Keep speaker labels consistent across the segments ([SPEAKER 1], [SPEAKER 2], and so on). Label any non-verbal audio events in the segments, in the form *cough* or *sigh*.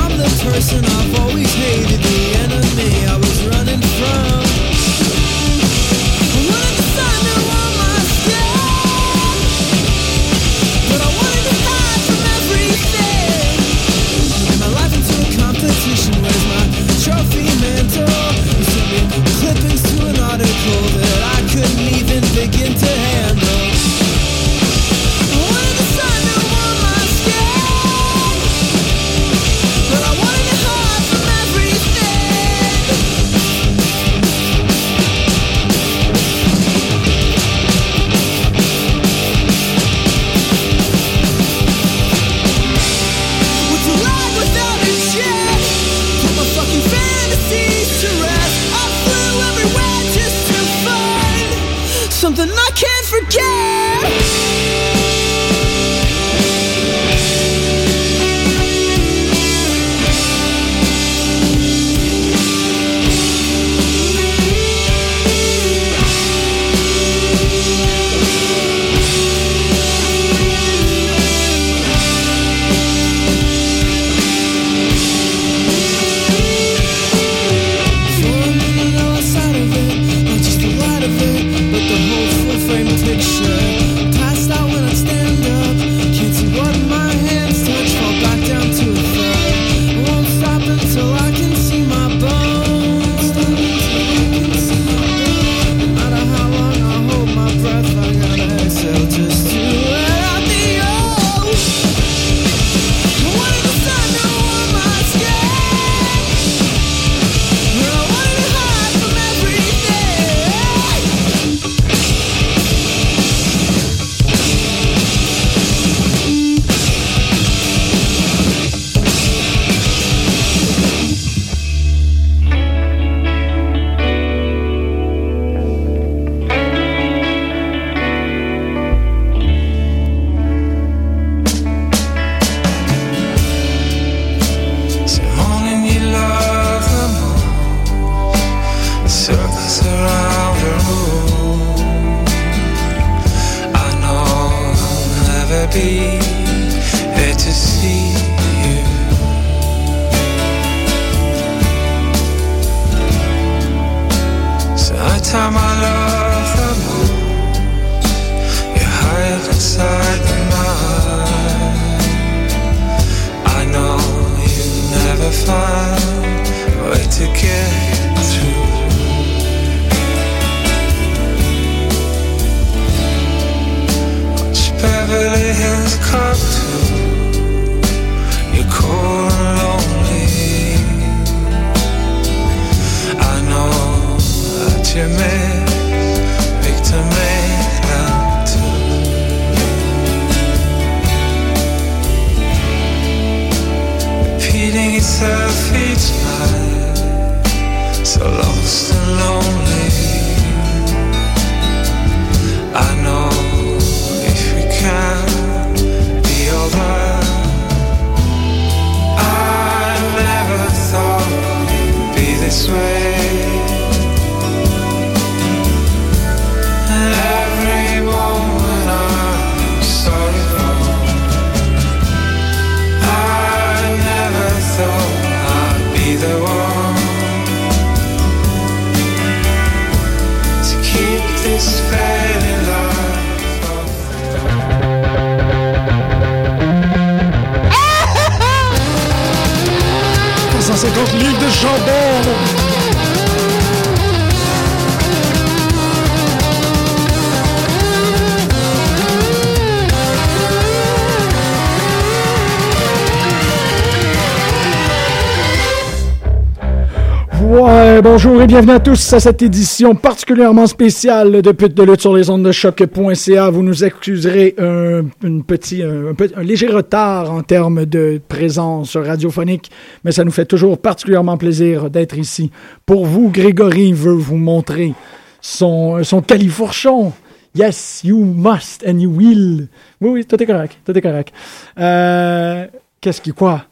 [SPEAKER 1] person I've always hated, the enemy I was running from. I wanted the sun to warm my skin, but I wanted to hide from everything. And my life into a competition, where's my trophy mantle? You sent me clippings to an article that I couldn't even begin to handle. I wanted the sun to warm my skin. But I wanted to hide from everything. What's a life without a jet? Put my fucking fantasies to rest. I flew everywhere just to find something I can't forget. For a minute I lost sight of it, not just the light of it, but the whole full frame picture. Passed out when I stand up, can't see what my hands touch, fall back down to a thud. Won't stop until I can see my bones. No matter how long I hold my breath, I gotta exhale just to let out the oh. I wanted the sun to warm my skin. Where I wanted to hide from everything.
[SPEAKER 2] C'est mon the moon Circles around the room I know I'll never be here to see you So I tell my love the moon You're hiding inside the night I know you never find a way to get through. Watch Beverly Hills Cop 2. You're cold and lonely. I know that you miss Victor Maitland too. repeating itself each night. So lost and lonely. I know if we can be alright. I never thought it'd be this way. And every moment I'm sorry for. I never thought I'd be the one to keep this fading love.
[SPEAKER 3] livres de chambon! Ouais, bonjour et bienvenue à tous à cette édition particulièrement spéciale de Pute de lutte sur les ondes de choc.ca. Vous nous excuserez un, une petit, un, pe- un léger retard en termes de présence radiophonique, mais ça nous fait toujours particulièrement plaisir d'être ici. Pour vous, Grégory veut vous montrer son, son califourchon. Yes, you must and you will. Oui, oui, tout est correct, tout est correct. Euh, Qu'est-ce qui, quoi?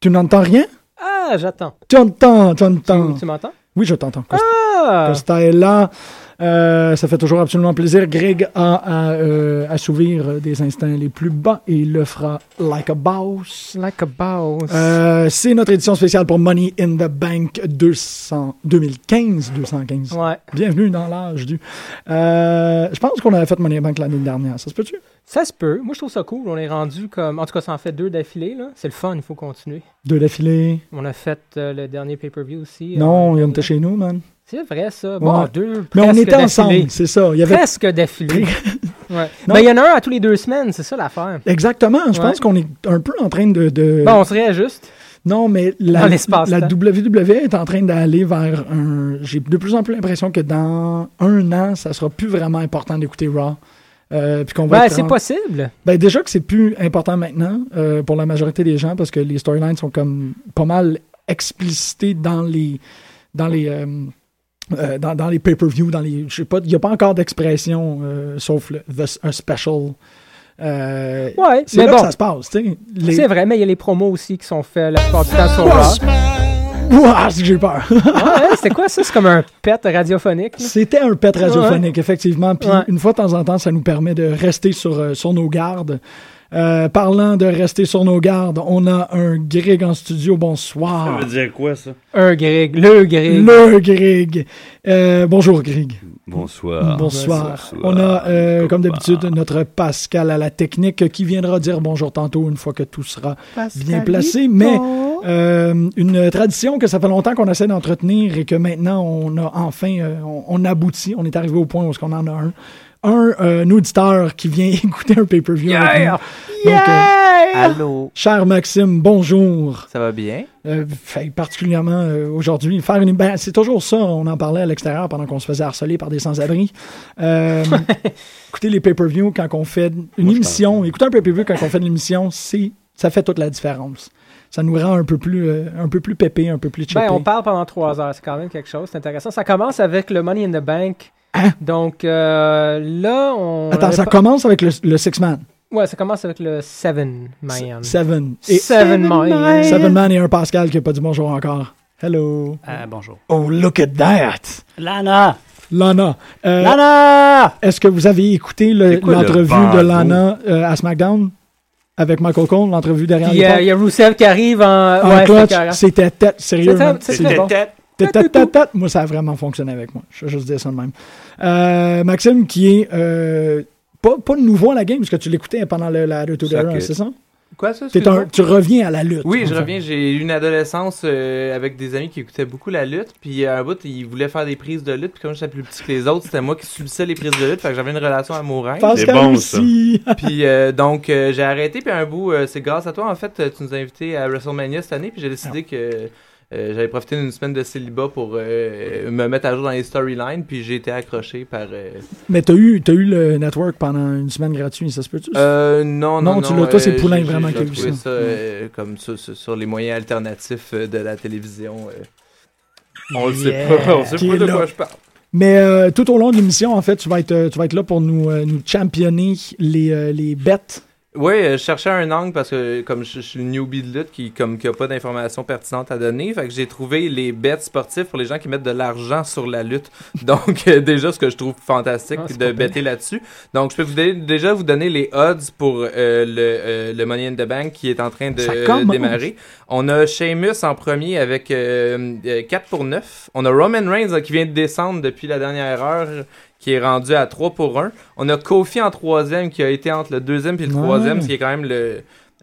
[SPEAKER 3] Tu n'entends rien?
[SPEAKER 4] Ah, j'attends.
[SPEAKER 3] Tu entends, tu entends.
[SPEAKER 4] Ah. Tu m'entends?
[SPEAKER 3] Oui, je t'entends. Costa
[SPEAKER 4] Ah!
[SPEAKER 3] Costa est là. Euh, ça fait toujours absolument plaisir. Greg a à euh, assouvir des instincts les plus bas et il le fera like a boss.
[SPEAKER 4] Like a boss.
[SPEAKER 3] Euh, c'est notre édition spéciale pour Money in the Bank 200, 2015. 215.
[SPEAKER 4] Ouais.
[SPEAKER 3] Bienvenue dans l'âge du. Euh, je pense qu'on avait fait Money in the Bank l'année dernière. Ça se peut-tu?
[SPEAKER 4] Ça se peut. Moi, je trouve ça cool. On est rendu comme. En tout cas, ça en fait deux d'affilée, là. C'est le fun, il faut continuer.
[SPEAKER 3] Deux d'affilée.
[SPEAKER 4] On a fait euh, le dernier pay-per-view aussi. euh,
[SPEAKER 3] Non,
[SPEAKER 4] euh,
[SPEAKER 3] on était chez nous, man.
[SPEAKER 4] C'est vrai, ça. Bon,
[SPEAKER 3] Ouais.
[SPEAKER 4] deux.
[SPEAKER 3] Mais on
[SPEAKER 4] presque
[SPEAKER 3] était ensemble,
[SPEAKER 4] d'affilée.
[SPEAKER 3] c'est ça. Il y avait
[SPEAKER 4] Presque d'affilée. *laughs* ouais.
[SPEAKER 3] Non.
[SPEAKER 4] Ben, il y en a un à tous les deux semaines, c'est ça l'affaire.
[SPEAKER 3] Exactement. Je
[SPEAKER 4] Ouais.
[SPEAKER 3] pense qu'on est un peu en train de. de-
[SPEAKER 4] Bon, on se réajuste.
[SPEAKER 3] non, mais la,
[SPEAKER 4] Dans l'espace,
[SPEAKER 3] la
[SPEAKER 4] hein. là.
[SPEAKER 3] WWE est en train d'aller vers un. J'ai de plus en plus l'impression que dans un an, ça sera plus vraiment important d'écouter Raw. Euh, puis qu'on va
[SPEAKER 4] Ben,
[SPEAKER 3] être
[SPEAKER 4] c'est
[SPEAKER 3] en-
[SPEAKER 4] possible.
[SPEAKER 3] Ben, déjà que c'est plus important maintenant euh, pour la majorité des gens parce que les storylines sont comme pas mal explicitées dans les dans les euh, euh, dans, dans les pay-per-view, dans les je sais pas, il y a pas encore d'expression euh, sauf le the- un special. Euh,
[SPEAKER 4] Ouais,
[SPEAKER 3] c'est
[SPEAKER 4] mais
[SPEAKER 3] là
[SPEAKER 4] bon.
[SPEAKER 3] que ça se passe, tu sais. Les-
[SPEAKER 4] C'est vrai, mais il y a les promos aussi qui sont faits la plupart du temps sur Raw.
[SPEAKER 3] Ouah, c'est que j'ai peur.
[SPEAKER 4] Ouais, hein, c'est quoi ça? C'est comme un pet radiophonique. là.
[SPEAKER 3] C'était un pet radiophonique, effectivement. Puis
[SPEAKER 4] Ouais.
[SPEAKER 3] une fois de temps en temps, ça nous permet de rester sur, euh, sur nos gardes. Euh, parlant de rester sur nos gardes, on a un Greg en studio.
[SPEAKER 5] Ça
[SPEAKER 3] Bonsoir.
[SPEAKER 5] veut dire quoi, ça?
[SPEAKER 4] Un Greg, le Greg.
[SPEAKER 3] Le Greg. Euh, bonjour Greg.
[SPEAKER 5] Bonsoir.
[SPEAKER 3] Bonsoir. On a, euh, comme d'habitude, notre Pascal à la technique qui viendra dire bonjour tantôt une fois que tout sera bien placé. Mais euh, une tradition que ça fait longtemps qu'on essaie d'entretenir et que maintenant on a enfin, euh, on, on aboutit. On est arrivé au point où est-ce qu'on en a un. Un, euh, un auditeur qui vient *laughs* écouter un pay-per-view. avec
[SPEAKER 4] Yeah!
[SPEAKER 3] nous. Donc, euh,
[SPEAKER 6] Allô,
[SPEAKER 3] cher Maxime, bonjour.
[SPEAKER 6] ça va bien?
[SPEAKER 3] Euh, fait, particulièrement euh, aujourd'hui, faire une. ben, c'est toujours ça, on en parlait à l'extérieur pendant qu'on se faisait harceler par des sans-abri. Euh,
[SPEAKER 4] *laughs*
[SPEAKER 3] écouter les pay-per-view quand on fait une émission, écouter un pay-per-view quand on fait une émission, c'est, ça fait toute la différence. Ça nous rend un peu plus, euh, un peu plus pépé, un peu plus chippé.
[SPEAKER 4] Ben, on parle pendant trois heures, c'est quand même quelque chose, c'est intéressant. Ça commence avec le Money in the Bank.
[SPEAKER 3] Hein?
[SPEAKER 4] Donc euh, là, on.
[SPEAKER 3] Attends,
[SPEAKER 4] on
[SPEAKER 3] ça
[SPEAKER 4] avait pas-
[SPEAKER 3] commence avec le, le Six Man.
[SPEAKER 4] Ouais, ça commence avec le Seven Man.
[SPEAKER 3] Seven. Et,
[SPEAKER 4] Seven Man.
[SPEAKER 3] Seven Man et un Pascal qui n'a pas dit bonjour encore. Hello.
[SPEAKER 6] Ah, bonjour.
[SPEAKER 3] Oh, look at that.
[SPEAKER 6] Lana!
[SPEAKER 3] Lana. Euh,
[SPEAKER 6] Lana!
[SPEAKER 3] Est-ce que vous avez écouté le-
[SPEAKER 5] C'est quoi le
[SPEAKER 3] l'entrevue de
[SPEAKER 5] bandeau?
[SPEAKER 3] Lana euh, à SmackDown avec Michael Cole, l'entrevue derrière
[SPEAKER 4] Puis euh, il y, a-
[SPEAKER 3] les
[SPEAKER 4] il y a Rousseff qui arrive en.
[SPEAKER 3] portes? En
[SPEAKER 4] ouais,
[SPEAKER 3] clutch,
[SPEAKER 4] c'est carré.
[SPEAKER 3] c'était tête, sérieux.
[SPEAKER 4] C'était-
[SPEAKER 3] man.
[SPEAKER 4] c'était
[SPEAKER 3] C'était
[SPEAKER 4] bon.
[SPEAKER 3] tête, tête, tête, tête. Moi, ça a vraiment fonctionné avec moi. Je vais juste dire ça de même. Euh, Maxime, qui est euh, pas, pas nouveau à la game, parce que tu l'écoutais pendant le- la Retour de
[SPEAKER 5] Ça
[SPEAKER 3] Raw,
[SPEAKER 5] que-
[SPEAKER 3] c'est ça?
[SPEAKER 6] Quoi, ça?
[SPEAKER 3] T'es
[SPEAKER 6] excuse-moi?
[SPEAKER 3] un- tu reviens à la lutte.
[SPEAKER 6] Oui, je
[SPEAKER 3] en fait.
[SPEAKER 6] reviens. J'ai eu une adolescence euh, avec des amis qui écoutaient beaucoup la lutte. Puis à un bout, ils voulaient faire des prises de lutte. Puis comme j'étais plus petit que les autres, c'était moi qui subissais les prises de lutte. Fait que j'avais une relation amoureuse.
[SPEAKER 5] C'est
[SPEAKER 3] Pascal
[SPEAKER 5] bon,
[SPEAKER 3] aussi. *laughs*
[SPEAKER 6] Puis euh, donc, euh, j'ai arrêté. Puis à un bout, euh, c'est grâce à toi, en fait, euh, tu nous as invités à WrestleMania cette année. Puis j'ai décidé
[SPEAKER 3] Ah.
[SPEAKER 6] que euh, j'avais profité d'une semaine de célibat pour euh, me mettre à jour dans les storylines. Puis j'ai été accroché par. euh,
[SPEAKER 3] Mais t'as eu, t'as eu le network pendant une semaine gratuite, ça se peut-tu? ça?
[SPEAKER 6] Euh, non,
[SPEAKER 3] Non,
[SPEAKER 6] non, non.
[SPEAKER 3] tu l'as- toi, c'est
[SPEAKER 6] euh,
[SPEAKER 3] Poulain
[SPEAKER 6] j'ai-
[SPEAKER 3] vraiment
[SPEAKER 6] j'ai
[SPEAKER 3] qui a eu
[SPEAKER 6] trouvé
[SPEAKER 3] ça.
[SPEAKER 6] euh, comme sur, sur- sur les moyens alternatifs euh, de la télévision. euh. On le
[SPEAKER 4] Yeah.
[SPEAKER 6] sait pas, on sait
[SPEAKER 3] Qui
[SPEAKER 6] pas
[SPEAKER 3] est
[SPEAKER 6] de
[SPEAKER 3] là.
[SPEAKER 6] quoi je parle.
[SPEAKER 3] Mais euh, tout au long de l'émission, en fait, tu vas être, euh, tu vas être là pour nous, euh, nous championner les, euh, les bêtes.
[SPEAKER 6] Oui, euh, je cherchais un angle parce que comme je, je suis le newbie de lutte qui comme qui a pas d'informations pertinentes à donner, fait que j'ai trouvé les bêtes sportives pour les gens qui mettent de l'argent sur la lutte. *laughs* Donc euh, déjà ce que je trouve fantastique
[SPEAKER 4] Ah, c'est pas
[SPEAKER 6] de
[SPEAKER 4] pire.
[SPEAKER 6] bêter là-dessus. Donc je peux vous donner- déjà vous donner les odds pour euh, le, euh, le Money in the Bank qui est en train de
[SPEAKER 3] Ça
[SPEAKER 6] euh,
[SPEAKER 3] commence.
[SPEAKER 6] démarrer. On a Sheamus en premier avec euh, euh, 4 pour 9. On a Roman Reigns euh, qui vient de descendre depuis la dernière heure qui est rendu à 3 pour 1. On a Kofi en troisième qui a été entre le deuxième et le
[SPEAKER 3] Ouais.
[SPEAKER 6] troisième, ce qui est quand même le,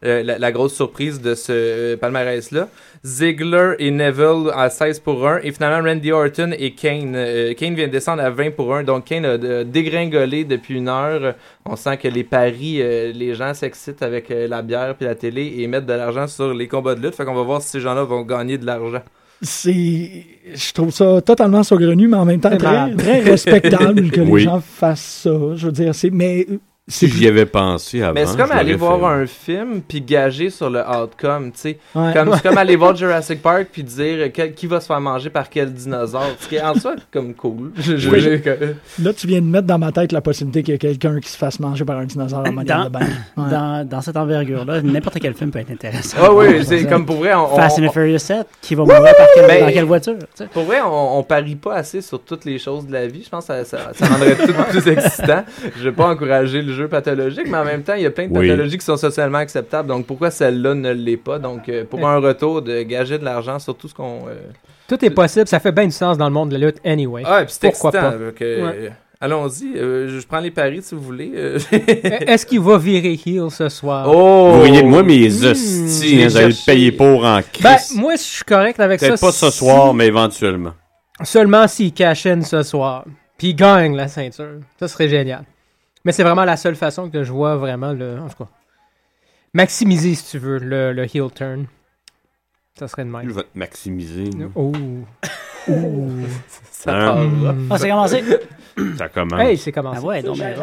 [SPEAKER 6] euh, la, la grosse surprise de ce euh, palmarès-là. Ziggler et Neville à 16 pour 1. Et finalement, Randy Orton et Kane. Euh, Kane vient de descendre à 20 pour 1. Donc, Kane a euh, dégringolé depuis une heure. On sent que les paris, euh, les gens s'excitent avec euh, la bière puis la télé et mettent de l'argent sur les combats de lutte. Fait qu'on va voir si ces gens-là vont gagner de l'argent.
[SPEAKER 3] C'est, je trouve ça totalement saugrenu, mais en même temps
[SPEAKER 4] C'est
[SPEAKER 3] très,
[SPEAKER 4] malade.
[SPEAKER 3] très respectable que les
[SPEAKER 5] *laughs* Oui.
[SPEAKER 3] gens fassent ça. Je veux dire, c'est, mais euh, C'est
[SPEAKER 5] J'y
[SPEAKER 3] plus...
[SPEAKER 5] avais pensé avant.
[SPEAKER 6] Mais c'est
[SPEAKER 5] Ah, je
[SPEAKER 6] comme
[SPEAKER 5] l'aurais
[SPEAKER 6] aller voir
[SPEAKER 5] fait.
[SPEAKER 6] un film puis gager sur le outcome, tu sais.
[SPEAKER 3] ouais.
[SPEAKER 6] Comme, c'est comme aller voir Jurassic Park puis dire euh, quel- qui va se faire manger par quel dinosaure. Ce qui est en soi comme cool. *laughs* Je- je-
[SPEAKER 3] Oui.
[SPEAKER 6] je- que-
[SPEAKER 3] *laughs* Là, tu viens de mettre dans ma tête la possibilité qu'il y ait quelqu'un qui se fasse manger par un dinosaure en manière de bain. Ouais.
[SPEAKER 7] Dans, dans cette envergure-là, n'importe quel film peut être intéressant.
[SPEAKER 6] Ah oui, c'est comme pour vrai, on,
[SPEAKER 7] Fast
[SPEAKER 6] on-
[SPEAKER 7] and Furious 7, qui va mourir par quelle-
[SPEAKER 6] Ben,
[SPEAKER 7] dans quelle voiture? tu sais.
[SPEAKER 6] pour vrai, on, on parie pas assez sur toutes les choses de la vie. Je pense que ça, ça, ça rendrait tout *laughs* plus excitant. Je veux pas encourager le jeu pathologique, mais en même temps, il y a plein de
[SPEAKER 5] Oui.
[SPEAKER 6] pathologies qui sont socialement acceptables. Donc pourquoi celle-là ne l'est pas Donc euh, pour un retour de gager de l'argent sur tout ce qu'on. euh,
[SPEAKER 4] Tout est possible, ça fait bien du sens dans le monde de la lutte anyway.
[SPEAKER 6] Ah, et puis c'est excitant.
[SPEAKER 4] Pourquoi pas?
[SPEAKER 6] donc, euh,
[SPEAKER 4] Ouais.
[SPEAKER 6] Allons-y. euh, je- je prends les paris si vous voulez. euh,
[SPEAKER 4] Est-ce qu'il va virer heel ce soir?
[SPEAKER 6] *laughs* oh!
[SPEAKER 5] Vous riez de moi, mais
[SPEAKER 4] Hmm.
[SPEAKER 5] les
[SPEAKER 6] Je
[SPEAKER 5] hosties,
[SPEAKER 6] l'ai
[SPEAKER 5] hein, j'allais
[SPEAKER 6] cherché.
[SPEAKER 5] le payer pour en crise.
[SPEAKER 4] Ben, moi, je suis correct avec ça.
[SPEAKER 5] Peut-être pas ce
[SPEAKER 4] si-
[SPEAKER 5] soir, mais éventuellement.
[SPEAKER 4] Seulement s'il cash in ce soir. Puis il gagne la ceinture. Ça serait génial. Mais c'est vraiment la seule façon que je vois vraiment le. En tout cas. Maximiser, si tu veux, le, le heel turn. Ça serait de
[SPEAKER 5] Il
[SPEAKER 4] même.
[SPEAKER 5] va te maximiser.
[SPEAKER 4] Oh.
[SPEAKER 6] Ça
[SPEAKER 5] Hein?
[SPEAKER 6] part.
[SPEAKER 3] Mm.
[SPEAKER 7] Ah, c'est commencé?
[SPEAKER 5] Ça commence.
[SPEAKER 4] Hey, c'est
[SPEAKER 7] Ah
[SPEAKER 4] commencé.
[SPEAKER 7] ouais, non, mais...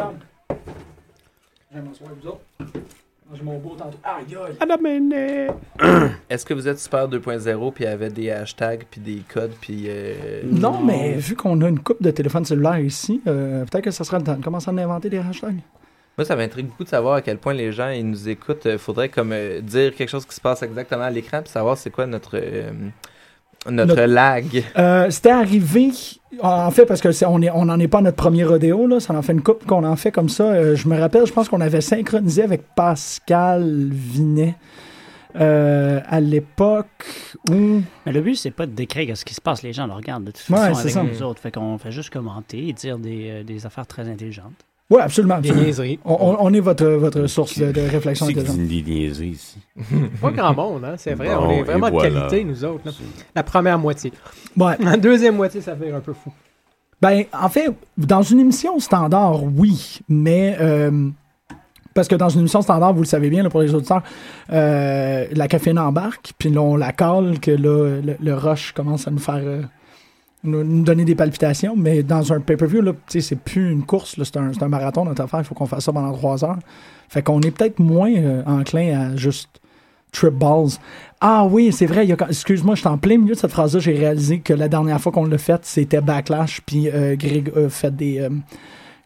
[SPEAKER 6] Est-ce que vous êtes super 2.0 puis il y avait des hashtags puis des codes puis euh,
[SPEAKER 3] Non, mais vu qu'on a une coupe de téléphone cellulaire ici, euh, peut-être que ça sera le temps de commencer à en inventer des hashtags.
[SPEAKER 6] moi ça m'intrigue beaucoup de savoir à quel point les gens ils nous écoutent. Euh, faudrait comme euh, dire quelque chose qui se passe exactement à l'écran puis savoir c'est quoi notre euh, notre,
[SPEAKER 3] Notre-
[SPEAKER 6] lag.
[SPEAKER 3] Euh, C'était arrivé, en fait, parce que c'est- on n'en on en est pas à notre premier rodéo, là, ça en fait une coupe qu'on en fait comme ça. Euh, je me rappelle, je pense qu'on avait synchronisé avec Pascal Vinet euh, à l'époque où...
[SPEAKER 7] Mais le but, c'est pas de décrire ce qui se passe. Les gens le regardent de toute
[SPEAKER 3] Ouais,
[SPEAKER 7] façon
[SPEAKER 3] c'est
[SPEAKER 7] avec
[SPEAKER 3] ça.
[SPEAKER 7] nous autres. Fait qu'on fait juste commenter et dire des, euh, des affaires très intelligentes.
[SPEAKER 3] Oui, absolument.
[SPEAKER 4] Des
[SPEAKER 3] absolument.
[SPEAKER 4] niaiseries.
[SPEAKER 3] On, on- on est votre, votre source de, de réflexion
[SPEAKER 5] C'est qui
[SPEAKER 3] intelligente.
[SPEAKER 5] dit des niaiseries ici.
[SPEAKER 4] Pas grand monde, hein, c'est vrai.
[SPEAKER 5] Bon,
[SPEAKER 4] on est vraiment
[SPEAKER 5] et
[SPEAKER 4] de
[SPEAKER 5] voilà.
[SPEAKER 4] qualité, nous autres. là. La première *laughs* moitié.
[SPEAKER 3] Ouais.
[SPEAKER 4] La deuxième moitié, ça fait un peu fou.
[SPEAKER 3] Ben, en fait, dans une émission standard, oui, mais euh, parce que dans une émission standard, vous le savez bien, là, pour les auditeurs, euh, la caféine embarque, puis là, on la colle, que là, le, le rush commence à nous faire euh, nous, nous donner des palpitations, mais dans un pay-per-view, là, tu sais, c'est plus une course, là, c'est un, c'est un marathon, notre affaire, il faut qu'on fasse ça pendant trois heures. Fait qu'on est peut-être moins euh, enclin à juste trip balls. Ah oui, c'est vrai. il y a quand- Excuse-moi, je suis en plein milieu de cette phrase-là. J'ai réalisé que la dernière fois qu'on l'a faite, c'était Backlash, puis euh, Greg a fait des... euh,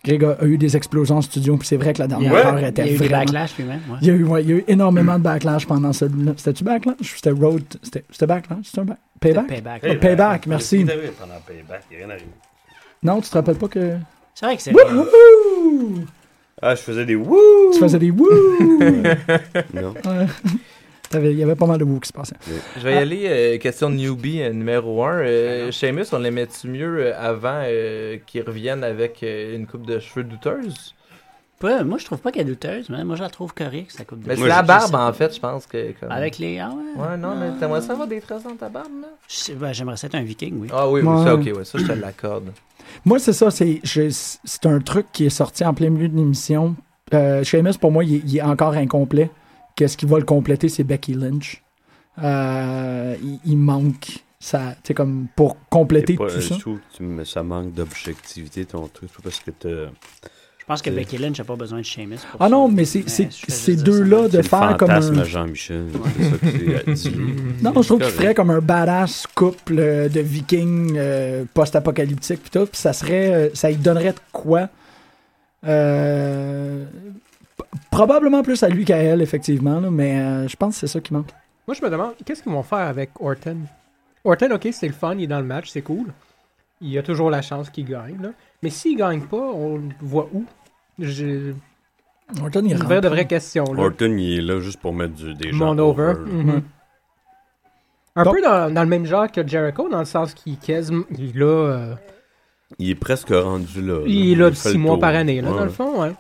[SPEAKER 3] Greg a, a eu des explosions en studio, puis c'est vrai que la dernière heure
[SPEAKER 7] il y a
[SPEAKER 3] était
[SPEAKER 7] eu des
[SPEAKER 3] vraiment...
[SPEAKER 7] backlash lui-même. ouais.
[SPEAKER 3] Il y a eu, ouais, il y a eu énormément de backlash pendant celui-là. C'était-tu backlash? C'était road... C'était c'était backlash? C'était un back... Payback?
[SPEAKER 7] Payback.
[SPEAKER 3] Ah, payback, merci.
[SPEAKER 8] pendant Payback, il y a rien arrivé.
[SPEAKER 3] Non, tu te rappelles pas que...
[SPEAKER 7] C'est vrai que c'est...
[SPEAKER 3] Wouhou!
[SPEAKER 8] Ah, je faisais des wouh!
[SPEAKER 3] Tu faisais des wouh! *laughs*
[SPEAKER 4] *laughs*
[SPEAKER 5] Non.
[SPEAKER 3] T'avais- Il y avait pas mal de wouh qui se passait.
[SPEAKER 6] Je vais y aller euh, question de newbie euh, numéro 1. Seamus, on l'aimait-tu mieux euh, avant euh, qu'il revienne avec euh, une coupe de cheveux douteuse
[SPEAKER 7] Pas- moi, je trouve pas qu'elle est douteuse, mais moi, je la trouve correcte, sa coupe de
[SPEAKER 6] Mais c'est
[SPEAKER 7] cheveux.
[SPEAKER 6] la
[SPEAKER 7] Je
[SPEAKER 6] barbe hein.
[SPEAKER 7] sais-
[SPEAKER 6] Ah, ben, en fait, je pense que comme-
[SPEAKER 7] Avec les... Ah ouais.
[SPEAKER 6] Ouais, non, mais t'aimerais ça avoir des traces dans ta barbe, là?
[SPEAKER 7] Je sais- ben, J'aimerais ça être un viking, oui.
[SPEAKER 6] Ah oui, oui,
[SPEAKER 3] Ouais.
[SPEAKER 6] ça, ok, ouais, ça, je te l'accorde.
[SPEAKER 3] Moi, c'est ça. C'est je- c'est un truc qui est sorti en plein milieu de l'émission. Euh, Seamus, pour moi, il, est- il est encore incomplet. Qu'est-ce qui va le compléter, c'est Becky Lynch. Euh, il, il manque. Ça, tu sais, comme pour compléter
[SPEAKER 5] C'est pas- euh,
[SPEAKER 3] tout ça.
[SPEAKER 5] Je trouve que tu me- ça manque d'objectivité, ton truc. C'est pas parce que t'as-
[SPEAKER 7] Je pense que
[SPEAKER 5] C'est-
[SPEAKER 7] Becky Lynch n'a pas besoin de Seamus pour
[SPEAKER 3] Ah
[SPEAKER 7] ça.
[SPEAKER 3] non, mais c'est- c'est-
[SPEAKER 7] je fais
[SPEAKER 3] ces
[SPEAKER 7] juste
[SPEAKER 3] deux-là
[SPEAKER 7] dire ça.
[SPEAKER 3] de-
[SPEAKER 5] c'est le
[SPEAKER 3] faire comme
[SPEAKER 5] fantasme
[SPEAKER 3] un-
[SPEAKER 5] à Jean-Michel. C'est ça que
[SPEAKER 4] *laughs*
[SPEAKER 5] tu as dit.
[SPEAKER 3] Non, je trouve qu'il
[SPEAKER 5] correct.
[SPEAKER 3] ferait comme un badass couple euh, de vikings euh, post-apocalyptique pis tout, pis ça serait, euh, ça lui donnerait de quoi Euh, p- Probablement plus à lui qu'à elle, effectivement, là, mais euh, je pense que c'est ça qui manque.
[SPEAKER 4] Moi, je me demande, qu'est-ce qu'ils vont faire avec Orton? Orton, ok, c'est le fun, il est dans le match, c'est cool. Il y a toujours la chance qu'il gagne, là. Mais s'il gagne pas, on le voit où? J'ai
[SPEAKER 3] Orton, il
[SPEAKER 4] une
[SPEAKER 3] rentre.
[SPEAKER 4] vraie de vraie question, là.
[SPEAKER 5] Orton, il est là juste pour mettre du, des gens
[SPEAKER 4] Mon over.
[SPEAKER 5] over.
[SPEAKER 4] Mhm. Un
[SPEAKER 3] Donc-
[SPEAKER 4] peu dans, dans le même genre que Jericho, dans le sens qu'il quasiment- il a, euh,
[SPEAKER 5] Il est presque rendu là. là.
[SPEAKER 4] il a
[SPEAKER 5] fait
[SPEAKER 4] six
[SPEAKER 5] le
[SPEAKER 4] mois
[SPEAKER 5] tour.
[SPEAKER 4] par année, là,
[SPEAKER 5] Ouais.
[SPEAKER 4] dans le fond, ouais.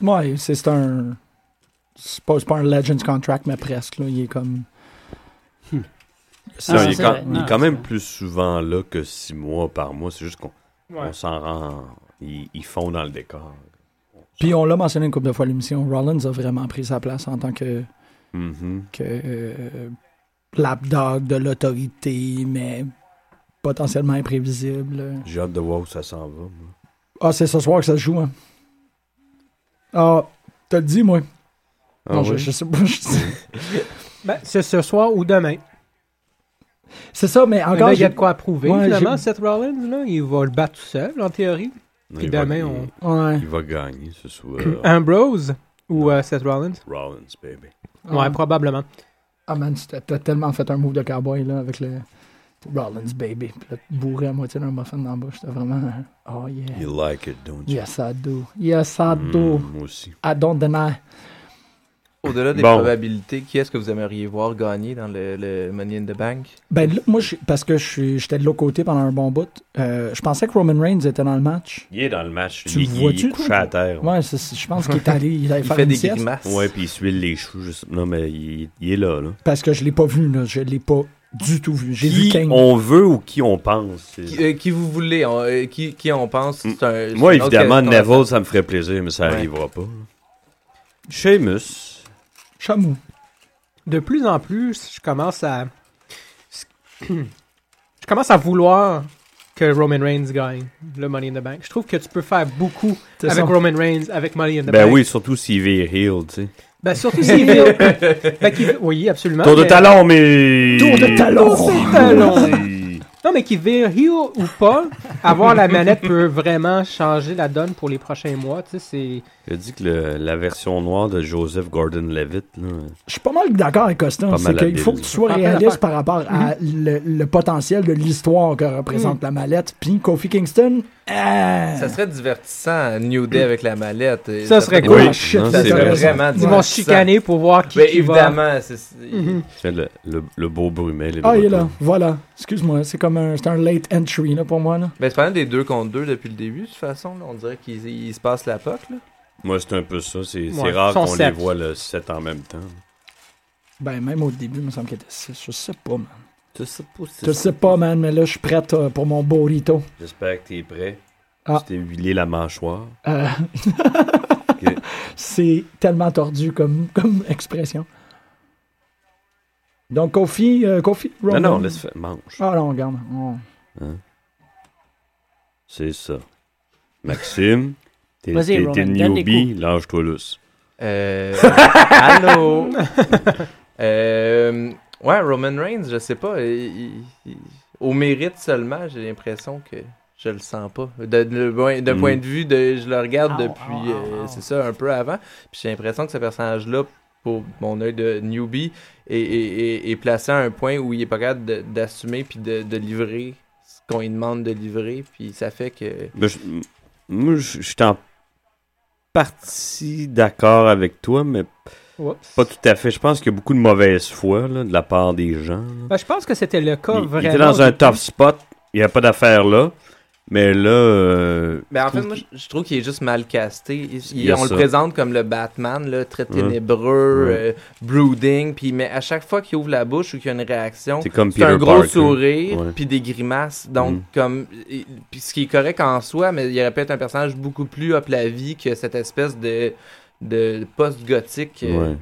[SPEAKER 3] Ouais, c'est c'est un. C'est pas, c'est pas un Legends contract, mais presque. Là. Il est comme.
[SPEAKER 7] Ah,
[SPEAKER 3] Ah,
[SPEAKER 5] Non, il est
[SPEAKER 7] c'est
[SPEAKER 5] quand,
[SPEAKER 7] vrai.
[SPEAKER 5] il est
[SPEAKER 7] Non,
[SPEAKER 5] quand
[SPEAKER 7] c'est
[SPEAKER 5] même
[SPEAKER 7] vrai.
[SPEAKER 5] plus souvent là que six mois par mois. C'est juste qu'on
[SPEAKER 4] Ouais.
[SPEAKER 5] on s'en rend. Ils, ils font dans le décor.
[SPEAKER 3] Puis on l'a mentionné une couple de fois à l'émission. Rollins a vraiment pris sa place en tant que.
[SPEAKER 8] Mm-hmm.
[SPEAKER 5] Mhm.
[SPEAKER 3] que euh, lapdog de l'autorité, mais potentiellement imprévisible.
[SPEAKER 5] J'ai hâte de voir où ça s'en va. moi.
[SPEAKER 3] Ah, c'est ce soir que ça se joue. Hein. Ah, t'as le dit, moi.
[SPEAKER 5] Ah
[SPEAKER 3] non, je,
[SPEAKER 5] oui?
[SPEAKER 3] je sais pas. *laughs* je-
[SPEAKER 4] Ben, c'est ce soir ou demain.
[SPEAKER 3] C'est ça, mais
[SPEAKER 4] Mais
[SPEAKER 3] encore.
[SPEAKER 4] là, il y a
[SPEAKER 3] j'ai-
[SPEAKER 4] de quoi à prouver.
[SPEAKER 3] Ouais,
[SPEAKER 4] Finalement,
[SPEAKER 3] j'ai-
[SPEAKER 4] Seth Rollins, là, il va le battre tout seul, en théorie.
[SPEAKER 5] Non,
[SPEAKER 4] Puis
[SPEAKER 5] il va-
[SPEAKER 4] demain,
[SPEAKER 5] il-
[SPEAKER 4] on-
[SPEAKER 3] Ouais.
[SPEAKER 5] Il va gagner
[SPEAKER 3] *clears throat*
[SPEAKER 5] ce soir.
[SPEAKER 8] Ah.
[SPEAKER 4] Ambrose ou euh, Seth Rollins?
[SPEAKER 5] Rollins, baby.
[SPEAKER 4] Ouais, probablement.
[SPEAKER 3] Ah man, tu t'as- t'as tellement fait un move de cowboy là avec le Rollins Baby. Puis là, bourré à moitié d'un muffin dans la bouche. C'était vraiment. un- Oh yeah. Ah,
[SPEAKER 5] You like it, don't you?
[SPEAKER 3] Yes, I do. Yes, I
[SPEAKER 5] Mm,
[SPEAKER 3] do.
[SPEAKER 5] moi aussi.
[SPEAKER 3] I don't deny.
[SPEAKER 6] Au-delà des
[SPEAKER 8] Bon.
[SPEAKER 6] probabilités, qui est-ce que vous aimeriez voir gagner dans le, le Money in the Bank?
[SPEAKER 3] Ben, là, moi, je- parce que je suis- j'étais de l'autre côté pendant un bon bout, euh, je pensais que Roman Reigns était dans le match.
[SPEAKER 8] Il est dans le match.
[SPEAKER 3] Tu
[SPEAKER 8] lui,
[SPEAKER 3] le
[SPEAKER 8] il
[SPEAKER 3] vois-tu,
[SPEAKER 8] est couché
[SPEAKER 3] toi?
[SPEAKER 8] à terre.
[SPEAKER 3] Ouais, c'est- c'est- je pense qu'il est allé, il allait
[SPEAKER 6] *laughs* Il
[SPEAKER 3] faire
[SPEAKER 6] fait
[SPEAKER 3] une
[SPEAKER 6] des
[SPEAKER 3] sieste.
[SPEAKER 6] grimaces.
[SPEAKER 5] Ouais, puis il suit les choux. Je sais... Non, mais il, il est là, là.
[SPEAKER 3] Parce que je l'ai pas vu, là. Je l'ai pas du tout vu. J'ai vu
[SPEAKER 5] Qui
[SPEAKER 3] Kane.
[SPEAKER 5] on veut ou qui on pense? c'est-
[SPEAKER 6] Qui, euh, qui vous voulez, on- euh, qui, qui on pense? c'est
[SPEAKER 3] euh,
[SPEAKER 6] un- c'est
[SPEAKER 5] Moi,
[SPEAKER 6] une autre
[SPEAKER 5] évidemment,
[SPEAKER 6] que-
[SPEAKER 5] Neville, ça me ferait plaisir, mais ça
[SPEAKER 6] Ouais.
[SPEAKER 5] arrivera pas. Seamus.
[SPEAKER 3] Chamou.
[SPEAKER 4] De plus en plus, je commence à. *clears throat* Je commence à vouloir que Roman Reigns gagne le Money in the Bank. Je trouve que tu peux faire beaucoup
[SPEAKER 3] C'est
[SPEAKER 4] avec
[SPEAKER 3] ça.
[SPEAKER 4] Roman Reigns, avec Money in the
[SPEAKER 5] Ben
[SPEAKER 4] Bank.
[SPEAKER 5] oui, surtout s'il vire heel, tu sais.
[SPEAKER 4] Ben surtout s'il
[SPEAKER 6] *laughs*
[SPEAKER 4] vire. Ben, qu'il- Oui, absolument.
[SPEAKER 5] Tour de
[SPEAKER 4] mais-
[SPEAKER 5] talon, mais...
[SPEAKER 3] euh, Tour de talon!
[SPEAKER 4] Tour de talon. Non, mais qu'il vire heel ou pas, avoir la manette peut vraiment changer la donne pour les prochains mois. Tu sais, c'est.
[SPEAKER 5] *laughs* Il a dit que le- la version noire de Joseph Gordon-Levitt, là...
[SPEAKER 3] Je suis pas mal d'accord avec Costa.
[SPEAKER 5] Pas
[SPEAKER 3] C'est
[SPEAKER 5] mal
[SPEAKER 3] qu'il
[SPEAKER 5] habile.
[SPEAKER 3] faut que tu sois
[SPEAKER 4] Ah,
[SPEAKER 3] réaliste
[SPEAKER 4] affaire.
[SPEAKER 3] par rapport à le, le potentiel de l'histoire que représente la mallette. Puis Kofi Kingston, ah,
[SPEAKER 6] Ça serait divertissant, New Day avec la mallette. et
[SPEAKER 4] Ça serait
[SPEAKER 3] oh,
[SPEAKER 4] cool.
[SPEAKER 5] Oui,
[SPEAKER 3] shit,
[SPEAKER 5] non,
[SPEAKER 3] ça
[SPEAKER 5] c'est
[SPEAKER 6] Ça
[SPEAKER 3] serait
[SPEAKER 6] serait
[SPEAKER 5] vrai.
[SPEAKER 6] vraiment
[SPEAKER 4] Ils vont se
[SPEAKER 6] divertissant.
[SPEAKER 4] chicaner pour voir qui,
[SPEAKER 6] Ben,
[SPEAKER 4] qui va-
[SPEAKER 6] évidemment, c'est...
[SPEAKER 4] Mhm.
[SPEAKER 5] C'est le, le, le beau brumet, les
[SPEAKER 3] Ah, il est là. Voilà. Excuse-moi. C'est comme un, c'est un late entry là, pour moi. Là.
[SPEAKER 6] Ben, c'est pas mal des deux contre deux depuis le début, de toute façon. là. On dirait qu'ils ils se passent la POC, là.
[SPEAKER 5] Moi, c'est un peu ça. C'est c'est
[SPEAKER 4] Ouais,
[SPEAKER 5] rare
[SPEAKER 4] sont
[SPEAKER 5] qu'on les
[SPEAKER 4] sept.
[SPEAKER 5] voit le 7 en même temps.
[SPEAKER 3] Ben, même au début, il me semble qu'il était six. Je sais pas, man.
[SPEAKER 5] Tu sais pas si
[SPEAKER 3] Je sais pas, man, mais là, je suis prête euh, pour mon burrito.
[SPEAKER 5] J'espère que t'es prêt.
[SPEAKER 3] Ah.
[SPEAKER 5] Tu t'es huilé la mâchoire.
[SPEAKER 3] Euh, *laughs* C'est tellement tordu comme, comme expression. Donc, Kofi, euh, Kofi, Roman.
[SPEAKER 5] Non, non, laisse faire. Mange.
[SPEAKER 3] Ah non, regarde. on-
[SPEAKER 5] C'est ça. Maxime, t'es
[SPEAKER 7] Vas-y,
[SPEAKER 5] t'es-
[SPEAKER 7] Roman,
[SPEAKER 5] t'es
[SPEAKER 7] donne des
[SPEAKER 5] newbie, lâche-toi lousse.
[SPEAKER 6] Euh... Allô? euh... Ouais, Roman Reigns, je sais pas. il- il- il- Au mérite seulement, j'ai l'impression que je le sens pas. De- de- D'un
[SPEAKER 5] Mm.
[SPEAKER 6] point de vue, de, je le regarde
[SPEAKER 7] Ow, ow,
[SPEAKER 6] depuis,
[SPEAKER 7] ow,
[SPEAKER 6] euh,
[SPEAKER 7] ow.
[SPEAKER 6] c'est ça, un peu avant. Puis j'ai l'impression que ce personnage-là, pour mon œil de newbie, est, est- est- est placé à un point où il est pas capable de- d'assumer puis de, de livrer ce qu'on lui demande de livrer. Puis ça fait que.
[SPEAKER 5] Ben, je- m- moi, je je suis en partie d'accord avec toi, mais
[SPEAKER 4] Oups.
[SPEAKER 5] pas tout à fait. Je pense qu'il y a beaucoup de mauvaise foi là, de la part des gens. là.
[SPEAKER 4] Ben, je pense que c'était le cas
[SPEAKER 5] Il, il
[SPEAKER 4] vraiment.
[SPEAKER 5] était dans un
[SPEAKER 4] au début.
[SPEAKER 5] tough spot. Il n'y a pas d'affaire là. Mais là, euh,
[SPEAKER 6] Ben, en
[SPEAKER 5] trouve
[SPEAKER 6] fait, moi, je, je trouve qu'il est juste mal casté. Il-
[SPEAKER 5] Il y a
[SPEAKER 6] on
[SPEAKER 5] ça.
[SPEAKER 6] le présente comme le Batman, là, très ténébreux,
[SPEAKER 5] Ouais.
[SPEAKER 6] euh, brooding, puis mais à chaque fois qu'il ouvre la bouche ou qu'il y a une réaction,
[SPEAKER 5] c'est comme
[SPEAKER 6] c'est
[SPEAKER 5] Peter
[SPEAKER 6] un gros
[SPEAKER 5] Parker.
[SPEAKER 6] sourire,
[SPEAKER 5] Ouais.
[SPEAKER 6] puis des grimaces. Donc,
[SPEAKER 5] Mm.
[SPEAKER 6] comme, il- puis ce qui est correct en soi, mais il aurait pu être un personnage beaucoup plus hop la vie que cette espèce de, de post-gothique. euh,
[SPEAKER 5] Ouais.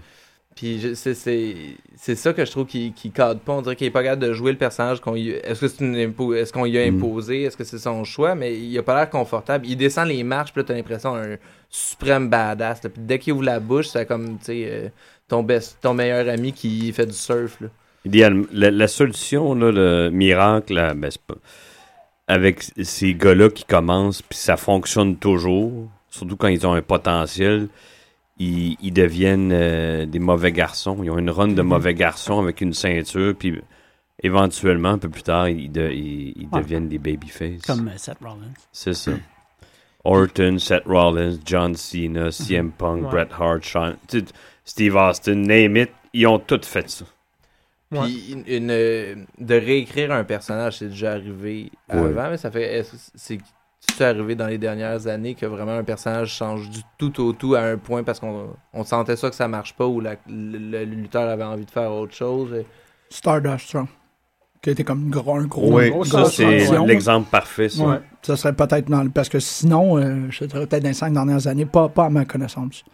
[SPEAKER 6] Puis je- c'est- c'est c'est ça que je trouve qui qui cadre pas. On dirait qu'il est pas capable de jouer le personnage qu'on lui- est-ce que c'est une impo- est-ce qu'on lui a
[SPEAKER 5] Mm.
[SPEAKER 6] imposé, est-ce que c'est son choix, mais il a pas l'air confortable. Il descend les marches, puis là t'as l'impression d'un suprême badass. là. Puis dès qu'il ouvre la bouche, c'est comme tu sais euh, ton best, ton meilleur ami qui fait du surf. Là.
[SPEAKER 5] Idéalement, la, la solution, là, le miracle, là, ben, c'est pas- avec ces gars-là qui commencent, puis ça fonctionne toujours, surtout quand ils ont un potentiel, ils, ils deviennent euh, des mauvais garçons. Ils ont une run de
[SPEAKER 7] Mhm.
[SPEAKER 5] mauvais garçons avec une ceinture, puis éventuellement, un peu plus tard, ils, de- ils- ils
[SPEAKER 7] Ouais.
[SPEAKER 5] deviennent des babyface.
[SPEAKER 7] Comme euh, Seth Rollins.
[SPEAKER 5] C'est ça. Orton, Seth Rollins, John
[SPEAKER 7] Mhm.
[SPEAKER 5] Cena, CM Punk,
[SPEAKER 4] Ouais.
[SPEAKER 5] Bret Hart, Shawn- tu sais, Steve Austin, name it, ils ont tous fait ça.
[SPEAKER 4] Ouais.
[SPEAKER 6] Puis une, une, euh, de réécrire un personnage, c'est déjà arrivé
[SPEAKER 5] Ouais.
[SPEAKER 6] avant, mais ça fait est-ce que c'est c'est arrivé dans les dernières années que vraiment un personnage change du tout au tout à un point parce qu'on on sentait ça que ça marche pas ou la- le, le lutteur avait envie de faire autre chose.
[SPEAKER 3] Stardust Strong. Qui était comme gros, un gros.
[SPEAKER 5] Oui,
[SPEAKER 3] une grosse
[SPEAKER 5] ça c'est
[SPEAKER 3] transition.
[SPEAKER 5] l'exemple parfait. Ça.
[SPEAKER 3] Ouais. Ça serait peut-être dans le. Parce que sinon, euh, je te dirais peut-être dans les cinq dernières années, pas, pas à ma connaissance.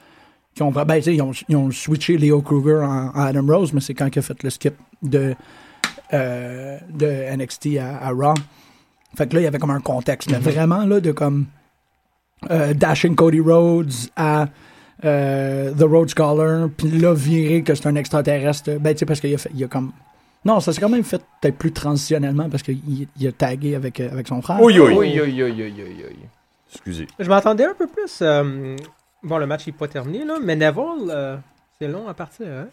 [SPEAKER 3] Qui ont, ben, tu sais, ils, ont, ils ont switché Leo Kruger en, en Adam Rose, mais c'est quand il a fait le skip de, euh, de NXT à, à Raw. Fait que là, il y avait comme
[SPEAKER 5] Mm-hmm.
[SPEAKER 3] un contexte. mais vraiment, là, de comme. euh, dashing Cody Rhodes à euh, The Road Scholar, puis là, viré que c'est un extraterrestre. Ben, tu sais, parce qu'il a, fait- il a comme. Non, ça s'est quand même fait peut-être plus transitionnellement parce qu'il il a tagué avec, euh, avec son frère.
[SPEAKER 5] Oui, oui.
[SPEAKER 6] Oui, oui, oui, oui, oui, oui.
[SPEAKER 5] Excusez.
[SPEAKER 4] Je m'attendais un peu plus. euh, bon, le match n'est pas terminé, là, mais Neville, euh, c'est long à partir. Hein?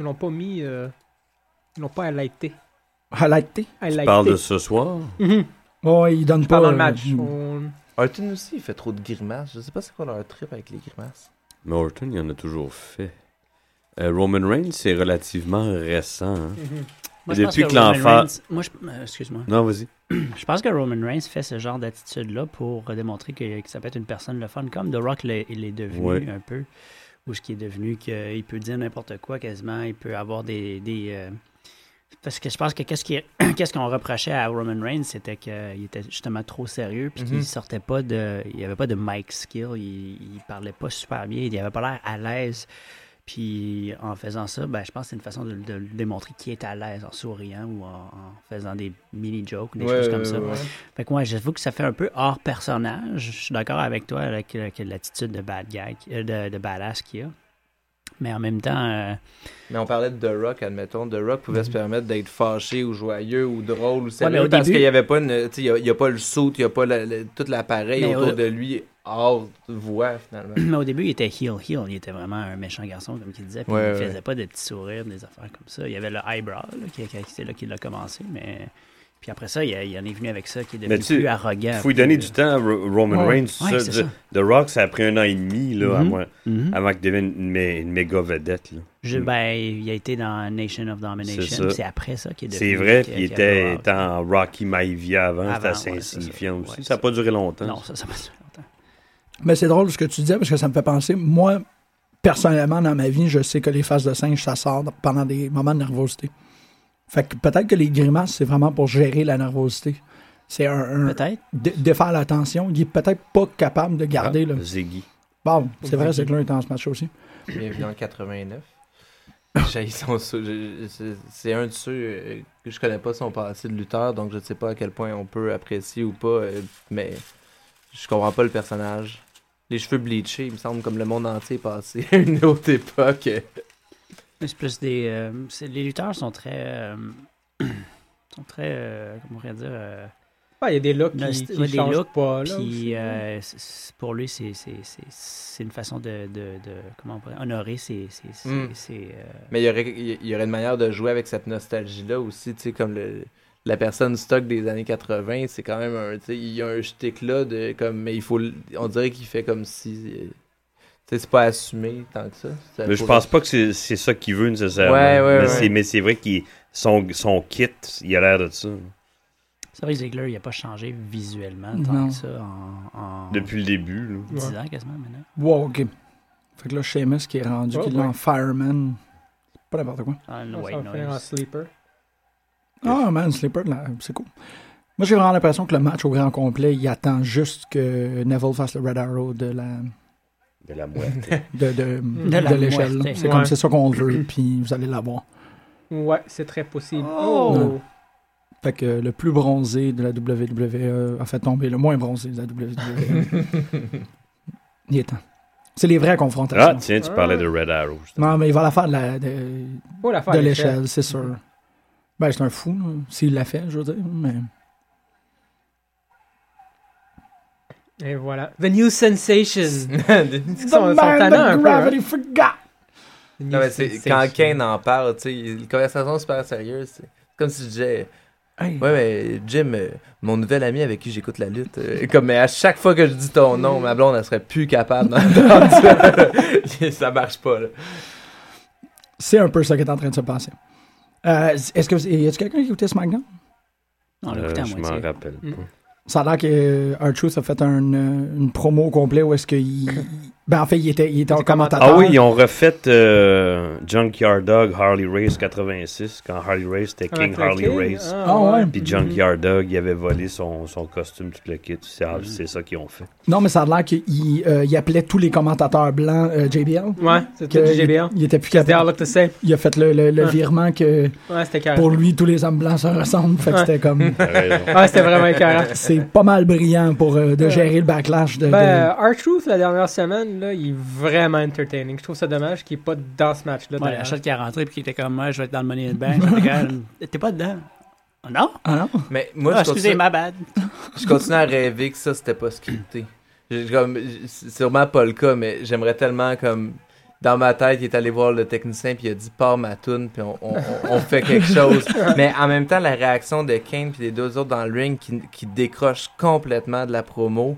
[SPEAKER 4] Ils l'ont pas mis. euh, ils l'ont pas highlighté.
[SPEAKER 3] Highlighté.
[SPEAKER 5] Tu
[SPEAKER 4] highlighté.
[SPEAKER 5] parles de ce soir?
[SPEAKER 4] Mhm.
[SPEAKER 3] Oh, il donne pas.
[SPEAKER 4] Pendant le
[SPEAKER 3] euh,
[SPEAKER 4] match.
[SPEAKER 3] mm.
[SPEAKER 4] on-
[SPEAKER 6] Orton aussi, il fait trop de grimaces. Je sais pas c'est quoi leur trip avec les grimaces.
[SPEAKER 5] Mais Orton, il en a toujours fait. Euh, Roman Reigns, c'est relativement récent. hein.
[SPEAKER 4] Mhm.
[SPEAKER 7] Moi, je pense
[SPEAKER 5] Depuis que
[SPEAKER 7] Roman
[SPEAKER 5] l'enfant-
[SPEAKER 7] Reigns- Moi, je- euh, excuse-moi.
[SPEAKER 5] Non, vas-y.
[SPEAKER 7] Je pense que Roman Reigns fait ce genre d'attitude-là pour euh, démontrer que, que ça peut être une personne le fun, comme The Rock l'est- il est devenu
[SPEAKER 5] Ouais.
[SPEAKER 7] un peu, ou ce qui est devenu qu'il peut dire n'importe quoi quasiment, il peut avoir des... des, euh, parce que je pense que qu'est-ce qui- qu'est-ce qu'on reprochait à Roman Reigns, c'était qu'il était justement trop sérieux, puis
[SPEAKER 6] Mhm.
[SPEAKER 7] qu'il sortait pas de... Il avait pas de mic skill, il, il parlait pas super bien, il avait pas l'air à l'aise. Puis en faisant ça, ben, je pense que c'est une façon de, de le démontrer qui est à l'aise en souriant ou en, en faisant des mini-jokes, des
[SPEAKER 6] Ouais,
[SPEAKER 7] choses comme
[SPEAKER 6] ouais,
[SPEAKER 7] ça.
[SPEAKER 6] ouais.
[SPEAKER 7] Fait que ouais, j'avoue que ça fait un peu hors personnage. Je suis d'accord avec toi avec, euh, que l'attitude de bad guy, euh, de, de badass qu'il y a. Mais en même temps, euh,
[SPEAKER 6] Mais on parlait de The Rock, admettons. The Rock pouvait se permettre d'être fâché ou joyeux ou drôle ou sérieux
[SPEAKER 7] Mhm. mais au
[SPEAKER 6] parce
[SPEAKER 7] début-
[SPEAKER 6] qu'il n'y avait pas une. Tu sais, il y a- il n'y a, pas le saut, il n'y a pas la- la- tout l'appareil
[SPEAKER 7] Mais
[SPEAKER 6] autour
[SPEAKER 7] au-
[SPEAKER 6] de lui hors voix,
[SPEAKER 7] *coughs*
[SPEAKER 6] finalement.
[SPEAKER 7] mais au début, il était heel heel. Il était vraiment un méchant garçon, comme il disait. Puis
[SPEAKER 6] Ouais,
[SPEAKER 7] il
[SPEAKER 6] ouais.
[SPEAKER 7] faisait pas des petits sourires, des affaires comme ça. Il y avait le eyebrow là, qui, qui, c'est là qu'il a commencé, mais puis après ça, il, il en est venu avec ça qui est devenu
[SPEAKER 5] Mais tu sais,
[SPEAKER 7] plus arrogant.
[SPEAKER 5] Il faut lui
[SPEAKER 7] plus-
[SPEAKER 5] donner du temps à Ro- Roman
[SPEAKER 3] Ouais.
[SPEAKER 5] Reigns.
[SPEAKER 7] Ah, Ouais,
[SPEAKER 5] ça,
[SPEAKER 7] c'est
[SPEAKER 5] de-
[SPEAKER 7] ça.
[SPEAKER 5] The Rock, ça a pris un an et demi là, à
[SPEAKER 7] Mhm.
[SPEAKER 5] moi-
[SPEAKER 7] Mhm.
[SPEAKER 5] avant qu'il devienne une, mé- une méga vedette. là.
[SPEAKER 7] Je- ben, il a été dans Nation of
[SPEAKER 5] C'est
[SPEAKER 7] Domination.
[SPEAKER 5] ça.
[SPEAKER 7] puis C'est après ça qu'il est devenu.
[SPEAKER 5] C'est vrai,
[SPEAKER 7] qu'il-
[SPEAKER 5] puis il
[SPEAKER 7] qu'il
[SPEAKER 5] était,
[SPEAKER 7] avait-
[SPEAKER 5] était en Rocky Maivia avant,
[SPEAKER 7] Avant,
[SPEAKER 5] c'était assez
[SPEAKER 7] ouais, c'est ça.
[SPEAKER 5] insignifiant aussi.
[SPEAKER 7] Ouais,
[SPEAKER 5] ça n'a
[SPEAKER 7] c'est-
[SPEAKER 5] pas duré longtemps.
[SPEAKER 7] Non, ça, ça m'a longtemps.
[SPEAKER 3] Mais c'est drôle ce que tu disais parce que ça me fait penser. Moi, personnellement, dans ma vie, je sais que les faces de singe, ça sort pendant des moments de nervosité. Fait que peut-être que les grimaces, c'est vraiment pour gérer la nervosité. C'est un. un
[SPEAKER 7] Peut-être.
[SPEAKER 3] dé- défaire la tension. Il est peut-être pas capable de garder.
[SPEAKER 5] Ah,
[SPEAKER 3] le...
[SPEAKER 5] Ziggy.
[SPEAKER 3] Bon, c'est vrai, c'est que là, il est dans ce match aussi.
[SPEAKER 6] Bienvenue en 89.
[SPEAKER 7] *coughs*
[SPEAKER 6] J'ai son sou- je- je- c'est- C'est un de ceux euh, que je connais pas son passé de lutteur, donc je ne sais pas à quel point on peut apprécier ou pas, euh, mais je comprends pas le personnage. Les cheveux bleachés, il me semble, comme le monde entier est passé à une autre époque.
[SPEAKER 7] Mais C'est plus des. euh, c'est- les lutteurs sont très. euh, *clears throat* sont très. euh, comment on pourrait dire. euh,
[SPEAKER 4] Ouais, Ah, Il y a des looks
[SPEAKER 3] Ben,
[SPEAKER 7] Non,
[SPEAKER 4] qui,
[SPEAKER 7] c'est-
[SPEAKER 4] qui
[SPEAKER 7] ouais, des
[SPEAKER 4] changent
[SPEAKER 7] looks,
[SPEAKER 4] pas. Là, aussi,
[SPEAKER 7] puis
[SPEAKER 4] là.
[SPEAKER 7] euh, c'est- c'est- pour lui, c'est- c'est c'est- c'est une façon de, de, de- Comment on pourrait. Honorer ses. ses, ses-
[SPEAKER 4] Hmm.
[SPEAKER 6] Mm.
[SPEAKER 7] ses, euh,
[SPEAKER 6] Mais il y aurait, il y aurait une manière de jouer avec cette nostalgie-là aussi, tu sais, comme le- la personne stock des années 80, c'est quand même un, tu sais, il y a un shtick là de comme, mais il faut, l- on dirait qu'il fait comme si, euh, tu sais, c'est pas assumé tant que ça. Ça
[SPEAKER 5] Mais je
[SPEAKER 6] pourrait-
[SPEAKER 5] pense pas que c'est c'est ça qu'il veut nécessairement.
[SPEAKER 6] Ouais, ouais,
[SPEAKER 5] mais
[SPEAKER 6] ouais.
[SPEAKER 5] c'est- mais c'est vrai qu'il son, son kit, il a l'air de ça.
[SPEAKER 7] C'est vrai que Ziegler, il n'a pas changé visuellement tant
[SPEAKER 3] Non.
[SPEAKER 7] que ça en. en
[SPEAKER 5] Depuis le début. là.
[SPEAKER 7] 10 ans quasiment maintenant.
[SPEAKER 3] Wow, ok. Fait que là, Seamus qui est rendu,
[SPEAKER 4] Oh,
[SPEAKER 3] qu'il est
[SPEAKER 4] ouais.
[SPEAKER 3] en fireman. C'est Pas n'importe quoi.
[SPEAKER 7] Ah, le
[SPEAKER 4] Ça, ça
[SPEAKER 7] white
[SPEAKER 4] va finir en
[SPEAKER 7] noise.
[SPEAKER 4] sleeper.
[SPEAKER 3] Ah, man, Slipper, là, c'est cool. Moi, j'ai vraiment l'impression que le match au grand complet, il attend juste que Neville fasse le Red Arrow de la
[SPEAKER 5] De la mouette.
[SPEAKER 3] de, de,
[SPEAKER 4] De
[SPEAKER 3] de
[SPEAKER 7] la
[SPEAKER 3] l'échelle.
[SPEAKER 7] moitié.
[SPEAKER 3] là. C'est
[SPEAKER 4] Ouais. Mm.
[SPEAKER 3] comme c'est ça qu'on veut, puis vous allez l'avoir.
[SPEAKER 4] Ouais, c'est très possible.
[SPEAKER 3] Oh!
[SPEAKER 4] Oh!
[SPEAKER 3] Fait que le plus bronzé de la WWE a fait tomber le moins bronzé de la WWE.
[SPEAKER 4] *laughs*
[SPEAKER 3] il est temps. C'est les vraies
[SPEAKER 5] *laughs* ah,
[SPEAKER 3] confrontations.
[SPEAKER 5] tiens, tu parlais de Red Arrow.
[SPEAKER 4] Ah.
[SPEAKER 5] justement.
[SPEAKER 3] non, mais il va la faire de la- de-
[SPEAKER 4] Oh, la
[SPEAKER 3] de l'échelle, c'est sûr. Ben, c'est un fou, là, s'il l'a fait, je veux dire, mais...
[SPEAKER 4] Et voilà. The New Sensation. Ils
[SPEAKER 3] The
[SPEAKER 4] sont, sont
[SPEAKER 3] man that
[SPEAKER 4] tannants un peu. hein.
[SPEAKER 3] gravity forgot!
[SPEAKER 4] The New
[SPEAKER 6] Non, mais c'est,
[SPEAKER 4] Sensation.
[SPEAKER 6] quand Kane en parle, tu sais, il- une conversation super sérieuse, c'est comme si je disais,
[SPEAKER 3] Hey.
[SPEAKER 6] ouais, mais Jim, euh, mon nouvel ami avec qui j'écoute la lutte, euh, *laughs* comme, mais à chaque fois que je dis ton nom, ma blonde, elle serait plus capable d'entendre ça. *laughs* ça marche pas, là.
[SPEAKER 3] C'est un peu ça qui est en train de se passer. Euh, est-ce que... Y a-tu quelqu'un qui écoutait SmackDown?
[SPEAKER 7] *laughs* On l'a
[SPEAKER 5] Euh,
[SPEAKER 7] écouté à
[SPEAKER 5] je m'en
[SPEAKER 7] moitié.
[SPEAKER 5] rappelle pas.
[SPEAKER 4] Mm.
[SPEAKER 3] Ça a l'air que R-Truth a fait un, euh, une promo au complet où est-ce qu'il... Ben, en fait, il était, il était en commentateur.
[SPEAKER 5] Ah oui, ils ont refait euh, Junkyard Dog Harley Race 86 quand Harley Race c'était
[SPEAKER 4] Avec
[SPEAKER 5] King
[SPEAKER 4] le hein. Mm-hmm.
[SPEAKER 5] Harley
[SPEAKER 4] King,
[SPEAKER 5] Race.
[SPEAKER 3] Ah ouais.
[SPEAKER 5] Puis Junkyard Dog, il avait volé son, son costume, tout le kit. C'est ah, c'est ça qu'ils ont fait.
[SPEAKER 3] Non, mais ça a l'air qu'il euh, il appelait tous les commentateurs blancs euh, JBL.
[SPEAKER 4] Ouais, c'était
[SPEAKER 3] Que
[SPEAKER 4] du GBA.
[SPEAKER 3] Il, il était plus
[SPEAKER 4] They all
[SPEAKER 3] capable.
[SPEAKER 4] look the same.
[SPEAKER 3] Il a fait le, le- le
[SPEAKER 4] Ah.
[SPEAKER 3] virement que
[SPEAKER 4] Ouais, c'était carré.
[SPEAKER 3] pour lui, tous les hommes blancs se ressemblent. Fait que
[SPEAKER 4] Ouais.
[SPEAKER 3] c'était comme.
[SPEAKER 5] T'as raison.
[SPEAKER 4] Ouais, c'était vraiment carré.
[SPEAKER 3] C'est pas mal brillant pour euh, de gérer le backlash de. de-
[SPEAKER 4] Ben, R-Truth, la dernière semaine, Kane, là, il est vraiment entertaining. Je trouve ça dommage qu'il n'est pas dans ce match-là.
[SPEAKER 7] Ouais,
[SPEAKER 4] d'ailleurs.
[SPEAKER 7] la shot qui est rentrée et qui était comme moi, je vais être dans le Money in
[SPEAKER 3] *laughs*
[SPEAKER 7] the Bank. J'étais comme, T'es pas dedans. Oh, Non?
[SPEAKER 3] Ah non?
[SPEAKER 6] Mais moi,
[SPEAKER 7] Ah,
[SPEAKER 6] je,
[SPEAKER 7] excusez,
[SPEAKER 6] continue,
[SPEAKER 7] ma bad.
[SPEAKER 6] je continue à rêver que ça, c'était pas scripté. J'ai- j'ai comme- j'ai- C'est sûrement pas le cas, mais j'aimerais tellement, comme, dans ma tête, il est allé voir le technicien, puis il a dit, pars ma toune, puis on, on- on- on fait quelque chose. mais en même temps, la réaction de Kane, puis des deux autres dans le ring, qui, qui décrochent complètement de la promo,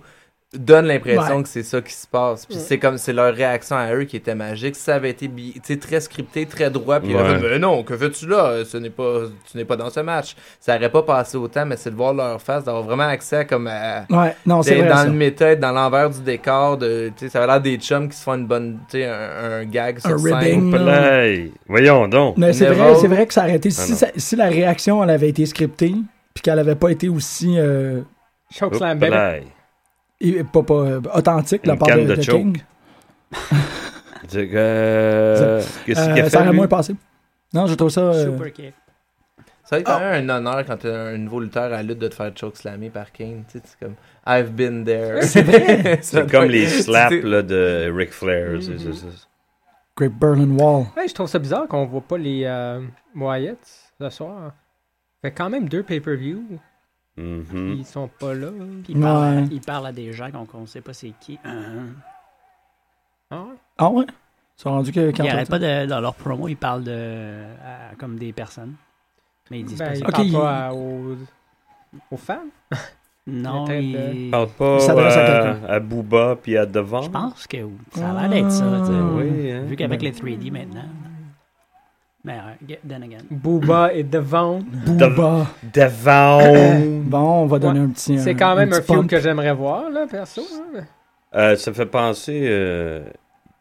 [SPEAKER 6] donne l'impression
[SPEAKER 3] Ouais.
[SPEAKER 6] que c'est ça qui se passe. Puis c'est comme, c'est leur réaction à eux qui était magique. Ça avait été, bi- tu sais, très scripté, très droit, puis il aurait
[SPEAKER 5] Ouais.
[SPEAKER 6] fait, Ben non, que fais-tu là? Ce n'est pas, tu n'es pas dans ce match ça n'aurait pas passé autant, mais c'est de voir leur face, d'avoir vraiment accès à comme à-
[SPEAKER 3] Ouais, non, c'est
[SPEAKER 6] d'être
[SPEAKER 3] vrai.
[SPEAKER 6] dans
[SPEAKER 3] ça.
[SPEAKER 6] le méta, être dans l'envers du décor, de, tu sais, ça a l'air des chums qui se font une bonne, tu sais, un, un gag sur
[SPEAKER 3] Un
[SPEAKER 6] scène.
[SPEAKER 3] ribbing.
[SPEAKER 5] Play. Voyons donc.
[SPEAKER 3] Mais c'est
[SPEAKER 6] Neville.
[SPEAKER 3] vrai, c'est vrai que ça aurait été.
[SPEAKER 5] Ah
[SPEAKER 3] Si,
[SPEAKER 5] non.
[SPEAKER 3] ça- si la réaction elle avait été scriptée, puis qu'elle avait pas été aussi euh,
[SPEAKER 4] Chokeslam, baby.
[SPEAKER 5] Play.
[SPEAKER 3] et- pas, pas, euh, authentique de la
[SPEAKER 5] Une
[SPEAKER 3] part de,
[SPEAKER 5] canne de
[SPEAKER 3] de
[SPEAKER 5] choke.
[SPEAKER 3] King,
[SPEAKER 5] C'est que, euh, Qu'est-ce
[SPEAKER 3] euh,
[SPEAKER 5] qu'il a
[SPEAKER 3] ça
[SPEAKER 5] fait?
[SPEAKER 3] aurait
[SPEAKER 5] lui?
[SPEAKER 3] moins passé. Non, je trouve ça. euh,
[SPEAKER 7] Super kick.
[SPEAKER 6] Ça va être quand
[SPEAKER 3] Ah.
[SPEAKER 6] même un honneur quand t'es un nouveau lutteur à la lutte de te faire chokeslammer par Kane, tu sais, c'est comme « I've been there ». *laughs* C'est vrai!
[SPEAKER 5] C'est comme *laughs* les slaps là, de Ric Flair. c'est- c'est- c'est-
[SPEAKER 3] Great Berlin Wall.
[SPEAKER 4] Ouais, je trouve ça bizarre qu'on voit pas les euh, Wyatt ce soir. Fait quand même deux pay-per-view.
[SPEAKER 5] Mhm.
[SPEAKER 4] Ils sont pas là.
[SPEAKER 7] Puis Il parle,
[SPEAKER 3] Ouais.
[SPEAKER 7] il parle à des gens qu'on qu'on sait pas c'est qui. Hein.
[SPEAKER 4] Ah ouais?
[SPEAKER 3] Ah ouais? Ils sont rendus que
[SPEAKER 7] Ils
[SPEAKER 3] quand
[SPEAKER 7] arrêtent pas de, dans leur promo, ils parlent de, à- comme des personnes. Mais ils disent
[SPEAKER 4] Ben,
[SPEAKER 7] pas
[SPEAKER 4] ils
[SPEAKER 7] ça.
[SPEAKER 3] Ok,
[SPEAKER 4] parlent
[SPEAKER 3] il-
[SPEAKER 4] pas à- aux, aux fans.
[SPEAKER 7] Non,
[SPEAKER 4] il est en train de-
[SPEAKER 7] ils-
[SPEAKER 5] Il parle pas euh,
[SPEAKER 3] Il s'adresse à quelqu'un.
[SPEAKER 5] à, à Booba puis à Devant.
[SPEAKER 7] je pense que ça a l'air d'être ça. tu sais.
[SPEAKER 3] Ah.
[SPEAKER 5] Oui, hein?
[SPEAKER 7] Vu qu'avec
[SPEAKER 3] Ben-
[SPEAKER 7] les 3D maintenant. Mais ouais, get- then again.
[SPEAKER 4] Booba est devant.
[SPEAKER 3] Booba.
[SPEAKER 5] Devant.
[SPEAKER 3] Bon, on va donner un petit.
[SPEAKER 4] C'est quand même un,
[SPEAKER 3] petit
[SPEAKER 4] film
[SPEAKER 3] pump.
[SPEAKER 4] que j'aimerais voir, là, perso. hein.
[SPEAKER 5] *coughs* Euh, ça me fait penser. euh,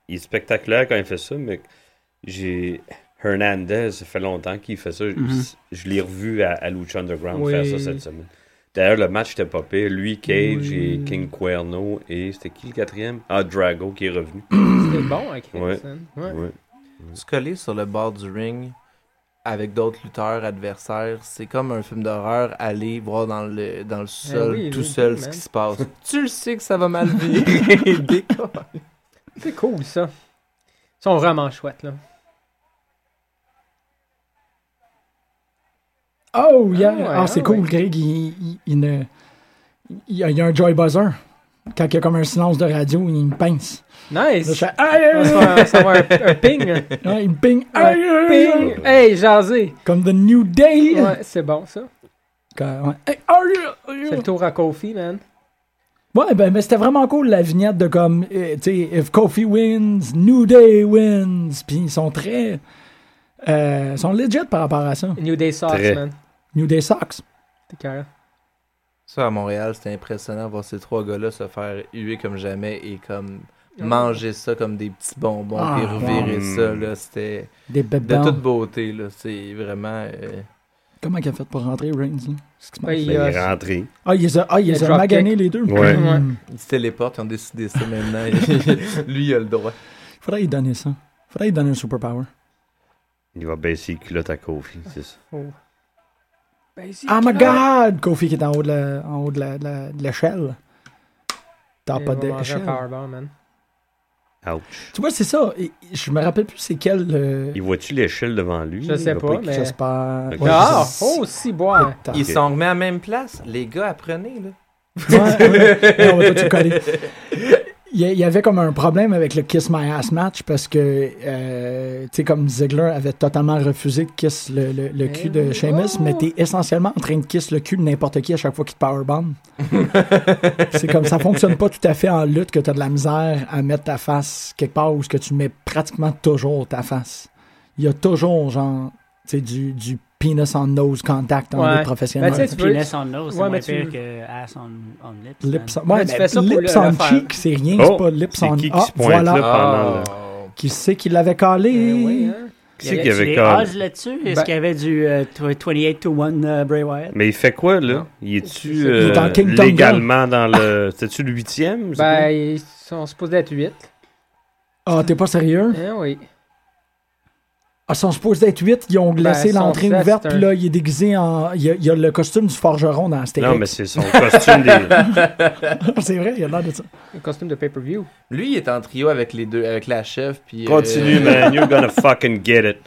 [SPEAKER 5] il est spectaculaire quand il fait ça, mais j'ai. Hernandez, ça fait longtemps qu'il fait ça. Je-
[SPEAKER 7] Mhm.
[SPEAKER 5] Je, l'ai revu à, à Lucha Underground
[SPEAKER 4] Oui.
[SPEAKER 5] faire ça cette semaine. D'ailleurs, le match était pas pire. Lui, Cage
[SPEAKER 4] Oui.
[SPEAKER 5] et King Cuerno. Et c'était qui le quatrième Ah, Drago qui est revenu.
[SPEAKER 4] C'était bon avec
[SPEAKER 5] Ouais.
[SPEAKER 4] Harrison. Ouais.
[SPEAKER 5] Ouais.
[SPEAKER 6] Se coller sur le bord du ring avec d'autres lutteurs adversaires, c'est comme un film d'horreur, aller voir dans le, dans
[SPEAKER 5] Eh
[SPEAKER 6] le sol,
[SPEAKER 4] oui,
[SPEAKER 6] tout
[SPEAKER 4] oui,
[SPEAKER 6] seul,
[SPEAKER 4] man.
[SPEAKER 6] ce qui se passe. tu le sais que ça va mal
[SPEAKER 5] *laughs*
[SPEAKER 6] virer. Décolle.
[SPEAKER 4] C'est cool, ça. Ils sont vraiment chouettes, là.
[SPEAKER 3] Oh, yeah.
[SPEAKER 4] Ah ouais,
[SPEAKER 3] Ah, c'est
[SPEAKER 4] ah
[SPEAKER 3] cool,
[SPEAKER 4] ouais.
[SPEAKER 3] Greg. Il, il- il ne- il y a, il y a un joy buzzer. Quand il y a comme un silence de radio, il me pince. Là, je
[SPEAKER 4] Nice!
[SPEAKER 3] fais aïe,
[SPEAKER 4] On va
[SPEAKER 3] aïe,
[SPEAKER 4] se
[SPEAKER 3] aïe.
[SPEAKER 4] faire- on va se faire un, un ping.
[SPEAKER 3] Ouais, Il me ping. Aïe, aïe, aïe.
[SPEAKER 4] Ping! *laughs* Hey, jasé!
[SPEAKER 3] Comme The New Day.
[SPEAKER 4] Ouais, c'est bon, ça.
[SPEAKER 3] Quand- ouais. Hey, aïe, aïe,
[SPEAKER 4] C'est le tour à Kofi, man.
[SPEAKER 3] Ouais, ben, mais c'était vraiment cool la vignette de comme, euh, tu sais, If Kofi wins, New Day wins. Puis ils sont très. euh, ils sont legit par rapport à ça.
[SPEAKER 4] New Day Socks,
[SPEAKER 5] Très.
[SPEAKER 4] man.
[SPEAKER 3] New Day Sox.
[SPEAKER 4] T'es carré.
[SPEAKER 6] Ça, à Montréal, c'était impressionnant voir ces trois gars-là se faire huer comme jamais et comme
[SPEAKER 4] Oh.
[SPEAKER 6] manger ça comme des petits bonbons
[SPEAKER 3] Ah,
[SPEAKER 6] et revirer
[SPEAKER 5] wow.
[SPEAKER 6] ça. là, C'était
[SPEAKER 3] Des
[SPEAKER 6] de
[SPEAKER 3] bébés.
[SPEAKER 6] toute beauté. là. C'est vraiment... euh,
[SPEAKER 3] Comment il a fait pour rentrer, Reigns? là? C'est ce qui se passe.
[SPEAKER 4] Ouais,
[SPEAKER 5] Mais
[SPEAKER 4] il a-
[SPEAKER 5] Ben, il est rentré.
[SPEAKER 3] Ah, il les a, ah, il les
[SPEAKER 4] Le
[SPEAKER 3] a
[SPEAKER 4] dropkick.
[SPEAKER 3] maganés les deux.
[SPEAKER 5] Ouais.
[SPEAKER 3] Hmm.
[SPEAKER 4] Ouais.
[SPEAKER 6] ils se téléportent, ils ont décidé ça maintenant. *laughs* Lui, il a le droit.
[SPEAKER 3] Faudrait lui donner ça. Faudrait lui donner un superpower.
[SPEAKER 5] Il va baisser les culottes à Kofi, c'est ça.
[SPEAKER 4] Ben,
[SPEAKER 3] Oh my god! Kofi qui est en haut de la- en haut de la- de la- de l'échelle. T'as pas d'échelle.
[SPEAKER 4] powerbomb, man.
[SPEAKER 5] Ouch.
[SPEAKER 3] Tu vois, c'est ça. Et- et Je me rappelle plus c'est quel. euh,
[SPEAKER 5] Il voit-tu l'échelle devant lui?
[SPEAKER 4] Je
[SPEAKER 5] Il
[SPEAKER 4] sais
[SPEAKER 5] va
[SPEAKER 4] pas, mais-
[SPEAKER 3] J'espère.
[SPEAKER 5] Ok.
[SPEAKER 3] Ouais,
[SPEAKER 4] Ah!
[SPEAKER 3] je-
[SPEAKER 4] Oh, si, boire!
[SPEAKER 3] Putain.
[SPEAKER 6] Ils
[SPEAKER 5] Ok.
[SPEAKER 6] sont remis à la même place. Les gars, apprenez. Là.
[SPEAKER 3] Ouais, ouais. Ouais, on va tout se coller.
[SPEAKER 6] *laughs*
[SPEAKER 3] Il y a- il y avait comme un problème avec le Kiss My Ass match parce que, euh, tu sais, comme Ziggler avait totalement refusé de kiss le, le- le cul
[SPEAKER 4] Eh
[SPEAKER 3] de Sheamus,
[SPEAKER 4] oh!
[SPEAKER 3] mais t'es essentiellement en train de kiss le cul de n'importe qui à chaque fois qu'il te powerbomb. C'est comme ça fonctionne pas tout à fait en lutte que t'as de la misère à mettre ta face quelque part où ce que tu mets pratiquement toujours ta face. Il y a toujours, genre, tu sais, du, du penis on nose contact en
[SPEAKER 4] Ouais.
[SPEAKER 3] lutte professionnelle.
[SPEAKER 4] Ben, tu sais, tu peux-
[SPEAKER 7] Penis on nose, c'est
[SPEAKER 4] Ouais,
[SPEAKER 7] moins
[SPEAKER 4] mais tu-
[SPEAKER 7] pire que ass on, on lips.
[SPEAKER 3] Lips
[SPEAKER 7] man.
[SPEAKER 3] on, ouais,
[SPEAKER 4] tu
[SPEAKER 3] mais
[SPEAKER 4] fais ça pour
[SPEAKER 3] lips
[SPEAKER 4] le-
[SPEAKER 3] on
[SPEAKER 4] le faire.
[SPEAKER 3] cheek, c'est rien,
[SPEAKER 5] Oh,
[SPEAKER 3] c'est pas lips
[SPEAKER 5] c'est
[SPEAKER 3] on
[SPEAKER 5] qui qui
[SPEAKER 3] Ah,
[SPEAKER 5] se pointe
[SPEAKER 3] voilà.
[SPEAKER 5] là? Pendant
[SPEAKER 6] Oh.
[SPEAKER 3] Qui sait qui l'avait calé?
[SPEAKER 4] Ben oui, hein.
[SPEAKER 5] Qui c'est
[SPEAKER 7] Y
[SPEAKER 5] qui
[SPEAKER 7] avait-tu
[SPEAKER 5] avait
[SPEAKER 7] des
[SPEAKER 5] calé?
[SPEAKER 7] odds là-dessus? Est-ce
[SPEAKER 4] Ben-
[SPEAKER 7] qu'il y avait du euh, tw- 28 to 1 euh, Bray Wyatt?
[SPEAKER 5] Mais il fait quoi, là? Il est-tu
[SPEAKER 4] Il
[SPEAKER 3] est en
[SPEAKER 5] euh,
[SPEAKER 3] King Tonga.
[SPEAKER 5] légalement dans
[SPEAKER 3] *laughs*
[SPEAKER 5] le... C'était-tu le huitième? je sais
[SPEAKER 4] Ben, ils sont supposés être 8. Eh
[SPEAKER 3] Ah, t'es pas sérieux?
[SPEAKER 4] Hein, oui.
[SPEAKER 3] Ah, ils sont supposés être 8, ils ont laissé
[SPEAKER 4] Ben, ils sont
[SPEAKER 3] l'entrée
[SPEAKER 4] sept,
[SPEAKER 3] ouverte,
[SPEAKER 4] c'est
[SPEAKER 3] puis
[SPEAKER 4] un-
[SPEAKER 3] là, il est déguisé en. Il y a, il y a le costume du forgeron dans Astérix.
[SPEAKER 5] Non, mais c'est son
[SPEAKER 3] *laughs*
[SPEAKER 5] costume des.
[SPEAKER 3] c'est vrai, il a l'air de ça.
[SPEAKER 4] Un costume de pay-per-view.
[SPEAKER 6] Lui, il est en trio avec les deux, avec la chef. Puis, euh,
[SPEAKER 5] Continue, man. You're gonna fucking get it.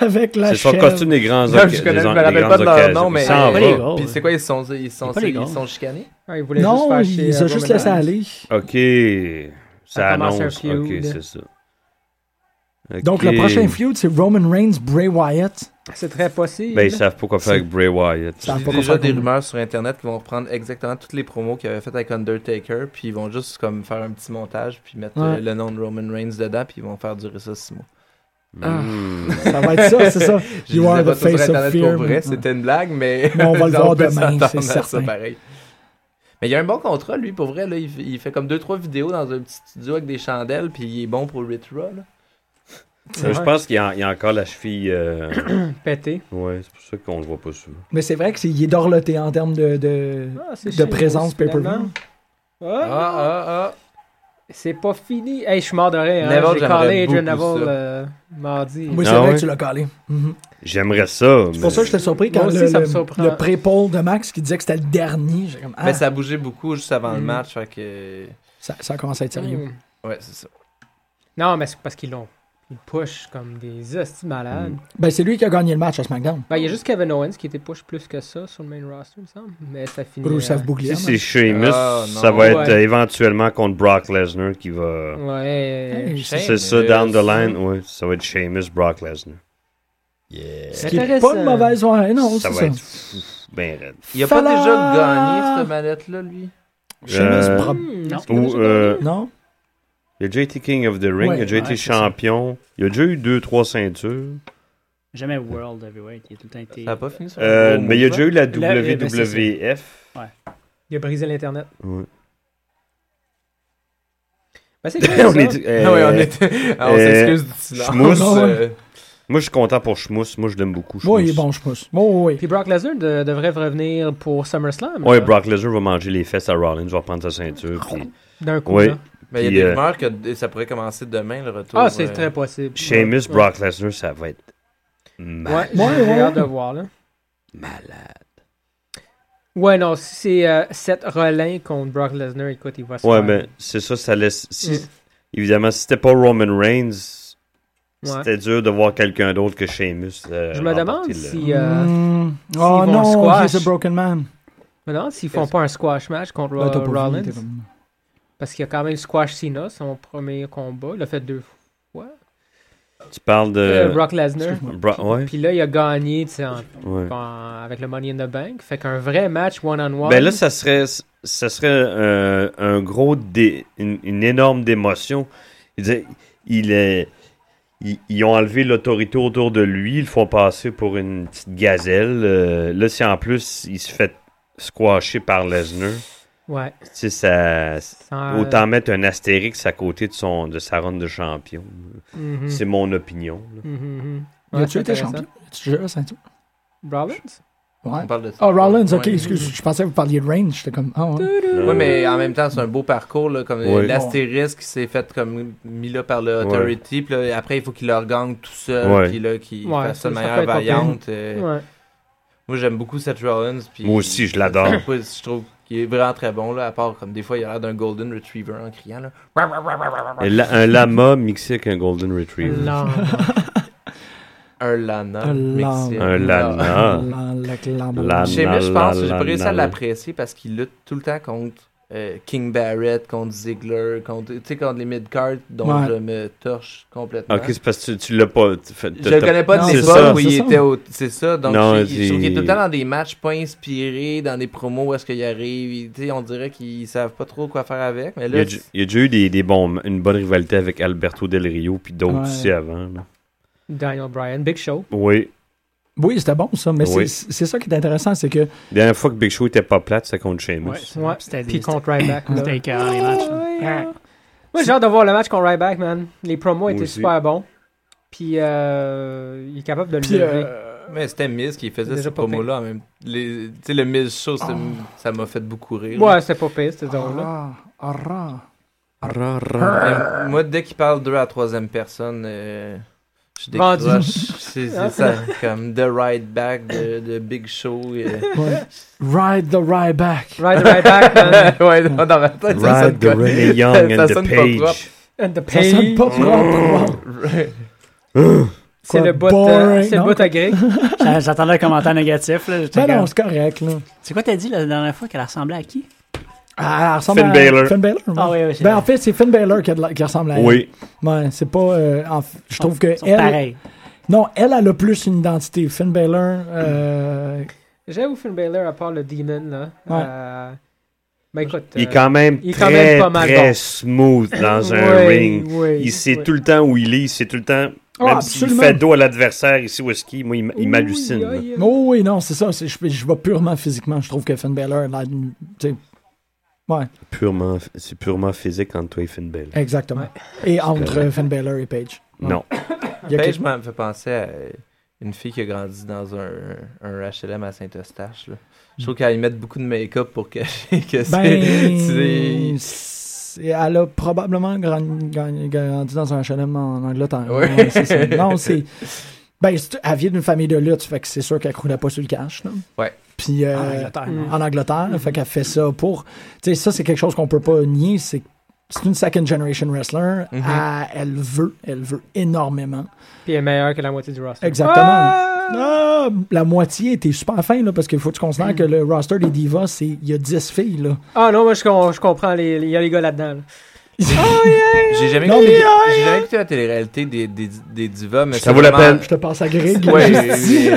[SPEAKER 3] Avec la
[SPEAKER 5] C'est son
[SPEAKER 3] chèvre.
[SPEAKER 5] costume des grands
[SPEAKER 6] Non,
[SPEAKER 5] oc-
[SPEAKER 6] je connais,
[SPEAKER 5] des
[SPEAKER 6] je
[SPEAKER 5] en-
[SPEAKER 6] me
[SPEAKER 5] des
[SPEAKER 6] rappelle
[SPEAKER 5] grandes
[SPEAKER 6] pas de leur
[SPEAKER 5] occasions.
[SPEAKER 6] nom, mais.
[SPEAKER 5] Il s'en
[SPEAKER 7] Pas
[SPEAKER 5] va.
[SPEAKER 7] les gars,
[SPEAKER 6] Puis c'est quoi, ils sont, ils sont,
[SPEAKER 7] C'est pas les gars.
[SPEAKER 6] ils sont chicanés?
[SPEAKER 4] Ah, il voulait
[SPEAKER 3] Non,
[SPEAKER 4] juste faire
[SPEAKER 3] il
[SPEAKER 4] chier,
[SPEAKER 3] les a
[SPEAKER 4] euh,
[SPEAKER 3] juste
[SPEAKER 4] Roman
[SPEAKER 3] laissé
[SPEAKER 4] Reigns.
[SPEAKER 3] aller.
[SPEAKER 5] OK. Ça
[SPEAKER 4] Ça commence
[SPEAKER 5] annonce.
[SPEAKER 4] un feud.
[SPEAKER 5] OK, c'est ça. OK.
[SPEAKER 3] Donc, le prochain feud, c'est Roman Reigns, Bray Wyatt.
[SPEAKER 4] C'est très possible.
[SPEAKER 5] Ben, ils savent pas quoi faire
[SPEAKER 3] C'est-
[SPEAKER 5] avec Bray Wyatt.
[SPEAKER 3] Ça a
[SPEAKER 6] J'ai
[SPEAKER 3] pas
[SPEAKER 6] déjà
[SPEAKER 3] compris.
[SPEAKER 6] des rumeurs sur Internet qui vont reprendre exactement toutes les promos qu'il avait faites avec Undertaker, puis ils vont juste comme faire un petit montage, puis mettre euh,
[SPEAKER 3] Ouais.
[SPEAKER 6] le nom de Roman Reigns dedans, puis ils vont faire durer ça six mois.
[SPEAKER 4] Ah.
[SPEAKER 3] *laughs*
[SPEAKER 5] Hmm.
[SPEAKER 3] Ça va être ça, c'est ça.
[SPEAKER 6] Je
[SPEAKER 3] You
[SPEAKER 6] disais
[SPEAKER 3] are
[SPEAKER 6] pas
[SPEAKER 3] the
[SPEAKER 6] ça sur
[SPEAKER 3] face of
[SPEAKER 6] Internet
[SPEAKER 3] fear,
[SPEAKER 6] pour vrai,
[SPEAKER 3] mais-
[SPEAKER 6] c'était une blague, mais
[SPEAKER 3] Mais on
[SPEAKER 6] *laughs*
[SPEAKER 3] va le voir
[SPEAKER 6] peut
[SPEAKER 3] demain,
[SPEAKER 6] s'attendre
[SPEAKER 3] c'est
[SPEAKER 6] à ça
[SPEAKER 3] certain.
[SPEAKER 6] pareil. Mais il a un bon contrat, lui, pour vrai. Là, il, fait- il fait comme 2-3 vidéos dans un petit studio avec des chandelles, puis il est bon pour Ritra. Là.
[SPEAKER 5] Ça, Je pense qu'il y, a- il y a encore la cheville. euh,
[SPEAKER 4] Pété.
[SPEAKER 5] ouais, c'est pour ça qu'on le voit pas souvent.
[SPEAKER 3] Mais c'est vrai qu'il est, il est dorloté en termes de, de,
[SPEAKER 4] Ah, c'est
[SPEAKER 3] de
[SPEAKER 4] chiant,
[SPEAKER 3] présence pay-per-view.
[SPEAKER 4] finalement. Ah,
[SPEAKER 6] Ah, ah, ah.
[SPEAKER 4] C'est pas fini. Hey, je suis mort de rire.
[SPEAKER 6] Neville,
[SPEAKER 4] Hein. J'ai
[SPEAKER 6] j'aimerais
[SPEAKER 4] callé Adrian
[SPEAKER 6] beaucoup
[SPEAKER 4] Neville
[SPEAKER 6] ça.
[SPEAKER 4] euh, mardi.
[SPEAKER 3] Oui, c'est
[SPEAKER 5] Ah
[SPEAKER 3] vrai
[SPEAKER 5] ouais?
[SPEAKER 3] que tu l'as calé. Mhm.
[SPEAKER 5] J'aimerais ça.
[SPEAKER 3] C'est pour ça que j'étais surpris quand
[SPEAKER 4] Moi aussi,
[SPEAKER 3] le,
[SPEAKER 4] ça me
[SPEAKER 3] le-
[SPEAKER 4] surprend.
[SPEAKER 3] le pré-poll de Max qui disait que c'était le dernier. J'ai comme, ah,
[SPEAKER 6] Mais
[SPEAKER 3] ça...
[SPEAKER 6] ça bougeait beaucoup juste avant
[SPEAKER 3] Hmm.
[SPEAKER 6] le
[SPEAKER 4] Mm.
[SPEAKER 6] match, fait que.
[SPEAKER 3] Ça, commence à être sérieux.
[SPEAKER 4] Mm.
[SPEAKER 6] Ouais, c'est ça.
[SPEAKER 4] Non, mais c'est parce qu'ils l'ont. Ils push comme des hosties malades.
[SPEAKER 3] Ben, c'est lui qui a gagné le match à SmackDown.
[SPEAKER 4] Ben, il y a juste Kevin Owens qui était push plus que ça sur le main roster, il me semble. Mais ça finit.
[SPEAKER 3] Rusev
[SPEAKER 4] euh,
[SPEAKER 5] Si
[SPEAKER 3] Bouglia.
[SPEAKER 5] c'est Sheamus,
[SPEAKER 6] Ah, non.
[SPEAKER 5] ça va être
[SPEAKER 4] Ouais.
[SPEAKER 5] euh, éventuellement contre Brock Lesnar qui va.
[SPEAKER 4] Ouais.
[SPEAKER 3] Hey,
[SPEAKER 5] C'est ça, down the line. Ouais, ça va être Sheamus, Brock Lesnar.
[SPEAKER 3] Ce qui est pas une mauvaise soirée, non,
[SPEAKER 5] ça
[SPEAKER 3] c'est
[SPEAKER 5] va
[SPEAKER 3] ça.
[SPEAKER 5] être fou. Ben, raide.
[SPEAKER 6] Il a pas
[SPEAKER 3] Fala-
[SPEAKER 6] déjà gagné cette manette-là, lui
[SPEAKER 3] Sheamus
[SPEAKER 5] Euh,
[SPEAKER 3] Brock-
[SPEAKER 4] Non.
[SPEAKER 5] Ou, euh,
[SPEAKER 3] Non?
[SPEAKER 5] il a déjà été King of the Ring,
[SPEAKER 3] Ouais,
[SPEAKER 5] il a déjà
[SPEAKER 3] ouais,
[SPEAKER 5] été
[SPEAKER 3] c'est ça.
[SPEAKER 5] champion, il a déjà eu deux, trois ceintures.
[SPEAKER 7] Jamais World Heavyweight. Il a tout le temps été.
[SPEAKER 6] Ça a pas fini ça
[SPEAKER 5] Euh, mais il a déjà eu
[SPEAKER 4] La-
[SPEAKER 5] la
[SPEAKER 4] euh, ben, c'est ça.
[SPEAKER 5] WWF.
[SPEAKER 4] Il a brisé l'Internet.
[SPEAKER 5] Ouais.
[SPEAKER 3] *laughs*
[SPEAKER 4] Ben, c'est
[SPEAKER 5] On
[SPEAKER 4] cool,
[SPEAKER 5] est-
[SPEAKER 4] ça.
[SPEAKER 5] euh,
[SPEAKER 6] Ah ouais, on était- ah, *laughs* on s'excuse du
[SPEAKER 5] Schmousse.
[SPEAKER 6] silence. euh,
[SPEAKER 5] Moi, je suis content pour Schmouss. Moi, je l'aime beaucoup.
[SPEAKER 3] Oui, il est
[SPEAKER 5] Schmouss.
[SPEAKER 3] bon, je pousse. Oh, oui.
[SPEAKER 4] Puis Brock Lesnar de- devrait revenir pour SummerSlam.
[SPEAKER 5] Ouais,
[SPEAKER 4] là,
[SPEAKER 5] Brock Lesnar va manger les fesses à Rollins, va reprendre sa ceinture. puis
[SPEAKER 4] D'un coup.
[SPEAKER 5] Ouais.
[SPEAKER 4] là.
[SPEAKER 6] Mais il
[SPEAKER 5] Puis,
[SPEAKER 6] y a des
[SPEAKER 5] euh,
[SPEAKER 6] rumeurs que d- ça pourrait commencer demain, le retour.
[SPEAKER 4] Ah, c'est
[SPEAKER 6] euh,
[SPEAKER 4] très possible.
[SPEAKER 5] Sheamus,
[SPEAKER 4] Ouais.
[SPEAKER 5] Brock Lesnar, ça va être
[SPEAKER 4] Ouais,
[SPEAKER 5] mal.
[SPEAKER 4] j'ai
[SPEAKER 3] Ouais, ouais.
[SPEAKER 4] hâte de voir, là.
[SPEAKER 5] malade.
[SPEAKER 4] Ouais, non, si c'est euh, Seth Rollin contre Brock Lesnar, écoute, il va se
[SPEAKER 5] Ouais,
[SPEAKER 4] faire-
[SPEAKER 5] mais c'est ça, ça laisse. si-
[SPEAKER 4] Mm.
[SPEAKER 5] Évidemment, si c'était pas Roman Reigns,
[SPEAKER 4] Ouais.
[SPEAKER 5] c'était dur de voir quelqu'un d'autre que Sheamus. euh,
[SPEAKER 4] Je me
[SPEAKER 5] remporter
[SPEAKER 4] demande
[SPEAKER 5] le-
[SPEAKER 4] si... euh,
[SPEAKER 3] Mm.
[SPEAKER 4] s'ils
[SPEAKER 3] Oh
[SPEAKER 4] vont
[SPEAKER 3] non,
[SPEAKER 4] squash.
[SPEAKER 3] he's a broken man.
[SPEAKER 4] me demande s'ils font pas un squash match contre
[SPEAKER 3] Là, Ben, t'as
[SPEAKER 4] Ro-
[SPEAKER 3] pas vu,
[SPEAKER 4] Rollins.
[SPEAKER 3] t'es comme-
[SPEAKER 4] Parce qu'il a quand même squash Cena, son premier combat. Il l'a fait deux fois.
[SPEAKER 5] Tu parles de.
[SPEAKER 4] Euh, Brock Lesnar.
[SPEAKER 3] Excuse-moi.
[SPEAKER 5] Bro- ouais,
[SPEAKER 4] Puis là, il a gagné, tu sais, en-
[SPEAKER 5] ouais.
[SPEAKER 4] en- avec le Money in the Bank. Fait qu'un vrai match one-on-one.
[SPEAKER 5] Ben là, ça serait, ça serait euh, un gros, dé- une, une énorme démotion. Il disait- il est, ils, ils ont enlevé l'autorité autour de lui, ils le font passer pour une petite gazelle. Euh, là, si en plus il se fait squasher par Lesnar,
[SPEAKER 4] Ouais.
[SPEAKER 5] tu sais, ça,
[SPEAKER 4] Sans-
[SPEAKER 5] autant mettre un astérix à côté de son, de sa ronde de champion.
[SPEAKER 4] Mhm.
[SPEAKER 5] C'est mon opinion. là.
[SPEAKER 4] Mhm, mhm.
[SPEAKER 3] Y a-tu
[SPEAKER 4] Ouais,
[SPEAKER 3] été
[SPEAKER 4] c'est
[SPEAKER 3] champion? Tu joues la ceinture?
[SPEAKER 4] Rollins?
[SPEAKER 3] Ouais.
[SPEAKER 6] On parle de ça.
[SPEAKER 3] Ah, Rollins, ok,
[SPEAKER 6] Ouais.
[SPEAKER 3] excuse, je pensais que vous parliez de Reigns, j'étais comme, ah ouais.
[SPEAKER 6] Ouais, mais en même temps, c'est un beau parcours, là, comme
[SPEAKER 5] Ouais.
[SPEAKER 6] l'astérisque qui s'est fait comme mis là par le
[SPEAKER 5] Ouais.
[SPEAKER 6] Authority, puis là, après, il faut qu'il le regagne tout seul,
[SPEAKER 5] Ouais.
[SPEAKER 6] puis là, qu'il
[SPEAKER 4] Ouais,
[SPEAKER 6] fasse ça de
[SPEAKER 4] ça, ça
[SPEAKER 6] manière
[SPEAKER 4] peut être pas pire.
[SPEAKER 6] vaillante. euh,
[SPEAKER 4] Ouais.
[SPEAKER 6] Moi, j'aime beaucoup Seth Rollins. puis-
[SPEAKER 5] Moi aussi,
[SPEAKER 6] *laughs*
[SPEAKER 5] je l'adore.
[SPEAKER 6] Ouais, Je trouve qu'il est vraiment très bon, là, à part comme des fois, il a l'air d'un Golden Retriever en criant, là.
[SPEAKER 5] Un la- un lama mixé avec un golden retriever.
[SPEAKER 4] Non.
[SPEAKER 5] *laughs*
[SPEAKER 6] Un Lana.
[SPEAKER 3] Un lana.
[SPEAKER 6] mexicain.
[SPEAKER 5] Un lana.
[SPEAKER 3] La- la clame.
[SPEAKER 5] Ah, La-
[SPEAKER 6] Chez moi, je pense que j'ai pas réussi à
[SPEAKER 5] Lana.
[SPEAKER 6] l'apprécier parce qu'il lutte tout le temps contre euh, King Barrett, contre Ziggler, contre, tu sais, contre les mid-cards dont
[SPEAKER 3] Ouais.
[SPEAKER 6] je me torche complètement.
[SPEAKER 5] Ok, c'est parce que tu, tu l'as pas. tu fais-
[SPEAKER 6] Je
[SPEAKER 5] t'as-
[SPEAKER 6] le
[SPEAKER 5] t'as-
[SPEAKER 6] connais pas
[SPEAKER 3] Non,
[SPEAKER 6] de
[SPEAKER 5] c'est
[SPEAKER 6] l'époque
[SPEAKER 5] ça,
[SPEAKER 6] où
[SPEAKER 3] c'est
[SPEAKER 6] il
[SPEAKER 3] ça.
[SPEAKER 6] était au. C'est ça. Donc,
[SPEAKER 5] Non,
[SPEAKER 6] j'ai- je trouve qu'il est
[SPEAKER 5] j'ai-
[SPEAKER 6] tout le temps dans des matchs pas inspirés, dans des promos où est-ce qu'il arrive. il- Tu sais, on dirait qu'ils savent pas trop quoi faire avec. Mais
[SPEAKER 5] Il y
[SPEAKER 6] là,
[SPEAKER 5] a, ju- il y a déjà eu des, des bons, une bonne rivalité avec Alberto Del Rio puis d'autres
[SPEAKER 3] Ouais.
[SPEAKER 5] aussi avant. là.
[SPEAKER 4] Daniel Bryan, Big Show.
[SPEAKER 5] Oui.
[SPEAKER 3] Oui, c'était bon ça, mais c'est-
[SPEAKER 5] Oui.
[SPEAKER 3] c'est ça qui est intéressant, c'est que
[SPEAKER 5] La dernière fois que Big Show était pas plate, c'était contre Sheamus.
[SPEAKER 7] Ouais, c'est-
[SPEAKER 4] Ouais.
[SPEAKER 7] c'était
[SPEAKER 4] Puis
[SPEAKER 7] des.
[SPEAKER 4] contre Ryback. là.
[SPEAKER 7] C'était écœurant, les matchs. là.
[SPEAKER 4] Moi, j'ai hâte de voir le match contre Ryback, man. Les promos
[SPEAKER 5] Moi
[SPEAKER 4] étaient
[SPEAKER 5] aussi.
[SPEAKER 4] super bons. Puis, euh, il est capable de le
[SPEAKER 3] puis
[SPEAKER 4] lever.
[SPEAKER 3] euh,
[SPEAKER 6] mais c'était Miz qui faisait
[SPEAKER 4] Déjà
[SPEAKER 6] ces
[SPEAKER 4] pas pire.
[SPEAKER 6] promos-là. en même les- Tu sais, le Miz Show, c'était- ça m'a fait beaucoup
[SPEAKER 7] euh,
[SPEAKER 6] rire.
[SPEAKER 4] Ouais, c'était pas pire, c'était drôle. là.
[SPEAKER 3] ah, ah, ah.
[SPEAKER 6] Mais moi, dès qu'il parle d'eux à la troisième personne, euh, Je
[SPEAKER 4] Vendu.
[SPEAKER 6] décroche. C'est c'est *laughs* ça, comme The Ride Back de, de Big Show. euh. et-
[SPEAKER 3] Ouais. Ride the ride back.
[SPEAKER 4] Ride the right back
[SPEAKER 3] *laughs*
[SPEAKER 4] man.
[SPEAKER 6] *laughs* ouais, non, dans ma tête, ça sonne
[SPEAKER 5] Ride the
[SPEAKER 6] comme-
[SPEAKER 5] Renee
[SPEAKER 6] *laughs*
[SPEAKER 5] Young
[SPEAKER 6] Ça
[SPEAKER 5] and the
[SPEAKER 6] sonne pas propre.
[SPEAKER 5] Page.
[SPEAKER 4] and the
[SPEAKER 3] Ça sonne pas propre.
[SPEAKER 4] C'est
[SPEAKER 3] Quoi,
[SPEAKER 4] le bout euh,
[SPEAKER 3] boring,
[SPEAKER 4] Oh. c'est le
[SPEAKER 3] non?
[SPEAKER 4] bout à grec.
[SPEAKER 7] J'a- J'attendais un commentaire négatif. Là. J'étais
[SPEAKER 3] Ben non,
[SPEAKER 7] comme-
[SPEAKER 3] c'est correct, là.
[SPEAKER 7] C'est quoi t'as dit la dernière fois qu'elle ressemblait à qui?
[SPEAKER 3] Ah, elle ressemble
[SPEAKER 8] Finn
[SPEAKER 3] à-
[SPEAKER 8] Balor.
[SPEAKER 3] Finn Balor, ouais.
[SPEAKER 7] Ah oui, oui, c'est
[SPEAKER 3] Ben,
[SPEAKER 7] vrai.
[SPEAKER 3] en fait, c'est Finn Balor qui, a de la- qui ressemble à elle.
[SPEAKER 8] Oui.
[SPEAKER 3] Ouais, c'est pas. euh, en f- je trouve que.
[SPEAKER 7] Ils sont
[SPEAKER 3] Elle,
[SPEAKER 7] pareils.
[SPEAKER 3] non, elle, elle a plus une identité. Finn Balor. euh,
[SPEAKER 4] J'avoue Finn Balor à part le Demon là.
[SPEAKER 3] Ouais.
[SPEAKER 4] Euh, ben écoute.
[SPEAKER 5] Il est
[SPEAKER 4] euh,
[SPEAKER 5] quand même
[SPEAKER 4] il est
[SPEAKER 5] très,
[SPEAKER 4] quand même pas mal
[SPEAKER 5] très
[SPEAKER 4] bon.
[SPEAKER 5] smooth
[SPEAKER 4] *clears throat*
[SPEAKER 5] dans un
[SPEAKER 4] ouais,
[SPEAKER 5] ring.
[SPEAKER 4] ouais,
[SPEAKER 5] Il sait
[SPEAKER 4] ouais.
[SPEAKER 5] tout le temps où il est, il sait tout le temps.
[SPEAKER 3] Ah,
[SPEAKER 5] Même s'il
[SPEAKER 3] absolument.
[SPEAKER 5] fait dos à l'adversaire ici au ski, moi, il m-
[SPEAKER 4] Ouh,
[SPEAKER 5] il m'hallucine.
[SPEAKER 4] aïe,
[SPEAKER 5] là.
[SPEAKER 4] aïe.
[SPEAKER 3] Oh oui, non, c'est ça. c'est- Je, je vais purement physiquement. Je trouve que Finn Balor, elle a une- tu sais,
[SPEAKER 5] Purement- C'est purement physique entre toi et Finn Balor.
[SPEAKER 3] exactement. Et entre
[SPEAKER 5] correct.
[SPEAKER 3] euh, Finn Balor et Paige. Ouais.
[SPEAKER 5] Non.
[SPEAKER 3] Il y a
[SPEAKER 6] Paige
[SPEAKER 3] quelque-
[SPEAKER 6] me fait penser à une fille qui a grandi dans un, un HLM à Saint-Eustache. là. Je trouve qu'elle y met beaucoup de make-up pour cacher que *laughs* c'est.
[SPEAKER 3] Ben,
[SPEAKER 6] c'est-
[SPEAKER 3] c'est- elle a probablement gran- gan- grandi dans un HLM en Angleterre.
[SPEAKER 6] Ouais.
[SPEAKER 3] Ouais, c'est ça. Non, c'est. Ben, c'est- elle vient d'une famille de lutte, fait que c'est sûr qu'elle croulait pas sur le cash. là.
[SPEAKER 6] Ouais.
[SPEAKER 3] Puis, euh,
[SPEAKER 7] En Angleterre, non.
[SPEAKER 3] en Angleterre, fait qu'elle fait ça pour. Tu sais, ça, c'est quelque chose qu'on peut pas nier. C'est c'est une second generation wrestler.
[SPEAKER 6] Mhm.
[SPEAKER 3] Elle- elle veut, elle veut énormément.
[SPEAKER 4] Puis il est meilleur que la moitié du roster.
[SPEAKER 3] Exactement.
[SPEAKER 4] Ah!
[SPEAKER 3] Ah, la moitié était super fin, là, parce qu'il faut que tu considères que le roster des Divas, c'est il y a 10 filles. Là.
[SPEAKER 4] Ah non, moi je, com- je comprends, les- les- il y a les gars
[SPEAKER 3] *laughs*
[SPEAKER 4] là-dedans. là.
[SPEAKER 3] Oh,
[SPEAKER 6] J'ai jamais,
[SPEAKER 3] Non,
[SPEAKER 6] écouté-
[SPEAKER 3] mais-
[SPEAKER 6] j'ai jamais écouté la télé-réalité des, des, des divas, mais
[SPEAKER 5] Ça
[SPEAKER 6] c'est
[SPEAKER 5] vaut la
[SPEAKER 6] vraiment-
[SPEAKER 5] peine.
[SPEAKER 3] Je te passe à Greg. *laughs*
[SPEAKER 6] Euh, *laughs* Ouais,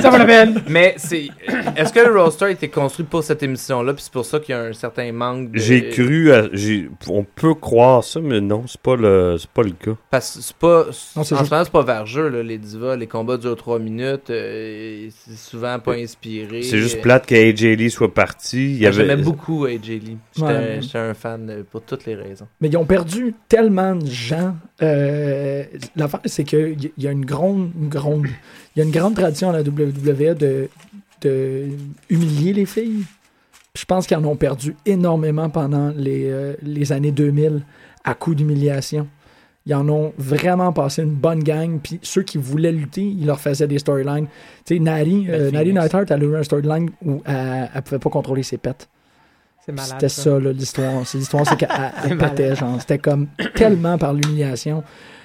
[SPEAKER 4] *laughs*
[SPEAKER 6] *laughs*
[SPEAKER 4] Ça vaut la peine.
[SPEAKER 6] Mais c'est. *clears throat* Est-ce que le roster a été construit pour cette émission-là, puis c'est pour ça qu'il y a un certain manque de.
[SPEAKER 5] J'ai cru, à- j'ai- on peut croire ça, mais non, c'est pas le, c'est pas le cas.
[SPEAKER 6] Parce que c'est pas.
[SPEAKER 3] Non,
[SPEAKER 6] en
[SPEAKER 3] c'est
[SPEAKER 6] ce
[SPEAKER 3] juste-
[SPEAKER 6] moment, c'est pas vergeux, là, les divas. Les combats durent 3 minutes. euh, c'est souvent pas inspiré. Euh,
[SPEAKER 5] C'est
[SPEAKER 3] euh,
[SPEAKER 5] juste plate que AJ Lee soit parti. Il y avait
[SPEAKER 6] J'aimais beaucoup AJ Lee. J'étais
[SPEAKER 3] Ouais.
[SPEAKER 6] j'étais un fan euh, pour toutes les raisons.
[SPEAKER 3] Mais ils ont perdu tellement de gens. Euh, L'affaire, c'est qu'il y a une grande, une grande, il y a une grande tradition à la WWE de, de humilier les filles. Puis Je pense qu'ils en ont perdu énormément pendant les, euh, les années 2000 à coup d'humiliation. Ils en ont vraiment passé une bonne gang. Puis ceux qui voulaient lutter, ils leur faisaient des storylines. Tu sais, Nari, euh,
[SPEAKER 6] Beth
[SPEAKER 3] Nari
[SPEAKER 6] Phoenix.
[SPEAKER 3] Neidhart, elle a eu un storyline où euh, elle ne pouvait pas contrôler ses pets.
[SPEAKER 4] C'est malade.
[SPEAKER 3] C'était ça, là, l'histoire. C'est l'histoire, c'est qu'elle
[SPEAKER 4] *laughs*
[SPEAKER 3] elle
[SPEAKER 4] C'est
[SPEAKER 3] pétait,
[SPEAKER 4] malade.
[SPEAKER 3] genre. C'était comme tellement par l'humiliation.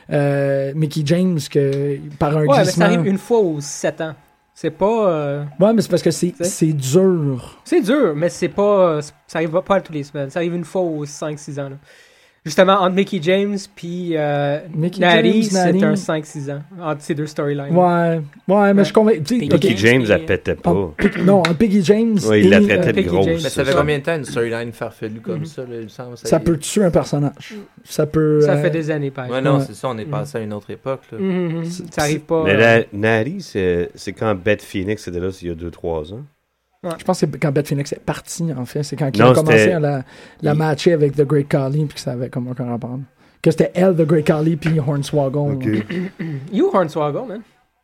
[SPEAKER 3] Euh, Mickey James, que par un
[SPEAKER 4] Ouais, mais
[SPEAKER 3] glissement.
[SPEAKER 4] ça arrive une fois aux 7 ans. C'est pas. euh,
[SPEAKER 3] Ouais, mais c'est parce que c'est
[SPEAKER 4] Tu sais?
[SPEAKER 3] c'est dur.
[SPEAKER 4] C'est dur, mais c'est pas. euh, Ça arrive pas toutes les semaines. Ça arrive une fois aux 5-6 ans. là. Justement, entre Mickey James puis euh,
[SPEAKER 3] Mickey
[SPEAKER 4] Nari,
[SPEAKER 3] James, Nari.
[SPEAKER 4] c'est un 5-6 ans. Entre ces deux storylines.
[SPEAKER 3] Ouais, ouais, mais je suis convaincu. tu sais,
[SPEAKER 7] Mickey
[SPEAKER 3] ok.
[SPEAKER 5] Mickey James, elle pétait pas.
[SPEAKER 3] Oh, Pic- non, un Piggy James.
[SPEAKER 5] Ouais, il
[SPEAKER 3] et,
[SPEAKER 5] la
[SPEAKER 3] euh,
[SPEAKER 5] traitait de
[SPEAKER 4] Mickey
[SPEAKER 5] grosse.
[SPEAKER 4] James.
[SPEAKER 6] Mais
[SPEAKER 5] c'est
[SPEAKER 6] ça fait combien de temps une storyline farfelue comme ça, là, il me semble,
[SPEAKER 3] euh, Mhm. ça peut tuer un personnage. Ça peut.
[SPEAKER 4] Ça
[SPEAKER 3] euh,
[SPEAKER 4] fait des années, par
[SPEAKER 6] Ouais,
[SPEAKER 4] exemple.
[SPEAKER 6] non,
[SPEAKER 3] Ouais.
[SPEAKER 6] c'est ça, on est
[SPEAKER 4] Mhm.
[SPEAKER 6] passé à une autre époque. là.
[SPEAKER 4] Mhm, mhm. Ça arrive pas.
[SPEAKER 5] Mais
[SPEAKER 4] euh,
[SPEAKER 5] la, Nari, c'est c'est quand Beth Phoenix était là, c'est il y a 2-3 ans.
[SPEAKER 3] Je pense que c'est quand Beth Phoenix est partie, en fait. C'est quand il
[SPEAKER 5] Non,
[SPEAKER 3] a commencé
[SPEAKER 5] c'était-
[SPEAKER 3] à la, la
[SPEAKER 5] Il-
[SPEAKER 3] matcher avec The Great Khali, puis que ça avait comme aucun rapport. Que c'était elle, The Great Khali, puis Hornswoggle
[SPEAKER 4] *clears throat* You Hornswoggle, man.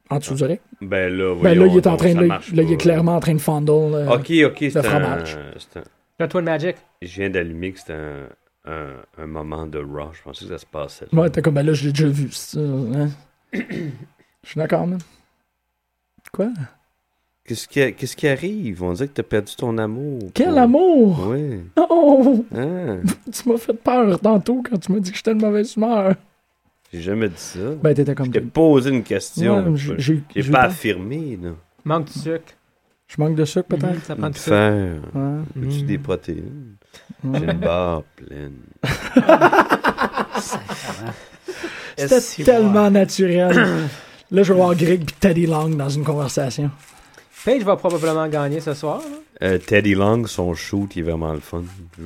[SPEAKER 3] en dessous du ring.
[SPEAKER 5] Ben là,
[SPEAKER 3] Ben là, il est en
[SPEAKER 5] donc,
[SPEAKER 3] train
[SPEAKER 5] ça
[SPEAKER 3] de. Là,
[SPEAKER 5] marche
[SPEAKER 3] il est
[SPEAKER 5] pas.
[SPEAKER 3] clairement en train de fondle. euh,
[SPEAKER 5] Ok, ok, c'est un,
[SPEAKER 3] fromage.
[SPEAKER 5] c'est un-
[SPEAKER 4] Le Twin Magic.
[SPEAKER 5] Je viens d'allumer que c'était un, un- un moment de rush. Je pensais que ça se passait. là.
[SPEAKER 3] Ouais, t'es comme, ben là, je l'ai déjà vu. c'est ça,
[SPEAKER 5] *coughs*
[SPEAKER 3] hein. Je suis d'accord, man. Quoi?
[SPEAKER 5] Qu'est-ce qui, qu'est-ce qui arrive? On dirait que t'as perdu ton amour.
[SPEAKER 3] Quel
[SPEAKER 5] pour-
[SPEAKER 3] amour!
[SPEAKER 5] Ouais.
[SPEAKER 3] Oh! *laughs*
[SPEAKER 5] Hein?
[SPEAKER 3] Tu m'as fait peur tantôt quand tu m'as dit que j'étais de mauvaise humeur.
[SPEAKER 5] J'ai jamais dit ça.
[SPEAKER 3] Ben, t'étais comme.
[SPEAKER 5] J'ai posé une question.
[SPEAKER 3] Ouais,
[SPEAKER 5] J'ai
[SPEAKER 3] j'ai- j'ai-
[SPEAKER 5] j'ai
[SPEAKER 3] j'ai
[SPEAKER 5] pas
[SPEAKER 3] pas-
[SPEAKER 5] affirmé, là.
[SPEAKER 4] Manque de sucre. Mhm,
[SPEAKER 3] Je manque de sucre, peut-être?
[SPEAKER 4] Ça prend du sucre.
[SPEAKER 5] Faire.
[SPEAKER 3] Ouais,
[SPEAKER 5] Veux-tu
[SPEAKER 4] Mm.
[SPEAKER 5] des protéines?
[SPEAKER 3] ouais.
[SPEAKER 5] J'ai une barre pleine.
[SPEAKER 6] Est-ce-
[SPEAKER 3] C'était tellement
[SPEAKER 5] *coughs*
[SPEAKER 3] naturel. Là, je vais voir Greg pis Teddy Long dans une conversation.
[SPEAKER 4] Page va probablement gagner ce soir. là.
[SPEAKER 5] Euh, Teddy Long, son shoot, il est vraiment le fun. Je-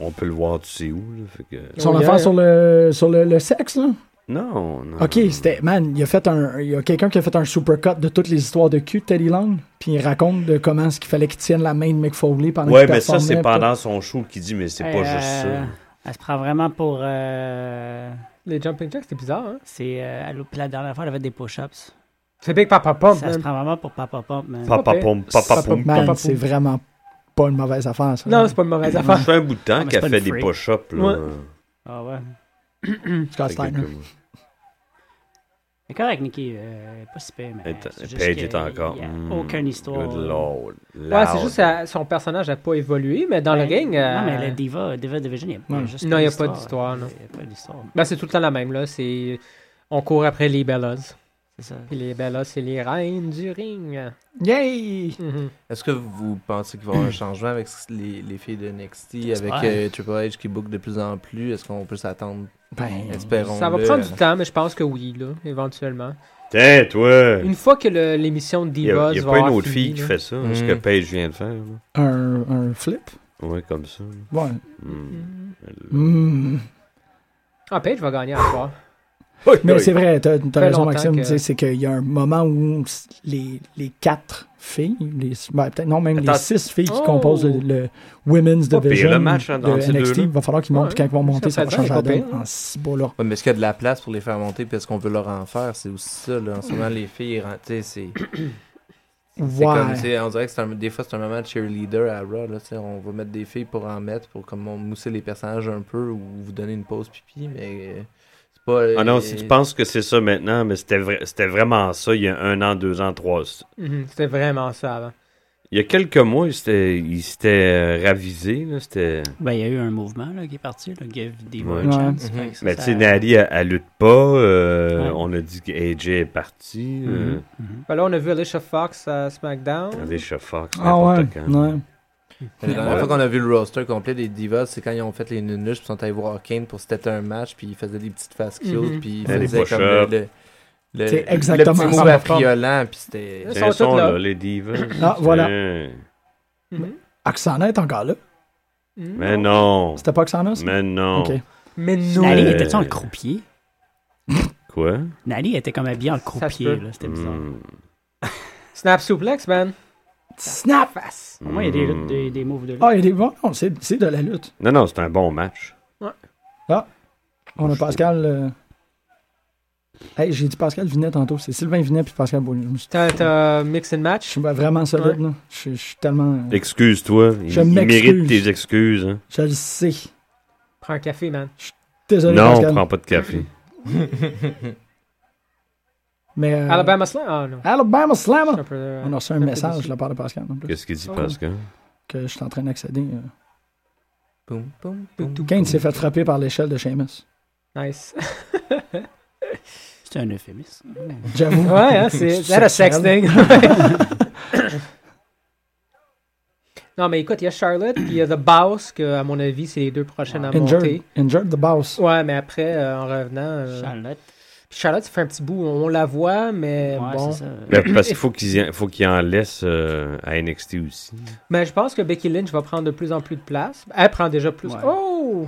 [SPEAKER 5] On peut le voir, tu sais où, là. fait que-
[SPEAKER 3] Son
[SPEAKER 4] Oh,
[SPEAKER 3] affaire
[SPEAKER 4] yeah.
[SPEAKER 3] sur le, sur le, le sexe, là?
[SPEAKER 5] Non, non.
[SPEAKER 3] Ok, c'était. Man, il a fait un. Il y a quelqu'un qui a fait un supercut de toutes les histoires de cul de Teddy Long, puis il raconte de comment ce qu'il fallait qu'il tienne la main de Mick Foley pendant
[SPEAKER 5] Ouais,
[SPEAKER 3] qu'il
[SPEAKER 5] mais ça,
[SPEAKER 3] performait,
[SPEAKER 5] c'est
[SPEAKER 3] puis-
[SPEAKER 5] pendant son show qu'il dit, mais c'est pas
[SPEAKER 7] Euh,
[SPEAKER 5] juste ça.
[SPEAKER 7] Elle se prend vraiment pour. euh,
[SPEAKER 4] Les Jumping Jacks, c'est bizarre, hein?
[SPEAKER 7] C'est. euh, elle- puis la dernière fois, elle avait des push-ups.
[SPEAKER 4] C'est Big Papa
[SPEAKER 5] Oh,
[SPEAKER 4] Pump,
[SPEAKER 7] Ça se
[SPEAKER 4] man.
[SPEAKER 7] prend vraiment pour Papa Pump, man.
[SPEAKER 5] Papa
[SPEAKER 4] pas
[SPEAKER 5] pom, papa pom.
[SPEAKER 3] Man,
[SPEAKER 4] Papa
[SPEAKER 3] c'est
[SPEAKER 4] pou.
[SPEAKER 3] vraiment pas une mauvaise affaire, ça.
[SPEAKER 4] Non, c'est pas une mauvaise affaire.
[SPEAKER 5] Ça fait un bout de temps
[SPEAKER 7] mais
[SPEAKER 5] qu'elle
[SPEAKER 7] c'est pas
[SPEAKER 5] fait
[SPEAKER 7] une
[SPEAKER 5] des
[SPEAKER 7] freak.
[SPEAKER 5] push-ups, là.
[SPEAKER 4] Ouais.
[SPEAKER 7] Ah ouais.
[SPEAKER 3] c'est casse-tête,
[SPEAKER 5] Fait
[SPEAKER 3] là.
[SPEAKER 5] que-
[SPEAKER 7] Mais correct, Nikki. euh, pas si pire, mais.
[SPEAKER 5] Et-
[SPEAKER 7] c'est juste
[SPEAKER 5] Page
[SPEAKER 7] que
[SPEAKER 5] est encore.
[SPEAKER 7] il y a
[SPEAKER 5] Mm.
[SPEAKER 7] aucune histoire.
[SPEAKER 5] Good lord.
[SPEAKER 4] Ouais,
[SPEAKER 5] Loud.
[SPEAKER 4] c'est juste que son personnage n'a pas évolué, mais dans le
[SPEAKER 7] Ouais.
[SPEAKER 4] ring. euh,
[SPEAKER 7] Ben, Non, mais la Diva, Diva Division, il n'y a,
[SPEAKER 5] Hmm.
[SPEAKER 3] Ouais.
[SPEAKER 7] juste
[SPEAKER 4] Non, il n'y a pas d'histoire. non.
[SPEAKER 7] Il n'y a pas d'histoire.
[SPEAKER 4] Ben, c'est tout le temps la même, là. C'est. On court après les Bellas.
[SPEAKER 7] C'est ça.
[SPEAKER 4] Puis les Bellas, c'est les reines du ring.
[SPEAKER 3] Yay!
[SPEAKER 4] Mhm.
[SPEAKER 6] Est-ce que vous pensez qu'il va y avoir un changement avec les, les filles de NXT, avec
[SPEAKER 7] J'espère.
[SPEAKER 6] euh, Triple H qui book de plus en plus? Est-ce qu'on peut s'attendre?
[SPEAKER 3] Ben,
[SPEAKER 6] Espérons.
[SPEAKER 4] Ça va prendre du temps, mais je pense que oui, là, éventuellement.
[SPEAKER 5] Tiens, toi!
[SPEAKER 4] Une fois que le- l'émission de
[SPEAKER 5] Il n'y
[SPEAKER 4] Divas
[SPEAKER 5] a, y a
[SPEAKER 4] va
[SPEAKER 5] pas une
[SPEAKER 4] avoir
[SPEAKER 5] autre
[SPEAKER 4] fini,
[SPEAKER 5] fille qui
[SPEAKER 4] là.
[SPEAKER 5] fait ça, hein, ce
[SPEAKER 6] Mm.
[SPEAKER 5] que Paige vient de faire. là.
[SPEAKER 3] un, un flip?
[SPEAKER 5] Ouais, comme ça. là.
[SPEAKER 3] Ouais.
[SPEAKER 5] Mm.
[SPEAKER 3] Mm.
[SPEAKER 4] Mhm. Ah, Paige va gagner à soir.
[SPEAKER 3] Mais c'est vrai, t'as t'as
[SPEAKER 4] Fait
[SPEAKER 3] raison,
[SPEAKER 4] longtemps
[SPEAKER 3] Maxime.
[SPEAKER 4] que-
[SPEAKER 3] tu sais, C'est qu'il y a un moment où les, les quatre filles, les, ben, peut-être non, même les
[SPEAKER 5] Attends.
[SPEAKER 3] six filles qui
[SPEAKER 4] Oh!
[SPEAKER 3] composent le, le Women's
[SPEAKER 5] Pas pire,
[SPEAKER 3] Division
[SPEAKER 5] le match, hein, entre ces
[SPEAKER 3] de NXT,
[SPEAKER 5] deux-là.
[SPEAKER 3] il va falloir qu'ils montent,
[SPEAKER 4] Ouais,
[SPEAKER 3] puis quand ils vont monter,
[SPEAKER 4] ça
[SPEAKER 3] ça,
[SPEAKER 4] fait
[SPEAKER 3] va changer
[SPEAKER 4] bien,
[SPEAKER 3] la
[SPEAKER 4] pas
[SPEAKER 3] donne
[SPEAKER 4] pire, hein.
[SPEAKER 3] en six bas là.
[SPEAKER 6] Ouais, mais est-ce qu'il y a de la place pour les faire monter puis est-ce qu'on veut leur en faire? C'est aussi ça, là. En ce moment, les filles, hein, tu sais, c'est... C'est comme, tu
[SPEAKER 3] Ouais.
[SPEAKER 6] sais, on dirait que c'est un- des fois, c'est un moment de cheerleader à Raw, là, tu sais, on va mettre des filles pour en mettre, pour comme on mousser les personnages un peu ou vous donner une pause pipi, mais euh, c'est pas...
[SPEAKER 5] Ah non,
[SPEAKER 6] euh,
[SPEAKER 5] si tu penses que c'est ça maintenant, mais c'était vrai- c'était vraiment ça il y a un an, deux ans, trois.
[SPEAKER 4] Mhm, C'était vraiment ça avant.
[SPEAKER 5] Il y a quelques mois, c'était- il s'était euh, ravisé. là, C'était.
[SPEAKER 7] Ben, il y a eu un mouvement là, qui est parti, là, Give Diva
[SPEAKER 5] Ouais.
[SPEAKER 7] a une chance.
[SPEAKER 6] Mhm.
[SPEAKER 7] Fait que ça,
[SPEAKER 5] Mais tu sais,
[SPEAKER 7] ça-
[SPEAKER 5] Nadi, elle, elle lutte pas. euh,
[SPEAKER 7] Ouais.
[SPEAKER 5] On a dit que AJ est parti. euh,
[SPEAKER 7] Mhm, mhm.
[SPEAKER 4] Ben là, on a vu Alicia Fox à SmackDown.
[SPEAKER 5] Regardez, Chef Fox,
[SPEAKER 3] Ah ouais,
[SPEAKER 5] n'importe quand.
[SPEAKER 3] ouais.
[SPEAKER 6] La dernière
[SPEAKER 5] Ouais.
[SPEAKER 6] fois qu'on a vu le roster complet des Divas, c'est quand ils ont fait les nunus, puis ils sont allés voir Kane pour c'était un match, puis ils faisaient des petites faces cute,
[SPEAKER 4] Mhm.
[SPEAKER 6] puis ils
[SPEAKER 5] Ouais, des
[SPEAKER 6] faisaient comme le,
[SPEAKER 5] push-ups.
[SPEAKER 6] le, le-
[SPEAKER 3] C'est
[SPEAKER 6] le
[SPEAKER 3] exactement
[SPEAKER 6] petit
[SPEAKER 3] ça,
[SPEAKER 6] move
[SPEAKER 3] ma forme.
[SPEAKER 6] affriolant, puis c'était...
[SPEAKER 4] Ils
[SPEAKER 5] Ils
[SPEAKER 4] sont
[SPEAKER 5] sont,
[SPEAKER 4] tous là.
[SPEAKER 5] là. les divas.
[SPEAKER 3] Ah, voilà.
[SPEAKER 5] Tiens.
[SPEAKER 4] Mhm.
[SPEAKER 3] Oksana est encore là.
[SPEAKER 4] Mhm.
[SPEAKER 5] Mais non.
[SPEAKER 3] C'était pas Oksana, ça?
[SPEAKER 5] Mais non.
[SPEAKER 3] Ok.
[SPEAKER 4] Mais non.
[SPEAKER 7] Nali
[SPEAKER 5] Euh,
[SPEAKER 7] était en croupier.
[SPEAKER 5] Quoi?
[SPEAKER 7] Nali était comme habillée en
[SPEAKER 4] se
[SPEAKER 7] croupier,
[SPEAKER 4] peut.
[SPEAKER 7] là. C'était bizarre.
[SPEAKER 5] Mm.
[SPEAKER 4] Snap suplex, man.
[SPEAKER 3] Snap!
[SPEAKER 4] Face.
[SPEAKER 7] Au moins, il y a des, luttes- des, des moves de lutte.
[SPEAKER 3] Ah, il est bon. Non, c'est c'est de la lutte.
[SPEAKER 5] hmm. Non, non, c'est un bon match.
[SPEAKER 3] On a
[SPEAKER 5] Je trouve.
[SPEAKER 3] Pascal. euh, Hey, j'ai dit Pascal Vinet tantôt. C'est Sylvain Vinet puis Pascal Beaulieu. Je me suis-
[SPEAKER 4] T'as- T'as mix and
[SPEAKER 3] je
[SPEAKER 4] match.
[SPEAKER 3] suis vraiment solide, là. Je suis- je suis tellement. euh,
[SPEAKER 5] Excuse-toi. Il,
[SPEAKER 3] Je
[SPEAKER 5] il
[SPEAKER 3] m'excuse.
[SPEAKER 5] mérite tes excuses. hein.
[SPEAKER 3] Je le sais.
[SPEAKER 4] Prends un café, man.
[SPEAKER 3] Désolé,
[SPEAKER 5] Non,
[SPEAKER 3] Pascal.
[SPEAKER 5] prends pas de café.
[SPEAKER 3] Mais, euh,
[SPEAKER 4] Alabama Slam. Ah non.
[SPEAKER 3] Alabama Oh, Slammer.
[SPEAKER 4] Un peu, euh,
[SPEAKER 3] On a reçu un
[SPEAKER 4] peu
[SPEAKER 3] message
[SPEAKER 4] déçu.
[SPEAKER 3] de la part de Pascal, en plus,
[SPEAKER 5] Qu'est-ce qu'il dit, Pascal?
[SPEAKER 3] que je suis en train d'accéder. euh.
[SPEAKER 6] Boum, boum, boum.
[SPEAKER 3] Kane s'est fait frapper par l'échelle de Seamus.
[SPEAKER 4] Nice. *laughs*
[SPEAKER 7] C'était un euphémisme.
[SPEAKER 3] J'avoue.
[SPEAKER 4] Ouais, hein, c'est. That a sex
[SPEAKER 3] Sexuel.
[SPEAKER 4] thing. *coughs* non, mais écoute, il y a Charlotte, puis il y a The Boss, que, à mon avis, c'est les deux prochaines à
[SPEAKER 3] Injured,
[SPEAKER 4] monter.
[SPEAKER 3] injured the boss.
[SPEAKER 4] Ouais, mais après, euh, en revenant. euh,
[SPEAKER 7] Charlotte.
[SPEAKER 4] puis Charlotte, ça fait un petit bout. On la voit, mais
[SPEAKER 7] Ouais,
[SPEAKER 4] bon.
[SPEAKER 7] c'est ça.
[SPEAKER 5] Ben, parce qu'il faut qu'ils y- faut qu'ils en laissent euh, à NXT aussi.
[SPEAKER 4] Mais je pense que Becky Lynch va prendre de plus en plus de place. Elle prend déjà plus.
[SPEAKER 7] Ouais.
[SPEAKER 4] Oh!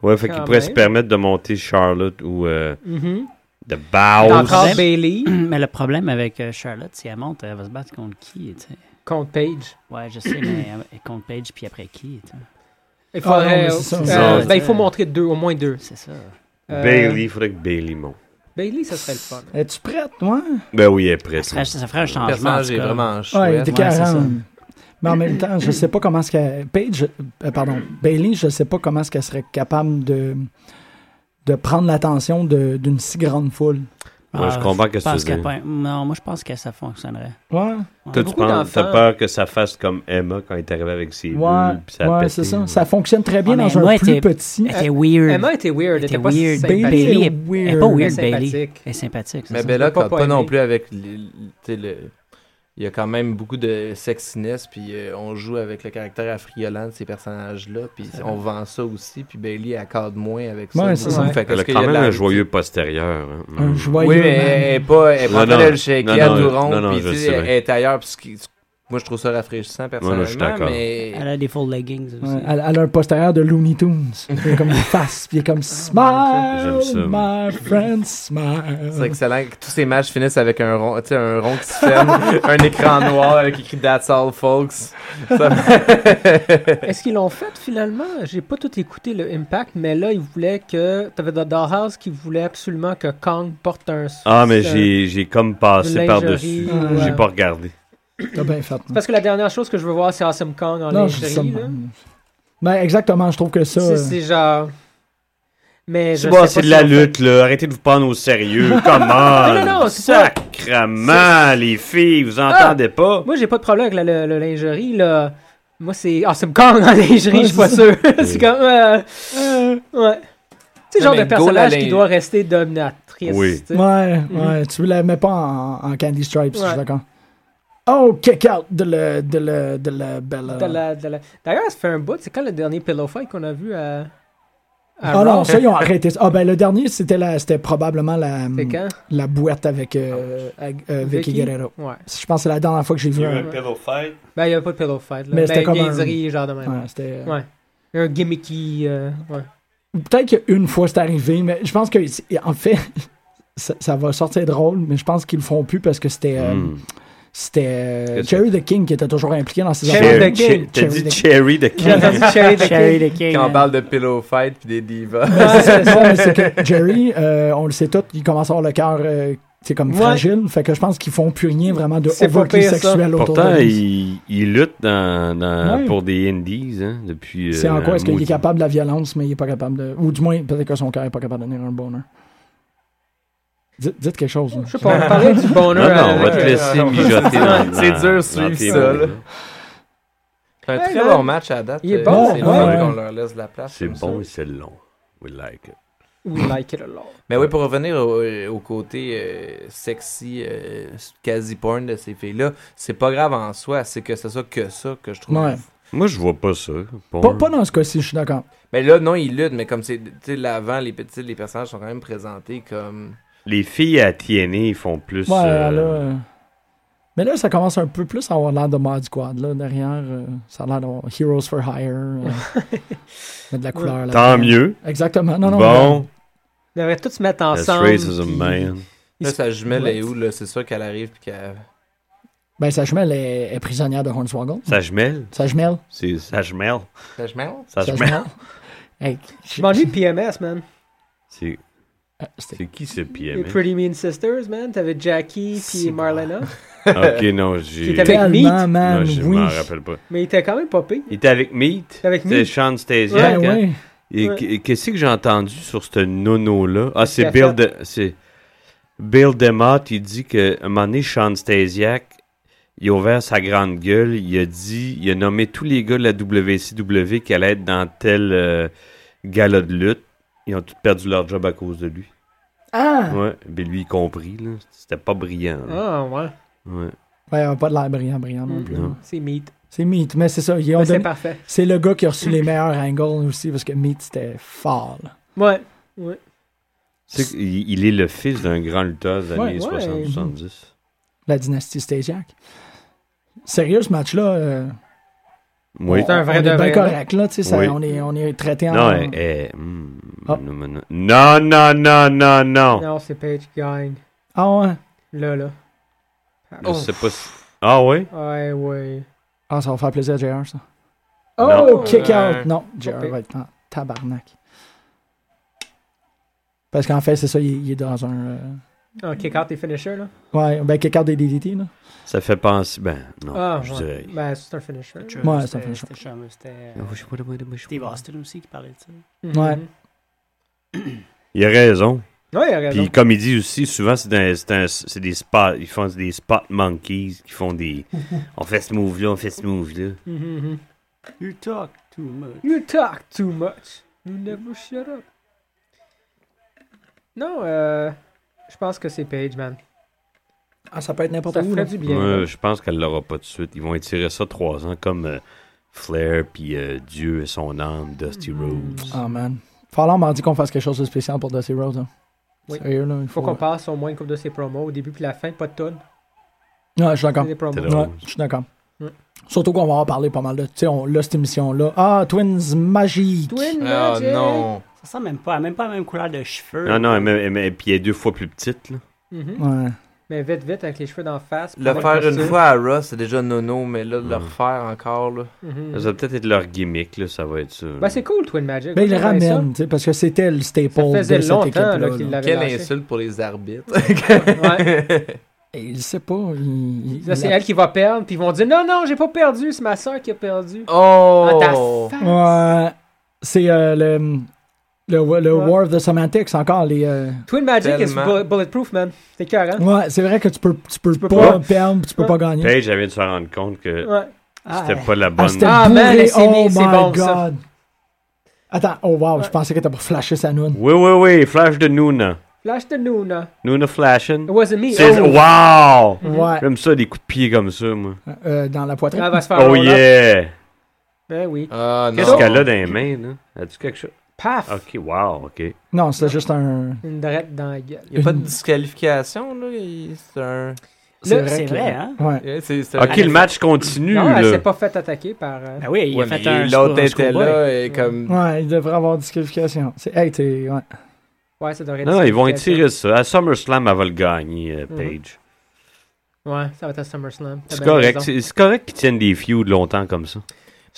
[SPEAKER 5] Ouais, fait qu'ils
[SPEAKER 7] Ah
[SPEAKER 4] Quand
[SPEAKER 5] pourraient se
[SPEAKER 4] même.
[SPEAKER 5] permettre de monter Charlotte ou euh,
[SPEAKER 3] Mm-hmm.
[SPEAKER 4] Mhm.
[SPEAKER 5] The
[SPEAKER 4] T'as
[SPEAKER 3] Ah,
[SPEAKER 5] Bow.
[SPEAKER 4] encore
[SPEAKER 7] Sam-
[SPEAKER 4] Bailey
[SPEAKER 7] *clears throat* Mais le problème avec euh, Charlotte, si elle monte, elle va se battre contre qui, tu sais?
[SPEAKER 4] contre Paige.
[SPEAKER 7] Ouais, je sais, mais elle- contre Paige, puis après qui, tu sais?
[SPEAKER 4] Il
[SPEAKER 3] Ah, non,
[SPEAKER 4] faudrait.
[SPEAKER 3] mais c'est
[SPEAKER 4] euh,
[SPEAKER 3] ça.
[SPEAKER 4] euh,
[SPEAKER 7] Non,
[SPEAKER 4] ben, il
[SPEAKER 7] c'est-
[SPEAKER 4] faut montrer deux, au moins deux.
[SPEAKER 7] C'est ça.
[SPEAKER 4] Euh,
[SPEAKER 5] Bailey, Ben il faudrait que Bailey monte.
[SPEAKER 4] Bailey, ça serait le fun.
[SPEAKER 3] Es-tu prête, moi?
[SPEAKER 5] Ben oui, elle est prête.
[SPEAKER 7] Ça ferait, ça ferait un
[SPEAKER 6] Le
[SPEAKER 7] changement. en
[SPEAKER 6] personnage
[SPEAKER 7] tout
[SPEAKER 6] est
[SPEAKER 7] cas.
[SPEAKER 6] vraiment
[SPEAKER 3] Ouais, il
[SPEAKER 6] chouette.
[SPEAKER 3] était
[SPEAKER 7] ouais, c'est
[SPEAKER 3] 40.
[SPEAKER 7] ça.
[SPEAKER 3] Mais en même temps, je sais pas comment est-ce qu'elle. Paige, euh, pardon, Bailey, je sais pas comment est-ce qu'elle serait capable de de prendre l'attention de- d'une si grande foule.
[SPEAKER 5] Ouais, je
[SPEAKER 7] Ah,
[SPEAKER 5] comprends qu'est-ce que
[SPEAKER 7] pense
[SPEAKER 5] tu
[SPEAKER 7] qu'elle
[SPEAKER 5] veux
[SPEAKER 7] peut- Non, moi, je pense que ça fonctionnerait.
[SPEAKER 3] Ouais,
[SPEAKER 5] Toi, tu
[SPEAKER 4] Beaucoup
[SPEAKER 5] penses,
[SPEAKER 4] d'enfants.
[SPEAKER 5] t'as peur que ça fasse comme Emma quand elle est arrivée avec ses
[SPEAKER 3] ouais,
[SPEAKER 5] bulles, puis ça a
[SPEAKER 3] ouais
[SPEAKER 5] pété,
[SPEAKER 3] c'est ça.
[SPEAKER 5] là.
[SPEAKER 3] Ça fonctionne très bien
[SPEAKER 7] Ah, mais
[SPEAKER 3] dans un
[SPEAKER 7] moi,
[SPEAKER 3] plus
[SPEAKER 7] t'es-
[SPEAKER 3] petit.
[SPEAKER 7] Elle était weird.
[SPEAKER 4] Emma était weird. Elle était pas
[SPEAKER 7] weird.
[SPEAKER 4] sympathique.
[SPEAKER 7] Bailey,
[SPEAKER 3] Bailey
[SPEAKER 7] est-
[SPEAKER 3] est
[SPEAKER 7] elle est pas
[SPEAKER 3] weird.
[SPEAKER 7] weird,
[SPEAKER 4] Elle est
[SPEAKER 7] Bailey.
[SPEAKER 4] sympathique.
[SPEAKER 7] Elle est sympathique, c'est
[SPEAKER 6] Mais
[SPEAKER 7] ça.
[SPEAKER 6] Bella,
[SPEAKER 4] Pas
[SPEAKER 6] pas, pas
[SPEAKER 4] aimé.
[SPEAKER 6] non plus avec. les- les- tu sais, le- Il y a quand même beaucoup de sexiness, puis euh, on joue avec le caractère affriolant de ces personnages-là, puis on vend ça aussi, puis Bailey accorde moins avec ça.
[SPEAKER 3] Ouais, c'est
[SPEAKER 4] ça.
[SPEAKER 6] Fait que
[SPEAKER 5] Elle
[SPEAKER 6] est-ce
[SPEAKER 5] a
[SPEAKER 6] Ben, qu'il
[SPEAKER 5] quand
[SPEAKER 6] y a
[SPEAKER 5] même
[SPEAKER 6] de la-
[SPEAKER 5] un joyeux postérieur. hein.
[SPEAKER 3] Un
[SPEAKER 5] Mm.
[SPEAKER 3] joyeux.
[SPEAKER 6] Oui, mais
[SPEAKER 3] man.
[SPEAKER 6] elle est pas, elle est pas en
[SPEAKER 5] Non,
[SPEAKER 6] train de
[SPEAKER 5] non.
[SPEAKER 6] le shaker
[SPEAKER 5] Non,
[SPEAKER 6] à
[SPEAKER 5] non,
[SPEAKER 6] tout
[SPEAKER 5] non,
[SPEAKER 6] rond,
[SPEAKER 5] non,
[SPEAKER 6] puis
[SPEAKER 5] je
[SPEAKER 6] tu sais,
[SPEAKER 5] sais bien.
[SPEAKER 6] elle est ailleurs, puis ce qui- moi je trouve ça rafraîchissant
[SPEAKER 5] non,
[SPEAKER 6] personnellement,
[SPEAKER 5] je suis d'accord.
[SPEAKER 6] mais...
[SPEAKER 7] Elle a des full leggings aussi.
[SPEAKER 3] Ouais, elle, elle a un postérieur de Looney Tunes. Il y a comme une face, puis il est comme Smile,
[SPEAKER 5] J'aime ça.
[SPEAKER 3] my friend,
[SPEAKER 6] C'est
[SPEAKER 3] smile.
[SPEAKER 6] excellent que tous ces matchs finissent avec un rond, tu sais, un rond qui se ferme, *laughs* un écran noir avec écrit That's all, folks. Ça-
[SPEAKER 5] *laughs*
[SPEAKER 4] *laughs* Est-ce qu'ils l'ont fait finalement J'ai pas tout écouté le Impact, mais là, ils voulaient que. T'avais The Dollhouse qui voulait absolument que Kang porte un.
[SPEAKER 5] Ah, mais
[SPEAKER 4] un-
[SPEAKER 5] j'ai j'ai comme
[SPEAKER 4] une
[SPEAKER 5] passé
[SPEAKER 4] lingerie,
[SPEAKER 5] par-dessus.
[SPEAKER 4] ou,
[SPEAKER 5] J'ai
[SPEAKER 4] euh,
[SPEAKER 5] pas regardé.
[SPEAKER 3] T'as bien fait.
[SPEAKER 4] Parce que la dernière chose que je veux voir, c'est Awesome Kang en
[SPEAKER 3] Non, je dis ça.
[SPEAKER 4] lingerie.
[SPEAKER 3] de
[SPEAKER 4] là.
[SPEAKER 3] même. Ben, exactement, je trouve que ça.
[SPEAKER 4] C'est
[SPEAKER 3] euh,
[SPEAKER 4] c'est genre. Mais je
[SPEAKER 5] C'est
[SPEAKER 4] sais
[SPEAKER 5] bon, c'est
[SPEAKER 4] pas
[SPEAKER 5] de
[SPEAKER 4] si
[SPEAKER 5] la
[SPEAKER 4] on fait-
[SPEAKER 5] lutte, là. Arrêtez de vous prendre
[SPEAKER 4] *laughs*
[SPEAKER 5] au sérieux. Comment?
[SPEAKER 4] Non, non, non, c'est pas- Ah!
[SPEAKER 5] Sacrement, les filles, vous entendez pas?
[SPEAKER 4] Moi, j'ai pas de problème avec la, la- la lingerie, là. Moi, c'est. Ah, ça me cogne en lingerie, je suis pas sûr. *laughs* c'est comme. euh, euh, ouais. C'est le genre
[SPEAKER 6] Non,
[SPEAKER 4] de
[SPEAKER 6] mais go, la
[SPEAKER 4] personnage qui
[SPEAKER 6] lin-
[SPEAKER 4] doit rester dominatrice.
[SPEAKER 5] Oui.
[SPEAKER 4] tu sais.
[SPEAKER 3] Ouais, ouais, tu la mets pas en, en Candy Stripes, je
[SPEAKER 4] Ouais.
[SPEAKER 3] suis d'accord. Oh, kick out de la, de la, de la Bella.
[SPEAKER 4] De la- de la- D'ailleurs, ça fait un bout. C'est quand le dernier pillow fight qu'on a vu à. à
[SPEAKER 3] Oh non,
[SPEAKER 4] Raw?
[SPEAKER 3] ça, ils ont arrêté ça. Ah, ben, le dernier, c'était la, c'était probablement la, hum,
[SPEAKER 4] C'est quand Ah,
[SPEAKER 3] la boîte avec euh, ag- euh, Vicky,
[SPEAKER 4] Vicky?
[SPEAKER 3] Guerrero.
[SPEAKER 4] Ouais.
[SPEAKER 3] Je pense que c'est la dernière fois que j'ai
[SPEAKER 8] Il
[SPEAKER 3] vu
[SPEAKER 8] y a eu
[SPEAKER 3] un.
[SPEAKER 8] un pillow fight.
[SPEAKER 4] Ben, il n'y avait pas de pillow fight. Là.
[SPEAKER 3] Mais
[SPEAKER 4] Mais
[SPEAKER 3] c'était
[SPEAKER 4] c'était
[SPEAKER 3] comme un-
[SPEAKER 4] genre de même.
[SPEAKER 3] Ouais, c'était. euh,
[SPEAKER 4] Ouais. Un gimmicky. euh,
[SPEAKER 5] *laughs*
[SPEAKER 4] ouais.
[SPEAKER 3] Peut-être qu'une fois c'est arrivé, mais je pense que, c'est- en fait, *laughs* ça, ça va sortir drôle, mais je pense qu'ils le font plus parce que c'était. euh,
[SPEAKER 5] Hmm.
[SPEAKER 3] C'était euh,
[SPEAKER 5] Qu'est-ce
[SPEAKER 3] Jerry the King qui était toujours impliqué dans ces
[SPEAKER 4] Jerry
[SPEAKER 3] affaires. *laughs*
[SPEAKER 4] the King.
[SPEAKER 5] T'as
[SPEAKER 3] Cherry the
[SPEAKER 5] dit Cherry de King.
[SPEAKER 4] J'avais dit Sherry the Kid.
[SPEAKER 7] the King.
[SPEAKER 6] Quand on parle de pillow fight puis des divas.
[SPEAKER 3] Non, c'est ça, non, mais c'est que Jerry, euh, on le sait tous, il commence à avoir le cœur euh, c'est comme
[SPEAKER 4] Ouais.
[SPEAKER 3] fragile. Fait que je pense qu'ils font plus rien vraiment de
[SPEAKER 4] C'est pas
[SPEAKER 3] overtly
[SPEAKER 4] pire, ça.
[SPEAKER 3] sexuel autour
[SPEAKER 5] Pourtant,
[SPEAKER 3] de lui.
[SPEAKER 5] il, il lutte dans, dans-
[SPEAKER 3] Ouais.
[SPEAKER 5] pour des indies hein, depuis. euh,
[SPEAKER 3] C'est en quoi est-ce qu'il est
[SPEAKER 5] maudit-
[SPEAKER 3] capable de la violence, mais il est pas capable de. Ou du moins, peut-être que son cœur est pas capable de donner un bonheur. Dites, dites quelque chose. là.
[SPEAKER 4] Je sais pas, on parlait
[SPEAKER 5] *laughs*
[SPEAKER 4] du bonheur.
[SPEAKER 5] Non, non, on
[SPEAKER 4] avec,
[SPEAKER 5] va te
[SPEAKER 4] euh,
[SPEAKER 5] laisser *laughs* mijoter. dans-
[SPEAKER 6] C'est
[SPEAKER 5] dans-
[SPEAKER 6] dur de
[SPEAKER 5] dans
[SPEAKER 6] suivre
[SPEAKER 5] tes
[SPEAKER 6] ça,
[SPEAKER 5] mots,
[SPEAKER 6] là.
[SPEAKER 5] là.
[SPEAKER 6] *laughs* C'est un
[SPEAKER 4] Ouais,
[SPEAKER 6] très
[SPEAKER 4] là,
[SPEAKER 6] bon match à date.
[SPEAKER 4] il est
[SPEAKER 6] euh,
[SPEAKER 3] bon,
[SPEAKER 6] C'est le
[SPEAKER 3] ouais,
[SPEAKER 6] fun
[SPEAKER 3] ouais.
[SPEAKER 6] qu'on leur laisse de la place.
[SPEAKER 5] C'est
[SPEAKER 6] comme ça.
[SPEAKER 5] bon et c'est long. We like it.
[SPEAKER 4] We like it a lot.
[SPEAKER 6] Mais oui, pour revenir au, au côté euh, sexy, euh, quasi porn de ces filles-là, c'est pas grave en soi. C'est que c'est ça que ça que je trouve.
[SPEAKER 3] Ouais.
[SPEAKER 5] Moi, je vois pas ça.
[SPEAKER 3] Pas, pas dans ce cas-ci, je suis d'accord.
[SPEAKER 6] Mais là, non, ils luttent, mais comme c'est. Tu sais, l'avant, les petits, les personnages sont quand même présentés comme.
[SPEAKER 5] Les filles à TNA, ils font plus.
[SPEAKER 3] Ouais,
[SPEAKER 5] euh,
[SPEAKER 3] là, euh, Mais là, ça commence un peu plus à avoir l'air de Mod Squad. Là, derrière, euh, ça a l'air de Heroes for Hire. euh, *laughs* mettre de la couleur. là.
[SPEAKER 5] Tant mieux.
[SPEAKER 3] Exactement. Non, non, mais-
[SPEAKER 5] bon,
[SPEAKER 4] Ils devraient tous se mettre
[SPEAKER 5] that's
[SPEAKER 4] ensemble.
[SPEAKER 5] racism,
[SPEAKER 4] puis-
[SPEAKER 5] man.
[SPEAKER 6] Là, sa jumelle
[SPEAKER 4] Ouais.
[SPEAKER 6] est où, là? C'est sûr qu'elle arrive puis qu'elle.
[SPEAKER 3] Ben, sa jumelle est, est prisonnière de Hornswoggle.
[SPEAKER 5] Ça gemelle.
[SPEAKER 3] Sa jumelle.
[SPEAKER 5] C'est ça gemelle.
[SPEAKER 6] Sa jumelle?
[SPEAKER 5] Ça
[SPEAKER 3] sa
[SPEAKER 5] gemelle.
[SPEAKER 3] jumelle. Hey,
[SPEAKER 4] Je m'ennuie de PMS, man.
[SPEAKER 5] C'est
[SPEAKER 3] Ah, c'était-
[SPEAKER 5] c'est qui ce
[SPEAKER 4] Les
[SPEAKER 5] PMA?
[SPEAKER 4] Pretty Mean Sisters, man. T'avais Jackie
[SPEAKER 3] C'est
[SPEAKER 4] puis Marlena.
[SPEAKER 5] *laughs* Ok, non,
[SPEAKER 4] Qui
[SPEAKER 5] j'ai.
[SPEAKER 4] était avec
[SPEAKER 3] Tellement,
[SPEAKER 4] Meat.
[SPEAKER 5] Non,
[SPEAKER 3] man,
[SPEAKER 5] je
[SPEAKER 3] oui.
[SPEAKER 5] m'en rappelle pas.
[SPEAKER 4] Mais il était quand même pas pire.
[SPEAKER 5] Il était avec Meat.
[SPEAKER 4] C'était avec
[SPEAKER 5] C'était
[SPEAKER 4] Meat.
[SPEAKER 5] Sean Stasiak.
[SPEAKER 3] Ben,
[SPEAKER 5] hein?
[SPEAKER 3] ouais.
[SPEAKER 5] Et
[SPEAKER 4] Ouais.
[SPEAKER 5] qu- qu'est-ce que j'ai entendu sur ce nono-là? Ah, c'est
[SPEAKER 4] Qu'est-ce qu'il a
[SPEAKER 5] Bill, de, c'est Bill DeMott, il dit qu'à un moment donné, Sean Stasiak, il a ouvert sa grande gueule, il a dit, il a nommé tous les gars de la WCW qui allaient être dans tel euh, gala de lutte. Ils ont tous perdu leur job à cause de lui.
[SPEAKER 3] Ah!
[SPEAKER 5] Ouais, ben lui y compris, là. C'était pas brillant. là.
[SPEAKER 4] Ah, ouais.
[SPEAKER 5] Ouais.
[SPEAKER 3] Ouais, euh, pas de l'air brillant, brillant non plus.
[SPEAKER 5] Mm, Non.
[SPEAKER 4] C'est Meat.
[SPEAKER 3] C'est Meat, mais c'est ça. ils ont
[SPEAKER 4] Mais C'est
[SPEAKER 3] donné-
[SPEAKER 4] parfait.
[SPEAKER 3] C'est le gars qui a reçu les meilleurs angles aussi parce que Meat, c'était fort. là.
[SPEAKER 4] Ouais.
[SPEAKER 5] Tu sais, il, il est le fils d'un grand lutteur des années
[SPEAKER 4] ouais.
[SPEAKER 5] 60-70.
[SPEAKER 3] La dynastie Stasiak. Sérieux, ce match-là, euh,
[SPEAKER 5] Oui.
[SPEAKER 3] on,
[SPEAKER 4] C'est un vrai
[SPEAKER 3] on
[SPEAKER 4] de
[SPEAKER 3] est
[SPEAKER 4] vrai,
[SPEAKER 3] bien
[SPEAKER 4] là.
[SPEAKER 3] correct. Là, tu sais, ça-
[SPEAKER 5] Oui.
[SPEAKER 3] on, est, on est traité en...
[SPEAKER 5] Non, eh, eh, hmm,
[SPEAKER 3] Ah.
[SPEAKER 5] non, non, non, non, non, non, non.
[SPEAKER 4] Non, c'est Paige qui gagne.
[SPEAKER 3] Ah ouais?
[SPEAKER 4] Là, là.
[SPEAKER 5] Je
[SPEAKER 4] Oh.
[SPEAKER 5] sais pas si... Ah oui?
[SPEAKER 4] Ouais, ouais.
[SPEAKER 3] Ah, ça va faire plaisir à JR, ça.
[SPEAKER 5] Non.
[SPEAKER 3] Oh, kick
[SPEAKER 6] Ouais.
[SPEAKER 3] out! Non, JR
[SPEAKER 4] Ok.
[SPEAKER 3] va être en tabarnak. Parce qu'en fait, c'est ça, il, il est dans un... euh,
[SPEAKER 4] Ah, kick out tes finishers, là.
[SPEAKER 3] Ouais, ben kick out des DDT, là.
[SPEAKER 5] Ça fait penser... Ben, non,
[SPEAKER 4] Ah,
[SPEAKER 5] je
[SPEAKER 4] ouais.
[SPEAKER 5] dirais...
[SPEAKER 4] Ben, c'est un finisher.
[SPEAKER 3] Ouais,
[SPEAKER 7] C'était-
[SPEAKER 3] ça fait chaud.
[SPEAKER 7] C'était charmeux, c'était, euh, Steve Austin aussi qui parlait de ça.
[SPEAKER 4] Mhm.
[SPEAKER 3] Ouais.
[SPEAKER 5] Il a raison.
[SPEAKER 4] Ouais, il a raison.
[SPEAKER 5] Puis comme il dit aussi, souvent, c'est dans- c'est un- c'est des spots... Ils font des spot monkeys qui font des... on fait ce move-là, on fait ce move-là.
[SPEAKER 4] Mhm, mhm.
[SPEAKER 7] You talk too much.
[SPEAKER 4] You talk too much. You never shut up. Non, euh, je pense que c'est Paige, man.
[SPEAKER 3] Ah, ça peut être n'importe
[SPEAKER 4] Ça
[SPEAKER 3] où, là.
[SPEAKER 4] ferait du bien.
[SPEAKER 5] Ouais, je pense qu'elle l'aura pas de suite. Ils vont étirer ça trois ans, comme euh, Flair, puis euh, Dieu et son âme, Dusty
[SPEAKER 4] Mm. Mhm.
[SPEAKER 5] Rhodes.
[SPEAKER 3] Ah, man. Fallon m'a dit qu'on fasse quelque chose de spécial pour Dusty Rhodes, hein.
[SPEAKER 4] Oui.
[SPEAKER 3] Sérieux, là, il
[SPEAKER 4] Faut
[SPEAKER 3] faut...
[SPEAKER 4] qu'on passe au moins une couple de ses promos au début puis la fin, pas de tonne.
[SPEAKER 3] Non, je suis d'accord.
[SPEAKER 4] Des
[SPEAKER 5] C'est
[SPEAKER 4] promos.
[SPEAKER 5] drôle.
[SPEAKER 3] Ouais, je suis d'accord.
[SPEAKER 4] Ouais.
[SPEAKER 3] Surtout qu'on va en parler pas mal, là. Tu sais, on- là, cette émission-là. Ah, Twins magique!
[SPEAKER 4] Twin
[SPEAKER 6] Ah
[SPEAKER 4] Magic!
[SPEAKER 6] non!
[SPEAKER 7] Ça sent même pas, même pas la même couleur de cheveux.
[SPEAKER 5] Non, non, mais, mais- puis elle est deux fois plus petite, là.
[SPEAKER 4] Mhm.
[SPEAKER 3] Ouais.
[SPEAKER 4] Mais vite, vite, avec les cheveux d'en face.
[SPEAKER 6] Le
[SPEAKER 4] prendre
[SPEAKER 6] faire une
[SPEAKER 4] costume.
[SPEAKER 6] fois à Ross, c'est déjà nono, mais là, de
[SPEAKER 5] Mm.
[SPEAKER 6] le refaire encore, là.
[SPEAKER 4] Mhm.
[SPEAKER 5] Ça va peut-être être leur gimmick, là, ça va être ça.
[SPEAKER 4] Ben, c'est cool, Twin Magic.
[SPEAKER 3] Ben, il
[SPEAKER 4] Moi,
[SPEAKER 3] le
[SPEAKER 4] j'aime bien
[SPEAKER 3] ramène, tu sais, parce que c'était le staple
[SPEAKER 4] Ça, ça faisait
[SPEAKER 3] de cette
[SPEAKER 4] longtemps
[SPEAKER 3] équipe-là.
[SPEAKER 4] là,
[SPEAKER 3] là.
[SPEAKER 4] qu'il l'avait
[SPEAKER 6] Quelle
[SPEAKER 4] lâché.
[SPEAKER 6] insulte pour les arbitres.
[SPEAKER 4] Ouais.
[SPEAKER 3] Et il sait pas. Il, il-
[SPEAKER 4] Là, c'est
[SPEAKER 3] il-
[SPEAKER 4] elle qui va perdre, puis ils vont dire Non, non, j'ai pas perdu, c'est ma soeur qui a perdu. Ah, ta
[SPEAKER 6] Oh!
[SPEAKER 4] face.
[SPEAKER 3] Ouais. C'est euh, le, Le, le
[SPEAKER 4] Ouais.
[SPEAKER 3] War of the Semantics, encore les. euh,
[SPEAKER 4] Twin Magic is
[SPEAKER 6] Tellement.
[SPEAKER 4] bu- bulletproof, man. C'est carré.
[SPEAKER 3] Ouais, c'est vrai que tu peux, tu peux
[SPEAKER 4] peux
[SPEAKER 3] pas,
[SPEAKER 4] pas.
[SPEAKER 3] perdre, tu peux
[SPEAKER 4] Ouais.
[SPEAKER 3] pas gagner.
[SPEAKER 5] Paige, elle vient de se rendre compte que
[SPEAKER 4] Ouais.
[SPEAKER 5] c'était pas la
[SPEAKER 3] Ah,
[SPEAKER 5] bonne.
[SPEAKER 3] c'était
[SPEAKER 4] Ah, man,
[SPEAKER 3] bourré.
[SPEAKER 4] c'est
[SPEAKER 3] oh
[SPEAKER 4] bien, c'est
[SPEAKER 3] my
[SPEAKER 4] bon, ça.
[SPEAKER 3] god. Attends, oh wow, je
[SPEAKER 4] Ouais.
[SPEAKER 3] pensais que t'as pas flashé sa noune.
[SPEAKER 5] Oui, oui, oui, flash de Nuna.
[SPEAKER 4] Flash the Luna.
[SPEAKER 5] Nuna flashing.
[SPEAKER 4] It wasn't me.
[SPEAKER 5] C'est...
[SPEAKER 4] Oh.
[SPEAKER 5] Wow!
[SPEAKER 4] Mhm.
[SPEAKER 3] Ouais,
[SPEAKER 5] J'aime ça, des coups de pied comme ça, moi.
[SPEAKER 3] euh, dans la poitrine.
[SPEAKER 4] Ah, Elle va se faire
[SPEAKER 5] Oh
[SPEAKER 4] roll up.
[SPEAKER 5] yeah!
[SPEAKER 4] Ben oui.
[SPEAKER 6] Ah non.
[SPEAKER 5] Qu'est-ce qu'elle a dans les mains, là? As-tu quelque chose?
[SPEAKER 4] Paf!
[SPEAKER 5] Ok, wow, ok.
[SPEAKER 3] Non, c'était juste un.
[SPEAKER 4] Une drette dans la gueule.
[SPEAKER 6] Il n'y a pas de disqualification, là. il- C'est un.
[SPEAKER 7] C'est
[SPEAKER 4] Là,
[SPEAKER 7] vrai,
[SPEAKER 3] que-
[SPEAKER 7] hein?
[SPEAKER 3] Ouais.
[SPEAKER 6] Eh, c'est- c'est un-
[SPEAKER 5] Ok, le match continue,
[SPEAKER 4] Non, elle
[SPEAKER 5] là.
[SPEAKER 4] s'est pas faite attaquer par. euh,
[SPEAKER 7] Ben oui, il
[SPEAKER 6] Ouais,
[SPEAKER 7] a
[SPEAKER 6] mais
[SPEAKER 7] fait un.
[SPEAKER 6] L'autre
[SPEAKER 7] un
[SPEAKER 6] était
[SPEAKER 7] screwball.
[SPEAKER 6] là et comme.
[SPEAKER 3] Ouais, il devrait avoir disqualification. C'est. Hey, t'es. Ouais.
[SPEAKER 4] Ouais, ça devrait être.
[SPEAKER 5] Non, non, ils vont
[SPEAKER 4] disqualifié.
[SPEAKER 5] étirer ça. À SummerSlam, elle va le gagner, euh,
[SPEAKER 4] Mhm.
[SPEAKER 5] Paige.
[SPEAKER 4] Ouais, ça va être à SummerSlam. T'as
[SPEAKER 5] C'est
[SPEAKER 4] bien
[SPEAKER 5] correct.
[SPEAKER 4] raison.
[SPEAKER 5] C'est c'est correct qu'ils tiennent des feuds longtemps comme ça.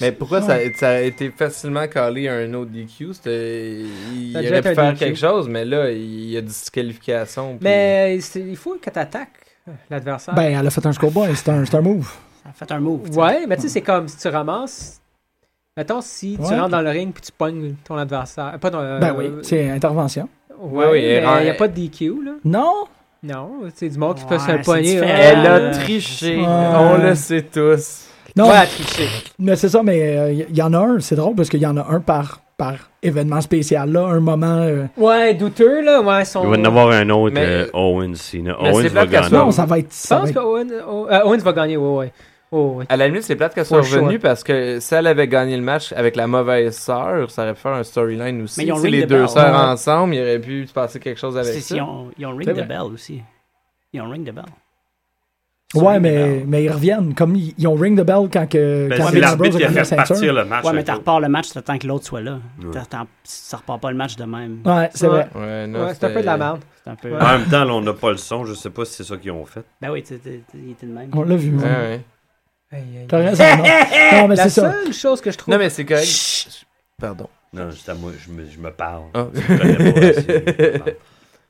[SPEAKER 6] Mais pourquoi ça, ça a été facilement calé à un autre DQ C'était- Il
[SPEAKER 4] Ça a déjà
[SPEAKER 6] aurait
[SPEAKER 4] été un
[SPEAKER 6] pu faire
[SPEAKER 4] DQ.
[SPEAKER 6] quelque chose, mais là, il y a disqualification. puis-
[SPEAKER 4] Mais c'est- il faut que t'attaques euh, l'adversaire.
[SPEAKER 3] Ben, elle a fait un scoreboy, c'est un, c'est un move.
[SPEAKER 7] Ça a fait un move. tu sais.
[SPEAKER 4] ouais, mais tu sais, c'est comme si tu ramasses. Mettons, si tu
[SPEAKER 3] Ouais.
[SPEAKER 4] rentres dans le ring puis tu pognes ton adversaire. euh, Pas ton. euh,
[SPEAKER 3] Ben oui, c'est intervention.
[SPEAKER 4] Ouais,
[SPEAKER 6] Oui, oui,
[SPEAKER 4] mais
[SPEAKER 6] elle rend-
[SPEAKER 4] il n'y a pas de DQ, là.
[SPEAKER 3] Non?
[SPEAKER 4] Non, c'est du monde qui peut
[SPEAKER 7] Ouais,
[SPEAKER 4] se
[SPEAKER 7] c'est
[SPEAKER 4] le pogner.
[SPEAKER 7] différent.
[SPEAKER 4] hein.
[SPEAKER 6] Elle
[SPEAKER 7] Euh,
[SPEAKER 6] a triché.
[SPEAKER 3] ouais.
[SPEAKER 6] On le sait tous.
[SPEAKER 3] Non,
[SPEAKER 4] Ouais, elle a triché.
[SPEAKER 3] mais c'est ça, mais euh, il y, y en a un, c'est drôle parce qu'il y en a un par, par événement spécial, là, un moment. euh,
[SPEAKER 4] Ouais, douteux, là. Ouais, son...
[SPEAKER 5] Il va en avoir un autre,
[SPEAKER 6] Mais-
[SPEAKER 5] euh, Owen Cena.
[SPEAKER 6] Mais
[SPEAKER 5] Owen
[SPEAKER 6] c'est
[SPEAKER 5] va
[SPEAKER 6] plate qu'elle
[SPEAKER 5] gagner.
[SPEAKER 6] soit-
[SPEAKER 3] Non, ça va être.
[SPEAKER 4] Je
[SPEAKER 3] Ça va
[SPEAKER 4] pense
[SPEAKER 3] être-
[SPEAKER 4] que Owens, Ow- euh, Owens va gagner, ouais, ouais. Oh, ouais.
[SPEAKER 6] À la limite, c'est plate qu'elle soit
[SPEAKER 4] For sure.
[SPEAKER 6] revenue parce que si elle avait gagné le match avec la mauvaise sœur, ça aurait pu faire un storyline aussi.
[SPEAKER 7] Mais ils ont
[SPEAKER 6] Si
[SPEAKER 7] ring
[SPEAKER 6] les
[SPEAKER 7] the
[SPEAKER 6] deux
[SPEAKER 7] bell.
[SPEAKER 6] sœurs
[SPEAKER 3] Ouais.
[SPEAKER 6] ensemble, il aurait pu se passer quelque chose avec
[SPEAKER 7] C'est-
[SPEAKER 6] ça.
[SPEAKER 7] Ils ont, ils ont ring
[SPEAKER 3] C'est
[SPEAKER 7] the
[SPEAKER 3] vrai.
[SPEAKER 7] bell aussi. Ils ont ring the bell.
[SPEAKER 3] Ouais,
[SPEAKER 7] Ring the
[SPEAKER 3] mais,
[SPEAKER 7] bell.
[SPEAKER 3] mais ils reviennent. Comme ils, ils ont ring the bell quand, que,
[SPEAKER 8] Ben,
[SPEAKER 3] quand
[SPEAKER 8] c'est
[SPEAKER 3] Dean Ambrose
[SPEAKER 8] l'arbitre
[SPEAKER 3] a
[SPEAKER 8] qui a
[SPEAKER 3] gagné la
[SPEAKER 8] fait
[SPEAKER 3] ceinture.
[SPEAKER 8] partir
[SPEAKER 5] Ah,
[SPEAKER 8] le match.
[SPEAKER 7] Ouais, mais
[SPEAKER 8] un
[SPEAKER 7] t'as
[SPEAKER 8] peu.
[SPEAKER 7] repars le match, t'attends que l'autre soit là.
[SPEAKER 5] Ouais.
[SPEAKER 7] T'attends- Ça repart pas le match de même.
[SPEAKER 4] Ah.
[SPEAKER 3] Ouais, c'est vrai.
[SPEAKER 6] Ouais, non,
[SPEAKER 4] Ouais, c'est un peu de la merde.
[SPEAKER 7] C'est un peu.
[SPEAKER 5] En même temps, là, on n'a pas le son. Je sais pas si c'est ça qu'ils ont fait.
[SPEAKER 7] Ben oui, t'es- t'es- t'es- il était de même.
[SPEAKER 3] On l'a vu. ouais.
[SPEAKER 6] Ouais, ouais.
[SPEAKER 4] Aïe, aïe,
[SPEAKER 3] T'as
[SPEAKER 4] aïe.
[SPEAKER 3] raison.
[SPEAKER 4] *laughs*
[SPEAKER 3] Non, non mais
[SPEAKER 4] La
[SPEAKER 3] c'est ça.
[SPEAKER 4] seule chose que je trouve.
[SPEAKER 6] Non, mais c'est correct. Pardon.
[SPEAKER 5] Non, c'est à moi. Je me, je me parle.
[SPEAKER 6] Ah.
[SPEAKER 5] Je me connais pas assez, je me parle.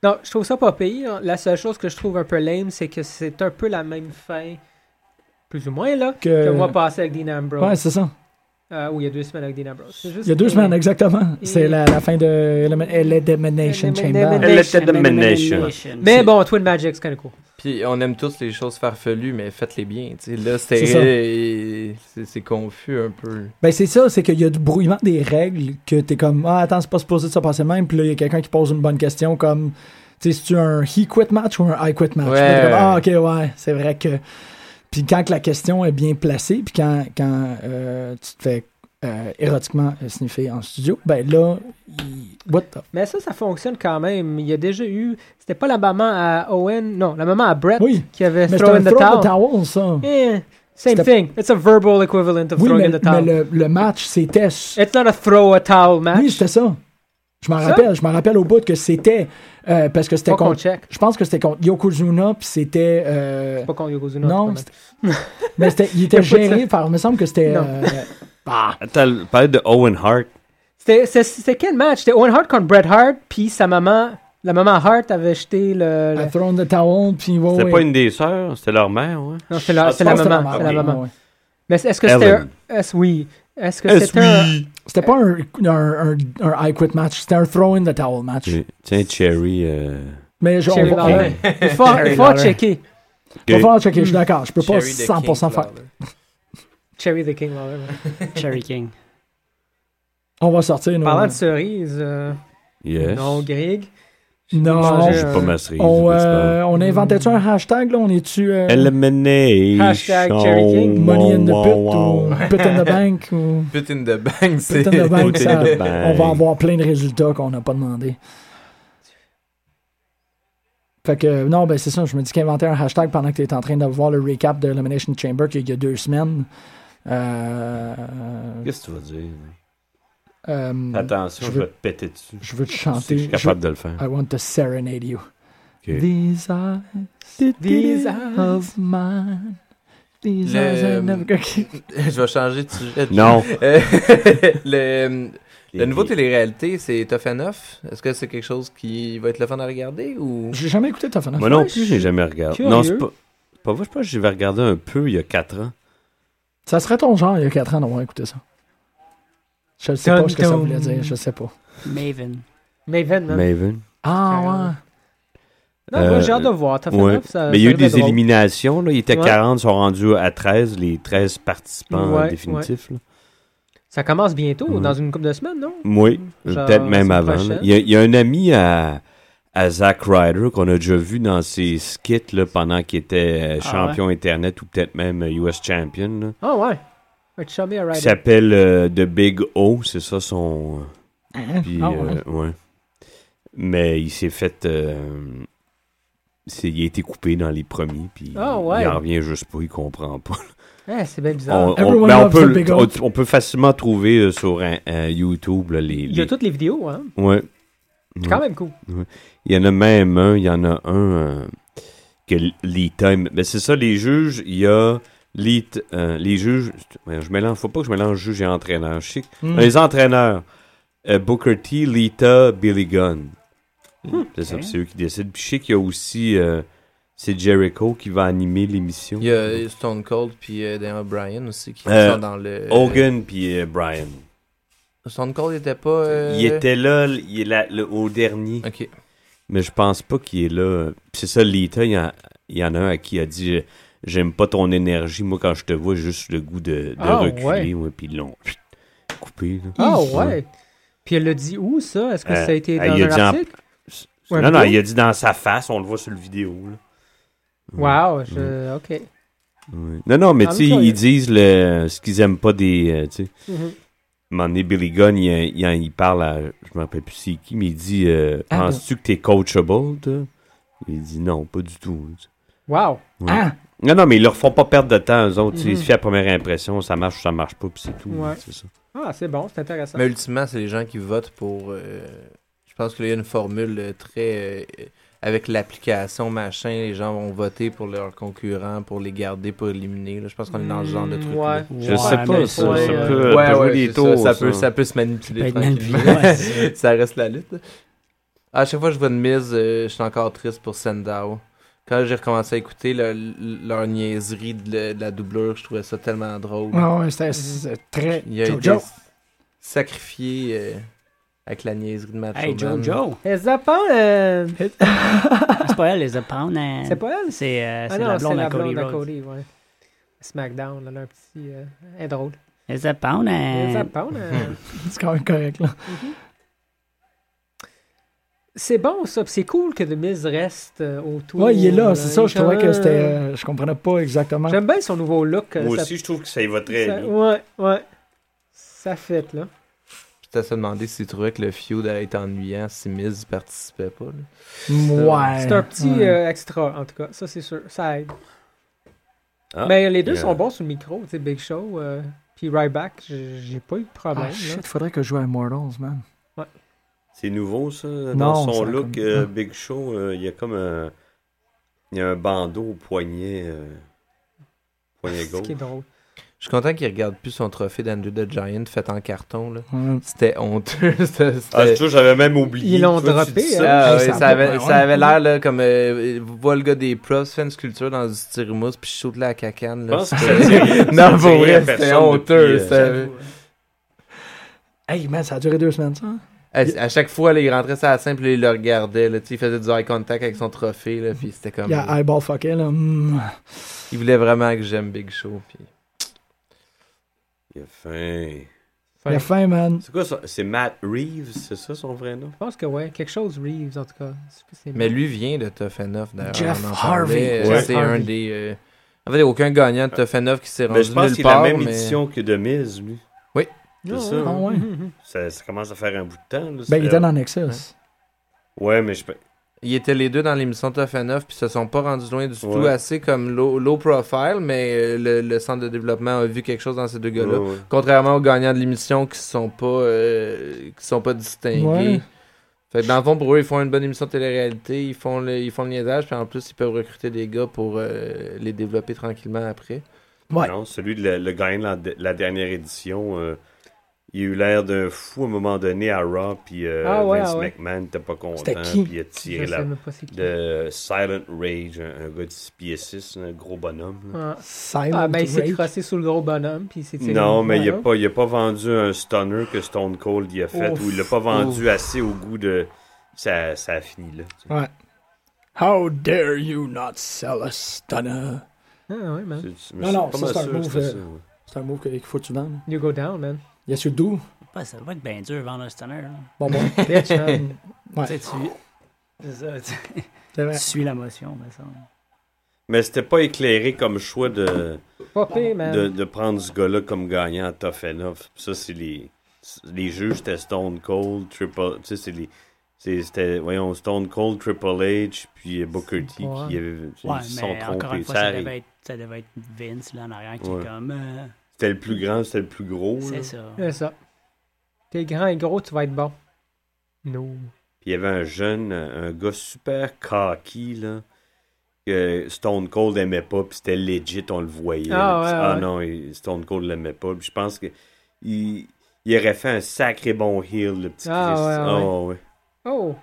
[SPEAKER 4] Non, je trouve ça pas pire. hein. La seule chose que je trouve un peu lame, c'est que c'est un peu la même fin, plus ou moins, là, que,
[SPEAKER 3] Que...
[SPEAKER 4] moi passé avec Dean Ambrose.
[SPEAKER 3] Ouais, c'est ça.
[SPEAKER 4] Euh, ou il y a deux semaines avec Dean Ambrose. C'est juste
[SPEAKER 3] Il y a deux
[SPEAKER 4] que-
[SPEAKER 3] semaines, exactement.
[SPEAKER 4] Et-
[SPEAKER 3] C'est la, la fin de Elimi- Elimination
[SPEAKER 4] Elimination
[SPEAKER 3] Chamber.
[SPEAKER 4] Chamber.
[SPEAKER 5] Elle était de Manation.
[SPEAKER 7] Elimination.
[SPEAKER 4] Mais bon, Twin Magic, c'est quand même cool.
[SPEAKER 6] Puis on aime tous les choses farfelues, mais faites-les bien. tu sais. Là,
[SPEAKER 3] C'est ça.
[SPEAKER 6] c'était. *laughs* C'est c'est confus un peu.
[SPEAKER 3] Ben, c'est ça, c'est qu'il y a du brouillement des règles que t'es comme, ah, attends, c'est pas supposé de se passer de même. Puis là, il y a quelqu'un qui pose une bonne question comme, tu sais, c'est-tu un he quit match ou un I quit match?
[SPEAKER 6] Ouais,
[SPEAKER 3] Puis là, t'es comme,
[SPEAKER 6] ouais.
[SPEAKER 3] ah, ok, ouais, c'est vrai que. Puis quand que la question est bien placée, puis quand, quand euh, tu te fais euh, érotiquement sniffer en studio, ben là, il- what the
[SPEAKER 4] Mais ça, ça fonctionne quand même. Il y a déjà eu. C'était pas la maman à Owen. Non, la maman à Brett
[SPEAKER 3] Oui,
[SPEAKER 4] qui avait
[SPEAKER 3] mais c'est
[SPEAKER 4] throw
[SPEAKER 3] un
[SPEAKER 4] in the
[SPEAKER 3] throw
[SPEAKER 4] towel.
[SPEAKER 3] the towel, ça.
[SPEAKER 4] Eh, same
[SPEAKER 3] C'était-
[SPEAKER 4] thing. It's a verbal equivalent of
[SPEAKER 3] Oui,
[SPEAKER 4] throwing
[SPEAKER 3] mais,
[SPEAKER 4] in the
[SPEAKER 3] mais
[SPEAKER 4] towel.
[SPEAKER 3] le, le match, c'était.
[SPEAKER 4] It's not a throw a towel match.
[SPEAKER 3] Oui, c'était ça. Je m'en
[SPEAKER 4] Ça?
[SPEAKER 3] rappelle, je m'en rappelle au bout que c'était euh, parce que c'était
[SPEAKER 4] pas qu'on
[SPEAKER 3] contre.
[SPEAKER 4] check.
[SPEAKER 3] Je pense que c'était contre Yokozuna, puis c'était. euh,
[SPEAKER 4] Pas qu'on Yokozuna.
[SPEAKER 3] non,
[SPEAKER 4] quand même.
[SPEAKER 3] c'était- mais c'était, il était
[SPEAKER 4] *laughs* Il y a pas de
[SPEAKER 3] géré par. Il me semble que c'était.
[SPEAKER 4] Non.
[SPEAKER 3] euh, ah,
[SPEAKER 5] Attends, parler de Owen Hart.
[SPEAKER 4] C'était- c'est- C'était quel match? C'était Owen Hart contre Bret Hart, puis sa maman, la maman Hart avait jeté le... le-
[SPEAKER 3] I thrown the towel, puis. ouais,
[SPEAKER 5] C'était
[SPEAKER 3] ouais.
[SPEAKER 5] pas une des sœurs, c'était leur mère, ouais.
[SPEAKER 4] Non, c'est la,
[SPEAKER 5] Ah,
[SPEAKER 4] c'est
[SPEAKER 3] Je
[SPEAKER 4] la
[SPEAKER 3] pense que
[SPEAKER 4] maman. c'est la
[SPEAKER 3] ouais,
[SPEAKER 4] maman.
[SPEAKER 3] ouais.
[SPEAKER 4] Mais est-ce que c'était...
[SPEAKER 5] Ellen.
[SPEAKER 4] un- Est-ce oui? Est-ce que c'était un...
[SPEAKER 3] C'était pas un, un, un, un I quit match, c'était un throw in the towel match.
[SPEAKER 5] Tiens, Tiens, Cherry. euh,
[SPEAKER 3] Mais genre,
[SPEAKER 4] Cherry
[SPEAKER 3] on va, on,
[SPEAKER 4] Lawler. Il faut, il faut
[SPEAKER 3] Lawler.
[SPEAKER 4] checker.
[SPEAKER 3] on va
[SPEAKER 5] Ok.
[SPEAKER 3] falloir checker,
[SPEAKER 4] Mm.
[SPEAKER 3] je suis d'accord. Je peux pas
[SPEAKER 6] Cherry the
[SPEAKER 3] 100%
[SPEAKER 6] King
[SPEAKER 3] faire.
[SPEAKER 6] Flower.
[SPEAKER 4] Cherry the King. Lawler, ouais.
[SPEAKER 7] *laughs* Cherry King.
[SPEAKER 3] On va sortir. nous.
[SPEAKER 4] Parlant de cerises, euh,
[SPEAKER 5] Yes.
[SPEAKER 4] non, Greg.
[SPEAKER 3] Non,
[SPEAKER 5] Je suis pas
[SPEAKER 4] euh,
[SPEAKER 5] ma cerise.
[SPEAKER 3] on,
[SPEAKER 5] mais c'est pas grave.
[SPEAKER 3] euh, on inventait-tu un hashtag, là? On est-tu... euh,
[SPEAKER 5] Elimination.
[SPEAKER 4] Hashtag Cherry King.
[SPEAKER 3] Money in the
[SPEAKER 5] Wow,
[SPEAKER 3] pit
[SPEAKER 5] wow.
[SPEAKER 3] ou pit in the bank
[SPEAKER 5] *laughs*
[SPEAKER 3] ou
[SPEAKER 6] Put in the bang, c'est.
[SPEAKER 3] pit in the bank, ça-
[SPEAKER 5] in the bank.
[SPEAKER 3] on va avoir plein de résultats qu'on n'a pas demandé. Fait que non, ben c'est ça, je me dis qu'inventer un hashtag pendant que tu es en train de voir le recap de Elimination Chamber qu'il y a deux semaines. Euh,
[SPEAKER 5] Qu'est-ce que tu vas dire?
[SPEAKER 3] euh,
[SPEAKER 5] Attention,
[SPEAKER 3] je
[SPEAKER 5] je
[SPEAKER 3] veux-
[SPEAKER 5] vais te péter dessus.
[SPEAKER 3] je veux te
[SPEAKER 5] Si Je suis
[SPEAKER 3] chanter. je Ah, veux-
[SPEAKER 5] capable de le faire.
[SPEAKER 3] I want to serenade you.
[SPEAKER 5] Ok.
[SPEAKER 3] These eyes,
[SPEAKER 4] These
[SPEAKER 3] these
[SPEAKER 4] eyes.
[SPEAKER 3] eyes of mine. These
[SPEAKER 6] Le-
[SPEAKER 3] eyes are never-
[SPEAKER 6] *laughs* Je vais changer de sujet. *laughs*
[SPEAKER 5] Non.
[SPEAKER 6] Euh, le, le nouveau télé-réalité, c'est Tough Enough. Est-ce que c'est quelque chose qui va être le fun à regarder ou.
[SPEAKER 3] J'ai jamais écouté ta Enough.
[SPEAKER 5] Moi non plus, j'ai jamais regardé.
[SPEAKER 4] curieux.
[SPEAKER 5] Non, c'est pas. c'est Pas vrai, je pense que j'avais regardé un peu il y a 4 ans.
[SPEAKER 3] Ça serait ton genre il y a 4 ans d'avoir écouté ça. Je sais
[SPEAKER 4] Dun,
[SPEAKER 3] pas ce que ça
[SPEAKER 4] dun.
[SPEAKER 3] voulait dire, je sais pas.
[SPEAKER 7] Maven.
[SPEAKER 4] Maven, man.
[SPEAKER 5] Maven.
[SPEAKER 3] Ah,
[SPEAKER 4] Non, moi, j'ai hâte de
[SPEAKER 5] Euh,
[SPEAKER 4] voir. Tough
[SPEAKER 5] ouais.
[SPEAKER 4] Enough, ça-
[SPEAKER 5] Mais il y
[SPEAKER 4] ça
[SPEAKER 5] a eu
[SPEAKER 4] devait
[SPEAKER 5] des
[SPEAKER 4] être drôle.
[SPEAKER 5] éliminations. Là. Ils étaient
[SPEAKER 4] Ouais.
[SPEAKER 5] 40, sont rendus à 13, les 13 participants
[SPEAKER 4] Ouais,
[SPEAKER 5] euh,
[SPEAKER 4] ouais.
[SPEAKER 5] définitifs. là.
[SPEAKER 4] Ça commence bientôt,
[SPEAKER 5] Ouais.
[SPEAKER 4] dans une couple de semaines, non?
[SPEAKER 5] Oui,
[SPEAKER 4] Genre,
[SPEAKER 5] peut-être même
[SPEAKER 4] la semaine
[SPEAKER 5] avant. là.
[SPEAKER 4] prochaine.
[SPEAKER 5] Il y, a- il y a un ami à, à Zack Ryder qu'on a déjà vu dans ses skits là, pendant qu'il était euh,
[SPEAKER 7] Ah,
[SPEAKER 5] champion Internet ou peut-être même euh, US Champion. là,
[SPEAKER 4] Ah ouais. Un chummy à
[SPEAKER 5] qui
[SPEAKER 4] Ryder.
[SPEAKER 5] s'appelle euh, The Big O, c'est ça son.
[SPEAKER 3] ouais.
[SPEAKER 5] Puis,
[SPEAKER 3] Ah, ouais.
[SPEAKER 5] euh, ouais. Mais il s'est fait. euh, c'est- il a été coupé dans les premiers, puis
[SPEAKER 4] Ah, ouais.
[SPEAKER 5] il en revient juste pas, il comprend pas.
[SPEAKER 4] Eh, c'est bien bizarre.
[SPEAKER 5] On, on-
[SPEAKER 3] Ah, Everyone
[SPEAKER 5] mais on
[SPEAKER 3] loves
[SPEAKER 5] peut,
[SPEAKER 3] the
[SPEAKER 5] le-
[SPEAKER 3] big O.
[SPEAKER 5] on, on peut facilement trouver euh, sur un- un YouTube là, les.
[SPEAKER 4] Il y a
[SPEAKER 5] les-
[SPEAKER 4] toutes les vidéos, hein.
[SPEAKER 5] ouais.
[SPEAKER 4] C'est
[SPEAKER 5] Ouais.
[SPEAKER 4] quand même cool.
[SPEAKER 5] Il y en a même un, il y en a un euh, que l- Lita. aime- Mais c'est ça, les juges, il y a. Lita- euh, les juges. ouais, Je mélange, faut pas que je mélange juge et entraîneur. Je sais que-
[SPEAKER 3] Hmm.
[SPEAKER 5] Les entraîneurs. euh, Booker T, Lita, Billy Gunn.
[SPEAKER 6] Hmm,
[SPEAKER 5] C'est ça,
[SPEAKER 7] Ok.
[SPEAKER 5] c'est eux qui décident. Puis je sais qu'il y a aussi. euh, c'est Jericho qui va animer l'émission.
[SPEAKER 6] Il y a euh, Stone Cold puis euh, Daniel Bryan aussi qui
[SPEAKER 5] Euh,
[SPEAKER 6] sont dans le.
[SPEAKER 5] Hogan puis euh, Brian.
[SPEAKER 6] Stone Cold était pas. euh,
[SPEAKER 5] Il était là, l- il est là- le- au dernier.
[SPEAKER 6] Ok.
[SPEAKER 5] Mais je pense pas qu'il est là. Puis c'est ça, Lita, il y, en- il y en a un à qui a dit euh, J'aime pas ton énergie. Moi, quand je te vois, j'ai juste le goût de, de
[SPEAKER 4] Ah,
[SPEAKER 5] reculer.
[SPEAKER 4] ouais.
[SPEAKER 5] Ouais, puis ils l'ont chut, coupé. là.
[SPEAKER 4] Ah ouais. Puis elle l'a dit où, ça? Est-ce que
[SPEAKER 5] Euh,
[SPEAKER 4] ça a été
[SPEAKER 5] elle
[SPEAKER 4] dans
[SPEAKER 5] y a
[SPEAKER 4] un
[SPEAKER 5] dit en-
[SPEAKER 4] article? Ouais,
[SPEAKER 5] non, non,
[SPEAKER 4] vidéo?
[SPEAKER 5] il a dit dans sa face, on le voit sur le vidéo. là. Mm.
[SPEAKER 4] Wow, je... OK.
[SPEAKER 5] Ouais. Non, non, mais
[SPEAKER 4] Ah,
[SPEAKER 5] tu sais,
[SPEAKER 4] mais toi, il-
[SPEAKER 5] ils disent le, ce qu'ils aiment pas des. euh, tu sais.
[SPEAKER 4] Mhm.
[SPEAKER 5] un moment donné, Billy Gunn, il, il- il parle à. Je me rappelle plus c'est qui, mais il dit euh,
[SPEAKER 4] Ah,
[SPEAKER 5] Penses-tu que t'es coachable, toi? Il dit Non, pas du tout.
[SPEAKER 4] Wow.
[SPEAKER 3] Ah,
[SPEAKER 5] Non, non, mais ils leur font pas perdre de temps, eux autres. tu sais. Ils
[SPEAKER 4] Mhm.
[SPEAKER 5] se fient à la première impression, ça marche ou ça marche pas, puis c'est tout.
[SPEAKER 4] Ouais.
[SPEAKER 5] C'est ça.
[SPEAKER 4] Ah, c'est bon, c'est intéressant.
[SPEAKER 6] Mais ultimement, c'est les gens qui votent pour. euh, Je pense qu'il y a une formule euh, très. euh, Avec l'application, machin, les gens vont voter pour leurs concurrents, pour les garder, pour éliminer. là. Je pense qu'on est dans ce genre de truc.
[SPEAKER 4] Ouais.
[SPEAKER 5] Je
[SPEAKER 7] Mm, Ouais,
[SPEAKER 5] sais pas,
[SPEAKER 7] mais
[SPEAKER 5] ça,
[SPEAKER 7] ouais,
[SPEAKER 5] ça
[SPEAKER 7] euh,
[SPEAKER 5] peut, ça peut jouer des tours.
[SPEAKER 6] ça, peut, ça peut se manipuler
[SPEAKER 7] Peut être
[SPEAKER 6] tranquillement.
[SPEAKER 7] manipulé, ouais, c'est
[SPEAKER 6] *laughs* ça reste la lutte. À chaque fois que je vois une mise, euh, je suis encore triste pour Sendao. Quand j'ai recommencé à écouter leur, leur niaiserie de, la- de la doublure, je trouvais ça tellement drôle.
[SPEAKER 3] Ah, ouais, ouais, c'était c'est très
[SPEAKER 6] Il a été
[SPEAKER 3] Jojo.
[SPEAKER 6] sacrifié euh, avec la niaiserie de Macho
[SPEAKER 7] Hey,
[SPEAKER 4] *laughs*
[SPEAKER 6] Man.
[SPEAKER 7] Jojo!
[SPEAKER 4] Les apports,
[SPEAKER 6] *laughs*
[SPEAKER 4] euh,
[SPEAKER 7] C'est pas elle, les opponents.
[SPEAKER 4] c'est pas elle?
[SPEAKER 7] C'est euh,
[SPEAKER 4] Ah
[SPEAKER 7] c'est
[SPEAKER 4] non,
[SPEAKER 7] la blonde
[SPEAKER 4] c'est
[SPEAKER 7] à
[SPEAKER 4] la
[SPEAKER 7] Cody
[SPEAKER 4] blonde à
[SPEAKER 7] Rhodes.
[SPEAKER 4] Cody, ouais. SmackDown, elle a un petit... euh, Elle est drôle.
[SPEAKER 7] Les opponents.
[SPEAKER 4] Les apports, euh,
[SPEAKER 3] C'est quand même correct, là.
[SPEAKER 4] C'est bon, ça. puis c'est cool que The Miz reste euh, autour.
[SPEAKER 3] Ouais, il est là, c'est
[SPEAKER 4] euh,
[SPEAKER 3] ça. Je trouvais que
[SPEAKER 4] euh,
[SPEAKER 3] c'était. euh, je comprenais pas exactement.
[SPEAKER 4] J'aime bien son nouveau look. euh,
[SPEAKER 5] Moi
[SPEAKER 4] ça-
[SPEAKER 5] aussi, je trouve que ça y va très
[SPEAKER 4] ça-
[SPEAKER 5] bien.
[SPEAKER 4] Ouais, ouais. Ça fait, là.
[SPEAKER 6] J'étais à se demander si tu trouvais que le feud allait être ennuyant si Miz participait pas. là.
[SPEAKER 3] Ouais.
[SPEAKER 4] C'est un petit
[SPEAKER 3] Ouais.
[SPEAKER 4] euh, extra, en tout cas. Ça, c'est sûr. Ça aide.
[SPEAKER 5] Ah,
[SPEAKER 4] Mais les deux
[SPEAKER 5] euh,
[SPEAKER 4] sont bons sur le micro. Tu sais, Big Show, euh, puis Ryback, j'ai j'ai pas eu de problème.
[SPEAKER 3] Ah,
[SPEAKER 4] là.
[SPEAKER 3] shit, faudrait que je joue à Immortals, man.
[SPEAKER 5] C'est nouveau, ça. Dans
[SPEAKER 3] Non,
[SPEAKER 5] son
[SPEAKER 3] ça
[SPEAKER 5] look,
[SPEAKER 3] comme-
[SPEAKER 5] euh,
[SPEAKER 3] Ah.
[SPEAKER 5] Big Show, euh, il y a comme un. Il y a un bandeau au poignet. euh, poignet
[SPEAKER 4] Ce
[SPEAKER 5] gauche.
[SPEAKER 4] qui est drôle.
[SPEAKER 6] Je suis content qu'il regarde plus son trophée d'Andrew the Giant fait en carton. là.
[SPEAKER 3] Ouais.
[SPEAKER 6] C'était honteux. *laughs* c'était-
[SPEAKER 5] Ah,
[SPEAKER 6] c'était-
[SPEAKER 5] c'est sûr, j'avais même oublié.
[SPEAKER 4] Ils l'ont
[SPEAKER 5] Tu vois, tu
[SPEAKER 4] droppé,
[SPEAKER 5] dis
[SPEAKER 4] hein.
[SPEAKER 5] ça.
[SPEAKER 6] Ah
[SPEAKER 3] Hey,
[SPEAKER 6] ouais,
[SPEAKER 3] ça
[SPEAKER 6] ça
[SPEAKER 3] a
[SPEAKER 6] avait,
[SPEAKER 3] pas-
[SPEAKER 6] ça avait l'air là, comme euh, vois le gars des pros fait une sculpture dans du styromousse puis je saute là à cacane.
[SPEAKER 5] Je
[SPEAKER 6] Là.
[SPEAKER 5] pense que
[SPEAKER 6] *laughs*
[SPEAKER 5] ça dirait- ça
[SPEAKER 6] non, pour
[SPEAKER 5] dirait
[SPEAKER 6] vrai,
[SPEAKER 5] à
[SPEAKER 6] c'était
[SPEAKER 5] personne
[SPEAKER 6] honteux.
[SPEAKER 5] depuis, euh,
[SPEAKER 6] c'était-
[SPEAKER 3] Hey, man, ça a duré deux semaines, ça.
[SPEAKER 6] À, à chaque fois, là, il rentrait ça à la scène puis là, il le regardait. Là, tu sais, il faisait du eye contact avec son trophée. Là, puis c'était comme,
[SPEAKER 3] Il y a Eyeball Fucké, là. Mm.
[SPEAKER 6] il voulait vraiment que j'aime Big Show. Puis...
[SPEAKER 5] Il a faim.
[SPEAKER 3] Il a faim, man.
[SPEAKER 5] C'est quoi ça? C'est Matt Reeves, c'est ça son vrai nom?
[SPEAKER 4] Je pense que, ouais, quelque chose Reeves, en tout cas. Je sais plus si c'est-
[SPEAKER 6] Mais lui vient de Tough Enough d'ailleurs.
[SPEAKER 3] Jeff
[SPEAKER 6] on en parlait,
[SPEAKER 3] Harvey.
[SPEAKER 6] euh,
[SPEAKER 4] Jeff
[SPEAKER 6] C'est
[SPEAKER 4] Harvey.
[SPEAKER 6] un des. euh, En fait, il y a aucun gagnant de Tough Enough qui s'est rendu
[SPEAKER 5] Mais Ben, je pense
[SPEAKER 6] nulle
[SPEAKER 5] qu'il a
[SPEAKER 6] part.
[SPEAKER 5] la même
[SPEAKER 6] mais-
[SPEAKER 5] édition que de Miz, lui.
[SPEAKER 6] Oui.
[SPEAKER 5] C'est
[SPEAKER 4] Ouais,
[SPEAKER 5] ça,
[SPEAKER 4] ouais.
[SPEAKER 3] Ah
[SPEAKER 5] hein?
[SPEAKER 3] ouais.
[SPEAKER 4] Mhm.
[SPEAKER 5] *laughs* ça. ça commence à faire un bout de temps. là,
[SPEAKER 3] Ben,
[SPEAKER 5] c'est-
[SPEAKER 3] il était dans Nexus.
[SPEAKER 5] Ouais, mais je.
[SPEAKER 6] Ils étaient les deux dans l'émission Tough Enough, puis se sont pas rendus loin du tout,
[SPEAKER 5] Ouais.
[SPEAKER 6] assez comme low, low profile, mais euh, le, le centre de développement a vu quelque chose dans ces deux gars-là.
[SPEAKER 5] Ouais, ouais.
[SPEAKER 6] Contrairement aux gagnants de l'émission qui sont pas euh, qui sont pas distingués.
[SPEAKER 3] Ouais.
[SPEAKER 6] Fait que dans le fond, pour eux, ils font une bonne émission de télé-réalité, ils font le, ils font le niaisage, puis en plus, ils peuvent recruter des gars pour euh, les développer tranquillement après.
[SPEAKER 3] Ouais.
[SPEAKER 5] Non, celui de la- le gagnant de la, de la dernière édition, euh, Il a eu l'air d'un fou à un moment donné à Raw, puis euh,
[SPEAKER 4] Ah ouais,
[SPEAKER 5] Vince
[SPEAKER 4] ah ouais.
[SPEAKER 5] McMahon n'était pas content,
[SPEAKER 4] C'était qui?
[SPEAKER 5] puis il a tiré
[SPEAKER 4] Je
[SPEAKER 5] la...
[SPEAKER 4] sais même pas c'est qui.
[SPEAKER 5] de Silent Rage, un, un gars de 6 pieds 6, un gros bonhomme. là.
[SPEAKER 4] Ah.
[SPEAKER 3] Silent
[SPEAKER 4] Ah, ben, il s'est
[SPEAKER 3] Rage.
[SPEAKER 4] crossé sous le gros bonhomme, puis il s'est tiré
[SPEAKER 5] Non, mais il
[SPEAKER 4] il
[SPEAKER 5] n'a pas, il a pas vendu un stunner que Stone Cold y a fait,
[SPEAKER 4] Ouf.
[SPEAKER 5] ou il l'a pas vendu assez au goût de... Ça, ça a fini, là. tu sais.
[SPEAKER 3] Ouais. How dare you not sell a stunner?
[SPEAKER 4] Ah, ouais,
[SPEAKER 7] Hein?
[SPEAKER 4] man.
[SPEAKER 5] C'est- je me
[SPEAKER 3] Non,
[SPEAKER 5] suis
[SPEAKER 3] non,
[SPEAKER 5] pas
[SPEAKER 3] ça,
[SPEAKER 5] mal
[SPEAKER 3] c'est un
[SPEAKER 5] sûr
[SPEAKER 3] move,
[SPEAKER 5] que c'était
[SPEAKER 3] euh,
[SPEAKER 5] ça, ouais.
[SPEAKER 3] C'est un mot qu'il faut que tu vendes.
[SPEAKER 4] You go down, man.
[SPEAKER 3] Yes, you do.
[SPEAKER 7] Ouais, ça doit être bien dur vendre un stunner. là.
[SPEAKER 3] Bon, *laughs* bon.
[SPEAKER 4] Bitch, hein. man.
[SPEAKER 3] Ouais.
[SPEAKER 7] Tu sais, tu... c'est ça, tu-
[SPEAKER 3] C'est vrai.
[SPEAKER 7] tu suis la motion, mais ça.
[SPEAKER 5] Mais c'était pas éclairé comme choix de,
[SPEAKER 4] Pas pire, man.
[SPEAKER 5] de, de prendre ce gars-là comme gagnant à Tough Enough. Ça, c'est les, les juges, c'était Stone Cold, Triple... Tu sais, c'est les... c'est- C'était, voyons, Stone Cold, Triple H, puis Booker T,
[SPEAKER 4] Ouais.
[SPEAKER 5] qui avaient-
[SPEAKER 7] Ouais,
[SPEAKER 5] ils se sont
[SPEAKER 7] mais encore
[SPEAKER 5] trompés.
[SPEAKER 7] une fois,
[SPEAKER 5] Ça
[SPEAKER 7] ça
[SPEAKER 5] arrive.
[SPEAKER 7] devait, être, ça devait être Vince là en arrière qui
[SPEAKER 5] Ouais.
[SPEAKER 7] est comme. euh,
[SPEAKER 5] C'était le plus grand, c'était le plus gros. là.
[SPEAKER 7] c'est ça.
[SPEAKER 4] C'est ça. T'es grand et gros, tu vas être bon. Non.
[SPEAKER 5] Puis il y avait un jeune, un gars super cocky, là, que Stone Cold aimait pas, puis c'était legit, on le voyait.
[SPEAKER 4] Ah,
[SPEAKER 5] Puis-
[SPEAKER 4] ouais, ouais.
[SPEAKER 5] non, il- Stone Cold l'aimait pas. Puis je pense que il, il aurait fait un sacré bon heel, le petit
[SPEAKER 4] Ah,
[SPEAKER 5] Christ.
[SPEAKER 4] ouais,
[SPEAKER 5] Ah,
[SPEAKER 4] ouais.
[SPEAKER 5] ouais.
[SPEAKER 4] Oh.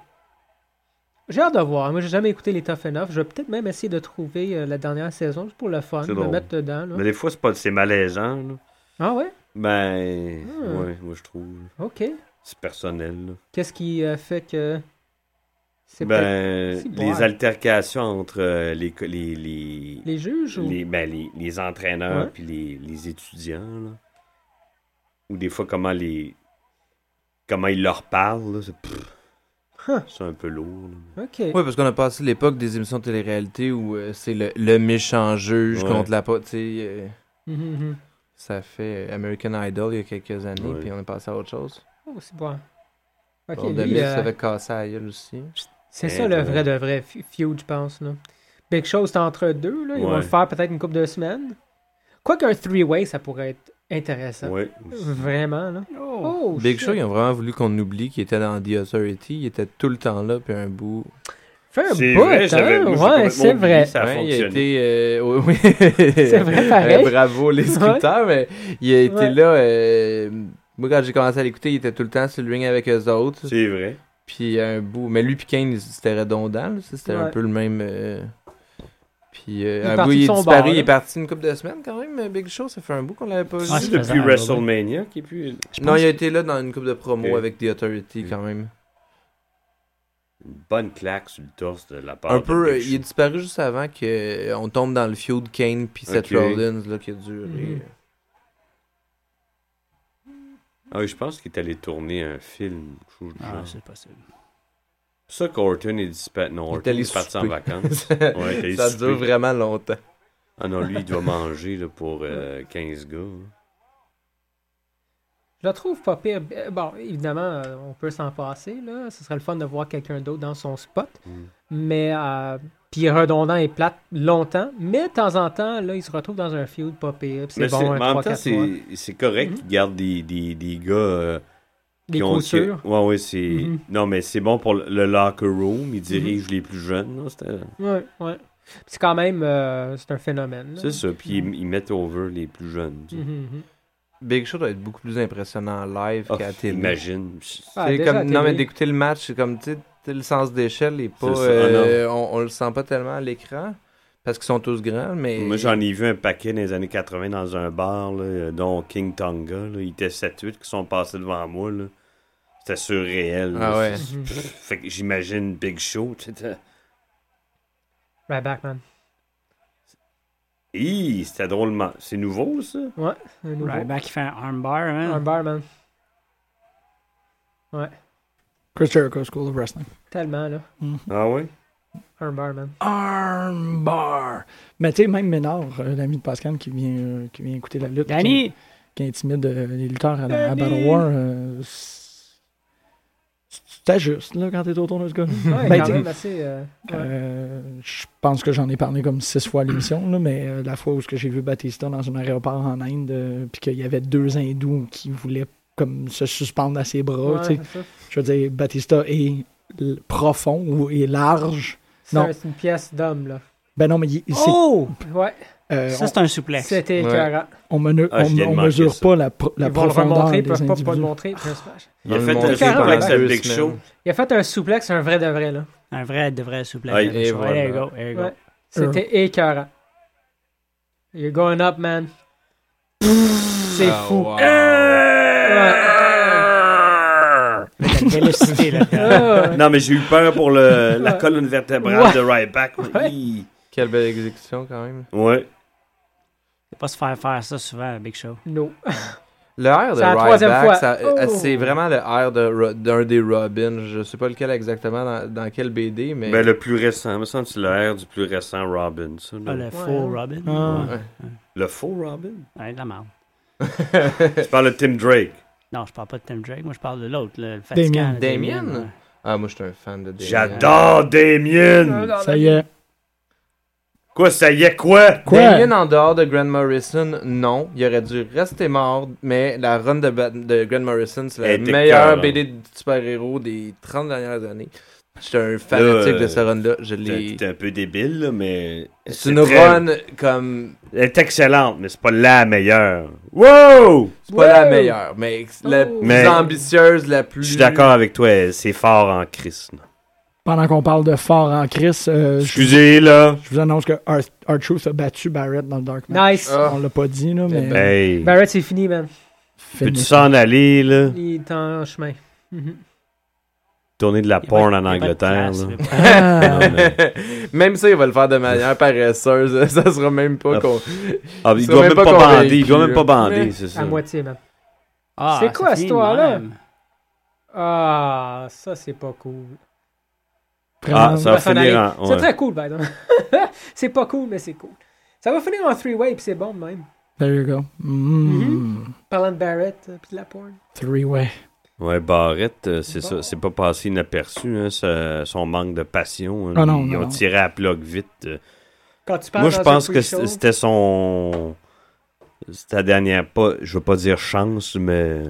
[SPEAKER 4] J'ai hâte de voir. Moi, j'ai jamais écouté les Tough Enough. Je vais peut-être même essayer de trouver euh, la dernière saison juste pour le fun,
[SPEAKER 5] C'est
[SPEAKER 4] de
[SPEAKER 5] drôle.
[SPEAKER 4] mettre dedans. là.
[SPEAKER 5] Mais des fois, c'est pas c'est malaisant, là.
[SPEAKER 4] Ah ouais?
[SPEAKER 5] Ben,
[SPEAKER 4] Hmm.
[SPEAKER 5] ouais, moi je trouve.
[SPEAKER 4] Ok.
[SPEAKER 5] C'est personnel, là.
[SPEAKER 4] Qu'est-ce qui euh, fait que c'est peut-être
[SPEAKER 5] Ben,
[SPEAKER 4] c'est boire.
[SPEAKER 5] les altercations entre euh, les, co- les, les,
[SPEAKER 4] les juges ou
[SPEAKER 5] les, ben, les, les entraîneurs
[SPEAKER 4] Ouais.
[SPEAKER 5] puis les, les étudiants. là. Ou des fois, comment les comment ils leur parlent. là, c'est pff,
[SPEAKER 4] Huh.
[SPEAKER 5] c'est un peu lourd. là.
[SPEAKER 4] Ok.
[SPEAKER 6] Oui, parce qu'on a passé l'époque des émissions de télé-réalité où euh, c'est le, le méchant juge
[SPEAKER 5] Ouais.
[SPEAKER 6] contre la pote. euh,
[SPEAKER 4] Mhm, mhm.
[SPEAKER 6] ça fait euh, American Idol il y a quelques années,
[SPEAKER 5] Ouais.
[SPEAKER 6] puis on est passé à autre chose.
[SPEAKER 4] Oh, c'est bon. Ok,
[SPEAKER 6] Bon,
[SPEAKER 4] lui,
[SPEAKER 6] Demis
[SPEAKER 4] euh,
[SPEAKER 6] avait cassé à la gueule aussi.
[SPEAKER 4] c'est
[SPEAKER 5] Eh,
[SPEAKER 4] ça le
[SPEAKER 5] ouais.
[SPEAKER 4] vrai de vrai f- feud, je pense. Là. Big Show, c'est entre deux. Là. Ils vont
[SPEAKER 5] Ouais.
[SPEAKER 4] le faire peut-être une couple de semaines. Quoi qu'un three-way, ça pourrait être intéressant.
[SPEAKER 5] Ouais.
[SPEAKER 4] Vraiment, là. Oh,
[SPEAKER 6] Big
[SPEAKER 4] shit.
[SPEAKER 6] Show, ils ont vraiment voulu qu'on oublie qu'il était dans The Authority. Il était tout le temps là, puis un bout.
[SPEAKER 4] Fait un
[SPEAKER 5] C'est
[SPEAKER 4] bout,
[SPEAKER 5] vrai, j'avais-
[SPEAKER 4] hein?
[SPEAKER 5] moi, j'ai
[SPEAKER 4] Ouais,
[SPEAKER 5] complètement
[SPEAKER 4] c'est
[SPEAKER 5] oublié
[SPEAKER 4] vrai.
[SPEAKER 5] Ça a
[SPEAKER 6] Ouais, Il a
[SPEAKER 5] fonctionné.
[SPEAKER 6] été. euh, oui, oui. C'est *laughs*
[SPEAKER 4] vrai, pareil.
[SPEAKER 6] bravo, les scripteurs, mais il a été
[SPEAKER 4] Ouais.
[SPEAKER 6] là. euh, moi, quand j'ai commencé à l'écouter, il était tout le temps sur le ring avec eux autres.
[SPEAKER 5] C'est vrai.
[SPEAKER 6] Puis un bout. Mais lui, puis Kane, c'était redondant. là, ça, C'était un
[SPEAKER 4] Ouais.
[SPEAKER 6] peu le même. euh, Puis euh,
[SPEAKER 4] est
[SPEAKER 6] un
[SPEAKER 4] parti
[SPEAKER 6] bout,
[SPEAKER 4] de
[SPEAKER 6] il est
[SPEAKER 4] son
[SPEAKER 6] disparu.
[SPEAKER 4] bar,
[SPEAKER 6] il
[SPEAKER 4] là.
[SPEAKER 6] est parti une couple de semaines quand même, euh, Big Show. Ça fait un bout qu'on l'avait pas vu.
[SPEAKER 7] Ouais,
[SPEAKER 5] C'est
[SPEAKER 7] ça faisait
[SPEAKER 5] depuis
[SPEAKER 7] un
[SPEAKER 5] WrestleMania qui est plus.
[SPEAKER 6] non, il a été là dans une couple de promos
[SPEAKER 5] Ok.
[SPEAKER 6] avec The Authority
[SPEAKER 5] Ok.
[SPEAKER 6] quand même.
[SPEAKER 5] Une bonne claque sur le torse de la part
[SPEAKER 6] Un
[SPEAKER 5] de
[SPEAKER 6] peu, euh,
[SPEAKER 5] Ah, Big
[SPEAKER 6] il est
[SPEAKER 5] Show.
[SPEAKER 6] disparu juste avant qu'on tombe dans le feud Kane puis Seth
[SPEAKER 5] Ok.
[SPEAKER 6] Rollins là, qui a duré.
[SPEAKER 4] Mhm.
[SPEAKER 5] Ah oui, je pense qu'il est allé tourner un film. quelque chose du
[SPEAKER 7] Ah,
[SPEAKER 5] genre.
[SPEAKER 7] c'est possible.
[SPEAKER 5] C'est ça qu'Orton est disparu. Non,
[SPEAKER 6] Il est
[SPEAKER 5] Orton
[SPEAKER 6] allé
[SPEAKER 5] est parti en
[SPEAKER 6] souper.
[SPEAKER 5] vacances.
[SPEAKER 6] *laughs*
[SPEAKER 5] Ouais, il est allé
[SPEAKER 6] ça
[SPEAKER 5] souper.
[SPEAKER 6] dure vraiment longtemps.
[SPEAKER 5] Ah non, lui, il doit manger là, pour euh, 15 gars. hein.
[SPEAKER 4] Je la trouve pas pire. Euh, Bon, évidemment, euh, on peut s'en passer, là. Ce serait le fun de voir quelqu'un d'autre dans son spot.
[SPEAKER 5] Mm.
[SPEAKER 4] Mais, euh, puis redondant et plate longtemps. Mais de temps en temps, là, il se retrouve dans un feud pas pire. puis C'est
[SPEAKER 5] Mais
[SPEAKER 4] bon, hein,
[SPEAKER 5] c'est-
[SPEAKER 4] un
[SPEAKER 5] mais en même
[SPEAKER 4] 3
[SPEAKER 5] temps,
[SPEAKER 4] 4 mois.
[SPEAKER 5] c'est- c'est correct qu'ils gardent des, des, des gars euh,
[SPEAKER 4] Des
[SPEAKER 5] qui ont.
[SPEAKER 4] coups
[SPEAKER 5] qui-
[SPEAKER 4] sûrs.
[SPEAKER 5] Ouais, ouais, c'est.
[SPEAKER 4] Mhm.
[SPEAKER 5] Non, mais c'est bon pour le, le locker room. Ils dirigent les plus jeunes. là, c'était-
[SPEAKER 4] Ouais, ouais. Puis C'est quand même, euh, c'est un phénomène. là.
[SPEAKER 5] C'est ça. Puis
[SPEAKER 4] Mm-hmm.
[SPEAKER 5] ils, ils mettent over les plus jeunes. tu sais.
[SPEAKER 4] Mhm, mhm.
[SPEAKER 6] Big Show doit être beaucoup plus impressionnant en live
[SPEAKER 5] Ah,
[SPEAKER 6] qu'à la télé.
[SPEAKER 5] imagine.
[SPEAKER 6] C'est
[SPEAKER 4] Ah, déjà,
[SPEAKER 6] comme,
[SPEAKER 4] la
[SPEAKER 6] non, mais
[SPEAKER 4] télé.
[SPEAKER 6] d'écouter le match, c'est comme, tu sais, t'as le sens d'échelle et pas.
[SPEAKER 5] C'est ça, Ah,
[SPEAKER 6] euh, on, on le sent pas tellement à l'écran parce qu'ils sont tous grands, mais.
[SPEAKER 5] Moi, j'en ai vu un paquet dans les années 80 dans un bar, là, dont King Tonga. là. Il était 7-8 qui sont passés devant moi. là. C'était surréel. là.
[SPEAKER 6] Ah ouais.
[SPEAKER 4] Mhm.
[SPEAKER 5] Fait que j'imagine Big Show. tu sais, t'as-
[SPEAKER 4] Right back, man.
[SPEAKER 5] Hi, c'était drôlement. C'est nouveau, ça?
[SPEAKER 4] Un nouveau.
[SPEAKER 7] Ryback, il fait un armbar,
[SPEAKER 4] Un
[SPEAKER 7] hein?
[SPEAKER 4] bar, man.
[SPEAKER 3] Chris Jericho, School of Wrestling.
[SPEAKER 4] Tellement, là.
[SPEAKER 5] Ah ouais?
[SPEAKER 4] Un bar, man.
[SPEAKER 3] Armbar. Mais tu sais, même Ménard, euh, l'ami de Pascal qui vient, euh, qui vient écouter la lutte, qui,
[SPEAKER 7] Danny!
[SPEAKER 3] qui intimide euh, les lutteurs à, la- à
[SPEAKER 4] Danny!
[SPEAKER 3] Battle War, euh, c'est- tu t'ajustes là, quand t'es autour de ce gars.
[SPEAKER 4] Ouais,
[SPEAKER 3] Ben,
[SPEAKER 4] quand
[SPEAKER 3] t'es-
[SPEAKER 4] même assez. euh, ouais.
[SPEAKER 3] Euh, je pense que j'en ai parlé comme six fois à l'émission, là, mais euh, la fois où ce que j'ai vu Batista dans un aéroport en Inde, euh, puis qu'il y avait deux hindous qui voulaient comme se suspendre à ses bras,
[SPEAKER 4] Ouais,
[SPEAKER 3] Oh, tu sais.
[SPEAKER 4] c'est ça.
[SPEAKER 3] je veux dire, Batista est l- profond ou est large. Non.
[SPEAKER 4] C'est c'est une pièce d'homme, là.
[SPEAKER 3] Ben non, mais il, il- c'est-
[SPEAKER 4] Oh! Ouais.
[SPEAKER 3] euh,
[SPEAKER 7] Ça, c'est un souplex.
[SPEAKER 4] C'était
[SPEAKER 6] Ouais.
[SPEAKER 4] écœurant.
[SPEAKER 3] on, mene-
[SPEAKER 5] Ah, je
[SPEAKER 3] on-
[SPEAKER 5] viens de
[SPEAKER 3] on
[SPEAKER 5] manquer
[SPEAKER 3] mesure
[SPEAKER 5] ça.
[SPEAKER 3] pas la, pro- la
[SPEAKER 4] ils vont le
[SPEAKER 3] profondeur
[SPEAKER 4] remontrer, ils
[SPEAKER 3] des
[SPEAKER 4] peuvent pas, pas
[SPEAKER 3] individus.
[SPEAKER 4] le montrer. puis un splash.
[SPEAKER 5] Il a
[SPEAKER 6] Dans
[SPEAKER 5] fait
[SPEAKER 6] le
[SPEAKER 5] un
[SPEAKER 6] monde,
[SPEAKER 5] super
[SPEAKER 4] carrément,
[SPEAKER 5] avec sa
[SPEAKER 6] deux
[SPEAKER 5] Big
[SPEAKER 6] semaines.
[SPEAKER 5] Show.
[SPEAKER 4] Il a fait un souplex, un vrai de vrai, là.
[SPEAKER 7] Un vrai, de vrai souplex.
[SPEAKER 5] Ouais,
[SPEAKER 7] There
[SPEAKER 6] et
[SPEAKER 7] you go,
[SPEAKER 6] voilà.
[SPEAKER 7] there you go, there you go.
[SPEAKER 4] Ouais. C'était écœurant. You're going up, man. C'est
[SPEAKER 6] Ah,
[SPEAKER 4] fou.
[SPEAKER 6] wow.
[SPEAKER 4] Ouais.
[SPEAKER 7] Mais t'as une vélocité là-dedans.
[SPEAKER 4] Ah, *laughs*
[SPEAKER 5] *laughs*
[SPEAKER 4] ouais.
[SPEAKER 5] Ah! Non, mais j'ai eu peur pour le, la
[SPEAKER 4] Ouais.
[SPEAKER 5] colonne vertébrale
[SPEAKER 4] Ouais.
[SPEAKER 5] de Ryback.
[SPEAKER 4] Ouais.
[SPEAKER 5] Oui.
[SPEAKER 6] Quelle belle exécution quand même.
[SPEAKER 5] Ouais.
[SPEAKER 7] Faut pas se faire faire ça souvent, Big Show.
[SPEAKER 4] No.
[SPEAKER 6] Le air de
[SPEAKER 4] C'est la troisième fois.
[SPEAKER 6] Ryback, ça- euh,
[SPEAKER 4] Oh.
[SPEAKER 6] c'est vraiment le air de Ro- d'un des Robins. Je sais pas lequel exactement, dans, dans quel BD, mais...
[SPEAKER 5] Ben, le plus récent. me semble que c'est l'air du plus récent Robin. ça, là.
[SPEAKER 7] Ah, le faux
[SPEAKER 4] hein.
[SPEAKER 7] Robin.
[SPEAKER 3] Ah.
[SPEAKER 6] Ouais.
[SPEAKER 5] Le faux Robin?
[SPEAKER 7] *laughs* Ouais, de la merde.
[SPEAKER 5] Tu parles de Tim Drake.
[SPEAKER 7] Non, je parle pas de Tim Drake, moi je parle de l'autre, le le fatigant.
[SPEAKER 3] Damien.
[SPEAKER 7] là,
[SPEAKER 6] Damien?
[SPEAKER 7] ouais.
[SPEAKER 6] Ah, moi, je suis un fan de Damien.
[SPEAKER 5] J'adore Damien!
[SPEAKER 3] Ça y est.
[SPEAKER 5] Quoi, ça y est quoi?
[SPEAKER 4] Ben,
[SPEAKER 3] Quoi?
[SPEAKER 6] Damien, en dehors de Grant Morrison, non. Il aurait dû rester mort, mais la run de, Bat- de Grant Morrison, c'est la
[SPEAKER 5] Elle était
[SPEAKER 6] meilleure
[SPEAKER 5] écœurante.
[SPEAKER 6] BD de super-héros des 30 dernières années. J'étais un fanatique
[SPEAKER 5] Là, euh,
[SPEAKER 6] de ce run-là. Je
[SPEAKER 5] T'es
[SPEAKER 6] l'ai...
[SPEAKER 5] t'es un peu débile, là, mais...
[SPEAKER 6] C'est une
[SPEAKER 5] très-
[SPEAKER 6] run comme...
[SPEAKER 5] Elle est excellente, mais c'est pas la meilleure. Wow!
[SPEAKER 6] C'est pas la meilleure, mais la
[SPEAKER 4] Oh.
[SPEAKER 6] plus
[SPEAKER 5] Mais-
[SPEAKER 6] ambitieuse, la plus...
[SPEAKER 5] Je suis d'accord avec toi, c'est fort en Christ. là.
[SPEAKER 3] Pendant qu'on parle de fort en crise, euh, je
[SPEAKER 5] Excusez, là.
[SPEAKER 3] je vous annonce que R-Truth a battu Barrett dans le Dark Match.
[SPEAKER 4] Nice.
[SPEAKER 5] Euh,
[SPEAKER 6] Ah.
[SPEAKER 3] On l'a pas dit, là, mais...
[SPEAKER 5] Hey,
[SPEAKER 4] Barrett, c'est fini, man.
[SPEAKER 5] Eh ben, peux-tu
[SPEAKER 3] fini.
[SPEAKER 5] s'en aller, là? *laughs*
[SPEAKER 4] Il est en chemin. Mhm.
[SPEAKER 5] Tourner de la
[SPEAKER 7] Il y a
[SPEAKER 5] porn
[SPEAKER 7] pas-
[SPEAKER 5] en
[SPEAKER 7] il y a pas de
[SPEAKER 5] Angleterre,
[SPEAKER 7] place,
[SPEAKER 5] là.
[SPEAKER 7] il y a pas-
[SPEAKER 3] Ah,
[SPEAKER 5] Non, mais-
[SPEAKER 6] *laughs* même ça, il va le faire de manière paresseuse. *laughs* Ça sera même pas con.
[SPEAKER 5] Ah, il
[SPEAKER 6] Ils sont
[SPEAKER 5] doit
[SPEAKER 6] même
[SPEAKER 5] même
[SPEAKER 6] pas
[SPEAKER 5] pas bander, il
[SPEAKER 6] convaincus,
[SPEAKER 5] doit même pas
[SPEAKER 6] là.
[SPEAKER 5] bander,
[SPEAKER 6] Mais-
[SPEAKER 5] c'est ça.
[SPEAKER 4] À moitié, man.
[SPEAKER 7] Ah,
[SPEAKER 4] C'est
[SPEAKER 7] ça
[SPEAKER 4] quoi, cette
[SPEAKER 7] finit de
[SPEAKER 4] histoire-là?
[SPEAKER 7] même.
[SPEAKER 4] Ah, ça, c'est pas cool.
[SPEAKER 5] Ah,
[SPEAKER 3] vraiment.
[SPEAKER 5] ça va
[SPEAKER 4] Ça s'en
[SPEAKER 5] finir
[SPEAKER 4] allait.
[SPEAKER 5] en...
[SPEAKER 4] C'est
[SPEAKER 5] ouais.
[SPEAKER 4] très cool, par exemple. *laughs* c'est pas cool, mais c'est cool. Ça va finir en three-way, puis c'est bon, de même.
[SPEAKER 3] There you go. Mm.
[SPEAKER 6] Mm-hmm.
[SPEAKER 4] Parlant de Barrett, euh, puis de la porn.
[SPEAKER 3] Three-way.
[SPEAKER 5] Ouais, Barrette, euh, c'est
[SPEAKER 4] Bon.
[SPEAKER 5] ça, c'est pas passé inaperçu, hein, sa- son manque de passion. hein.
[SPEAKER 3] Ah non,
[SPEAKER 5] ils
[SPEAKER 3] non,
[SPEAKER 5] ont
[SPEAKER 3] non.
[SPEAKER 5] tiré à plug vite. euh.
[SPEAKER 4] Quand tu parles
[SPEAKER 5] Moi, je
[SPEAKER 4] dans un
[SPEAKER 5] pense que
[SPEAKER 4] pre-show,
[SPEAKER 5] c- c'était son. C'était la dernière, pas, je veux pas dire chance, mais.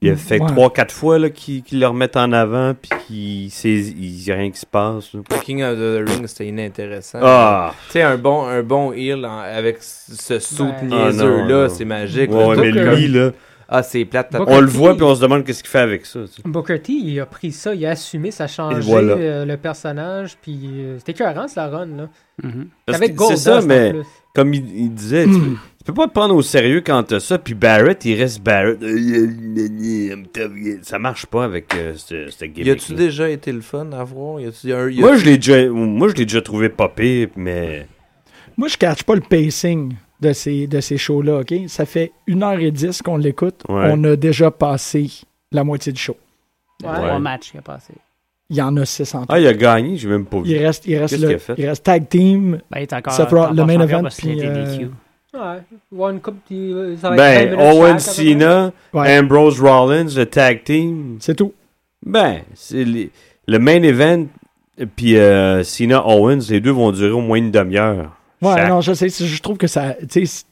[SPEAKER 5] Il a fait
[SPEAKER 3] Ouais.
[SPEAKER 5] trois, quatre fois là, qu'ils qu'ils le remettent en avant, puis qu'il saisit- il y a rien qui se passe. là.
[SPEAKER 6] Le King of the Ring, c'était inintéressant.
[SPEAKER 5] Ah!
[SPEAKER 6] Tu sais, un bon, un bon heel en- avec ce saut
[SPEAKER 4] Ouais.
[SPEAKER 5] Ah,
[SPEAKER 6] niaiseux-là,
[SPEAKER 5] non, non.
[SPEAKER 6] c'est magique.
[SPEAKER 5] Ouais,
[SPEAKER 6] là.
[SPEAKER 5] mais
[SPEAKER 4] que-
[SPEAKER 5] lui, là,
[SPEAKER 6] Ah, c'est plate. t'as-
[SPEAKER 4] Booker
[SPEAKER 5] on le
[SPEAKER 4] T,
[SPEAKER 5] voit, puis on se demande qu'est-ce qu'il fait avec ça. tu sais.
[SPEAKER 4] Booker T, il a pris ça, il a assumé, ça a changé
[SPEAKER 5] voilà.
[SPEAKER 4] euh, le personnage, puis euh, c'était écœurant, c'est la run, là.
[SPEAKER 7] Mhm.
[SPEAKER 5] Parce
[SPEAKER 4] Avec
[SPEAKER 5] que
[SPEAKER 4] Goldust,
[SPEAKER 5] C'est ça,
[SPEAKER 4] en
[SPEAKER 5] mais.
[SPEAKER 4] plus.
[SPEAKER 5] comme il, il disait, tu, peux, tu peux pas te prendre au sérieux quand t'as ça, puis Barrett, il reste Barrett. Euh, euh, euh, euh, Ça marche pas avec euh, ce, ce
[SPEAKER 6] Y a-tu
[SPEAKER 5] gimmick.
[SPEAKER 6] déjà été le fun à voir? Y a-tu un. y a-
[SPEAKER 5] Moi, je l'ai déjà, moi, je l'ai déjà trouvé pas pire, mais
[SPEAKER 3] Moi, je catch pas le pacing de ces, de ces shows-là, OK? Ça fait 1h10 qu'on l'écoute.
[SPEAKER 5] Ouais.
[SPEAKER 3] On a déjà passé la moitié du show.
[SPEAKER 4] Ouais.
[SPEAKER 7] Trois matchs qui a passé.
[SPEAKER 3] Il y en a 6 en tout.
[SPEAKER 5] ah, il a gagné, j'ai même pas vu.
[SPEAKER 3] Il reste, il reste,
[SPEAKER 5] Qu'est-ce
[SPEAKER 3] le-
[SPEAKER 5] qu'il a fait?
[SPEAKER 3] il reste tag team.
[SPEAKER 7] Ben, il est encore,
[SPEAKER 3] Ça fera
[SPEAKER 7] encore
[SPEAKER 3] le main
[SPEAKER 7] champion
[SPEAKER 3] event,
[SPEAKER 7] parce qu'il
[SPEAKER 3] puis,
[SPEAKER 7] était
[SPEAKER 3] euh,
[SPEAKER 7] DQ.
[SPEAKER 4] Ouais. One Cup, puis, euh, ça va être
[SPEAKER 5] Ben,
[SPEAKER 4] 20 minutes
[SPEAKER 5] Owen
[SPEAKER 4] chaque, à peu près.
[SPEAKER 5] Cena,
[SPEAKER 3] Ouais,
[SPEAKER 5] Ambrose Rollins, le tag team.
[SPEAKER 3] c'est tout.
[SPEAKER 5] Ben, c'est les- le main event, puis euh, Cena Owens, les deux vont durer au moins une demi-heure.
[SPEAKER 3] Ouais,
[SPEAKER 5] Chaque-
[SPEAKER 3] non, je sais, c'est- je trouve que ça, tu sais, c-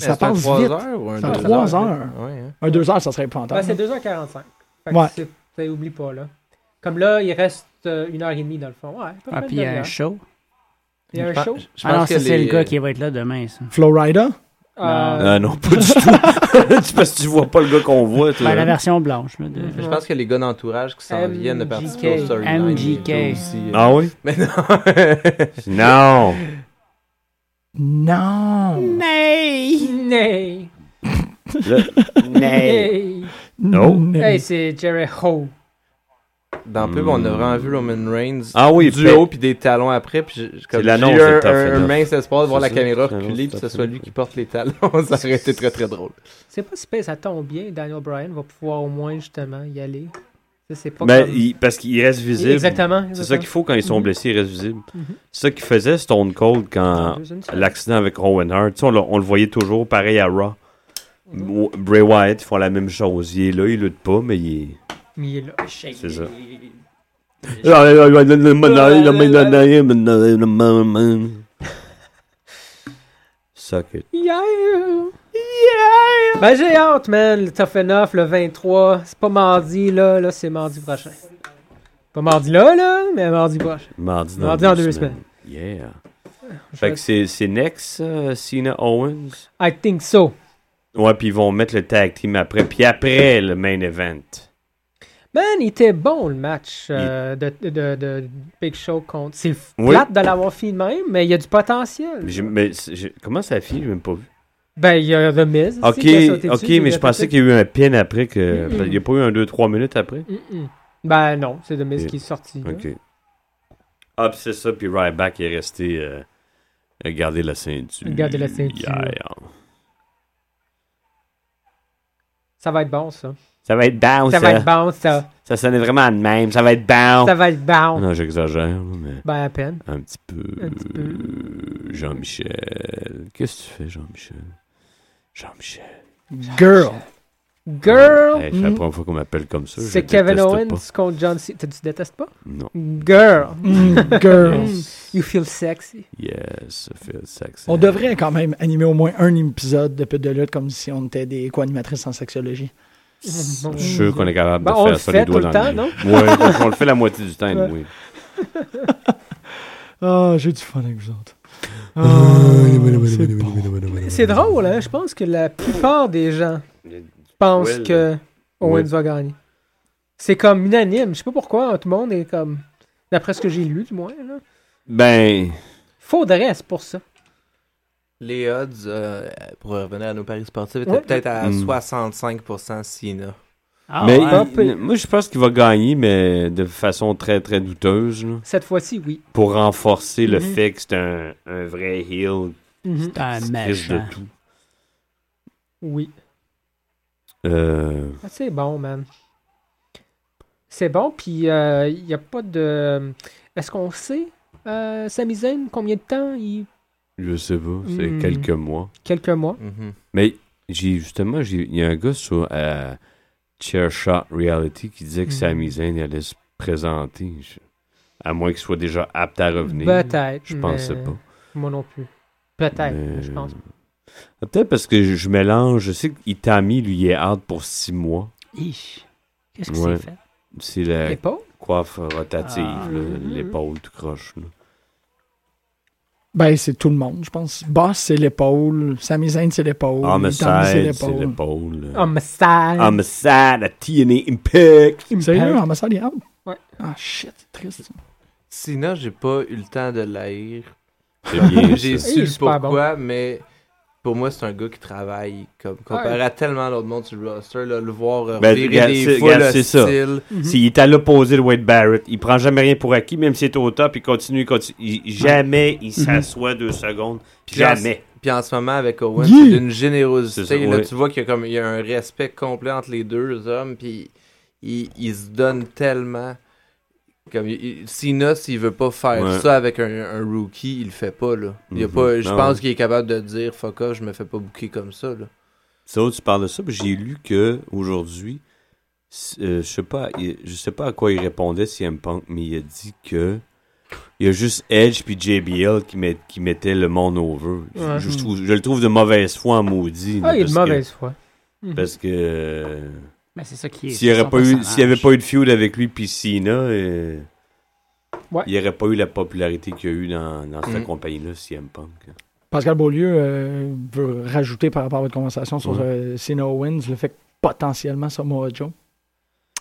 [SPEAKER 6] Mais
[SPEAKER 3] ça
[SPEAKER 6] c'est un
[SPEAKER 3] passe
[SPEAKER 6] trois
[SPEAKER 3] vite.
[SPEAKER 6] heures ou un
[SPEAKER 3] C'est un
[SPEAKER 6] deux
[SPEAKER 3] trois heures.
[SPEAKER 6] Ouais, hein.
[SPEAKER 3] Un 2 heures, ça serait
[SPEAKER 4] Ouais,
[SPEAKER 3] épouvantable.
[SPEAKER 4] Ben, c'est 2h45. Fait
[SPEAKER 3] Ouais.
[SPEAKER 4] que c'est- c'est- oublie pas, là. Comme là, il reste euh, une heure et demie, dans le fond. Ouais, à peu
[SPEAKER 7] Ah,
[SPEAKER 4] près
[SPEAKER 7] puis
[SPEAKER 4] une
[SPEAKER 7] il y a un
[SPEAKER 4] demi-heure.
[SPEAKER 7] show.
[SPEAKER 4] Il y a un
[SPEAKER 6] Je
[SPEAKER 4] show.
[SPEAKER 6] pense- je
[SPEAKER 7] Ah non,
[SPEAKER 6] pense
[SPEAKER 7] ça,
[SPEAKER 6] que
[SPEAKER 7] c'est
[SPEAKER 6] les-
[SPEAKER 7] le gars qui va être là demain, ça.
[SPEAKER 3] Flowrider?
[SPEAKER 4] Euh,
[SPEAKER 5] Euh, non, pas du tout. *laughs* C'est parce que tu vois pas le gars qu'on voit. toi,
[SPEAKER 7] Ben, la
[SPEAKER 5] hein.
[SPEAKER 7] version blanche, là, de-
[SPEAKER 5] Mm-hmm.
[SPEAKER 4] Mhm.
[SPEAKER 6] Je pense que les gars d'entourage qui s'en
[SPEAKER 4] MGK.
[SPEAKER 6] viennent de participer au storyline.
[SPEAKER 7] MGK.
[SPEAKER 6] et tout aussi, euh.
[SPEAKER 5] Ah oui?
[SPEAKER 6] Mais non. *laughs*
[SPEAKER 5] Non! Euh.
[SPEAKER 3] Non!
[SPEAKER 4] Nay.
[SPEAKER 5] Là-
[SPEAKER 4] Nay.
[SPEAKER 3] Mm.
[SPEAKER 5] Non.
[SPEAKER 4] Hey, c'est Jerry Ho.
[SPEAKER 6] Dans peu, on a vraiment vu Roman Reigns
[SPEAKER 5] Ah oui,
[SPEAKER 6] du
[SPEAKER 5] pe-
[SPEAKER 6] haut puis des talons après. Puis je- je- comme
[SPEAKER 5] C'est
[SPEAKER 6] j'ai eu
[SPEAKER 5] l'annonce de
[SPEAKER 6] un,
[SPEAKER 5] Tough
[SPEAKER 6] un- un
[SPEAKER 5] Enough.
[SPEAKER 6] mince espoir de voir la
[SPEAKER 5] C'est ça,
[SPEAKER 6] caméra
[SPEAKER 5] c'est l'annonce
[SPEAKER 6] reculer
[SPEAKER 5] de
[SPEAKER 6] puis que
[SPEAKER 5] Tough
[SPEAKER 6] ce soit
[SPEAKER 5] Enough.
[SPEAKER 6] lui qui porte les talons. *laughs* ça aurait été très très drôle.
[SPEAKER 4] C'est pas super, ça tombe bien. Daniel Bryan va pouvoir au moins justement y aller. Ça, c'est pas
[SPEAKER 5] Ben,
[SPEAKER 4] comme-
[SPEAKER 5] il- parce qu'il reste visible.
[SPEAKER 4] Exactement.
[SPEAKER 5] C'est ça qu'il faut quand ils sont
[SPEAKER 4] Mhm.
[SPEAKER 5] blessés, ils restent visibles.
[SPEAKER 4] Mhm.
[SPEAKER 5] C'est ça qu'il faisait Stone Cold quand l'accident avec Owen Hart. Tu sais, On, l'a- on le voyait toujours pareil à Raw.
[SPEAKER 4] Mhm.
[SPEAKER 5] Ou- Bray Wyatt, ils font la même chose. Il est là, il lutte pas, mais il est.
[SPEAKER 4] Mais il est là.
[SPEAKER 5] C'est ça. Suck it.
[SPEAKER 4] Yeah! Yeah! Ben, j'ai hâte, man. Le Tough Enough, le 23. C'est pas mardi, là. Là, c'est mardi prochain. Pas mardi là, là, mais mardi prochain.
[SPEAKER 5] Mardi dans
[SPEAKER 4] Mardi en
[SPEAKER 5] deux
[SPEAKER 4] deux
[SPEAKER 5] semaines. Yeah. Fait que c'est c'est Nex, euh, Cena Owens.
[SPEAKER 4] I think so.
[SPEAKER 5] Ouais, puis ils vont mettre le tag team après. Puis après le main event.
[SPEAKER 4] Man, il était bon le match euh, de, de- de Big Show contre. C'est
[SPEAKER 5] Oui.
[SPEAKER 4] plate de l'avoir fini de même, mais il y a du potentiel.
[SPEAKER 5] Mais j'ai- mais c'est- j'ai- comment ça finit? J'ai même pas vu.
[SPEAKER 4] Ben, il y a The Miz.
[SPEAKER 5] Ok,
[SPEAKER 4] qui a sauté
[SPEAKER 5] ok,
[SPEAKER 4] dessus, il
[SPEAKER 5] mais
[SPEAKER 4] a
[SPEAKER 5] je
[SPEAKER 4] fait
[SPEAKER 5] pensais
[SPEAKER 4] ça. Mm-hmm.
[SPEAKER 5] qu'il y a eu un pin après. que
[SPEAKER 4] Mm-mm.
[SPEAKER 5] Il n'y a pas eu un 2-3 minutes après?
[SPEAKER 4] Mm-mm. Ben non, c'est The Miz
[SPEAKER 5] Ok.
[SPEAKER 4] qui est sorti. là.
[SPEAKER 5] Ok. Ah, puis c'est ça. Puis Ryback est resté. euh, Regarder la ceinture.
[SPEAKER 4] Garder la ceinture.
[SPEAKER 5] Yeah.
[SPEAKER 4] Ça va être bon, ça.
[SPEAKER 5] Ça va être down,
[SPEAKER 4] Ça va être bon, ça.
[SPEAKER 5] Ça sonnait vraiment de même. Ça va être down.
[SPEAKER 4] Ça va être bon.
[SPEAKER 5] Non, j'exagère, mais
[SPEAKER 4] Ben, à peine.
[SPEAKER 5] un petit peu.
[SPEAKER 4] Un petit peu.
[SPEAKER 5] Jean-Michel. Qu'est-ce que tu fais, Jean-Michel? Jean-Michel.
[SPEAKER 3] Girl.
[SPEAKER 4] Girl,
[SPEAKER 5] Hey, c'est la
[SPEAKER 3] mm.
[SPEAKER 5] première fois qu'on m'appelle comme ça. je
[SPEAKER 4] c'est Kevin
[SPEAKER 5] déteste
[SPEAKER 4] Owens
[SPEAKER 5] pas.
[SPEAKER 4] contre John Cena. Tu tu détestes pas?
[SPEAKER 5] Non.
[SPEAKER 4] Girl,
[SPEAKER 3] Mm, girl.
[SPEAKER 4] you feel sexy.
[SPEAKER 5] *laughs* Yes, I feel sexy.
[SPEAKER 3] On devrait quand même animer au moins un épisode de Pute de lutte comme si on était des co-animatrices en sexologie.
[SPEAKER 5] Je suis sûr qu'on est capable
[SPEAKER 4] Ben,
[SPEAKER 5] de
[SPEAKER 4] on
[SPEAKER 5] faire
[SPEAKER 4] le
[SPEAKER 5] ça
[SPEAKER 4] fait
[SPEAKER 5] les doigts
[SPEAKER 4] tout le
[SPEAKER 5] dans le
[SPEAKER 4] temps,
[SPEAKER 5] nez. Ouais, on le fait la moitié du temps, oui.
[SPEAKER 3] Ah, j'ai du fun avec vous autres. Ah, c'est bon.
[SPEAKER 4] C'est drôle, hein? Je pense que la plupart des gens pensent
[SPEAKER 5] Well,
[SPEAKER 4] que Owens
[SPEAKER 5] ouais.
[SPEAKER 4] va gagner. C'est comme unanime. Je sais pas pourquoi hein, tout le monde est comme. D'après ce que j'ai lu, du moins. Là.
[SPEAKER 5] Ben,
[SPEAKER 4] Faudrait, c'est pour ça.
[SPEAKER 6] Les odds, euh, pour revenir à nos paris sportifs, étaient
[SPEAKER 4] Ouais.
[SPEAKER 6] peut-être à
[SPEAKER 5] Mm.
[SPEAKER 6] 65% Sina.
[SPEAKER 7] Ah,
[SPEAKER 5] mais
[SPEAKER 7] ouais.
[SPEAKER 5] il- moi je pense qu'il va gagner, mais de façon très très douteuse, là,
[SPEAKER 4] Cette fois-ci, oui.
[SPEAKER 5] pour renforcer le
[SPEAKER 4] Mhm.
[SPEAKER 5] fait que c'est un, un vrai heel
[SPEAKER 4] Mhm.
[SPEAKER 7] un
[SPEAKER 5] risque de
[SPEAKER 7] Ah, méchant.
[SPEAKER 5] tout.
[SPEAKER 4] Oui.
[SPEAKER 5] Euh,
[SPEAKER 4] Ah, c'est bon, man. C'est bon, puis il n'y a pas de. Est-ce qu'on sait, euh, Sami Zayn, combien de temps il...
[SPEAKER 5] je sais pas, c'est
[SPEAKER 4] Mm.
[SPEAKER 5] quelques mois.
[SPEAKER 4] Quelques mois.
[SPEAKER 6] Mhm.
[SPEAKER 5] Mais j'ai justement, j'ai- il y a un gars sur euh, Chair Shot Reality qui disait que
[SPEAKER 4] Mhm.
[SPEAKER 5] Sami Zayn allait se présenter, je- à moins qu'il soit déjà apte à revenir.
[SPEAKER 4] Peut-être.
[SPEAKER 5] je pensais
[SPEAKER 4] mais
[SPEAKER 5] pas.
[SPEAKER 4] Moi non plus. Peut-être,
[SPEAKER 5] Mais-
[SPEAKER 4] mais je pense.
[SPEAKER 5] Ah, Peut-être parce que je, je mélange. Je sais qu'Itami, lui, il est hâte pour six mois.
[SPEAKER 7] Ish. Qu'est-ce
[SPEAKER 5] Ouais.
[SPEAKER 7] que c'est fait?
[SPEAKER 5] C'est la
[SPEAKER 4] Et pas?
[SPEAKER 5] coiffe rotative,
[SPEAKER 7] Ah.
[SPEAKER 5] là,
[SPEAKER 4] Mhm.
[SPEAKER 5] l'épaule tout croche. là.
[SPEAKER 3] Ben, c'est tout le monde, je pense. Boss, c'est l'épaule. Sami Zayn, c'est l'épaule. Dami,
[SPEAKER 5] Homicide, Ah, c'est l'épaule.
[SPEAKER 4] Ah,
[SPEAKER 5] là. Ah,
[SPEAKER 4] Homicide.
[SPEAKER 5] Homicide, à TNA Impact.
[SPEAKER 3] Sérieux, Homicide, il est out?
[SPEAKER 4] Ouais.
[SPEAKER 3] Ah, shit, triste.
[SPEAKER 6] Sina, j'ai pas eu le temps de l'haïr.
[SPEAKER 5] C'est bien
[SPEAKER 6] J'ai
[SPEAKER 5] ça.
[SPEAKER 4] Il est
[SPEAKER 6] su
[SPEAKER 4] super
[SPEAKER 6] pourquoi, mais pour moi, c'est un gars qui travaille comme comparé
[SPEAKER 4] Ouais.
[SPEAKER 6] à tellement d'autres monde sur le roster, là, le voir euh,
[SPEAKER 5] Ben,
[SPEAKER 6] virer
[SPEAKER 5] regarde, c'est-
[SPEAKER 6] des foules
[SPEAKER 5] regarde, c'est ça.
[SPEAKER 6] hostiles.
[SPEAKER 4] Mhm.
[SPEAKER 5] S'il est à l'opposé de Wade Barrett, il prend jamais rien pour acquis, même s'il est au top, il continue, il continue. Il- jamais il s'assoit deux secondes. Jamais.
[SPEAKER 6] Puis en ce moment, avec Owen,
[SPEAKER 3] Yeah.
[SPEAKER 6] c'est d'une générosité.
[SPEAKER 5] C'est ça,
[SPEAKER 6] là,
[SPEAKER 5] ouais.
[SPEAKER 6] Tu vois qu'il y, a comme- il y a un respect complet entre les deux hommes. Puis il, il se donne tellement. Comme il- il- Cena, s'il veut pas faire
[SPEAKER 5] Ouais.
[SPEAKER 6] ça avec un, un rookie, il le fait pas. Là. Il y a
[SPEAKER 5] Mhm.
[SPEAKER 6] pas je
[SPEAKER 5] Non,
[SPEAKER 6] pense
[SPEAKER 5] ouais.
[SPEAKER 6] qu'il est capable de dire Fuck off, je me fais pas bouquer comme ça. Là.
[SPEAKER 5] Ça, tu parles de ça, puis j'ai lu que aujourd'hui, c- euh, je sais pas, il- je sais pas à quoi il répondait CM Punk, mais il a dit que il y a juste Edge puis JBL qui, met, qui mettaient le monde over. Je-
[SPEAKER 4] Ouais.
[SPEAKER 5] Je, trouve- je le trouve de mauvaise foi en maudit. là,
[SPEAKER 4] Ah, il est de
[SPEAKER 5] parce que-
[SPEAKER 4] mauvaise foi.
[SPEAKER 5] Parce que euh,
[SPEAKER 7] Mais Ben, c'est ça qui est.
[SPEAKER 5] s'il n'y avait pas eu, s'il y avait pas eu de feud avec lui puis Cena, euh,
[SPEAKER 4] Ouais.
[SPEAKER 5] il n'y aurait pas eu la popularité qu'il y a eu dans, dans cette
[SPEAKER 6] Mm.
[SPEAKER 5] compagnie-là, CM Punk.
[SPEAKER 3] Pascal Beaulieu euh, veut rajouter par rapport à votre conversation sur
[SPEAKER 5] Ouais.
[SPEAKER 3] euh, Cena Owens le fait que potentiellement Samoa Joe.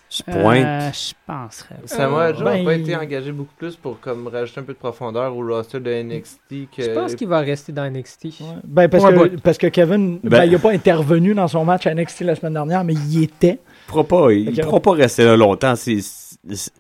[SPEAKER 5] Je pointe.
[SPEAKER 7] Euh, je penserais.
[SPEAKER 4] Euh,
[SPEAKER 6] Samoa Joe n'a
[SPEAKER 3] ben,
[SPEAKER 6] pas
[SPEAKER 3] il-
[SPEAKER 6] été engagé beaucoup plus pour comme rajouter un peu de profondeur au roster de NXT que.
[SPEAKER 4] Je pense qu'il va rester dans NXT.
[SPEAKER 3] Ben, parce,
[SPEAKER 4] Ouais,
[SPEAKER 3] que,
[SPEAKER 4] bon.
[SPEAKER 3] parce que Kevin, ben,
[SPEAKER 5] Ben-
[SPEAKER 3] il n'a pas intervenu dans son match à NXT la semaine dernière, mais il y était.
[SPEAKER 5] Il pourra pas, il
[SPEAKER 3] Fait que-
[SPEAKER 5] pourra pas rester là longtemps. C'est, c'est-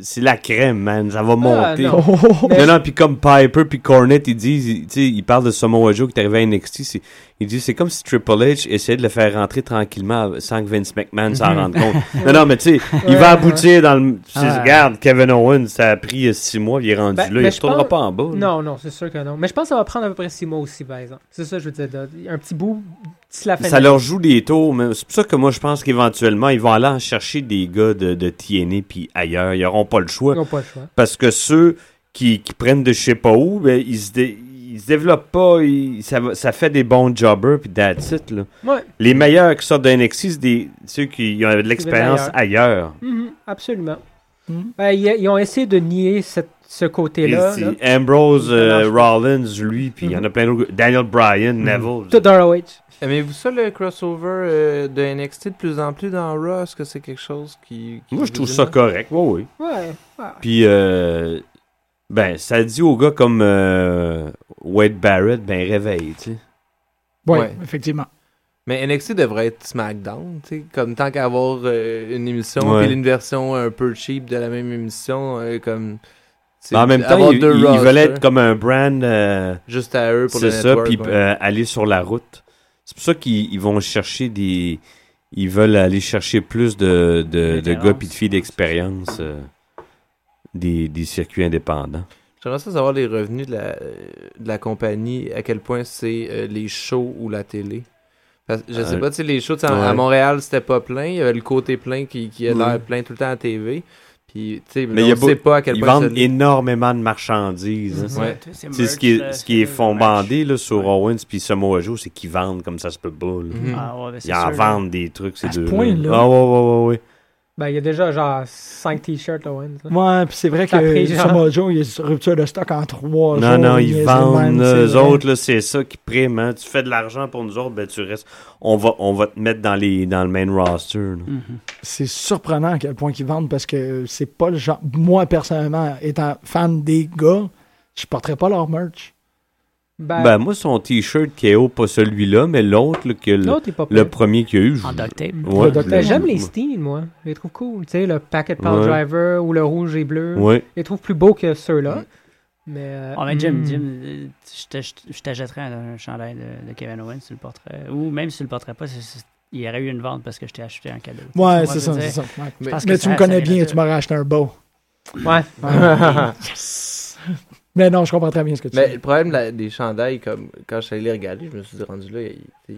[SPEAKER 5] c'est la crème, man. Ça va monter.
[SPEAKER 4] Ah, non.
[SPEAKER 5] Non.
[SPEAKER 4] Mais-
[SPEAKER 3] Oh.
[SPEAKER 5] non, puis comme Piper puis Cornette, ils disent, ils- tu sais, ils parlent de Samoa Joe qui est arrivé à NXT. C'est, ils disent, c'est comme si Triple H essayait de le faire rentrer tranquillement sans que Vince McMahon s'en
[SPEAKER 4] *laughs*
[SPEAKER 5] rende compte. non, non, mais tu sais, il
[SPEAKER 4] Ouais,
[SPEAKER 5] va aboutir dans le. tu sais,
[SPEAKER 7] Ouais.
[SPEAKER 5] Regarde, Kevin Owens, ça a pris euh, six mois, il est rendu
[SPEAKER 4] Ben,
[SPEAKER 5] là.
[SPEAKER 4] mais
[SPEAKER 5] Il
[SPEAKER 4] je
[SPEAKER 5] retournera
[SPEAKER 4] pense-
[SPEAKER 5] pas en bas. là.
[SPEAKER 4] Non, non, c'est sûr que non. Mais je pense que ça va prendre à peu près six mois aussi, par exemple. C'est ça, je veux dire. de- Un petit bout, d'ici la fin
[SPEAKER 5] Ça
[SPEAKER 4] de l'année.
[SPEAKER 5] leur joue des tours, mais c'est pour ça que moi je pense qu'éventuellement ils vont aller en chercher des gars de, de TNA puis ailleurs. Ils auront pas le choix.
[SPEAKER 4] Ils n'ont pas le choix.
[SPEAKER 5] Parce que ceux qui, qui prennent de je sais pas où, ben, ils, se dé- ils se développent pas. ils- ça, va- ça fait des bons jobbers, puis that's it. Là.
[SPEAKER 4] Ouais.
[SPEAKER 5] Les meilleurs qui sortent de NXT, c'est des- ceux qui ont de l'expérience ailleurs.
[SPEAKER 4] Mhm, absolument.
[SPEAKER 3] Mhm.
[SPEAKER 4] Ben, ils, ils ont essayé de nier cette, ce côté-là. là.
[SPEAKER 5] C'est Ambrose
[SPEAKER 4] Non,
[SPEAKER 5] euh,
[SPEAKER 4] je-
[SPEAKER 5] Rollins, lui, puis il y en a plein d'autres. Daniel Bryan, Neville.
[SPEAKER 4] Mm-hmm. Tout dans ROH.
[SPEAKER 6] Aimez-vous ça, le crossover euh, de NXT de plus en plus dans Raw? Est-ce que c'est quelque chose qui. qui
[SPEAKER 5] Moi,
[SPEAKER 6] vous
[SPEAKER 5] je trouve
[SPEAKER 6] gêne?
[SPEAKER 5] ça correct. Oui, oui.
[SPEAKER 4] Ouais.
[SPEAKER 5] Puis, euh, ben, ça dit aux gars comme euh, Wade Barrett, ben, réveille, tu sais.
[SPEAKER 3] Oui,
[SPEAKER 6] Ouais.
[SPEAKER 3] effectivement.
[SPEAKER 6] Mais NXT devrait être SmackDown, tu sais, comme tant qu'à avoir euh, une émission,
[SPEAKER 5] Ouais.
[SPEAKER 6] puis une version un peu cheap de la même émission, euh, comme. tu sais,
[SPEAKER 5] Mais en même temps,
[SPEAKER 6] avoir
[SPEAKER 5] ils,
[SPEAKER 6] deux hein.
[SPEAKER 5] ils- ils
[SPEAKER 6] rosters
[SPEAKER 5] veulent être comme un brand, euh,
[SPEAKER 6] Juste à eux pour le
[SPEAKER 5] c'est ça,
[SPEAKER 6] network,
[SPEAKER 5] puis
[SPEAKER 6] ouais.
[SPEAKER 5] euh, aller sur la route. C'est pour ça qu'ils ils vont chercher des... Ils veulent aller chercher plus de, de, de
[SPEAKER 7] Référence.
[SPEAKER 5] gars et de filles d'expérience euh, des, des circuits indépendants.
[SPEAKER 6] J'aimerais ça savoir les revenus de la, euh, de la compagnie, à quel point c'est euh, les shows ou la télé. Parce, que je sais
[SPEAKER 5] Euh,
[SPEAKER 6] pas, tu sais, les shows, tu sais, à- à
[SPEAKER 5] ouais.
[SPEAKER 6] Montréal, c'était pas plein. Il y avait le côté plein qui, qui a l'air
[SPEAKER 5] Ouais.
[SPEAKER 6] plein tout le temps à la TV. Puis, tu sais,
[SPEAKER 5] Mais
[SPEAKER 6] on
[SPEAKER 5] il y a
[SPEAKER 6] sait
[SPEAKER 5] beau-
[SPEAKER 6] pas à quel
[SPEAKER 5] Ils
[SPEAKER 6] point
[SPEAKER 5] vendent
[SPEAKER 6] c'est-
[SPEAKER 5] énormément de marchandises. hein.
[SPEAKER 6] Ouais.
[SPEAKER 5] C'est ce qui est, ce qui est fondé là, sur
[SPEAKER 7] euh, Ouais.
[SPEAKER 5] Owens puis Samoa Joe, c'est qu'ils vendent comme ça se peut pas. là.
[SPEAKER 6] Mhm.
[SPEAKER 7] Ah, ouais, ben, c'est
[SPEAKER 5] Ils en
[SPEAKER 7] sûr.
[SPEAKER 5] vendent des trucs, ces
[SPEAKER 3] À ce
[SPEAKER 5] deux
[SPEAKER 3] point-là.
[SPEAKER 5] Ah ouais, ouais, ouais, ouais.
[SPEAKER 4] Ben, il y a déjà genre 5 t-shirts Owens. là.
[SPEAKER 3] Ouais, puis c'est vrai
[SPEAKER 4] Ça a
[SPEAKER 3] que
[SPEAKER 4] pris, genre-
[SPEAKER 3] Samoa Joe, il y a une rupture de stock en trois jours.
[SPEAKER 5] Non, non,
[SPEAKER 3] il
[SPEAKER 5] ils
[SPEAKER 3] est
[SPEAKER 5] vendent.
[SPEAKER 3] même,
[SPEAKER 5] là,
[SPEAKER 3] c'est
[SPEAKER 5] Eux
[SPEAKER 3] vrai.
[SPEAKER 5] autres, là, c'est ça qui prime. hein. Tu fais de l'argent pour nous autres, ben tu restes. On va, on va te mettre dans, les, dans le main roster. là.
[SPEAKER 7] Mhm.
[SPEAKER 3] C'est surprenant à quel point qu'ils vendent parce que c'est pas le genre. Moi, personnellement, étant fan des gars, je porterais pas leur merch.
[SPEAKER 4] Ben,
[SPEAKER 5] Ben, moi, son t-shirt KO, pas celui-là, mais l'autre, là, que le,
[SPEAKER 4] l'autre est pas
[SPEAKER 5] le
[SPEAKER 4] pire.
[SPEAKER 5] premier qu'il y a eu. je-
[SPEAKER 7] En duct tape.
[SPEAKER 5] Ouais,
[SPEAKER 3] Le duct
[SPEAKER 4] Ben,
[SPEAKER 3] tape.
[SPEAKER 5] je-
[SPEAKER 4] J'aime les styles, moi. Je les trouve cool. Tu sais, le Packet Power
[SPEAKER 5] Ouais.
[SPEAKER 4] Driver ou le rouge et bleu.
[SPEAKER 5] Ouais.
[SPEAKER 4] Je les trouve plus beaux que ceux-là. Mais. euh,
[SPEAKER 7] Oh, mais Jim,
[SPEAKER 5] Mm-hmm.
[SPEAKER 4] hmm.
[SPEAKER 7] Jim, euh, je te- je t'achèterais un, un chandail de, de Kevin Owens sur le portrait. Ou même si tu le portrait pas, c'est- c'est- il y aurait eu une vente parce que je t'ai acheté un cadeau.
[SPEAKER 3] Ouais,
[SPEAKER 7] Tu
[SPEAKER 3] c'est ça,
[SPEAKER 7] comprends ce que
[SPEAKER 3] c'est
[SPEAKER 7] je
[SPEAKER 3] ça. ouais.
[SPEAKER 7] veux dire? Je pense
[SPEAKER 3] Mais
[SPEAKER 7] que
[SPEAKER 3] tu
[SPEAKER 7] ça-
[SPEAKER 3] me
[SPEAKER 7] ça
[SPEAKER 3] connais
[SPEAKER 7] vient
[SPEAKER 3] bien,
[SPEAKER 7] de
[SPEAKER 3] tu
[SPEAKER 7] ça.
[SPEAKER 3] m'aurais acheté un beau.
[SPEAKER 4] Ouais.
[SPEAKER 3] Yes. Mais non, je comprends très bien ce que tu
[SPEAKER 6] Mais
[SPEAKER 3] dis.
[SPEAKER 6] le problème de la- des chandails, comme quand je suis allé les regarder, je me suis dit, rendu là, il- il-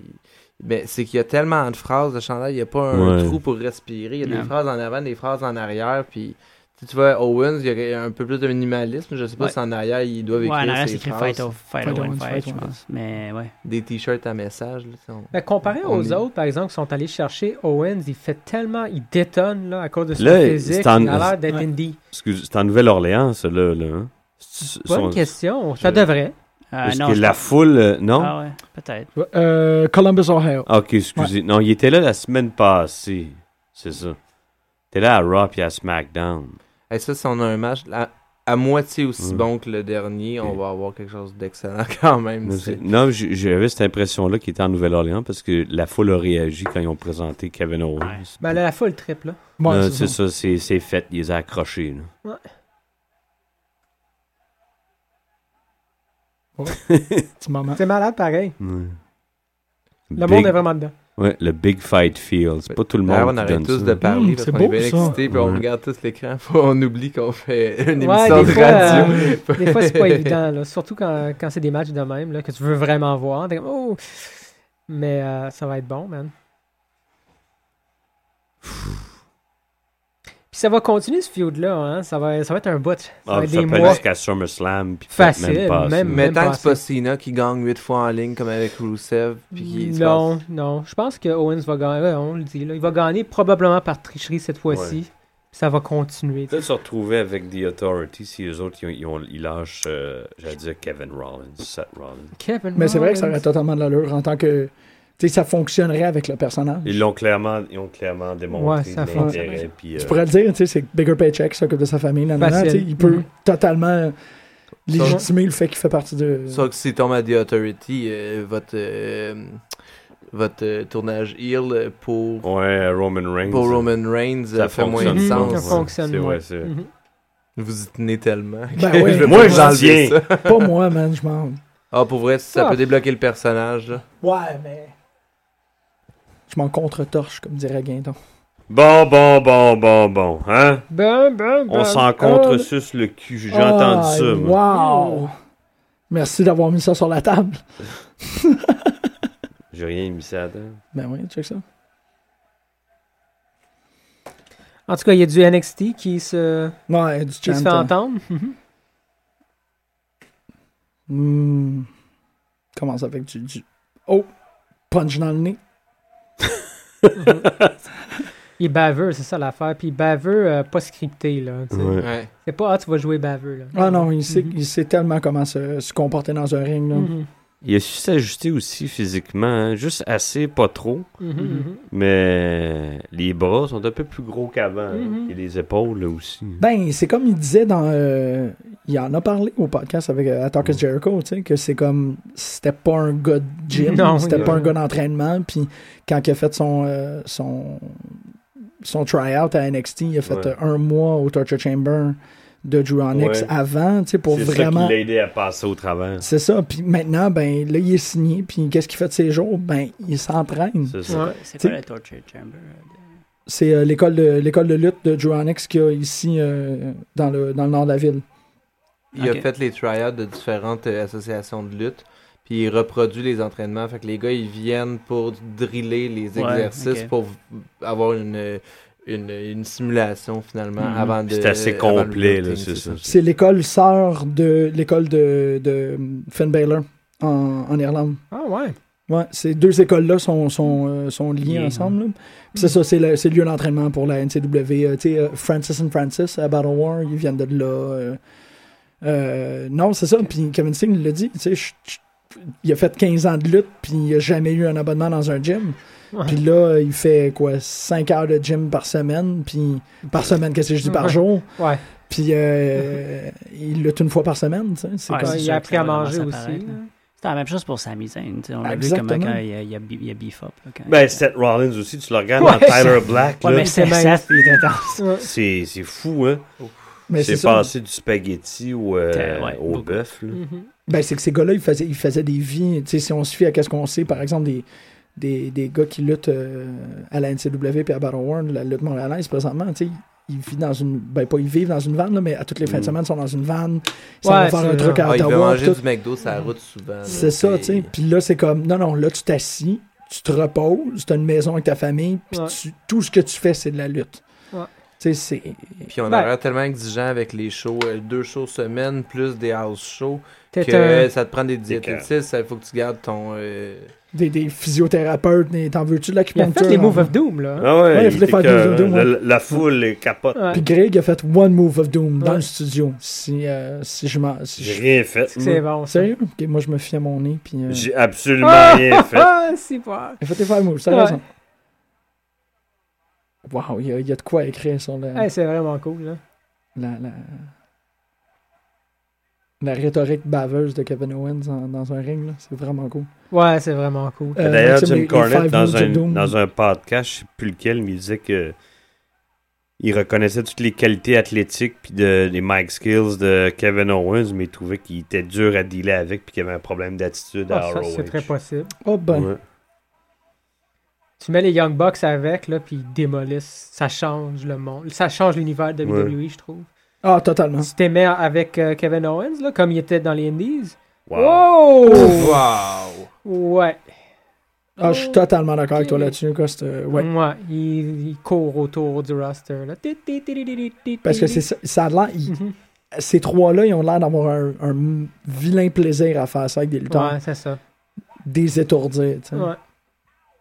[SPEAKER 6] mais c'est qu'il y a tellement de phrases de chandail, il n'y a pas un
[SPEAKER 5] Ouais.
[SPEAKER 6] trou pour respirer. Il y a des
[SPEAKER 7] Non.
[SPEAKER 6] phrases en avant, des phrases en arrière, puis tu sais, tu vois, Owens, il y a un peu plus de minimalisme. Je sais pas
[SPEAKER 7] Ouais.
[SPEAKER 6] si en arrière, ils doivent
[SPEAKER 7] Ouais, en
[SPEAKER 6] écrire
[SPEAKER 7] arrière, c'est
[SPEAKER 6] ces
[SPEAKER 7] écrit
[SPEAKER 6] phrases.
[SPEAKER 7] Fight of Fight
[SPEAKER 3] Fight
[SPEAKER 7] Owens
[SPEAKER 3] Owens,
[SPEAKER 7] Fight,
[SPEAKER 3] Fight
[SPEAKER 7] je
[SPEAKER 3] Owens.
[SPEAKER 7] pense. Mais ouais. Euh,
[SPEAKER 6] Des t-shirts à message. là, tu sais, on-
[SPEAKER 4] Ben, comparé
[SPEAKER 6] On
[SPEAKER 4] aux
[SPEAKER 6] est-
[SPEAKER 4] autres, par exemple, qui sont allés chercher Owens, il fait tellement. Il détonne, là, à cause de son
[SPEAKER 5] Là,
[SPEAKER 4] physique.
[SPEAKER 5] c'est en-
[SPEAKER 4] Il a l'air d'être
[SPEAKER 3] Ouais.
[SPEAKER 4] indie.
[SPEAKER 5] Excuse, c'est en Nouvelle-Orléans, ça, là. là, hein? C'est-
[SPEAKER 4] Bonne
[SPEAKER 5] son-
[SPEAKER 4] question. Ça
[SPEAKER 5] je-
[SPEAKER 4] devrait.
[SPEAKER 7] Euh,
[SPEAKER 5] Parce
[SPEAKER 7] non,
[SPEAKER 5] que
[SPEAKER 7] je
[SPEAKER 5] la
[SPEAKER 7] pense-
[SPEAKER 5] foule. euh, non?
[SPEAKER 7] Ah ouais, peut-être.
[SPEAKER 3] Euh, Columbus, Ohio.
[SPEAKER 5] Ah, Ok, excusez. Non, il était là la semaine passée. C'est ça. T'es là à Raw et à SmackDown.
[SPEAKER 6] Hey, ça, si on a un match à, à moitié aussi
[SPEAKER 5] Mm.
[SPEAKER 6] bon que le dernier, on
[SPEAKER 5] Et-
[SPEAKER 6] va avoir quelque chose d'excellent *laughs* quand même. tu sais.
[SPEAKER 5] Non, j- j'avais cette impression-là qu'il était en Nouvelle-Orléans parce que la foule a réagi quand ils ont présenté Kevin Owens.
[SPEAKER 7] Ouais.
[SPEAKER 4] Ben, là, la foule triple, là.
[SPEAKER 3] Ouais,
[SPEAKER 5] Non,
[SPEAKER 3] c'est
[SPEAKER 5] Euh, c'est
[SPEAKER 3] ça.
[SPEAKER 5] ça, c'est c'est fait. Ils les ont accrochés. là. *laughs*
[SPEAKER 3] Petit moment.
[SPEAKER 4] C'est malade, pareil.
[SPEAKER 5] Ouais.
[SPEAKER 4] Le
[SPEAKER 5] Big-
[SPEAKER 4] monde est vraiment dedans.
[SPEAKER 5] ouais, le Big Fight Field. C'est pas tout le
[SPEAKER 6] D'ailleurs,
[SPEAKER 5] monde
[SPEAKER 6] Ah, on
[SPEAKER 5] qui
[SPEAKER 6] arrête
[SPEAKER 5] donne
[SPEAKER 6] tous
[SPEAKER 5] ça.
[SPEAKER 6] de parler
[SPEAKER 4] Hmm,
[SPEAKER 3] Mm,
[SPEAKER 6] parce
[SPEAKER 3] c'est
[SPEAKER 6] qu'on
[SPEAKER 3] beau,
[SPEAKER 6] est bien
[SPEAKER 3] ça.
[SPEAKER 6] excités puis on
[SPEAKER 5] Ouais.
[SPEAKER 6] regarde tous l'écran. *laughs* Faut- On oublie qu'on fait une
[SPEAKER 4] Ouais,
[SPEAKER 6] émission
[SPEAKER 4] des
[SPEAKER 6] de
[SPEAKER 4] fois, euh,
[SPEAKER 6] radio. *laughs*
[SPEAKER 4] Des fois, c'est pas évident, là. Surtout quand, quand c'est des matchs de même, là, que tu veux vraiment voir. T'es comme, oh! Mais euh, ça va être bon, man. Puis ça va continuer, ce feud-là, hein. Ça va, ça va être un bout. Ça
[SPEAKER 5] Ah,
[SPEAKER 4] va être
[SPEAKER 5] ça
[SPEAKER 4] des
[SPEAKER 5] peut aller
[SPEAKER 4] mois.
[SPEAKER 5] jusqu'à SummerSlam. puis
[SPEAKER 4] Facile,
[SPEAKER 5] peut-être pas
[SPEAKER 4] même-
[SPEAKER 5] ça.
[SPEAKER 6] Mais tant que c'est pas
[SPEAKER 4] passé.
[SPEAKER 6] Cena qui gagne 8 fois en ligne comme avec Rusev. Puis qui se
[SPEAKER 4] Non,
[SPEAKER 6] passe-
[SPEAKER 4] non. Je pense que Owens va gagner. Ouais, on le dit, là. Il va gagner probablement par tricherie cette fois-ci. Puis Ça va continuer.
[SPEAKER 5] Peut-être se retrouver avec The Authority si eux autres, ils, ont- ils ont- ils lâchent, euh, j'allais dire Kevin Rollins, Seth Rollins.
[SPEAKER 4] Kevin
[SPEAKER 3] Mais c'est vrai que ça
[SPEAKER 4] Owens.
[SPEAKER 3] aurait totalement de l'allure en tant que. Tu sais, ça fonctionnerait avec le personnage.
[SPEAKER 5] Ils l'ont clairement, ils ont clairement
[SPEAKER 4] Ouais,
[SPEAKER 5] démontré
[SPEAKER 4] ça fait-
[SPEAKER 5] l'intérêt. puis,
[SPEAKER 3] Tu
[SPEAKER 5] euh,
[SPEAKER 3] pourrais le dire, tu sais, c'est bigger paycheck, qui s'occupe de sa famille, nanana,
[SPEAKER 4] Facile.
[SPEAKER 3] tu sais, il peut
[SPEAKER 4] Mhm.
[SPEAKER 3] totalement légitimer le fait qu'il fait partie de.
[SPEAKER 6] Sauf que si tombe à The Authority, euh, votre, euh, votre euh, tournage heel pour,
[SPEAKER 5] Ouais, Roman Reigns.
[SPEAKER 6] pour Roman Reigns euh,
[SPEAKER 5] Ça
[SPEAKER 6] fait moins
[SPEAKER 5] fonctionne
[SPEAKER 6] de
[SPEAKER 5] pas.
[SPEAKER 4] Mhm, Ça
[SPEAKER 6] sens.
[SPEAKER 5] Ouais.
[SPEAKER 4] fonctionne.
[SPEAKER 5] C'est
[SPEAKER 4] moins.
[SPEAKER 5] vrai, c'est vrai.
[SPEAKER 4] Mhm.
[SPEAKER 6] Vous y tenez tellement.
[SPEAKER 3] Ben
[SPEAKER 6] que
[SPEAKER 3] ouais.
[SPEAKER 6] je vais
[SPEAKER 5] Moi,
[SPEAKER 6] pas
[SPEAKER 5] j'en
[SPEAKER 6] vous enlever
[SPEAKER 5] tiens.
[SPEAKER 3] *laughs*
[SPEAKER 6] ça.
[SPEAKER 3] Pas moi, man, je m'en.
[SPEAKER 6] Ah, pour vrai, ça
[SPEAKER 4] Ah.
[SPEAKER 6] peut débloquer le personnage. là.
[SPEAKER 3] Ouais, mais. Je m'en contre-torche, comme dirait Guindon.
[SPEAKER 5] Bon, bon, bon, bon, bon. Hein?
[SPEAKER 4] Ben, ben, ben,
[SPEAKER 5] On s'en
[SPEAKER 4] ben.
[SPEAKER 5] contre sus le cul. J'ai entendu
[SPEAKER 3] Ah,
[SPEAKER 5] ça. moi.
[SPEAKER 3] Wow! Merci d'avoir mis ça sur la table.
[SPEAKER 5] J'ai rien mis ça dedans.
[SPEAKER 3] Ben oui, check ça.
[SPEAKER 4] En tout cas, il y a du NXT qui se,
[SPEAKER 3] Ouais, du
[SPEAKER 4] qui se
[SPEAKER 3] chant,
[SPEAKER 4] fait
[SPEAKER 3] hein.
[SPEAKER 4] entendre. Mhm.
[SPEAKER 3] Hmm. Commence avec du, du- Oh! Punch dans le nez.
[SPEAKER 4] Il est baveux, c'est ça l'affaire. Puis baveux, euh, pas scripté, là. tu sais.
[SPEAKER 5] Ouais.
[SPEAKER 6] Ouais.
[SPEAKER 4] C'est pas, ah, tu vas jouer baveux, là.
[SPEAKER 3] Ah non, il sait,
[SPEAKER 4] Mhm.
[SPEAKER 3] il sait tellement comment se, se comporter dans un ring. là.
[SPEAKER 4] Mhm,
[SPEAKER 5] Il a su s'ajuster aussi physiquement, hein, juste assez, pas trop.
[SPEAKER 4] mhm, mhm.
[SPEAKER 5] Mais les bras sont un peu plus gros qu'avant. hein,
[SPEAKER 4] Mhm.
[SPEAKER 5] Et les épaules là, aussi. hein.
[SPEAKER 3] Ben, c'est comme il disait dans. euh, il en a parlé au podcast avec euh, Attack is Jericho, tu sais, que c'est comme. C'était pas un gars de
[SPEAKER 5] *laughs*
[SPEAKER 3] gym,
[SPEAKER 4] Non,
[SPEAKER 3] c'était
[SPEAKER 4] il a-
[SPEAKER 3] pas un gars d'entraînement. Puis quand il a fait son. euh, son son try-out à NXT, il a fait
[SPEAKER 5] Ouais.
[SPEAKER 3] euh, un mois au Torture Chamber de Drew Onyx
[SPEAKER 5] Ouais.
[SPEAKER 3] avant, tu sais, pour
[SPEAKER 5] c'est ça
[SPEAKER 3] vraiment.
[SPEAKER 5] qui l'a aidé à passer au travers.
[SPEAKER 3] C'est ça. Puis maintenant, ben, là, il est signé. Puis qu'est-ce qu'il fait de ses jours? Ben, il s'entraîne.
[SPEAKER 5] C'est ça.
[SPEAKER 4] Ouais.
[SPEAKER 7] C'est
[SPEAKER 3] T'sais-
[SPEAKER 7] quoi la Torture Chamber?
[SPEAKER 3] C'est euh, l'école de l'école de lutte de Drew Onyx qu'il y a ici euh, dans, le, dans le nord de la ville.
[SPEAKER 6] Il
[SPEAKER 7] Ok.
[SPEAKER 6] a fait les tryouts de différentes euh, associations de lutte, puis il reproduit les entraînements. Fait que les gars, ils viennent pour driller les
[SPEAKER 7] Ouais,
[SPEAKER 6] exercices
[SPEAKER 7] ok.
[SPEAKER 6] pour v- avoir une, une, une simulation finalement
[SPEAKER 7] Mhm.
[SPEAKER 6] avant de.
[SPEAKER 5] C'est assez
[SPEAKER 6] avant le
[SPEAKER 5] complet,
[SPEAKER 6] routing,
[SPEAKER 5] là, c'est ça.
[SPEAKER 3] C'est l'école sœur de l'école de, de Finn Balor en, en Irlande.
[SPEAKER 4] Ah ouais.
[SPEAKER 3] Ouais, ces deux écoles-là sont, sont, euh, sont liées
[SPEAKER 7] Liées,
[SPEAKER 3] ensemble. là. Puis c'est ça,
[SPEAKER 4] Mm.
[SPEAKER 3] c'est le, c'est le lieu d'entraînement pour la NCW. Euh, tu sais, euh, Francis and Francis à Battle War, ils viennent de là. euh. Euh, non, c'est ça. Puis Kevin Singh l'a dit. tu sais, je- je- il a fait 15 ans de lutte, puis il a jamais eu un abonnement dans un gym.
[SPEAKER 4] Ouais.
[SPEAKER 3] Puis là, il fait quoi 5 heures de gym par semaine, puis par semaine, qu'est-ce que je dis par
[SPEAKER 4] Ouais.
[SPEAKER 3] jour
[SPEAKER 4] Ouais.
[SPEAKER 3] Puis euh, il lutte une fois par semaine, tu sais. C'est
[SPEAKER 7] Ouais,
[SPEAKER 3] comme-
[SPEAKER 4] Quand
[SPEAKER 7] c'est
[SPEAKER 4] il
[SPEAKER 7] sûr
[SPEAKER 4] a
[SPEAKER 7] que
[SPEAKER 4] appris
[SPEAKER 7] ça
[SPEAKER 4] à
[SPEAKER 7] va vraiment
[SPEAKER 4] manger aussi.
[SPEAKER 7] s'apparaître, là. C'est la même chose pour Sami Zayn. t'sais, On l'a vu
[SPEAKER 3] Exactement.
[SPEAKER 7] comment quand il y a, il y a, beef- il y a beef up. là, quand-
[SPEAKER 5] Ben, Seth Rollins aussi, tu le regardes
[SPEAKER 4] Ouais,
[SPEAKER 5] dans Tyler Black.
[SPEAKER 7] Ouais,
[SPEAKER 5] là,
[SPEAKER 7] mais c'est
[SPEAKER 4] c'est
[SPEAKER 7] Seth, il est intense.
[SPEAKER 4] Ouais.
[SPEAKER 5] *laughs* C'est c'est fou, hein?
[SPEAKER 3] Mais c'est
[SPEAKER 5] c'est
[SPEAKER 3] ça.
[SPEAKER 5] passé du spaghetti au, euh,
[SPEAKER 7] Ouais, ouais,
[SPEAKER 5] au
[SPEAKER 7] beaucoup.
[SPEAKER 5] bœuf. là.
[SPEAKER 4] Mhm.
[SPEAKER 3] Ben, c'est que ces gars-là, ils faisaient, ils faisaient des vies. Tu sais, si on se fie à qu'est-ce qu'on sait, par exemple, des, des, des gars qui luttent euh, à la NCW et à Battle World, la lutte montréalaise présentement, tu sais, ils vivent dans une. Ben, pas ils vivent dans une vanne, là, mais à toutes les fins de
[SPEAKER 5] Mm.
[SPEAKER 3] semaine, ils sont dans une vanne. Ils vont
[SPEAKER 4] Ouais,
[SPEAKER 3] faire
[SPEAKER 4] c'est
[SPEAKER 3] un truc
[SPEAKER 4] vrai.
[SPEAKER 3] à
[SPEAKER 6] Ah, il veut
[SPEAKER 3] Ottawa.
[SPEAKER 6] manger
[SPEAKER 3] tout.
[SPEAKER 6] du McDo sur la route souvent. là,
[SPEAKER 3] C'est ça,
[SPEAKER 6] puis-
[SPEAKER 3] tu sais. Puis là, c'est comme, non, non, là, tu t'assis, tu te reposes, tu as une maison avec ta famille, puis
[SPEAKER 4] Ouais.
[SPEAKER 3] tu- tout ce que tu fais, c'est de la lutte.
[SPEAKER 4] Ouais.
[SPEAKER 3] Tu sais, c'est.
[SPEAKER 6] Puis on
[SPEAKER 4] Ben-
[SPEAKER 6] a l'air tellement exigeant avec les shows, euh, deux shows semaine plus des house shows,
[SPEAKER 4] T'es
[SPEAKER 6] que
[SPEAKER 4] un-
[SPEAKER 6] euh, ça te prend des diététistes, il faut que tu gardes ton. euh,
[SPEAKER 3] des, des physiothérapeutes, des- t'en veux-tu de
[SPEAKER 4] Il a
[SPEAKER 3] l'acupuncture?
[SPEAKER 4] fait les
[SPEAKER 3] en-
[SPEAKER 4] moves of doom, là.
[SPEAKER 5] Ah ouais,
[SPEAKER 3] Ouais, il
[SPEAKER 5] il
[SPEAKER 3] voulait
[SPEAKER 5] était
[SPEAKER 3] faire des
[SPEAKER 5] écœurant.
[SPEAKER 3] dodo, moi.
[SPEAKER 5] la, la foule les capote.
[SPEAKER 4] Ouais.
[SPEAKER 3] Puis Greg a fait One Move of Doom dans
[SPEAKER 4] Ouais.
[SPEAKER 3] le studio. Si, euh, si je m'en. Si
[SPEAKER 5] J'ai
[SPEAKER 3] je...
[SPEAKER 5] rien fait.
[SPEAKER 4] C'est
[SPEAKER 5] moi.
[SPEAKER 4] bon, ça.
[SPEAKER 3] Sérieux? Ok, moi, je me fiais à mon nez. Puis, euh...
[SPEAKER 5] J'ai absolument
[SPEAKER 4] Ah,
[SPEAKER 5] rien fait.
[SPEAKER 4] ah, c'est pas.
[SPEAKER 3] Il a fait tes five moves, t'as
[SPEAKER 4] Ouais.
[SPEAKER 3] raison. Wow, il y, a- il y a de quoi écrire sur la,
[SPEAKER 4] Hey, c'est vraiment cool, hein. là.
[SPEAKER 3] la, la, la rhétorique baveuse de Kevin Owens en- dans un ring. là. C'est vraiment cool.
[SPEAKER 4] Ouais, c'est vraiment cool.
[SPEAKER 3] Euh,
[SPEAKER 5] D'ailleurs,
[SPEAKER 3] Maxime, les-
[SPEAKER 5] Jim
[SPEAKER 3] les
[SPEAKER 5] Cornette,
[SPEAKER 3] five
[SPEAKER 5] dans
[SPEAKER 3] moves of
[SPEAKER 5] un,
[SPEAKER 3] Doom.
[SPEAKER 5] dans un podcast, je sais plus lequel, mais il disait que il reconnaissait toutes les qualités athlétiques puis de, des Mike Skills de Kevin Owens, mais il trouvait qu'il était dur à dealer avec puis qu'il avait un problème d'attitude
[SPEAKER 4] Ah,
[SPEAKER 5] à
[SPEAKER 4] ça,
[SPEAKER 5] ROH.
[SPEAKER 4] c'est très possible.
[SPEAKER 3] Oh, ben.
[SPEAKER 5] Ouais.
[SPEAKER 4] Tu mets les Young Bucks avec, là, puis ils démolissent. Ça change le monde. Ça change l'univers de WWE, je trouve.
[SPEAKER 3] Ah, totalement.
[SPEAKER 4] Tu t'aimais avec euh, Kevin Owens, là, comme il était dans les Indies.
[SPEAKER 5] Wow.
[SPEAKER 4] Oh, Wow!
[SPEAKER 6] Wow!
[SPEAKER 4] Ouais.
[SPEAKER 3] Ah, je suis totalement d'accord avec toi
[SPEAKER 4] Oh. Ok. Mm.
[SPEAKER 3] là-dessus. quoi, c'est, euh, ouais.
[SPEAKER 4] Ouais, il, il court autour du roster. Là. Ti, ti, ti, ti, ti, ti,
[SPEAKER 3] Parce que c'est
[SPEAKER 4] ti, ti.
[SPEAKER 3] ça, ça a l'air. il-
[SPEAKER 4] Mhm.
[SPEAKER 3] ces trois-là, ils ont l'air d'avoir un, un vilain plaisir à faire ça avec des lutteurs.
[SPEAKER 4] Ouais, c'est ça.
[SPEAKER 3] Des étourdis, tu sais.
[SPEAKER 4] Ouais.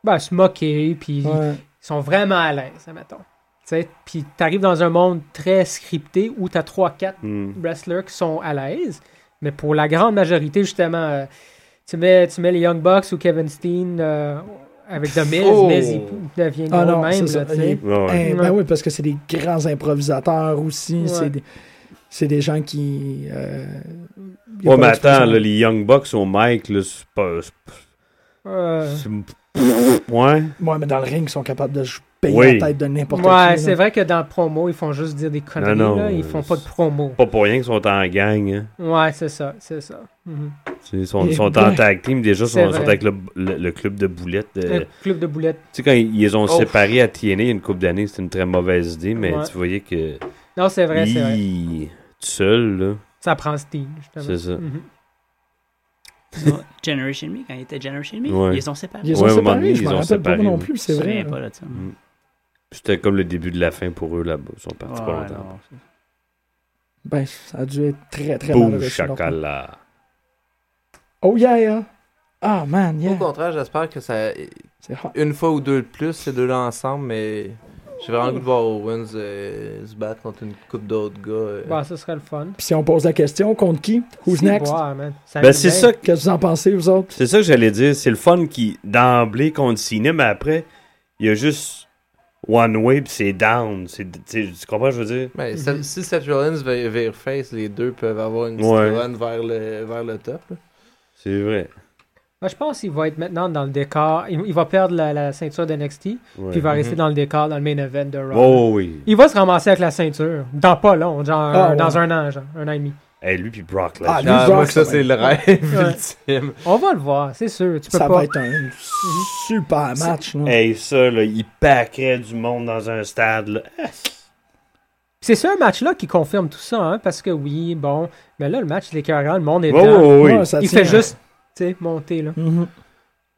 [SPEAKER 4] Ben, se moquer, puis
[SPEAKER 3] Ouais.
[SPEAKER 4] ils sont vraiment à l'aise, admettons. Tu sais, puis t'arrives dans un monde très scripté où t'as 3-4
[SPEAKER 5] Hmm.
[SPEAKER 4] wrestlers qui sont à l'aise, mais pour la grande majorité, justement, euh, tu, mets, tu mets les Young Bucks ou Kevin Steen euh, avec The Miz,
[SPEAKER 6] Oh!
[SPEAKER 4] Miz, il devient
[SPEAKER 3] Ah non,
[SPEAKER 4] même,
[SPEAKER 3] c'est ça.
[SPEAKER 4] là, tu sais.
[SPEAKER 3] Il-
[SPEAKER 5] Ouais, ouais.
[SPEAKER 3] Eh,
[SPEAKER 4] Ouais.
[SPEAKER 3] ben oui, parce que c'est des grands improvisateurs aussi.
[SPEAKER 4] Ouais.
[SPEAKER 3] C'est des, c'est des gens qui. euh,
[SPEAKER 4] Eh,
[SPEAKER 3] y a
[SPEAKER 5] Ouais,
[SPEAKER 3] pas
[SPEAKER 5] mais attends,
[SPEAKER 3] d'expression.
[SPEAKER 5] là, les Young Bucks au mic, là, c'est pas. c'est pas-
[SPEAKER 4] Euh,
[SPEAKER 5] c'est- Ouais.
[SPEAKER 3] Ouais, mais dans le ring, ils sont capables de payer
[SPEAKER 5] Oui.
[SPEAKER 3] la tête de n'importe
[SPEAKER 4] Ouais,
[SPEAKER 3] qui.
[SPEAKER 4] c'est
[SPEAKER 3] là.
[SPEAKER 4] vrai que dans le promo, ils font juste dire des conneries.
[SPEAKER 5] Non, non,
[SPEAKER 4] là. Ils
[SPEAKER 5] euh,
[SPEAKER 4] font pas de promo.
[SPEAKER 5] Pas pour rien qu'ils sont en gang. hein.
[SPEAKER 4] Ouais, c'est ça, c'est ça. Mhm.
[SPEAKER 5] Ils sont,
[SPEAKER 3] Et
[SPEAKER 5] sont
[SPEAKER 3] ben,
[SPEAKER 5] en tag team, déjà, ils
[SPEAKER 4] c'est
[SPEAKER 5] sont, sont
[SPEAKER 4] vrai.
[SPEAKER 5] avec le, le- le club de boulettes. de-
[SPEAKER 4] Le club de boulettes.
[SPEAKER 5] Tu sais, quand ils ils les ont
[SPEAKER 6] Oh.
[SPEAKER 5] séparés à TNA il y a une couple d'années, c'était une très mauvaise idée, mais
[SPEAKER 4] Ouais.
[SPEAKER 5] tu voyais que.
[SPEAKER 4] Non, c'est vrai, c'est vrai.
[SPEAKER 5] Hi, Tout seul, là.
[SPEAKER 4] Ça prend Steam, justement.
[SPEAKER 5] C'est ça.
[SPEAKER 4] Mhm.
[SPEAKER 7] Non, *laughs* Generation Me, quand il était Generation Me,
[SPEAKER 5] Ouais.
[SPEAKER 7] ils ont séparé.
[SPEAKER 3] Ils les
[SPEAKER 5] Ouais,
[SPEAKER 3] ont
[SPEAKER 5] à un moment
[SPEAKER 3] séparés,
[SPEAKER 5] donné,
[SPEAKER 3] je
[SPEAKER 5] ils
[SPEAKER 3] m'en
[SPEAKER 5] ont
[SPEAKER 3] rappelle
[SPEAKER 5] séparé,
[SPEAKER 3] pas non
[SPEAKER 5] ouais.
[SPEAKER 3] plus,
[SPEAKER 7] Je
[SPEAKER 3] c'est
[SPEAKER 7] me
[SPEAKER 3] vrai. hein.
[SPEAKER 7] souviens pas de ça.
[SPEAKER 5] Mm. C'était comme le début de la fin pour eux là-bas. Ils sont partis
[SPEAKER 7] Ouais,
[SPEAKER 5] pas longtemps.
[SPEAKER 7] non, c'est-
[SPEAKER 3] Ben, ça a dû être très, très
[SPEAKER 5] Boum,
[SPEAKER 3] malheureux, sur leur part.
[SPEAKER 5] chocolat.
[SPEAKER 3] Oh yeah! Ah, man,
[SPEAKER 6] Au
[SPEAKER 3] yeah!
[SPEAKER 6] contraire, j'espère que ça.
[SPEAKER 3] C'est hot.
[SPEAKER 6] Une fois ou deux de plus, ces deux-là ensemble, mais J'ai vraiment le goût de voir Owens euh, se battre contre une coupe d'autres gars. euh.
[SPEAKER 4] Bah, ça serait le fun.
[SPEAKER 3] Puis si on pose la question, contre qui? Who's
[SPEAKER 4] C'est
[SPEAKER 3] next?
[SPEAKER 4] boire, man.
[SPEAKER 5] Ben, c'est ça, que-
[SPEAKER 3] Qu'est-ce que vous en pensez, vous autres?
[SPEAKER 5] c'est ça que j'allais dire. C'est le fun qui, d'emblée, contre Cena, mais après, il y a juste One Way, puis c'est down. C'est, tu sais, tu comprends ce que je veux dire?
[SPEAKER 6] Mais Seth-
[SPEAKER 4] Mm-hmm.
[SPEAKER 6] si Seth Rollins va vers face, les deux peuvent avoir une petite
[SPEAKER 5] Ouais.
[SPEAKER 6] run vers le, vers le top. là.
[SPEAKER 5] C'est vrai.
[SPEAKER 4] Moi, je pense qu'il va être maintenant dans le décor. Il, il va perdre la, la ceinture de NXT, puis
[SPEAKER 5] Ouais.
[SPEAKER 4] il va rester
[SPEAKER 6] Mhm.
[SPEAKER 4] dans le décor, dans le main event de Raw.
[SPEAKER 5] Oh, oui.
[SPEAKER 4] Il va se ramasser avec la ceinture. Dans pas long, genre
[SPEAKER 3] Ah, ouais.
[SPEAKER 4] dans un an, genre un an et demi.
[SPEAKER 5] Hey, lui, puis Brock
[SPEAKER 3] Ah,
[SPEAKER 5] Lesnar.
[SPEAKER 3] lui,
[SPEAKER 6] Non,
[SPEAKER 3] Brock,
[SPEAKER 6] moi, ça,
[SPEAKER 3] ça va
[SPEAKER 6] c'est
[SPEAKER 3] être-
[SPEAKER 6] le rêve ultime.
[SPEAKER 4] On va le voir, c'est sûr. Tu peux
[SPEAKER 3] Ça
[SPEAKER 4] pas.
[SPEAKER 3] va être un super match. là.
[SPEAKER 5] Hey, ça, là, il paquerait du monde dans un stade, là.
[SPEAKER 4] C'est ce match-là qui confirme tout ça, hein, parce que oui, bon, mais là, le match, il est carrément, le monde est
[SPEAKER 5] Oh,
[SPEAKER 4] dedans.
[SPEAKER 5] oui.
[SPEAKER 3] Ouais, ça
[SPEAKER 4] Il
[SPEAKER 3] tient.
[SPEAKER 4] fait juste, tu sais, monter, là.
[SPEAKER 3] Mhm.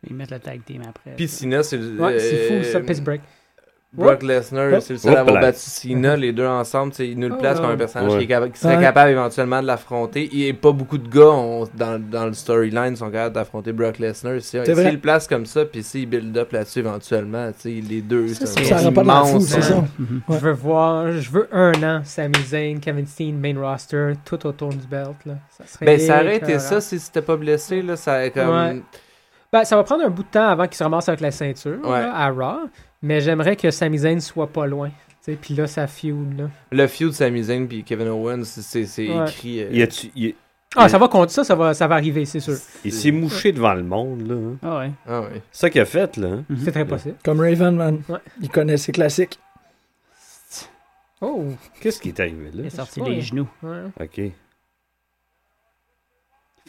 [SPEAKER 7] Ils mettent le tag team après.
[SPEAKER 6] Puis Cena, c'est le-
[SPEAKER 4] Ouais, c'est
[SPEAKER 6] euh,
[SPEAKER 4] fou, ça, piss break.
[SPEAKER 6] Brock Lesnar,
[SPEAKER 3] Hop.
[SPEAKER 6] c'est le seul à avoir
[SPEAKER 5] Hop là.
[SPEAKER 6] battu Cena, les deux ensemble, tu sais, ils nous le
[SPEAKER 4] Ah,
[SPEAKER 6] placent comme un
[SPEAKER 4] ouais.
[SPEAKER 6] personnage
[SPEAKER 5] Ouais.
[SPEAKER 6] qui, est capa- qui serait
[SPEAKER 3] Ouais.
[SPEAKER 6] capable éventuellement de l'affronter. Et pas beaucoup de gars ont- dans, dans le storyline sont capables d'affronter Brock Lesnar. Si- S'ils
[SPEAKER 3] vrai.
[SPEAKER 6] le placent comme ça, puis s'ils build up là-dessus éventuellement, tu sais, les deux,
[SPEAKER 7] Ça,
[SPEAKER 6] c'est
[SPEAKER 3] Ça
[SPEAKER 6] un
[SPEAKER 3] aura pas de la fou,
[SPEAKER 6] immense,
[SPEAKER 3] c'est
[SPEAKER 6] hein.
[SPEAKER 3] ça.
[SPEAKER 7] Mhm.
[SPEAKER 3] Ouais.
[SPEAKER 4] Je veux voir, je veux un an, Sami Zayn, Kevin Steen, main roster, tout autour du belt, là. Ça serait
[SPEAKER 6] Ben, ça aurait été
[SPEAKER 4] écœurant.
[SPEAKER 6] ça si c'était pas blessé, là, ça aurait comme...
[SPEAKER 4] Ouais. Ben, ça va prendre un bout de temps avant qu'il se ramasse avec la ceinture,
[SPEAKER 6] Ouais.
[SPEAKER 4] là, à Raw, mais j'aimerais que Sami Zayn soit pas loin. tu sais, Puis là, ça feud, là.
[SPEAKER 6] Le feud Sami Zayn puis Kevin Owens, c'est- c'est c'est
[SPEAKER 4] Ouais.
[SPEAKER 6] écrit... euh,
[SPEAKER 5] Il, a-tu- il-
[SPEAKER 4] Ah, ça va contre ça, ça va, ça va arriver, c'est sûr.
[SPEAKER 3] Mm-hmm.
[SPEAKER 5] il s'est mouché devant le monde, là. hein.
[SPEAKER 7] Ah ouais. mhm.
[SPEAKER 6] Ah ouais.
[SPEAKER 5] C'est ça qu'il a fait, là. hein.
[SPEAKER 4] C'est très possible.
[SPEAKER 3] Comme Raven, man.
[SPEAKER 4] Ouais.
[SPEAKER 3] Il connaît ses classiques.
[SPEAKER 4] Oh,
[SPEAKER 5] Qu'est-ce qui est arrivé, là?
[SPEAKER 7] Il a sorti
[SPEAKER 4] Ouais.
[SPEAKER 7] les genoux.
[SPEAKER 4] ouais. Euh,
[SPEAKER 5] OK.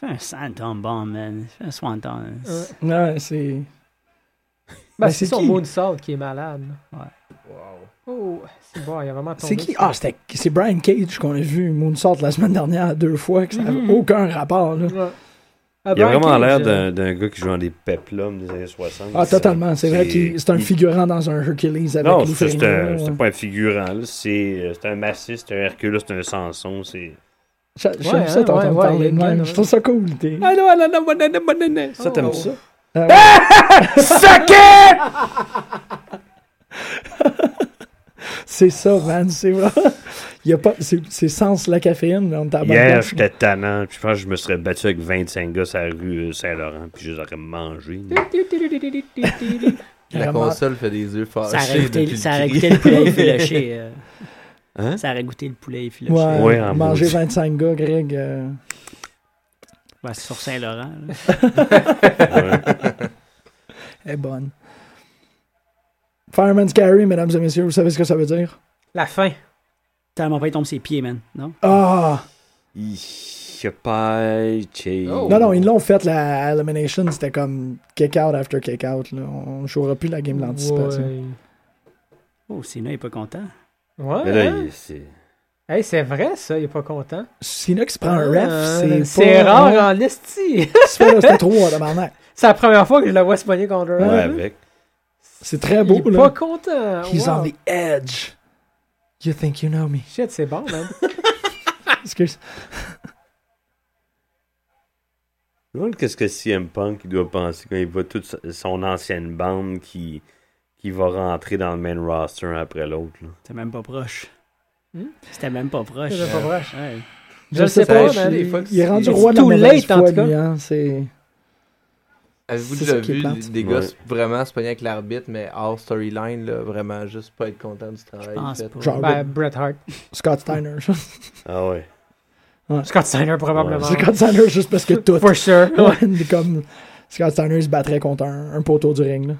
[SPEAKER 3] Ah,
[SPEAKER 7] Il fait un Santon bomb, man. Il fait un Swanton.
[SPEAKER 4] Ouais.
[SPEAKER 3] Ouais, c'est...
[SPEAKER 4] Ben,
[SPEAKER 3] Mais
[SPEAKER 4] c'est
[SPEAKER 3] c'est
[SPEAKER 4] son
[SPEAKER 3] qui?
[SPEAKER 4] mot de salt qui est malade.
[SPEAKER 6] Wow.
[SPEAKER 4] Oh, c'est bon, il a vraiment tombé.
[SPEAKER 3] C'est qui? Ah, c'était- c'est Brian Cage qu'on a vu Moonsault la semaine dernière deux fois, que ça
[SPEAKER 4] Mhm.
[SPEAKER 3] n'avait aucun rapport, là.
[SPEAKER 4] Ouais.
[SPEAKER 5] Il a
[SPEAKER 3] ben,
[SPEAKER 4] Brian
[SPEAKER 5] vraiment
[SPEAKER 4] Cage,
[SPEAKER 5] l'air
[SPEAKER 4] euh,
[SPEAKER 5] d'un, d'un gars qui joue dans des peplums des années 60.
[SPEAKER 3] Ah, totalement. C'est vrai
[SPEAKER 5] qu'il
[SPEAKER 3] que c'est un figurant dans un Hercules avec
[SPEAKER 5] Non,
[SPEAKER 3] Lou
[SPEAKER 5] c'est, c'est
[SPEAKER 3] Ferrigno,
[SPEAKER 5] un-
[SPEAKER 3] ouais.
[SPEAKER 5] c'est pas un figurant. là. C'est, euh, c'est un massiste, c'est un Hercule, c'est un Samson. C'est...
[SPEAKER 3] J'a- J'aime
[SPEAKER 4] Ouais,
[SPEAKER 3] ça
[SPEAKER 4] hein,
[SPEAKER 3] t'entendre
[SPEAKER 4] ouais,
[SPEAKER 3] parler
[SPEAKER 4] ouais,
[SPEAKER 3] de
[SPEAKER 4] il hein. y a
[SPEAKER 3] même.
[SPEAKER 4] plein,
[SPEAKER 3] Je trouve ça cool. t'es-
[SPEAKER 4] Ah,
[SPEAKER 5] Ça,
[SPEAKER 4] Oh.
[SPEAKER 5] t'aimes ça?
[SPEAKER 3] Ah, C'est ça, man. C'est vrai. *laughs* Il y a pas... c'est, c'est sans la caféine, mais on t'a
[SPEAKER 5] Hier, j'étais tannant. puis je pense que je me serais battu avec 25 gars sur la rue euh, Saint-Laurent. Puis je les aurais mangés.
[SPEAKER 4] *laughs*
[SPEAKER 6] La
[SPEAKER 3] Vraiment.
[SPEAKER 6] console fait des yeux
[SPEAKER 7] Ça
[SPEAKER 6] fâchés
[SPEAKER 7] aurait goûté,
[SPEAKER 6] depuis
[SPEAKER 7] ça
[SPEAKER 6] le
[SPEAKER 7] aurait
[SPEAKER 6] cri.
[SPEAKER 7] goûté le poulet effiloché. euh.
[SPEAKER 5] Hein?
[SPEAKER 7] Ça aurait goûté le poulet effiloché.
[SPEAKER 3] Ouais, hein.
[SPEAKER 5] Ouais, en
[SPEAKER 3] manger
[SPEAKER 5] maudit.
[SPEAKER 3] 25 gars, Greg. euh,
[SPEAKER 7] Ouais, c'est sur Saint-Laurent. là.
[SPEAKER 5] Ouais.
[SPEAKER 3] est bonne. Fireman's Carry, mesdames et messieurs, vous savez ce que ça veut dire?
[SPEAKER 4] *laughs* La fin.
[SPEAKER 7] Tellement pas, il tombe ses pieds, man. Non?
[SPEAKER 3] Ah!
[SPEAKER 5] Il- je paille, chez-
[SPEAKER 6] Oh.
[SPEAKER 3] Non, non, ils l'ont fait, la Elimination, c'était comme kick-out after kick-out. là. On ne jouera plus la game d'anticipation.
[SPEAKER 7] Oh, Cena est pas content.
[SPEAKER 4] Ouais.
[SPEAKER 5] Mais là,
[SPEAKER 4] hein?
[SPEAKER 5] il- c'est...
[SPEAKER 4] Hey, c'est vrai, ça, il est pas content.
[SPEAKER 3] C'est là qui se prend un ref,
[SPEAKER 4] Euh,
[SPEAKER 3] c'est
[SPEAKER 4] C'est
[SPEAKER 3] pas-
[SPEAKER 4] rare hein.
[SPEAKER 3] ouais.
[SPEAKER 4] en esti. *laughs*
[SPEAKER 3] C'est pas là, C'était trop, hein, tabarnak.
[SPEAKER 4] c'est la première fois que je la vois se pogner contre
[SPEAKER 5] Ouais,
[SPEAKER 4] un.
[SPEAKER 5] avec.
[SPEAKER 3] C'est très
[SPEAKER 4] Il
[SPEAKER 3] beau,
[SPEAKER 4] est
[SPEAKER 3] là.
[SPEAKER 4] pas content.
[SPEAKER 3] He's
[SPEAKER 4] Wow.
[SPEAKER 3] on the edge. You think you know me.
[SPEAKER 4] Shit, c'est bon,
[SPEAKER 3] *laughs*
[SPEAKER 4] man. Ah!
[SPEAKER 3] Excuse.
[SPEAKER 5] Je me demande qu'est-ce que CM Punk il doit penser quand il voit toute sa- son ancienne bande qui, qui va rentrer dans le main roster un après l'autre. là.
[SPEAKER 7] C'était même pas proche.
[SPEAKER 4] Hmm?
[SPEAKER 7] C'était même pas proche.
[SPEAKER 4] C'est pas vrai.
[SPEAKER 7] Ouais.
[SPEAKER 4] Je le sais
[SPEAKER 6] sais
[SPEAKER 4] pas,
[SPEAKER 6] pas,
[SPEAKER 4] man.
[SPEAKER 6] je-
[SPEAKER 3] il,
[SPEAKER 6] fois que
[SPEAKER 3] il est
[SPEAKER 6] c'est-
[SPEAKER 3] rendu
[SPEAKER 6] c'est
[SPEAKER 3] roi de la
[SPEAKER 4] too
[SPEAKER 3] mauvaise
[SPEAKER 4] late, en
[SPEAKER 3] foi,
[SPEAKER 4] tout cas.
[SPEAKER 3] lui, hein, c'est-
[SPEAKER 6] Avez-vous
[SPEAKER 3] C'est
[SPEAKER 6] déjà
[SPEAKER 3] ça qui est
[SPEAKER 6] vu
[SPEAKER 3] plate.
[SPEAKER 6] des gars
[SPEAKER 5] Ouais.
[SPEAKER 6] vraiment se pogner avec l'arbitre, mais hors storyline, là, vraiment juste pas être content du travail
[SPEAKER 7] pense
[SPEAKER 6] fait?
[SPEAKER 7] pas.
[SPEAKER 3] Genre,
[SPEAKER 4] Ben, Bret Hart.
[SPEAKER 3] Scott Steiner. *laughs*
[SPEAKER 5] Ah ouais.
[SPEAKER 4] Scott Steiner, probablement.
[SPEAKER 3] Scott Steiner, juste parce que tout.
[SPEAKER 4] For sure. *laughs*
[SPEAKER 3] Ouais, *laughs* mais comme Scott Steiner se battrait contre un, un poteau du ring. Là.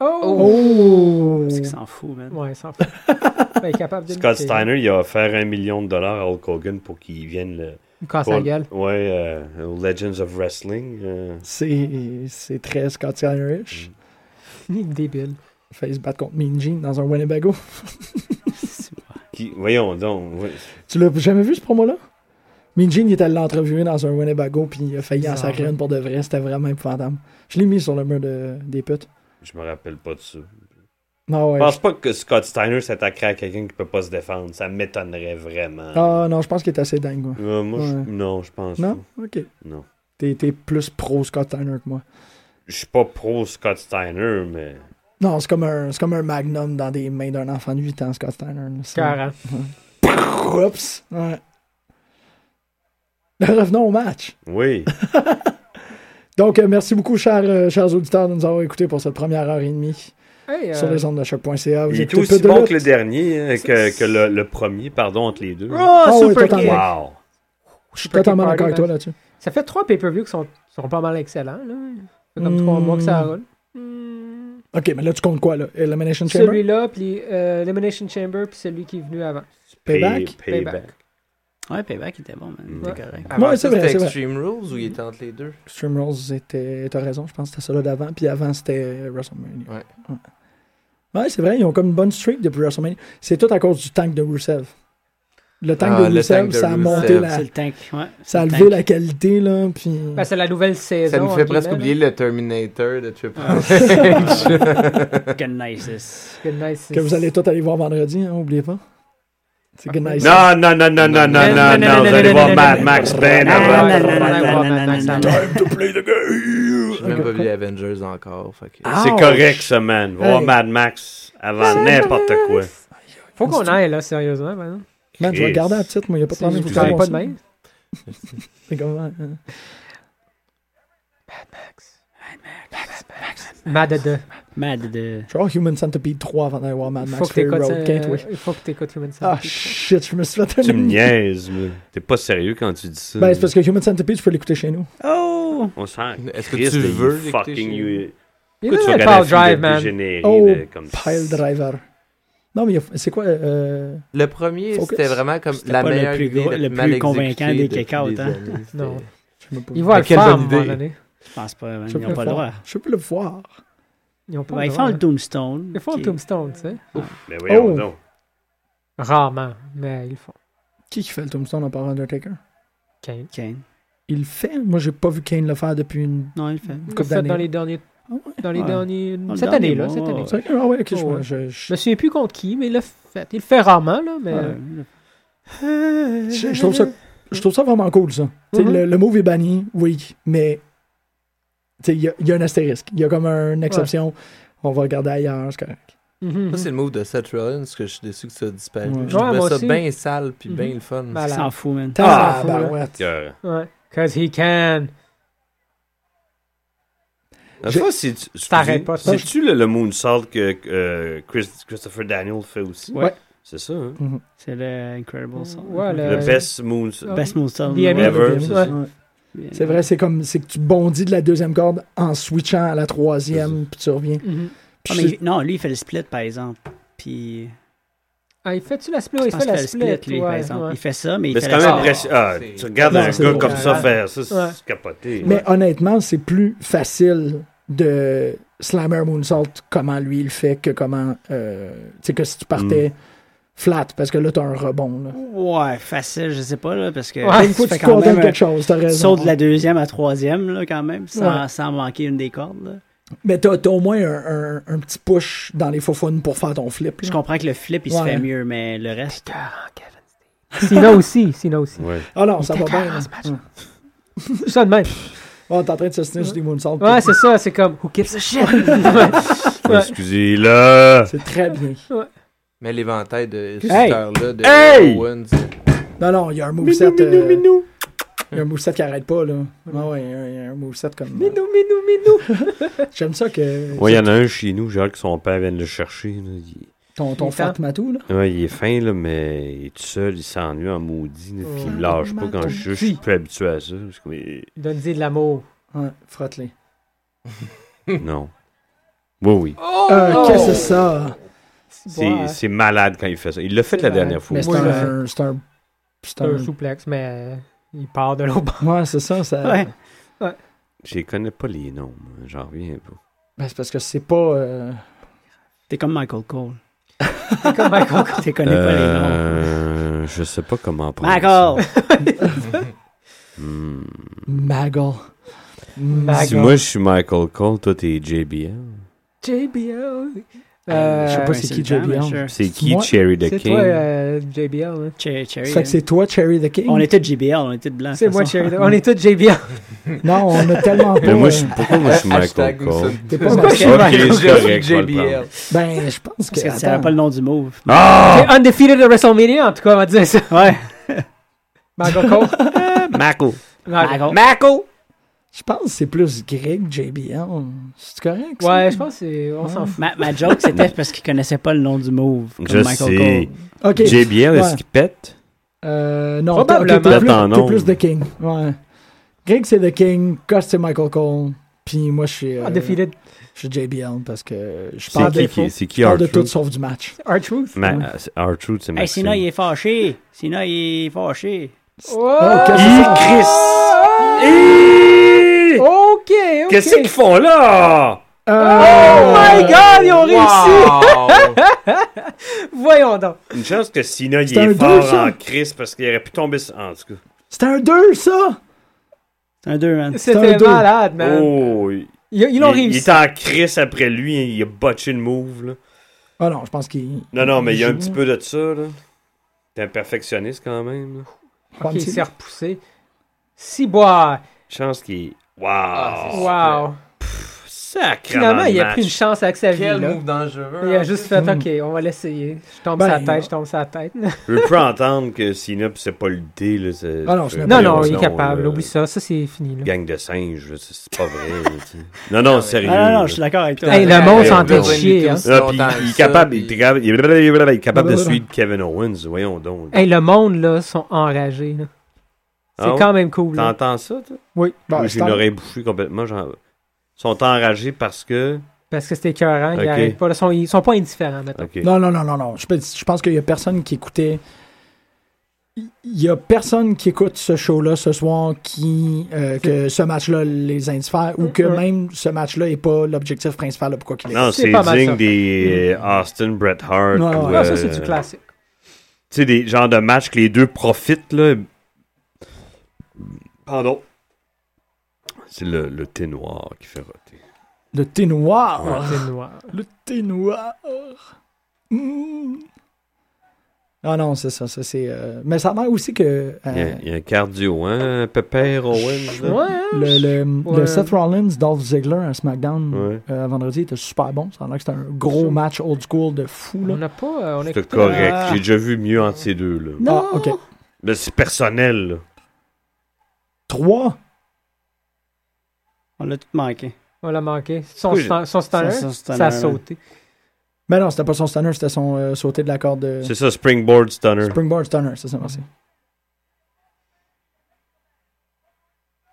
[SPEAKER 4] Oh.
[SPEAKER 3] Oh!
[SPEAKER 7] Parce qu'il s'en fout, man.
[SPEAKER 4] Ouais, sans fout. Ben, il est capable
[SPEAKER 3] *laughs*
[SPEAKER 4] de
[SPEAKER 5] Scott
[SPEAKER 4] lutter.
[SPEAKER 5] Steiner, il a offert un million de dollars à Hulk Hogan pour qu'il vienne le.
[SPEAKER 4] Il me casse
[SPEAKER 5] pour-
[SPEAKER 4] la gueule.
[SPEAKER 5] Ouais, euh, au Legends of Wrestling. euh.
[SPEAKER 3] C'est c'est très Scott Steiner-ish.
[SPEAKER 4] Il est débile.
[SPEAKER 3] Mm. Fait se battre contre Mean Gene dans un Winnebago.
[SPEAKER 5] Qui- Voyons donc. ouais.
[SPEAKER 3] Tu l'as jamais vu ce promo-là? Mean Gene, il était allé l'entrevuer dans un Winnebago, puis il a failli en
[SPEAKER 4] Bizarre,
[SPEAKER 3] sacrer
[SPEAKER 4] hein.
[SPEAKER 3] une pour de vrai. C'était vraiment épouvantable. Je l'ai mis sur le mur de- des putes.
[SPEAKER 5] Je me rappelle pas de ça.
[SPEAKER 3] Ah ouais.
[SPEAKER 5] Je pense pas que Scott Steiner s'attaquerait à quelqu'un qui peut pas se défendre. Ça m'étonnerait vraiment.
[SPEAKER 3] Ah non, je pense qu'il est assez dingue. moi.
[SPEAKER 5] Euh, moi, je-
[SPEAKER 3] Ouais.
[SPEAKER 5] non, je pense
[SPEAKER 3] Non?
[SPEAKER 5] pas.
[SPEAKER 3] Ok.
[SPEAKER 5] Non.
[SPEAKER 3] T'es t'es plus pro Scott Steiner que moi.
[SPEAKER 5] Je suis pas pro Scott Steiner, mais.
[SPEAKER 3] Non, c'est comme, un- c'est comme un magnum dans des mains d'un enfant de 8 ans, Scott Steiner. là. C'est-
[SPEAKER 4] Carrément.
[SPEAKER 3] Oups. Ouais. *laughs* Revenons au match.
[SPEAKER 5] Oui.
[SPEAKER 3] Donc, euh, merci beaucoup, chers, euh, chers auditeurs, de nous avoir écoutés pour cette première heure et demie
[SPEAKER 4] Hey, euh,
[SPEAKER 3] sur les ondes de choc.ca. Ah, Vous
[SPEAKER 5] Il est
[SPEAKER 3] écoutez
[SPEAKER 5] aussi
[SPEAKER 3] Pute de
[SPEAKER 5] bon
[SPEAKER 3] lutte.
[SPEAKER 5] que le dernier, hein, que, que le, le premier, pardon, entre les deux.
[SPEAKER 4] Oh,
[SPEAKER 3] Ah oui,
[SPEAKER 4] Super
[SPEAKER 3] totalement.
[SPEAKER 4] Kick.
[SPEAKER 5] Wow.
[SPEAKER 3] Je suis totalement
[SPEAKER 4] Party
[SPEAKER 3] d'accord avec
[SPEAKER 4] Match.
[SPEAKER 3] toi là-dessus.
[SPEAKER 4] Ça fait trois pay-per-views qui sont, sont pas mal excellents. Là. Ça fait comme trois
[SPEAKER 3] Hmm.
[SPEAKER 4] mois que ça roule. Mm.
[SPEAKER 3] Ok, mais là, tu comptes quoi, là Elimination Chamber
[SPEAKER 4] Celui-là, puis euh, Elimination Chamber, puis celui qui est venu avant.
[SPEAKER 3] Payback?
[SPEAKER 5] Pay-
[SPEAKER 4] Payback.
[SPEAKER 7] *laughs* Ouais, Payback était bon, man.
[SPEAKER 5] Mm.
[SPEAKER 7] C'était correct.
[SPEAKER 6] Avant
[SPEAKER 3] Ouais,
[SPEAKER 6] Ah ça,
[SPEAKER 3] c'est vrai,
[SPEAKER 6] c'était
[SPEAKER 3] c'est vrai.
[SPEAKER 6] Extreme Rules ou il était entre les deux
[SPEAKER 3] Stream Rules était. T'as raison, je pense que c'était ça là d'avant. Puis avant, c'était euh, WrestleMania.
[SPEAKER 6] Ouais.
[SPEAKER 3] Ouais, c'est vrai, ils ont comme une bonne streak depuis WrestleMania. C'est tout à cause du tank de Rusev. Le tank
[SPEAKER 6] Ah,
[SPEAKER 3] de
[SPEAKER 6] le
[SPEAKER 3] Rusev,
[SPEAKER 6] tank de
[SPEAKER 3] ça a
[SPEAKER 6] Rusev.
[SPEAKER 3] monté la.
[SPEAKER 7] C'est le tank, ouais.
[SPEAKER 3] Ça a
[SPEAKER 7] le
[SPEAKER 3] levé
[SPEAKER 7] tank.
[SPEAKER 3] la qualité, là. Puis.
[SPEAKER 4] Ben, c'est la nouvelle saison.
[SPEAKER 6] Ça nous fait
[SPEAKER 4] entre
[SPEAKER 6] presque oublier
[SPEAKER 4] guillemets,
[SPEAKER 6] le Terminator de Triple
[SPEAKER 7] Ah.
[SPEAKER 6] H.
[SPEAKER 7] Good nice.
[SPEAKER 4] là. Good night, c'est-
[SPEAKER 3] que vous allez tous aller voir vendredi, hein, oubliez pas. C'est good night.
[SPEAKER 5] Non, non, non, non, non, non, non, non, vous allez voir Mad Max Ben avant.
[SPEAKER 6] J'ai même pas vu les Avengers encore. fait que-
[SPEAKER 3] Ah.
[SPEAKER 4] Ah,
[SPEAKER 5] C'est correct,
[SPEAKER 4] oh,
[SPEAKER 5] ça, man. Va Voir
[SPEAKER 3] Hey.
[SPEAKER 5] Mad Max avant n'importe quoi.
[SPEAKER 4] Faut qu'on aille, là, sérieusement. par exemple.
[SPEAKER 3] Man, je vais
[SPEAKER 5] Chris.
[SPEAKER 3] regarder la petite, moi, il a pas de
[SPEAKER 4] Si
[SPEAKER 3] problème.
[SPEAKER 4] vous
[SPEAKER 3] je
[SPEAKER 4] parlez
[SPEAKER 3] vous
[SPEAKER 4] pas de
[SPEAKER 3] annonce.
[SPEAKER 4] même.
[SPEAKER 3] C'est comme, euh,
[SPEAKER 4] Mad de.
[SPEAKER 7] Mad
[SPEAKER 3] Je
[SPEAKER 7] de.
[SPEAKER 3] vais voir Human Centipede 3 avant d'aller voir Mad
[SPEAKER 4] Faut
[SPEAKER 3] Max
[SPEAKER 4] que
[SPEAKER 3] Fury
[SPEAKER 4] t'écoutes.
[SPEAKER 3] Road. Can't
[SPEAKER 4] euh,
[SPEAKER 3] wait.
[SPEAKER 4] Faut que t'écoutes Human
[SPEAKER 3] Ah
[SPEAKER 4] Centipede.
[SPEAKER 3] shit, je me suis fait un.
[SPEAKER 5] Tu me niaises, là. T'es pas sérieux quand tu dis ça.
[SPEAKER 3] Ben, c'est parce que Human Centipede, je peux l'écouter chez nous.
[SPEAKER 7] Oh!
[SPEAKER 5] On sent
[SPEAKER 6] Est-ce que
[SPEAKER 5] Chris
[SPEAKER 6] tu
[SPEAKER 5] de
[SPEAKER 6] veux
[SPEAKER 5] you
[SPEAKER 6] l'écouter
[SPEAKER 5] fucking
[SPEAKER 6] chez
[SPEAKER 5] you.
[SPEAKER 4] Il
[SPEAKER 5] Pourquoi
[SPEAKER 4] est
[SPEAKER 5] tu
[SPEAKER 4] un
[SPEAKER 5] regardes
[SPEAKER 4] Power
[SPEAKER 5] la fille
[SPEAKER 4] Drive,
[SPEAKER 5] de
[SPEAKER 4] man.
[SPEAKER 5] dégénérée,
[SPEAKER 3] Oh,
[SPEAKER 5] là, comme
[SPEAKER 3] Pile Driver. Non, mais il y a- c'est quoi euh,
[SPEAKER 6] Le premier,
[SPEAKER 3] Focus.
[SPEAKER 6] c'était vraiment comme
[SPEAKER 7] C'était
[SPEAKER 6] la
[SPEAKER 7] pas le
[SPEAKER 6] meilleure
[SPEAKER 7] plus
[SPEAKER 6] idée,
[SPEAKER 7] gros-
[SPEAKER 6] la
[SPEAKER 7] le
[SPEAKER 6] mal
[SPEAKER 7] plus convaincant
[SPEAKER 6] exécutée
[SPEAKER 7] des
[SPEAKER 6] depuis
[SPEAKER 7] kick-out,
[SPEAKER 6] des
[SPEAKER 7] hein.
[SPEAKER 6] années, c'était-
[SPEAKER 4] Non.
[SPEAKER 3] Je sais pas.
[SPEAKER 4] Ils vont le faire,
[SPEAKER 6] quelle
[SPEAKER 4] à un
[SPEAKER 6] bonne
[SPEAKER 4] moment
[SPEAKER 6] idée.
[SPEAKER 4] donné.
[SPEAKER 7] Je pense pas, man.
[SPEAKER 3] Je
[SPEAKER 7] Ils
[SPEAKER 3] peux
[SPEAKER 7] n'ont pas le
[SPEAKER 3] faire.
[SPEAKER 7] droit.
[SPEAKER 3] Je peux le voir.
[SPEAKER 4] Ils ont pas
[SPEAKER 7] Ouais,
[SPEAKER 4] le
[SPEAKER 7] ils font
[SPEAKER 4] droit. hein.
[SPEAKER 7] le Tombstone.
[SPEAKER 4] Ils font le
[SPEAKER 7] qui-
[SPEAKER 4] Tombstone, tu sais.
[SPEAKER 5] Mais Ben, voyons
[SPEAKER 3] Oh.
[SPEAKER 5] donc.
[SPEAKER 4] Rarement, mais ils le font.
[SPEAKER 3] Qui qui fait le tombstone en parlant Undertaker
[SPEAKER 4] Kane.
[SPEAKER 7] Kane.
[SPEAKER 3] Il le fait Moi, j'ai pas vu Kane le faire depuis une.
[SPEAKER 7] Non, il le fait.
[SPEAKER 4] Comme
[SPEAKER 3] Coupe
[SPEAKER 4] fait dans
[SPEAKER 3] d'années.
[SPEAKER 4] les derniers.
[SPEAKER 3] Ah ouais.
[SPEAKER 4] Dans les
[SPEAKER 7] Ouais.
[SPEAKER 4] derniers.
[SPEAKER 7] le
[SPEAKER 4] cette
[SPEAKER 7] dernier
[SPEAKER 4] année-là,
[SPEAKER 7] mois,
[SPEAKER 4] cette année.
[SPEAKER 7] ouais.
[SPEAKER 3] C'est vrai que- Ah ouais, ok, je
[SPEAKER 4] Oh, ouais.
[SPEAKER 3] je- je-
[SPEAKER 4] Je me souviens plus contre qui, mais il l'a fait. Il le fait rarement, là, mais. *laughs*
[SPEAKER 7] Ouais.
[SPEAKER 3] Je, je trouve ça, je trouve ça vraiment cool, ça. Tu sais,
[SPEAKER 4] Mhm.
[SPEAKER 3] le, le move est banni, oui, mais tu sais, il y, a- il y a un astérisque. Il y a comme une exception. On va regarder ailleurs. c'est correct.
[SPEAKER 4] Mhm.
[SPEAKER 6] Ça, c'est le move de Seth Rollins que je suis déçu que ça a disparu.
[SPEAKER 3] Ouais.
[SPEAKER 6] Je
[SPEAKER 4] Ouais,
[SPEAKER 6] trouvais
[SPEAKER 4] moi
[SPEAKER 6] ça
[SPEAKER 4] aussi.
[SPEAKER 6] bien sale puis bien
[SPEAKER 4] Mhm.
[SPEAKER 6] le fun.
[SPEAKER 7] Il
[SPEAKER 4] Malade.
[SPEAKER 7] s'en fout, man.
[SPEAKER 4] Ah,
[SPEAKER 3] Ah,
[SPEAKER 4] fou,
[SPEAKER 3] bah
[SPEAKER 4] là.
[SPEAKER 3] ouais.
[SPEAKER 5] Que-
[SPEAKER 4] Ouais. Cause he can.
[SPEAKER 5] Dans le
[SPEAKER 3] Je-
[SPEAKER 5] fond, c'est- c'est-
[SPEAKER 4] T'arrêtes pas, ça.
[SPEAKER 5] C'est-tu le, le moonsault que euh, Chris- Christopher Daniel fait aussi?
[SPEAKER 7] Ouais. Euh,
[SPEAKER 5] C'est ça, hein?
[SPEAKER 7] C'est le Incredible Song.
[SPEAKER 4] Ouais, le-
[SPEAKER 5] Le best moonsault.
[SPEAKER 4] Ah.
[SPEAKER 7] Best Moonstone.
[SPEAKER 4] The Enemy.
[SPEAKER 5] Ever,
[SPEAKER 4] Ouais.
[SPEAKER 5] c'est ça.
[SPEAKER 3] C'est vrai, c'est comme c'est que tu bondis de la deuxième corde en switchant à la troisième, puis tu reviens.
[SPEAKER 4] Mhm.
[SPEAKER 7] Ah,
[SPEAKER 3] Puis
[SPEAKER 7] mais
[SPEAKER 3] c'est-
[SPEAKER 7] il- non, lui, il fait le split, par exemple. Puis.
[SPEAKER 4] Ah, il fait-tu la split?
[SPEAKER 7] je
[SPEAKER 4] Ouais, il
[SPEAKER 7] pense
[SPEAKER 4] fait
[SPEAKER 7] qu'il
[SPEAKER 4] la
[SPEAKER 7] fait
[SPEAKER 4] split,
[SPEAKER 7] le split, lui, par
[SPEAKER 4] ouais,
[SPEAKER 7] exemple.
[SPEAKER 4] ouais.
[SPEAKER 7] Il fait ça, mais il
[SPEAKER 5] Mais
[SPEAKER 7] fait
[SPEAKER 5] c'est
[SPEAKER 7] la
[SPEAKER 5] quand
[SPEAKER 6] Ah,
[SPEAKER 5] même
[SPEAKER 7] split.
[SPEAKER 5] impressionnant. Ah,
[SPEAKER 6] c'est-
[SPEAKER 5] tu regardes
[SPEAKER 3] Non,
[SPEAKER 5] un
[SPEAKER 3] c'est
[SPEAKER 5] gars
[SPEAKER 3] drôle.
[SPEAKER 5] comme ça
[SPEAKER 4] Ouais.
[SPEAKER 5] faire ça, c'est
[SPEAKER 4] Ouais.
[SPEAKER 5] capoté.
[SPEAKER 3] Mais honnêtement, c'est plus facile de slammer moonsault comment lui il fait que comment euh, tu sais que si tu partais flat parce que là t'as un rebond là.
[SPEAKER 7] Ouais, facile, je sais pas, là, parce que.
[SPEAKER 4] Ouais,
[SPEAKER 3] Une fois que
[SPEAKER 7] Ah, fait
[SPEAKER 3] tu
[SPEAKER 7] quand même
[SPEAKER 3] condamnes
[SPEAKER 7] un-
[SPEAKER 3] quelque chose, t'as
[SPEAKER 7] tu
[SPEAKER 3] raison.
[SPEAKER 7] sautes de la deuxième à troisième, là, quand même, sans,
[SPEAKER 3] Ouais.
[SPEAKER 7] sans manquer une des cordes. là.
[SPEAKER 3] Mais t'as t'as au moins un, un- un petit push dans les faux pour faire ton flip.
[SPEAKER 7] Je
[SPEAKER 3] là.
[SPEAKER 7] comprends que le flip, il se
[SPEAKER 3] Ouais.
[SPEAKER 7] fait mieux, mais le reste.
[SPEAKER 4] Cena aussi, Cena
[SPEAKER 7] *laughs*
[SPEAKER 4] aussi.
[SPEAKER 5] Ouais.
[SPEAKER 3] Ah non, ça va bien. là.
[SPEAKER 4] Tout ça de même.
[SPEAKER 3] Oh, t'es en train de se tenir sur des moonsaults.
[SPEAKER 4] Ouais, c'est ça, c'est comme Who gives a shit? Ouais.
[SPEAKER 5] Excusez-le.
[SPEAKER 3] c'est très bien.
[SPEAKER 6] Mais l'éventail de cette
[SPEAKER 4] Hey!
[SPEAKER 6] heure-là de
[SPEAKER 5] Hey!
[SPEAKER 6] Owens.
[SPEAKER 3] Non, non, il y a un moveset. euh, Il y a un moveset qui arrête pas, là. Ah ouais, il y a un- il y a un moveset comme. euh,
[SPEAKER 4] Minou, minou, minou.
[SPEAKER 3] J'aime ça que
[SPEAKER 5] Ouais, il y en a un chez nous, j'ai hâte que son père vienne le chercher. là. Il...
[SPEAKER 3] ton,
[SPEAKER 4] Il
[SPEAKER 3] ton
[SPEAKER 4] est
[SPEAKER 3] fat
[SPEAKER 4] temps.
[SPEAKER 3] matou, là.
[SPEAKER 5] ouais, il est fin, là, mais il est tout seul, il s'ennuie en maudit. là, Puis il me lâche pas quand je suis là. Je suis plus habitué à ça. parce que- mais-
[SPEAKER 4] Donne-y de l'amour.
[SPEAKER 3] Ouais, frotte-les.
[SPEAKER 5] Non. Oui, oui.
[SPEAKER 4] Oh!
[SPEAKER 3] Euh, Qu'est-ce que c'est ça?
[SPEAKER 5] C'est c'est malade quand il fait ça. Il l'a fait la
[SPEAKER 4] C'est malade.
[SPEAKER 5] dernière fois.
[SPEAKER 3] Mais c'est
[SPEAKER 4] Oui,
[SPEAKER 3] un. C'est un. C'est
[SPEAKER 4] un
[SPEAKER 3] un.
[SPEAKER 4] souplex, mais euh, il part de l'autre bord.
[SPEAKER 3] Ouais, c'est ça. ça...
[SPEAKER 7] Ouais.
[SPEAKER 5] Je les connais pas les noms. moi. J'en reviens pas.
[SPEAKER 3] Ben, c'est parce que c'est pas. euh,
[SPEAKER 7] T'es comme Michael Cole.
[SPEAKER 4] C'est comme Michael Cole.
[SPEAKER 7] T'es connais pas les noms.
[SPEAKER 5] Euh, Je sais pas comment prononcer.
[SPEAKER 7] Michael!
[SPEAKER 5] ça. Hmm.
[SPEAKER 3] Maggle.
[SPEAKER 4] Maggle.
[SPEAKER 5] Si moi je suis Michael Cole, toi t'es JBL.
[SPEAKER 4] JBL. Euh,
[SPEAKER 3] je sais pas c'est
[SPEAKER 7] c'est
[SPEAKER 3] qui
[SPEAKER 7] le temps,
[SPEAKER 3] JBL.
[SPEAKER 7] bien sûr.
[SPEAKER 5] C'est qui
[SPEAKER 3] Moi,
[SPEAKER 5] Cherry the
[SPEAKER 4] C'est
[SPEAKER 5] King?
[SPEAKER 4] toi, euh, JBL. hein?
[SPEAKER 7] Che- Cherry,
[SPEAKER 3] Fait que c'est toi, Cherry the King?
[SPEAKER 7] on était de JBL, on était de blanc. de
[SPEAKER 4] C'est
[SPEAKER 7] toute
[SPEAKER 4] moi,
[SPEAKER 7] façon.
[SPEAKER 4] Cherry. On est tous JBL.
[SPEAKER 3] Non, on a
[SPEAKER 5] *laughs*
[SPEAKER 3] tellement pas...
[SPEAKER 5] Mais moi,
[SPEAKER 3] euh, *laughs*
[SPEAKER 5] je suis- pourquoi moi je suis Michael Cole?
[SPEAKER 3] T'es pas
[SPEAKER 5] Ok,
[SPEAKER 3] Michael.
[SPEAKER 4] *laughs*
[SPEAKER 5] c'est correct. je vais le
[SPEAKER 6] JBL.
[SPEAKER 5] prendre.
[SPEAKER 3] Ben, je pense que...
[SPEAKER 7] Parce que tu
[SPEAKER 3] attends.
[SPEAKER 7] savais pas le nom du move.
[SPEAKER 5] Ah!
[SPEAKER 4] C'est undefeated de WrestleMania, en tout cas, on va dire ça. *laughs*
[SPEAKER 7] Ouais.
[SPEAKER 4] Michael Cole.
[SPEAKER 5] Michael.
[SPEAKER 4] Michael.
[SPEAKER 3] Je pense que c'est plus Greg JBL. C'est correct? ça?
[SPEAKER 4] Ouais, je pense que c'est- on s'en fout.
[SPEAKER 7] Ma, ma joke, c'était parce qu'il connaissait pas le nom du move. Comme
[SPEAKER 5] Je
[SPEAKER 7] Michael
[SPEAKER 5] sais.
[SPEAKER 7] Cole.
[SPEAKER 3] OK.
[SPEAKER 5] JBL,
[SPEAKER 3] Ouais.
[SPEAKER 5] est-ce qu'il pète?
[SPEAKER 3] Euh, non,
[SPEAKER 4] Probablement.
[SPEAKER 3] t'es- t'es plus-
[SPEAKER 5] Attends, non.
[SPEAKER 3] T'es plus The King. Ouais. Greg, c'est The King. Cost, c'est Michael Cole. Puis moi, je suis... euh,
[SPEAKER 4] Undefeated.
[SPEAKER 3] je suis JBL parce que je
[SPEAKER 5] C'est
[SPEAKER 3] parle de,
[SPEAKER 5] qui qui C'est
[SPEAKER 3] je
[SPEAKER 5] qui
[SPEAKER 3] parle de tout
[SPEAKER 5] R-Truth?
[SPEAKER 3] sauf du match.
[SPEAKER 4] R-Truth.
[SPEAKER 5] Ma- R-Truth, c'est
[SPEAKER 7] Hey,
[SPEAKER 5] Maxime.
[SPEAKER 7] Sina, il est fâché. Sina, il est fâché.
[SPEAKER 4] Oh,
[SPEAKER 3] Oh, qu'est-ce que
[SPEAKER 5] Hi,
[SPEAKER 3] ça?
[SPEAKER 5] Chris! Hi!
[SPEAKER 4] Ok, ok.
[SPEAKER 5] Qu'est-ce qu'ils font là?
[SPEAKER 3] Euh,
[SPEAKER 4] Oh my god, ils ont réussi! *laughs* Voyons donc.
[SPEAKER 5] Une chance que Sina, il
[SPEAKER 3] C'est un deux,
[SPEAKER 5] est fort
[SPEAKER 3] ça.
[SPEAKER 5] en Chris parce qu'il aurait pu tomber sur- En tout cas.
[SPEAKER 3] C'était un 2, ça!
[SPEAKER 7] C'est un deux, man.
[SPEAKER 4] C'était
[SPEAKER 3] deux.
[SPEAKER 4] malade, man.
[SPEAKER 5] Oh! il-
[SPEAKER 4] Ils ils l'ont
[SPEAKER 5] il- Il
[SPEAKER 4] réussi.
[SPEAKER 5] est en Chris après lui, hein, il a botché le move. Là.
[SPEAKER 3] Ah non, je pense qu'il...
[SPEAKER 5] Non, non, mais il y a un petit peu de ça. là. T'es un perfectionniste quand même. là.
[SPEAKER 4] Ok, il s'est repoussé. Si bois.
[SPEAKER 5] Chance qu'il.
[SPEAKER 6] Ah,
[SPEAKER 5] Waouh!
[SPEAKER 4] Wow.
[SPEAKER 5] Sacré!
[SPEAKER 4] Finalement, il a pris une chance avec sa vie.
[SPEAKER 6] Quel
[SPEAKER 4] là.
[SPEAKER 6] move dangereux. hein?
[SPEAKER 4] Il a juste fait,
[SPEAKER 3] Mm.
[SPEAKER 4] ok, on va l'essayer. Je tombe
[SPEAKER 3] Ben,
[SPEAKER 4] sa tête, je tombe sa tête.
[SPEAKER 5] Je peux entendre que Sina, pis c'est pas l'idée. Là, c'est-
[SPEAKER 3] Ah non, c'est
[SPEAKER 5] c'est-
[SPEAKER 4] Non,
[SPEAKER 3] Ouais,
[SPEAKER 4] non,
[SPEAKER 5] c'est-
[SPEAKER 4] il est capable.
[SPEAKER 5] là,
[SPEAKER 4] Oublie ça, ça c'est fini. Là.
[SPEAKER 5] Gang de singes, là, c'est c'est pas vrai. là, tu sais. non, non, sérieux.
[SPEAKER 7] Ah non, non,
[SPEAKER 5] là.
[SPEAKER 7] je suis d'accord avec toi.
[SPEAKER 4] Hey, le monde s'en
[SPEAKER 5] Ouais,
[SPEAKER 4] fait
[SPEAKER 5] ouais.
[SPEAKER 4] chier. Hein.
[SPEAKER 5] Ah, puis il, est capable, il, est capable- il est capable de
[SPEAKER 3] Blablabla.
[SPEAKER 5] suivre Kevin Owens, voyons donc.
[SPEAKER 4] Hey, le monde, là, sont enragés. là. C'est
[SPEAKER 5] Ah ouais?
[SPEAKER 4] quand même cool. là.
[SPEAKER 5] T'entends ça, toi?
[SPEAKER 4] Oui,
[SPEAKER 3] Bon,
[SPEAKER 5] Moi,
[SPEAKER 3] c'est
[SPEAKER 5] J'ai une
[SPEAKER 3] un-
[SPEAKER 5] oreille bouchée complètement. genre, Ils sont enragés parce que.
[SPEAKER 4] parce que c'était écœurant.
[SPEAKER 5] Ok.
[SPEAKER 4] Ils, arrêtent pas, là, sont, ils sont pas indifférents, maintenant.
[SPEAKER 5] Ok.
[SPEAKER 3] Non, non, non, non, non. Je, peux- je pense qu'il y a personne qui écoutait. Il il y a personne qui écoute ce show-là ce soir qui euh, que ce match-là les indiffère ou que
[SPEAKER 4] Mhm.
[SPEAKER 3] même ce match-là n'est pas l'objectif principal de pourquoi qu'il est.
[SPEAKER 5] Non,
[SPEAKER 4] C'est
[SPEAKER 5] c'est
[SPEAKER 4] pas mal
[SPEAKER 5] digne
[SPEAKER 4] ça. Mm.
[SPEAKER 5] des euh, Austin, Bret Hart.
[SPEAKER 3] Ouais, ouais.
[SPEAKER 5] ou,
[SPEAKER 4] Ah, ça,
[SPEAKER 5] euh,
[SPEAKER 4] c'est du classique.
[SPEAKER 5] Tu sais, des genres de matchs que les deux profitent, là. Pardon. C'est le, le thé noir qui fait roter.
[SPEAKER 3] Le thé
[SPEAKER 5] ah.
[SPEAKER 3] noir.
[SPEAKER 4] C'est noir.
[SPEAKER 3] Le thé noir. Mm. Ah non, c'est ça. ça c'est, euh, Mais ça a l'air aussi que euh,
[SPEAKER 4] Ah.
[SPEAKER 5] Il y, a, il y a un cardio, hein? Pepper Owens,
[SPEAKER 4] Ouais,
[SPEAKER 5] là.
[SPEAKER 4] hein?
[SPEAKER 3] le, le-
[SPEAKER 4] Ouais.
[SPEAKER 3] le Seth Rollins, Dolph Ziggler à SmackDown
[SPEAKER 5] Ouais.
[SPEAKER 3] euh, vendredi était super bon. Ça a l'air que c'était un gros match old school de fou. Là.
[SPEAKER 4] on n'a pas. euh, on a
[SPEAKER 5] C'était
[SPEAKER 4] écouté-
[SPEAKER 5] correct.
[SPEAKER 4] Ah.
[SPEAKER 5] J'ai déjà vu mieux entre ces deux, là.
[SPEAKER 3] Ah, ok.
[SPEAKER 5] Mais c'est personnel, là.
[SPEAKER 3] 3.
[SPEAKER 7] On l'a tout manqué.
[SPEAKER 4] On l'a manqué. Son,
[SPEAKER 5] Oui,
[SPEAKER 4] sta- son
[SPEAKER 7] Ça,
[SPEAKER 4] stunner,
[SPEAKER 7] ça, c'est un-
[SPEAKER 4] ça a sauté.
[SPEAKER 3] Mais Ben non, c'était pas son stunner, c'était son euh, sauté de la corde de
[SPEAKER 5] C'est ça, Springboard Stunner.
[SPEAKER 3] Springboard Stunner, c'est ça, merci.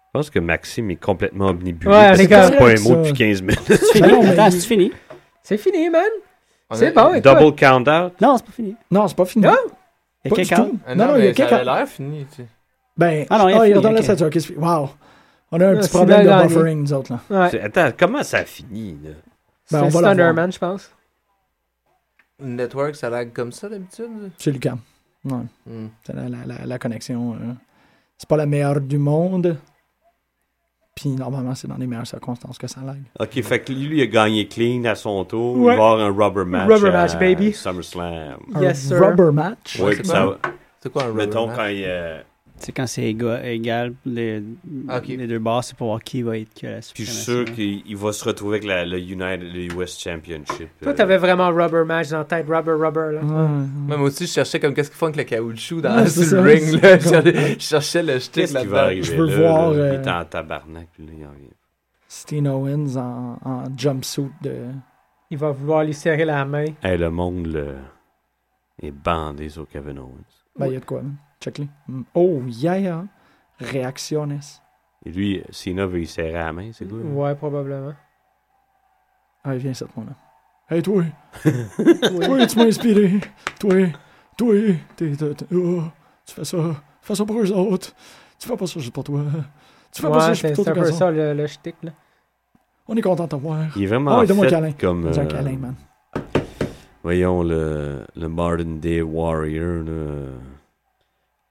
[SPEAKER 5] Je pense que Maxime est complètement omnibulé.
[SPEAKER 4] Ouais,
[SPEAKER 5] parce
[SPEAKER 4] les
[SPEAKER 5] que
[SPEAKER 4] gars.
[SPEAKER 5] c'est pas un
[SPEAKER 3] Ça-
[SPEAKER 5] mot depuis 15 minutes.
[SPEAKER 7] *laughs* C'est
[SPEAKER 3] Ben
[SPEAKER 7] fini.
[SPEAKER 3] non, mais
[SPEAKER 7] Ah, Attends,
[SPEAKER 3] il-
[SPEAKER 7] c'est fini.
[SPEAKER 4] C'est fini, man. *laughs* C'est bon, écoute.
[SPEAKER 5] Double count-out.
[SPEAKER 7] Non, c'est pas fini.
[SPEAKER 3] Non, c'est pas fini.
[SPEAKER 4] Non,
[SPEAKER 7] Ah, Il y
[SPEAKER 3] pas
[SPEAKER 7] a
[SPEAKER 3] du
[SPEAKER 7] quelqu'un.
[SPEAKER 3] tout.
[SPEAKER 6] Ah
[SPEAKER 5] Ah
[SPEAKER 6] Non,
[SPEAKER 3] Non, non, il y a
[SPEAKER 6] Ça
[SPEAKER 3] quelqu'un.
[SPEAKER 6] a l'air fini. tu sais.
[SPEAKER 3] Ben,
[SPEAKER 7] Ah non, il y a
[SPEAKER 3] ah, il
[SPEAKER 7] fini,
[SPEAKER 3] redonne la
[SPEAKER 7] ok.
[SPEAKER 3] ceinture. ok, c'est fini. Wow. On a un
[SPEAKER 4] Ah,
[SPEAKER 3] petit
[SPEAKER 4] c'est
[SPEAKER 3] problème
[SPEAKER 4] bien
[SPEAKER 3] de
[SPEAKER 4] gagné.
[SPEAKER 3] buffering, nous autres, là.
[SPEAKER 4] Ouais. Ben,
[SPEAKER 5] C'est- Attends, comment ça finit, là?
[SPEAKER 4] C'est
[SPEAKER 3] on
[SPEAKER 4] un
[SPEAKER 3] va le
[SPEAKER 4] stunner,
[SPEAKER 3] voir.
[SPEAKER 4] man, je pense.
[SPEAKER 6] Network, ça lag comme ça d'habitude.
[SPEAKER 3] C'est Lucas. Ouais,
[SPEAKER 6] Hmm.
[SPEAKER 3] c'est la, la, la, la connexion. euh, C'est pas la meilleure du monde. Puis normalement, c'est dans les meilleures circonstances que ça lag.
[SPEAKER 5] OK, fait que lui, lui, il a gagné clean à son tour.
[SPEAKER 4] Ouais.
[SPEAKER 5] Il va avoir un rubber match
[SPEAKER 4] Rubber
[SPEAKER 5] à
[SPEAKER 4] match, baby.
[SPEAKER 5] SummerSlam.
[SPEAKER 3] Un
[SPEAKER 4] Yes, sir.
[SPEAKER 3] rubber match.
[SPEAKER 5] Oui,
[SPEAKER 6] c'est
[SPEAKER 5] ça
[SPEAKER 6] quoi?
[SPEAKER 5] va.
[SPEAKER 6] C'est quoi un rubber
[SPEAKER 5] Mettons
[SPEAKER 6] match?
[SPEAKER 5] quand il... euh,
[SPEAKER 7] C'est quand c'est éga- égal, les,
[SPEAKER 6] Ah, ok.
[SPEAKER 7] les deux bars, c'est pour voir qui va être que la
[SPEAKER 5] Puis je suis sûr
[SPEAKER 7] suprématie. hein.
[SPEAKER 5] qu'il il va se retrouver avec la, le United le US Championship.
[SPEAKER 4] Toi,
[SPEAKER 5] euh,
[SPEAKER 4] t'avais vraiment rubber match dans la tête, rubber, rubber. Là.
[SPEAKER 3] Ouais.
[SPEAKER 6] Même aussi, je cherchais comme qu'est-ce qu'ils font avec le caoutchouc dans
[SPEAKER 3] Ouais, c'est
[SPEAKER 6] *laughs* sur le
[SPEAKER 3] ça,
[SPEAKER 6] ring. Là.
[SPEAKER 3] c'est
[SPEAKER 6] Je cherchais le stick
[SPEAKER 5] Qu'est-ce qui va
[SPEAKER 6] là-dedans.
[SPEAKER 5] arriver
[SPEAKER 3] Je veux
[SPEAKER 5] là,
[SPEAKER 3] voir,
[SPEAKER 5] là?
[SPEAKER 3] euh,
[SPEAKER 5] Il est en tabarnak. puis là, il en vient.
[SPEAKER 3] Steen Owens en, en jumpsuit de.
[SPEAKER 4] Il va vouloir lui serrer la main.
[SPEAKER 5] Hey, le monde là, est bandé sur Kevin Owens.
[SPEAKER 3] Ben, il y a de quoi, là. Check-les. Mm. Oh, yeah! Réactionnes.
[SPEAKER 5] Et lui, Cena veut y serrer la main, c'est hein. quoi? là?
[SPEAKER 4] Ouais, probablement.
[SPEAKER 3] Ah, viens cette moi là. Hey
[SPEAKER 4] *laughs*
[SPEAKER 3] toi, toi tu m'as inspiré. Toi, toi, t'es, t'es- t'es- oh, tu fais ça, fais ça pour eux autres. Tu fais pas ça juste pour toi. Tu fais pas ça
[SPEAKER 4] Ouais,
[SPEAKER 3] juste
[SPEAKER 4] c'est
[SPEAKER 3] pour
[SPEAKER 4] c'est un
[SPEAKER 3] ton
[SPEAKER 4] peu
[SPEAKER 3] garçon.
[SPEAKER 4] ça le, le shtick, là.
[SPEAKER 3] On est content de te voir.
[SPEAKER 5] Il est vraiment
[SPEAKER 3] Ah Ouais, donne-moi
[SPEAKER 5] fait
[SPEAKER 3] un câlin.
[SPEAKER 5] comme...
[SPEAKER 3] C'est un
[SPEAKER 5] euh,
[SPEAKER 3] câlin, man.
[SPEAKER 5] Voyons le, le Modern Day Warrior, là.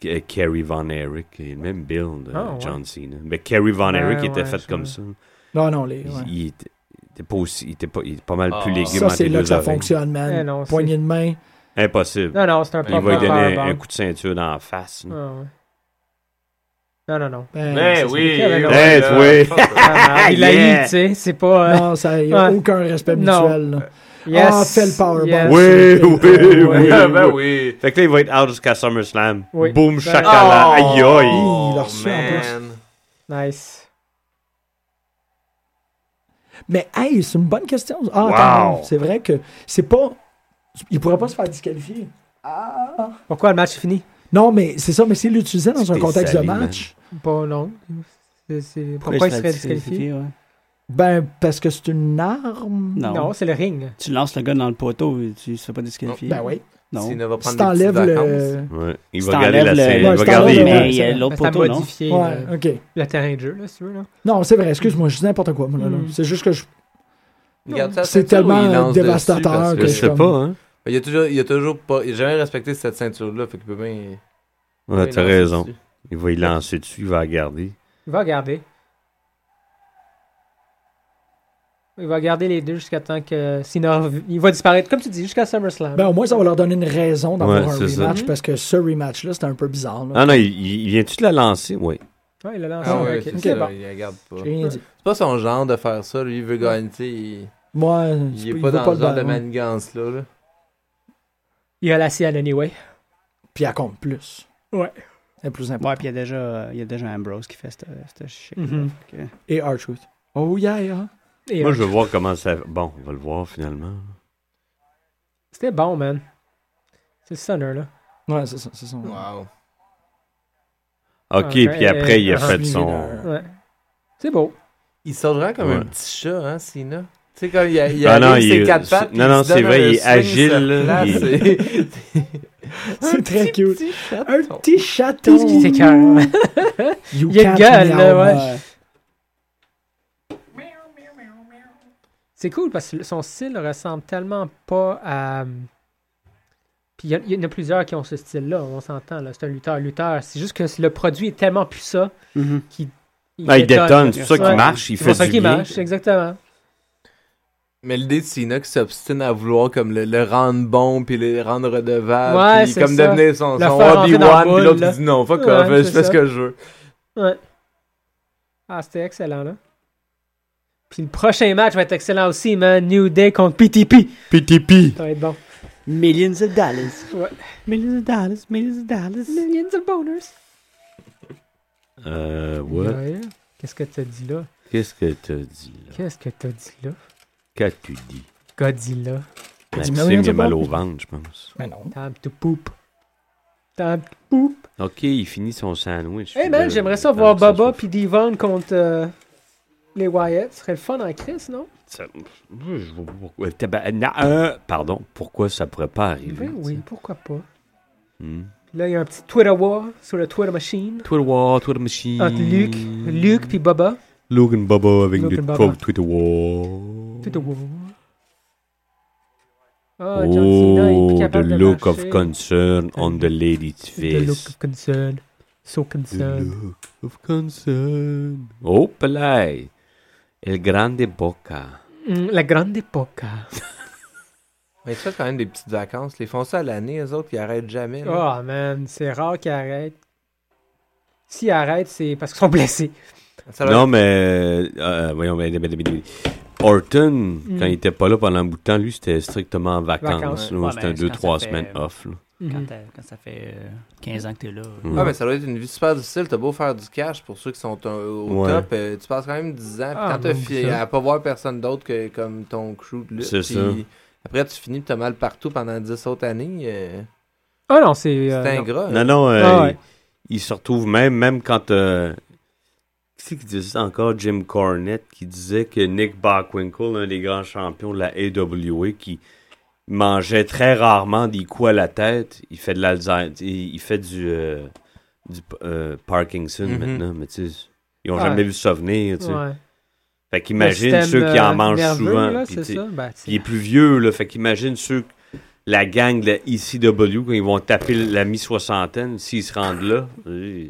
[SPEAKER 5] K- Kerry Von Erich, et le même build, euh,
[SPEAKER 4] Ah, ouais.
[SPEAKER 5] John Cena. Mais Kerry Von
[SPEAKER 3] Ben
[SPEAKER 4] Ouais,
[SPEAKER 5] Erich il était
[SPEAKER 4] ouais,
[SPEAKER 5] fait
[SPEAKER 4] je
[SPEAKER 5] comme
[SPEAKER 4] me-
[SPEAKER 5] ça.
[SPEAKER 3] Non, non, les.
[SPEAKER 5] Il,
[SPEAKER 3] ouais.
[SPEAKER 5] il était- T'es pas aussi, il était pas, il est pas mal
[SPEAKER 6] Ah.
[SPEAKER 5] plus légué
[SPEAKER 3] Ça,
[SPEAKER 5] entre
[SPEAKER 3] c'est
[SPEAKER 5] les
[SPEAKER 3] là
[SPEAKER 5] deux
[SPEAKER 3] que ça
[SPEAKER 5] oreilles.
[SPEAKER 3] fonctionne,
[SPEAKER 4] Eh
[SPEAKER 3] man.
[SPEAKER 4] non, c'est-
[SPEAKER 3] Poignée de main.
[SPEAKER 5] Impossible.
[SPEAKER 4] Non, non, c'est un
[SPEAKER 5] Il
[SPEAKER 4] pop
[SPEAKER 5] va lui donner
[SPEAKER 4] power
[SPEAKER 5] un
[SPEAKER 4] bomb.
[SPEAKER 5] coup de ceinture dans la face. là.
[SPEAKER 4] Ah, ouais. Non, non, non.
[SPEAKER 3] Ben,
[SPEAKER 6] Mais
[SPEAKER 3] ça,
[SPEAKER 6] oui,
[SPEAKER 4] c'est-
[SPEAKER 6] oui,
[SPEAKER 5] Eh,
[SPEAKER 6] là,
[SPEAKER 5] oui.
[SPEAKER 6] fuck, ouais.
[SPEAKER 4] Ah, il a eu,
[SPEAKER 5] Yeah.
[SPEAKER 4] tu sais, c'est pas... euh,
[SPEAKER 3] Non, ça y a
[SPEAKER 4] Ouais.
[SPEAKER 3] aucun respect
[SPEAKER 4] Non.
[SPEAKER 3] mutuel. là.
[SPEAKER 4] yes,
[SPEAKER 3] Ah, fais le powerbomb.
[SPEAKER 4] yes.
[SPEAKER 5] Oui, oui, oui, oui.
[SPEAKER 6] Ah, ben oui.
[SPEAKER 5] Fait que là, il va être out jusqu'à SummerSlam.
[SPEAKER 4] Oui.
[SPEAKER 5] Boum,
[SPEAKER 4] Ben-
[SPEAKER 5] chacala. Aïe, aïe.
[SPEAKER 3] Hi, il l'a reçu en
[SPEAKER 6] man.
[SPEAKER 4] Nice.
[SPEAKER 3] Mais hey, c'est une bonne question. Ah,
[SPEAKER 5] Wow.
[SPEAKER 3] attends, c'est vrai que c'est pas. Il pourrait pas se faire disqualifier. Ah.
[SPEAKER 4] Pourquoi le match est fini?
[SPEAKER 3] Non, mais c'est ça, mais s'il l'utilisait dans un
[SPEAKER 5] C'était
[SPEAKER 3] contexte de
[SPEAKER 5] sali,
[SPEAKER 3] match,
[SPEAKER 4] Pas long. C'est- c'est- Pourquoi il serait disqualifié?
[SPEAKER 7] ouais.
[SPEAKER 3] ben, parce que c'est une arme.
[SPEAKER 7] Non.
[SPEAKER 4] Non, c'est le ring.
[SPEAKER 7] Tu lances le gars dans le poteau et tu se fais pas disqualifier.
[SPEAKER 3] Ben oui.
[SPEAKER 7] Non.
[SPEAKER 6] S'il ne va
[SPEAKER 3] Si
[SPEAKER 6] prendre des petites
[SPEAKER 3] t'enlèves
[SPEAKER 6] vacances.
[SPEAKER 3] le.
[SPEAKER 5] Ouais. Il
[SPEAKER 7] Si
[SPEAKER 5] va garder la
[SPEAKER 7] t'enlèves le-
[SPEAKER 5] ceinture.
[SPEAKER 3] Ouais,
[SPEAKER 5] Il
[SPEAKER 3] si
[SPEAKER 5] va
[SPEAKER 3] t'enlèves
[SPEAKER 5] garder
[SPEAKER 3] le-
[SPEAKER 5] les mains.
[SPEAKER 7] Mais il y a l'autre
[SPEAKER 4] Ça a
[SPEAKER 7] poteau, non?
[SPEAKER 4] modifié
[SPEAKER 3] Ouais,
[SPEAKER 4] le,
[SPEAKER 3] ok.
[SPEAKER 4] le terrain de jeu, là, si tu veux. Là.
[SPEAKER 3] Non, c'est vrai, excuse-moi, je dis n'importe quoi. moi, là, là.
[SPEAKER 4] Mm.
[SPEAKER 3] C'est juste que je.
[SPEAKER 6] Garde ça,
[SPEAKER 3] C'est
[SPEAKER 6] ceinture,
[SPEAKER 3] tellement
[SPEAKER 6] ou il lance
[SPEAKER 3] dévastateur
[SPEAKER 6] dessus, parce que-
[SPEAKER 5] Je
[SPEAKER 3] que
[SPEAKER 5] sais pas, hein.
[SPEAKER 6] Il a toujours, il a toujours pas, il a jamais respecté cette ceinture-là, fait qu'il peut bien.
[SPEAKER 5] Ouais,
[SPEAKER 6] bien lancer
[SPEAKER 5] t'as raison.
[SPEAKER 6] dessus.
[SPEAKER 5] Il va y lancer dessus, il va la garder.
[SPEAKER 4] Il va garder. Il va garder les deux jusqu'à temps que. Sinon, il va disparaître, comme tu dis, jusqu'à SummerSlam.
[SPEAKER 3] Ben, au moins, ça va leur donner une raison d'avoir
[SPEAKER 5] Ouais,
[SPEAKER 3] un
[SPEAKER 5] c'est ça.
[SPEAKER 3] rematch
[SPEAKER 4] Mhm.
[SPEAKER 3] parce que ce rematch-là, c'était un peu bizarre. là.
[SPEAKER 5] Ah non, il, il- il vient-tu de la lancer? Oui.
[SPEAKER 4] Ouais, il a lancé.
[SPEAKER 6] Ah ouais,
[SPEAKER 4] ok.
[SPEAKER 6] c'est
[SPEAKER 4] Ok,
[SPEAKER 6] ça,
[SPEAKER 4] bon.
[SPEAKER 6] il la garde pas.
[SPEAKER 3] J'ai rien dit.
[SPEAKER 6] C'est pas son genre de faire ça, lui, il veut gagner, tu sais, il,
[SPEAKER 3] Moi,
[SPEAKER 6] il
[SPEAKER 3] c'est-
[SPEAKER 6] est
[SPEAKER 3] il
[SPEAKER 6] pas
[SPEAKER 3] veut
[SPEAKER 6] dans le genre de
[SPEAKER 3] ballon.
[SPEAKER 6] manigance-là, là.
[SPEAKER 4] Il a la sienne anyway.
[SPEAKER 3] Puis elle compte plus.
[SPEAKER 4] Ouais.
[SPEAKER 3] C'est plus important.
[SPEAKER 7] Ouais, puis il y a déjà, euh, il y a déjà Ambrose qui fait ce shit.
[SPEAKER 4] Mhm.
[SPEAKER 7] Mm. euh.
[SPEAKER 3] Et R-Truth. Oh yeah, yeah.
[SPEAKER 4] Et,
[SPEAKER 5] Moi,
[SPEAKER 4] euh,
[SPEAKER 5] je veux voir comment ça. Bon, on va le voir finalement.
[SPEAKER 4] C'était bon, man. C'est le stunner, là.
[SPEAKER 3] Ouais, c'est ça, c'est ça.
[SPEAKER 6] Wow.
[SPEAKER 5] OK,
[SPEAKER 4] Ok,
[SPEAKER 5] puis après, il a
[SPEAKER 4] euh,
[SPEAKER 5] fait
[SPEAKER 3] Suivi
[SPEAKER 5] son.
[SPEAKER 3] d'un-
[SPEAKER 4] Ouais. C'est beau.
[SPEAKER 6] Il sort vraiment comme
[SPEAKER 5] Ouais.
[SPEAKER 6] un petit chat, hein, Sina. Tu sais, quand il a, il a
[SPEAKER 5] Ah non,
[SPEAKER 6] il ses
[SPEAKER 5] il est-
[SPEAKER 6] quatre pattes.
[SPEAKER 5] non, non, c'est vrai, il est agile, là, il
[SPEAKER 3] *laughs*
[SPEAKER 6] *laughs*
[SPEAKER 3] C'est très cute. Un
[SPEAKER 6] Un
[SPEAKER 3] petit chaton.
[SPEAKER 4] Qu'est-ce qui s'écœure?
[SPEAKER 3] *laughs* You
[SPEAKER 4] Il y a une
[SPEAKER 3] can't
[SPEAKER 4] gueule, là,
[SPEAKER 3] meow,
[SPEAKER 4] ouais.
[SPEAKER 3] moi.
[SPEAKER 4] *laughs* C'est cool parce que son style ressemble tellement pas à. hum, Puis il y a- il y, en a plusieurs qui ont ce style-là, on s'entend, là. C'est un lutteur, lutteur. C'est juste que le produit est tellement puissant
[SPEAKER 7] Mhm.
[SPEAKER 5] Ah, il détonne, c'est pour ça
[SPEAKER 4] Ouais.
[SPEAKER 5] qu'il marche, il
[SPEAKER 4] C'est pour
[SPEAKER 5] fait
[SPEAKER 4] ça
[SPEAKER 5] du
[SPEAKER 4] qu'il
[SPEAKER 5] bien.
[SPEAKER 4] marche, exactement.
[SPEAKER 6] Mais l'idée de Sina qui s'obstine à vouloir comme le, le rendre bon puis le rendre redevable
[SPEAKER 4] Ouais,
[SPEAKER 6] puis
[SPEAKER 4] c'est
[SPEAKER 6] comme
[SPEAKER 4] ça.
[SPEAKER 6] devenir son,
[SPEAKER 4] Le
[SPEAKER 6] son
[SPEAKER 4] faire rentrer dans la
[SPEAKER 6] Obi-Wan puis
[SPEAKER 4] boule,
[SPEAKER 6] l'autre
[SPEAKER 4] là.
[SPEAKER 6] il dit non, fuck
[SPEAKER 4] Ouais,
[SPEAKER 6] off, je
[SPEAKER 4] c'est
[SPEAKER 6] fais
[SPEAKER 4] ça.
[SPEAKER 6] ce que je veux.
[SPEAKER 4] Ah, c'était excellent, là. Puis le prochain match va être excellent aussi, man. New Day contre PTP.
[SPEAKER 5] PTP!
[SPEAKER 4] Ça va être bon.
[SPEAKER 7] Millions of dollars.
[SPEAKER 4] Ouais.
[SPEAKER 7] Millions of dollars, millions of dollars.
[SPEAKER 4] Millions of boners.
[SPEAKER 5] Euh, what?
[SPEAKER 4] Ouais. Qu'est-ce que t'as dit là?
[SPEAKER 5] Qu'est-ce que t'as dit là?
[SPEAKER 4] Qu'est-ce que t'as dit là?
[SPEAKER 5] Qu'as-tu dit?
[SPEAKER 4] Godzilla.
[SPEAKER 3] dit
[SPEAKER 5] Maxime,
[SPEAKER 3] millions
[SPEAKER 5] il a
[SPEAKER 3] de
[SPEAKER 5] mal
[SPEAKER 3] fois?
[SPEAKER 5] au ventre, je pense.
[SPEAKER 3] Mais non.
[SPEAKER 4] Time to poop. Time to poop.
[SPEAKER 5] OK, il finit son sandwich.
[SPEAKER 4] Hey man,
[SPEAKER 5] Là,
[SPEAKER 4] Eh ben, j'aimerais ça
[SPEAKER 5] tant
[SPEAKER 4] voir
[SPEAKER 5] que Ah, ça
[SPEAKER 4] Baba
[SPEAKER 5] soit-
[SPEAKER 4] puis Devon contre euh, les Wyatt. Ce serait le fun en Chris, non?
[SPEAKER 5] Ça- Moi, Je vois pas pourquoi. Euh, taba- na- euh, Pardon, pourquoi ça pourrait pas arriver?
[SPEAKER 4] Ben oui, pourquoi pas.
[SPEAKER 5] Hmm.
[SPEAKER 4] Puis Là, il y a un petit Twitter war sur le Twitter Machine
[SPEAKER 5] Twitter War, Twitter Machine.
[SPEAKER 4] entre Luke, Luke Ah, puis Baba.
[SPEAKER 5] Luke and Baba avec
[SPEAKER 4] Luke
[SPEAKER 5] le
[SPEAKER 4] and Baba.
[SPEAKER 5] Trump Twitter War.
[SPEAKER 4] Twitter war. Ah, John Cena est
[SPEAKER 5] Oh,
[SPEAKER 4] plus
[SPEAKER 5] the
[SPEAKER 4] capable de
[SPEAKER 5] look of
[SPEAKER 4] marcher.
[SPEAKER 5] concern on the lady's
[SPEAKER 4] The look
[SPEAKER 5] face.
[SPEAKER 4] of concern. So concerned.
[SPEAKER 5] look of concern. Oh, play. El grande boca.
[SPEAKER 4] Mm, la grande époque.
[SPEAKER 6] Mais tu fais quand même des petites vacances, les font ça à l'année eux autres, ils arrêtent jamais. là.
[SPEAKER 4] Oh man, c'est rare qu'ils arrêtent. S'ils arrêtent, c'est parce qu'ils sont blessés.
[SPEAKER 6] Ça leur-
[SPEAKER 5] Non, mais. euh, voyons, mais- mais- mais- mais- Orton,
[SPEAKER 7] Mm.
[SPEAKER 5] quand il était pas là pendant un bout de temps, lui, c'était strictement en vacances.
[SPEAKER 4] Vacances,
[SPEAKER 5] là.
[SPEAKER 7] ouais. Ouais,
[SPEAKER 5] c'était
[SPEAKER 7] ben, quand ça
[SPEAKER 5] 2-3
[SPEAKER 7] fait-
[SPEAKER 5] semaines off. là.
[SPEAKER 4] Mhm.
[SPEAKER 7] Quand, t'as- quand ça fait euh, 15 ans que t'es là.
[SPEAKER 5] Mm.
[SPEAKER 6] Ah, mais ça doit être une vie super difficile. T'as beau faire du cash pour ceux qui sont euh, au
[SPEAKER 5] Ouais.
[SPEAKER 6] top. euh, tu passes quand même 10 ans. Puis
[SPEAKER 4] Ah,
[SPEAKER 6] quand t'as
[SPEAKER 4] non,
[SPEAKER 6] fini
[SPEAKER 4] ça.
[SPEAKER 6] à pas voir personne d'autre que comme ton crew de lutte,
[SPEAKER 5] C'est
[SPEAKER 6] puis
[SPEAKER 5] ça.
[SPEAKER 6] Après, tu finis, pis t'as mal partout pendant 10 autres années. euh,
[SPEAKER 4] Ah non, c'est.
[SPEAKER 6] c'est hein.
[SPEAKER 4] euh, non.
[SPEAKER 6] ingrat.
[SPEAKER 5] Non, non, euh,
[SPEAKER 4] Ah ouais.
[SPEAKER 5] il, il se retrouve même, même quand. euh, qui c'est qui disait ça encore Jim Cornette qui disait que Nick Bockwinkel, un des grands champions de la AWA, qui mangeait très rarement des coups à la tête, il fait de l'Alzheimer. Il, il fait du, euh, du euh, Parkinson
[SPEAKER 6] Mhm.
[SPEAKER 5] maintenant, mais tu sais. Ils ont
[SPEAKER 4] Mm-hmm. Ouais.
[SPEAKER 5] jamais vu ça venir, tu sais.
[SPEAKER 4] Ouais.
[SPEAKER 5] Fait qu'imagine
[SPEAKER 4] Le
[SPEAKER 5] ceux qui en
[SPEAKER 4] système,
[SPEAKER 5] mangent
[SPEAKER 4] euh, nerveux,
[SPEAKER 5] souvent.
[SPEAKER 4] là,
[SPEAKER 5] puis
[SPEAKER 4] c'est
[SPEAKER 5] tu sais,
[SPEAKER 4] ça. Ben,
[SPEAKER 5] puis il est plus vieux, là. Fait qu'imagine ceux, la gang de ICW, quand ils vont taper la mi-soixantaine, s'ils se rendent là. euh,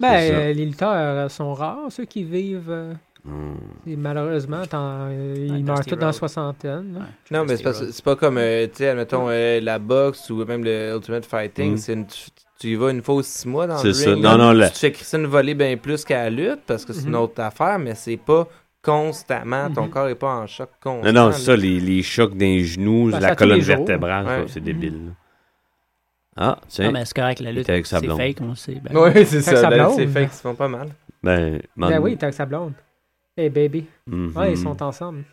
[SPEAKER 4] ben,
[SPEAKER 5] c'est ça.
[SPEAKER 4] euh, les lutteurs euh, sont rares, ceux qui vivent euh,
[SPEAKER 5] Hum.
[SPEAKER 4] Et malheureusement, t'en- euh,
[SPEAKER 7] Dusty
[SPEAKER 4] ils meurent tous dans la
[SPEAKER 7] Road.
[SPEAKER 4] soixantaine. là.
[SPEAKER 7] Ouais,
[SPEAKER 6] Non, mais c'est pas, c'est pas comme, euh, tu sais, admettons, euh, la boxe ou même le Ultimate Fighting.
[SPEAKER 5] Mm.
[SPEAKER 6] c'est une- tu, tu y vas une fois aux six mois dans le
[SPEAKER 5] C'est ça.
[SPEAKER 6] ring, là,
[SPEAKER 5] Non, non, la-
[SPEAKER 6] Tu te fais crisser une volée bien plus qu'à la lutte parce que c'est une
[SPEAKER 4] Mhm.
[SPEAKER 6] autre affaire, mais c'est pas constamment. Ton
[SPEAKER 4] Mhm.
[SPEAKER 6] corps est pas en choc constant.
[SPEAKER 5] Non, non,
[SPEAKER 6] là.
[SPEAKER 5] c'est ça, les, les chocs d'un genou,
[SPEAKER 4] Ben, ça,
[SPEAKER 5] la
[SPEAKER 4] tous les
[SPEAKER 5] colonne
[SPEAKER 4] jours. Mm-hmm.
[SPEAKER 5] vertébrale,
[SPEAKER 6] Ouais.
[SPEAKER 5] ça, c'est débile. là. Ah, tiens,
[SPEAKER 7] Non, mais c'est correct, la
[SPEAKER 5] il
[SPEAKER 7] lutte,
[SPEAKER 5] était avec sa
[SPEAKER 7] c'est
[SPEAKER 5] blonde.
[SPEAKER 7] fake, on le sait. ben,
[SPEAKER 6] Oui, c'est
[SPEAKER 4] Fait que
[SPEAKER 6] ça.
[SPEAKER 4] ça
[SPEAKER 6] là,
[SPEAKER 4] blonde.
[SPEAKER 6] C'est fait qu'ils se font pas mal.
[SPEAKER 5] Ben,
[SPEAKER 4] Ben
[SPEAKER 5] man-
[SPEAKER 4] oui, t'as avec sa blonde. Hey baby.
[SPEAKER 5] Mhm.
[SPEAKER 4] Ouais, ils sont ensemble.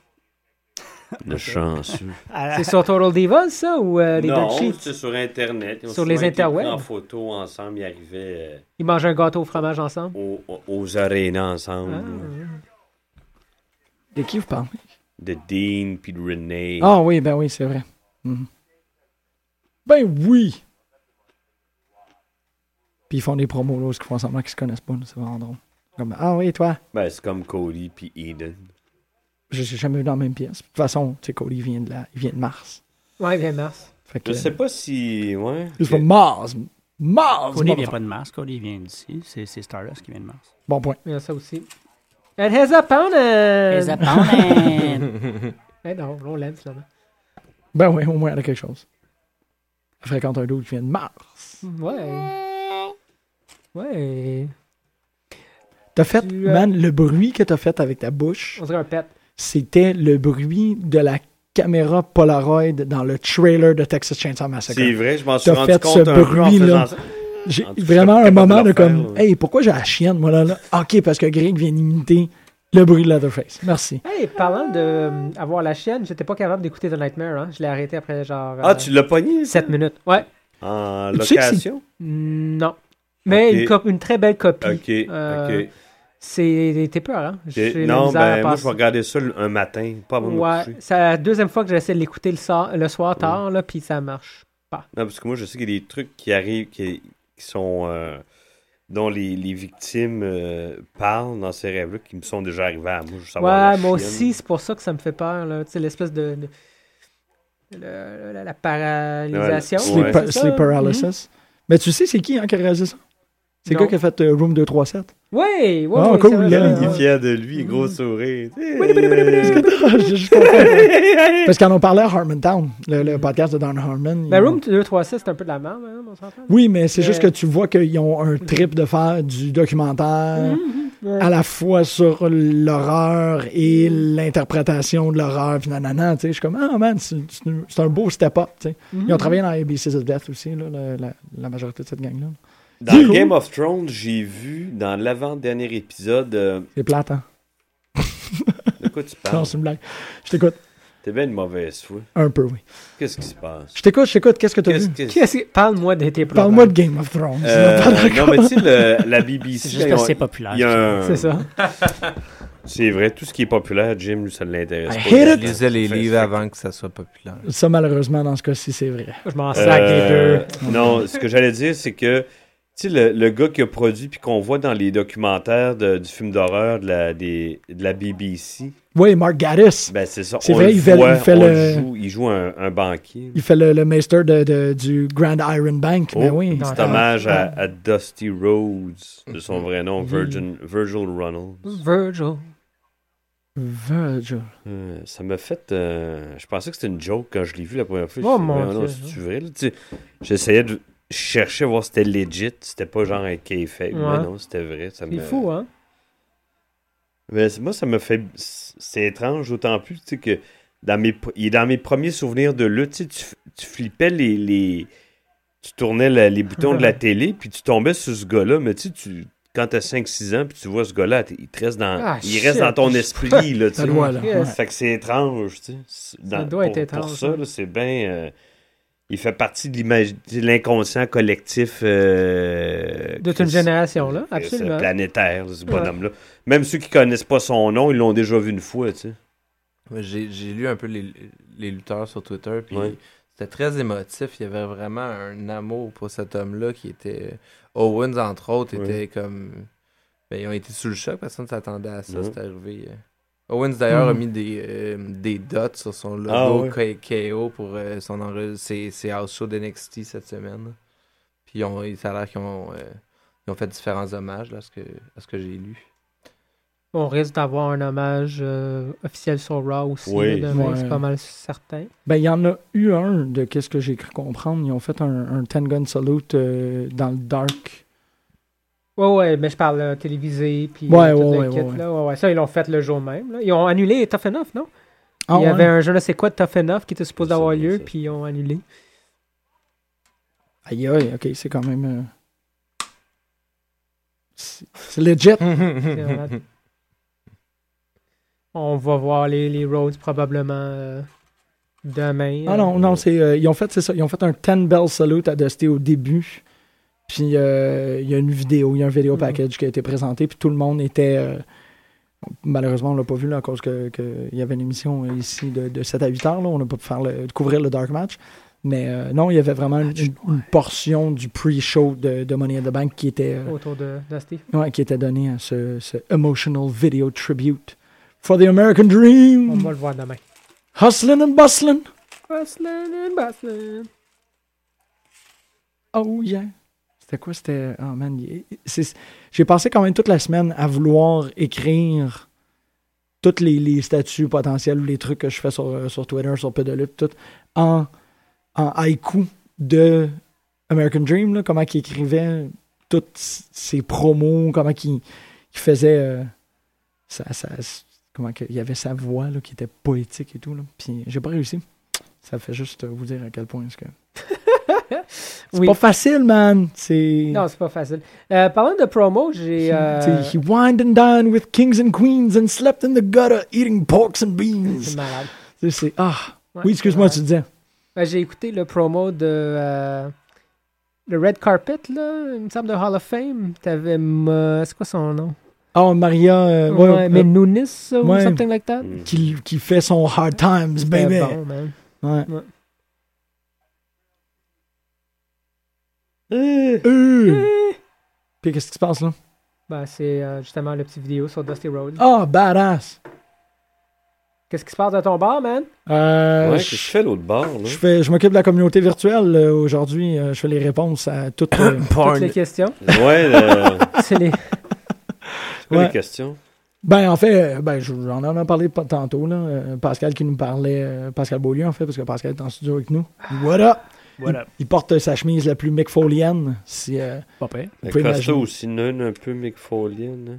[SPEAKER 5] Le chanceux.
[SPEAKER 7] à-
[SPEAKER 4] C'est sur Total Divas, ça, ou euh, *laughs* les Dark Sheets?
[SPEAKER 5] c'est sur Internet. Ils ont
[SPEAKER 4] Sur les
[SPEAKER 5] souvent été pris
[SPEAKER 4] interwebs.
[SPEAKER 5] En photo ensemble, ils arrivaient
[SPEAKER 4] Ils mangent un gâteau au fromage ensemble?
[SPEAKER 5] euh, aux, aux- aux arénas ensemble.
[SPEAKER 4] Ah.
[SPEAKER 5] là.
[SPEAKER 3] De qui vous parlez?
[SPEAKER 5] De Dean puis de Renee.
[SPEAKER 3] Ah oui, ben oui, c'est vrai. Mhm. Ben oui! Puis ils font des promos, là, où ils font semblant qu'ils se connaissent pas, là, c'est vraiment drôle. Comme, ah oui, toi?
[SPEAKER 5] Ben, c'est comme Cody puis Eden.
[SPEAKER 3] Je les ai jamais vu dans la même pièce. De toute façon, tu sais, Cody vient de là, il vient de Mars.
[SPEAKER 4] Ouais, bien Mars.
[SPEAKER 3] Fait que,
[SPEAKER 5] Je sais pas si. Ouais.
[SPEAKER 3] il se fait Mars! Mars!
[SPEAKER 7] Cody vient
[SPEAKER 3] motherfucker.
[SPEAKER 7] pas de Mars, Cody vient d'ici. C'est c'est Stardust qui vient de Mars.
[SPEAKER 3] Bon point.
[SPEAKER 4] Il y a ça aussi. And has a pound! Euh.
[SPEAKER 7] Les *laughs* opponents!
[SPEAKER 4] Eh non, on l'aime finalement.
[SPEAKER 3] Ben oui, au moins, elle a quelque chose. Elle fréquente un dude qui vient de Mars.
[SPEAKER 4] Ouais. Ouais.
[SPEAKER 3] T'as fait,
[SPEAKER 4] Tu, euh,
[SPEAKER 3] man, le bruit que t'as fait avec ta bouche,
[SPEAKER 4] On dirait un pet.
[SPEAKER 3] c'était le bruit de la caméra Polaroid dans le trailer de Texas Chainsaw Massacre.
[SPEAKER 5] C'est vrai, je m'en suis
[SPEAKER 3] T'as
[SPEAKER 5] rendu
[SPEAKER 3] fait
[SPEAKER 5] compte
[SPEAKER 3] ce
[SPEAKER 5] un peu en
[SPEAKER 3] bruit-là.
[SPEAKER 5] faisant ça.
[SPEAKER 3] J'ai
[SPEAKER 5] En tout cas,
[SPEAKER 3] vraiment un
[SPEAKER 5] je suis capable
[SPEAKER 3] moment
[SPEAKER 5] de
[SPEAKER 3] de
[SPEAKER 5] le
[SPEAKER 3] comme,
[SPEAKER 5] faire, ouais.
[SPEAKER 3] hey, pourquoi j'ai la chienne, moi, là, là? Ok, parce que Greg vient imiter le bruit de Leatherface. Merci.
[SPEAKER 4] Hey, parlant d'avoir avoir la chienne, j'étais pas capable d'écouter The Nightmare. Hein. Je l'ai arrêté après genre.
[SPEAKER 5] Ah, tu l'as pogné?
[SPEAKER 4] 7 minutes. Ouais.
[SPEAKER 5] En
[SPEAKER 3] Tu sais que c'est-
[SPEAKER 5] location?
[SPEAKER 4] Mm, Non. Mais
[SPEAKER 5] Ok.
[SPEAKER 4] une, cop- une très belle copie.
[SPEAKER 5] Ok,
[SPEAKER 4] Euh,
[SPEAKER 5] ok.
[SPEAKER 4] C'est. T'es peur, hein?
[SPEAKER 5] Ok.
[SPEAKER 4] J'ai la
[SPEAKER 5] Non,
[SPEAKER 4] misère à
[SPEAKER 5] ben, moi, je
[SPEAKER 4] passer.
[SPEAKER 5] vais regarder ça le- un matin, pas avant de me
[SPEAKER 4] Ouais,
[SPEAKER 5] coucher.
[SPEAKER 4] c'est la deuxième fois que j'essaie de l'écouter le, soir- le
[SPEAKER 5] Mm.
[SPEAKER 4] soir tard, là, puis ça marche.
[SPEAKER 5] Non, parce que moi, je sais qu'il y a des trucs qui arrivent, qui, qui sont. euh, dont les, les victimes euh, parlent dans ces rêves-là, qui me sont déjà arrivés à moi. Je veux savoir
[SPEAKER 4] ouais,
[SPEAKER 5] la
[SPEAKER 4] moi
[SPEAKER 5] chienne.
[SPEAKER 4] aussi, c'est pour ça que ça me fait peur, là. Tu sais, l'espèce de. de- le- la, la paralysation.
[SPEAKER 5] Ouais,
[SPEAKER 3] Sleep,
[SPEAKER 5] ouais.
[SPEAKER 3] par-
[SPEAKER 4] c'est ça? Mhm. Mm-hmm.
[SPEAKER 3] sleep paralysis. Mais tu sais, c'est qui hein, qui a réalisé ça? C'est le
[SPEAKER 4] Non.
[SPEAKER 3] gars qui a fait euh, Room
[SPEAKER 4] *laughs*
[SPEAKER 3] 237.
[SPEAKER 4] Mhm. Ouais, ouais.
[SPEAKER 3] Ah,
[SPEAKER 4] ouais,
[SPEAKER 3] cool,
[SPEAKER 4] c'est vrai,
[SPEAKER 3] il y a
[SPEAKER 4] ouais,
[SPEAKER 5] Il est
[SPEAKER 4] ouais.
[SPEAKER 5] fier de lui,
[SPEAKER 4] Mm.
[SPEAKER 5] gros sourire.
[SPEAKER 3] *laughs* Je- je
[SPEAKER 4] *laughs*
[SPEAKER 3] comprends. Parce qu'on en parlait à Harmontown, le, le podcast de Don Harmon.
[SPEAKER 4] Ben,
[SPEAKER 3] Ils-
[SPEAKER 4] Room 236, c'est un peu de la merde, hein, on s'entend.
[SPEAKER 3] Oui, mais c'est
[SPEAKER 4] Euh,
[SPEAKER 3] juste que tu vois qu'ils ont un trip de faire du documentaire
[SPEAKER 4] Mhm, Ouais.
[SPEAKER 3] à la fois sur l'horreur et l'interprétation de l'horreur. Puis nanana, tu sais, je suis comme, ah man, c'est c'est un- c'est un beau step-up. tu sais. Ils
[SPEAKER 4] Mhm.
[SPEAKER 3] ont travaillé dans ABC's of Death aussi, là, le- la, la majorité de cette gang-là.
[SPEAKER 5] Dans Game of Thrones, j'ai vu dans l'avant-dernier épisode. euh,
[SPEAKER 3] C'est plate, hein?
[SPEAKER 5] de quoi tu
[SPEAKER 3] Non,
[SPEAKER 5] parles?
[SPEAKER 3] c'est une blague. Je t'écoute.
[SPEAKER 5] T'es bien une mauvaise foi.
[SPEAKER 3] Un peu, oui.
[SPEAKER 5] Qu'est-ce qui se passe?
[SPEAKER 3] Je t'écoute, je t'écoute. Qu'est-ce que tu as vu?
[SPEAKER 5] Qu'est-ce qu'est-ce-
[SPEAKER 4] Qu'est-ce que- Parle-moi de tes problèmes.
[SPEAKER 3] Parle-moi de Game of Thrones.
[SPEAKER 5] Euh,
[SPEAKER 3] On en parle
[SPEAKER 5] non,
[SPEAKER 3] encore.
[SPEAKER 5] mais tu sais, le- la
[SPEAKER 7] C'est *laughs*
[SPEAKER 5] BBC,
[SPEAKER 7] juste
[SPEAKER 5] ils ont-
[SPEAKER 7] parce que c'est populaire.
[SPEAKER 5] il y a un-
[SPEAKER 4] C'est ça.
[SPEAKER 5] C'est vrai, tout ce qui est populaire, Jim, lui, ça ne l'intéresse
[SPEAKER 3] I
[SPEAKER 5] pas.
[SPEAKER 3] hate
[SPEAKER 6] Je
[SPEAKER 3] it.
[SPEAKER 6] lisais les
[SPEAKER 5] Fait-
[SPEAKER 6] livres
[SPEAKER 5] fait-
[SPEAKER 6] avant que ça soit populaire.
[SPEAKER 3] Ça, malheureusement, dans ce cas-ci, c'est vrai.
[SPEAKER 4] Je m'en sac des
[SPEAKER 5] Euh,
[SPEAKER 4] deux.
[SPEAKER 5] Non, ce que j'allais dire, c'est que tu sais, le, le gars qui a produit puis qu'on voit dans les documentaires de- du film d'horreur de la, des- de la BBC,
[SPEAKER 3] Oui, Mark Gaddis.
[SPEAKER 5] ben c'est ça.
[SPEAKER 3] C'est
[SPEAKER 5] on
[SPEAKER 3] vrai,
[SPEAKER 5] le
[SPEAKER 3] il fait-
[SPEAKER 5] voit,
[SPEAKER 3] il fait
[SPEAKER 5] on
[SPEAKER 3] le-
[SPEAKER 5] joue, il joue un, un banquier.
[SPEAKER 3] Il fait le, le maester de, de- du Grand Iron Bank.
[SPEAKER 5] Oh,
[SPEAKER 3] mais oui.
[SPEAKER 4] non,
[SPEAKER 5] C'est hommage à, à Dusty Rhodes, de son vrai nom,
[SPEAKER 3] Mm-hmm.
[SPEAKER 5] Virgin, Virgil Runnels.
[SPEAKER 4] Virgil.
[SPEAKER 3] Virgil.
[SPEAKER 5] Euh, ça m'a fait. euh, je pensais que c'était une joke quand je l'ai vu la première fois.
[SPEAKER 4] Oh,
[SPEAKER 5] Je me
[SPEAKER 4] mon
[SPEAKER 5] suis dit, Ah non,
[SPEAKER 4] Dieu.
[SPEAKER 5] c'est-tu vrai, là? Tu sais, J'essayais de chercher à voir si c'était legit, c'était pas genre un
[SPEAKER 4] Ouais.
[SPEAKER 5] K-fake. Mais non, c'était vrai. Ça
[SPEAKER 4] Il est
[SPEAKER 5] me-
[SPEAKER 4] fou, hein?
[SPEAKER 5] Mais c'est- moi, ça me fait. C'est étrange, d'autant plus tu sais, que dans mes, pr- il est dans mes premiers souvenirs de lutte, tu, sais, tu, f- tu flippais les. les- tu tournais la- les boutons de la télé, puis tu tombais sur ce gars-là, mais tu sais, tu. Quand t'as 5-6 ans, puis tu vois ce gars-là, t- il te reste dans,
[SPEAKER 4] Ah,
[SPEAKER 5] il reste
[SPEAKER 4] shit.
[SPEAKER 5] dans ton
[SPEAKER 4] *laughs*
[SPEAKER 5] esprit, là, tu
[SPEAKER 3] Ça
[SPEAKER 5] sais.
[SPEAKER 3] doit, là.
[SPEAKER 4] Yes.
[SPEAKER 3] Ben ouais.
[SPEAKER 5] Fait que c'est étrange, tu sais. C'est- dans-
[SPEAKER 4] doit
[SPEAKER 5] pour,
[SPEAKER 4] être étrange,
[SPEAKER 5] Pour ça,
[SPEAKER 4] hein.
[SPEAKER 5] là, c'est bien. euh, il fait partie de l'imagi- de l'inconscient collectif. euh,
[SPEAKER 4] De toute une
[SPEAKER 5] Chris-
[SPEAKER 4] génération, là.
[SPEAKER 5] Chris, euh,
[SPEAKER 4] Absolument.
[SPEAKER 5] Planétaire, là, ce bonhomme-là. Même ceux qui connaissent pas son nom, ils l'ont déjà vu une fois, tu sais.
[SPEAKER 6] Ouais, J'ai j'ai lu un peu les, les lutteurs sur Twitter, puis
[SPEAKER 5] Ouais.
[SPEAKER 6] c'était très émotif. Il y avait vraiment un amour pour cet homme-là qui était. Owens, entre autres,
[SPEAKER 5] Ouais.
[SPEAKER 6] était comme. Ben, ils ont été sous le choc, personne ne s'attendait à ça,
[SPEAKER 5] Ouais. Hmm.
[SPEAKER 6] c'est arrivé. euh. Owens, d'ailleurs, a
[SPEAKER 3] Mm.
[SPEAKER 6] mis des, euh, des dots sur son
[SPEAKER 5] Ah,
[SPEAKER 6] logo
[SPEAKER 5] ouais.
[SPEAKER 6] K- KO pour euh, son enre- ses, ses house shows d'NXT cette semaine. Puis ils ont, ça a l'air qu'ils ont, euh, ils ont fait différents hommages là, à ce que, à ce que j'ai lu.
[SPEAKER 4] On risque d'avoir un hommage euh, officiel sur Raw aussi.
[SPEAKER 5] Oui.
[SPEAKER 4] là, demain,
[SPEAKER 3] Ouais.
[SPEAKER 4] C'est pas mal certain.
[SPEAKER 3] Ben, il y en a eu un, de qu'est-ce que j'ai cru comprendre. Ils ont fait un, un Ten Gun Salute euh, dans le dark.
[SPEAKER 4] Ouais, ouais, mais je parle euh, télévisé. Puis,
[SPEAKER 3] Ouais,
[SPEAKER 4] euh, tout
[SPEAKER 3] ouais, ouais,
[SPEAKER 4] le kit,
[SPEAKER 3] ouais,
[SPEAKER 4] là. Ouais, ouais. Ça, ils l'ont fait le jour même. là. Ils ont annulé Tough Enough, non?
[SPEAKER 3] Ah,
[SPEAKER 4] il y
[SPEAKER 3] ouais.
[SPEAKER 4] avait un je ne sais quoi de Tough Enough qui était supposé
[SPEAKER 5] Ça,
[SPEAKER 4] avoir
[SPEAKER 5] oui,
[SPEAKER 4] lieu,
[SPEAKER 5] ça.
[SPEAKER 4] puis ils ont annulé.
[SPEAKER 3] Aïe, aïe, ok, c'est quand même. euh, C'est c'est legit.
[SPEAKER 4] C'est malade. On va voir les, les Rhodes probablement euh, demain.
[SPEAKER 3] Ah non, non, c'est. euh, ils ont fait, c'est ça. Ils ont fait un 10 bell salute à Dusty au début. Puis euh, il y a une vidéo, il y a un vidéo
[SPEAKER 4] Mhm.
[SPEAKER 3] package qui a été présenté. Puis tout le monde était. euh, malheureusement, on l'a pas vu là, à cause que- que il y avait une émission euh, ici de, de 7 à 8 heures. Là, on n'a pas pu faire le, couvrir le Dark Match. Mais euh, non, il y avait vraiment une, une portion du pre-show de, de Money in the Bank qui était. euh,
[SPEAKER 4] Autour de Dusty.
[SPEAKER 3] Ouais, qui était donné à ce, ce Emotional Video Tribute for the American Dream.
[SPEAKER 4] On va le voir demain.
[SPEAKER 3] Hustlin' and bustlin'.
[SPEAKER 4] Bustlin' and bustlin'.
[SPEAKER 3] Oh yeah. C'était quoi? C'était... Oh man, il- c'est- j'ai passé quand même toute la semaine à vouloir écrire toutes les, les statuts potentiels ou les trucs que je fais sur, euh, sur Twitter, sur Pedalup, tout, en, en haïku de American Dream, là, comment qu'il écrivait toutes ses promos, comment qu'il qu'il faisait... euh, sa- sa- comment que- il y avait sa voix là, qui était poétique et tout. Là. Puis j'ai pas réussi. Ça fait juste euh, vous dire à quel point est-ce que...
[SPEAKER 4] *laughs*
[SPEAKER 3] C'est
[SPEAKER 4] Oui.
[SPEAKER 3] pas facile, man. C'est.
[SPEAKER 4] Non, c'est pas facile. Euh, parlant de promo, j'ai. euh,
[SPEAKER 3] c'est- He wined and dined with kings and queens and slept in the gutter eating porks and
[SPEAKER 4] C'est
[SPEAKER 3] beans.
[SPEAKER 4] malade.
[SPEAKER 3] C'est- c'est- ah.
[SPEAKER 4] Ouais,
[SPEAKER 3] oui, excuse-moi,
[SPEAKER 4] c'est
[SPEAKER 3] tu disais.
[SPEAKER 4] Ben, j'ai écouté le promo de euh, le Red Carpet, là, il me semble, de Hall of Fame. T'avais. ma- c'est quoi son nom
[SPEAKER 3] Oh, Maria. euh, ouais, euh,
[SPEAKER 4] mais Nunes euh, ou
[SPEAKER 3] ouais.
[SPEAKER 4] something like that.
[SPEAKER 5] Hmm.
[SPEAKER 3] qui, qui fait son hard times, baby.
[SPEAKER 4] C'était bon, man.
[SPEAKER 3] Ouais.
[SPEAKER 4] Ouais.
[SPEAKER 3] Euh. Puis qu'est-ce qui se passe là?
[SPEAKER 4] Ben, c'est euh, justement le petit vidéo sur Dusty Road.
[SPEAKER 3] Ah, badass!
[SPEAKER 4] Qu'est-ce qui se passe dans ton bar, man
[SPEAKER 3] Euh,
[SPEAKER 5] Ouais, qu'est-ce que
[SPEAKER 3] je
[SPEAKER 5] je fais l'autre
[SPEAKER 3] *laughs*
[SPEAKER 5] bord, là?
[SPEAKER 3] je fais- je m'occupe de la communauté virtuelle euh, aujourd'hui. euh, je fais les réponses à toutes.
[SPEAKER 5] *coughs*
[SPEAKER 3] euh,
[SPEAKER 4] Toutes les questions.
[SPEAKER 5] Ouais, euh, là,
[SPEAKER 4] c'est les.
[SPEAKER 5] c'est quoi
[SPEAKER 3] Ouais.
[SPEAKER 5] les questions?
[SPEAKER 3] Ben, en fait, euh, ben, je- j'en en a parlé pas tantôt, là. Euh, Pascal qui nous parlait, euh, Pascal Beaulieu, en fait, parce que Pascal est en studio avec nous.
[SPEAKER 5] Ah.
[SPEAKER 3] What up?
[SPEAKER 7] What
[SPEAKER 3] il,
[SPEAKER 7] up?
[SPEAKER 3] il porte la chemise la plus Mick Foley-ienne, Si, euh,
[SPEAKER 7] Pas pire.
[SPEAKER 3] vous pouvez
[SPEAKER 5] Costa
[SPEAKER 3] imaginer.
[SPEAKER 5] aussi, non, un peu Mick hein. Foley, non?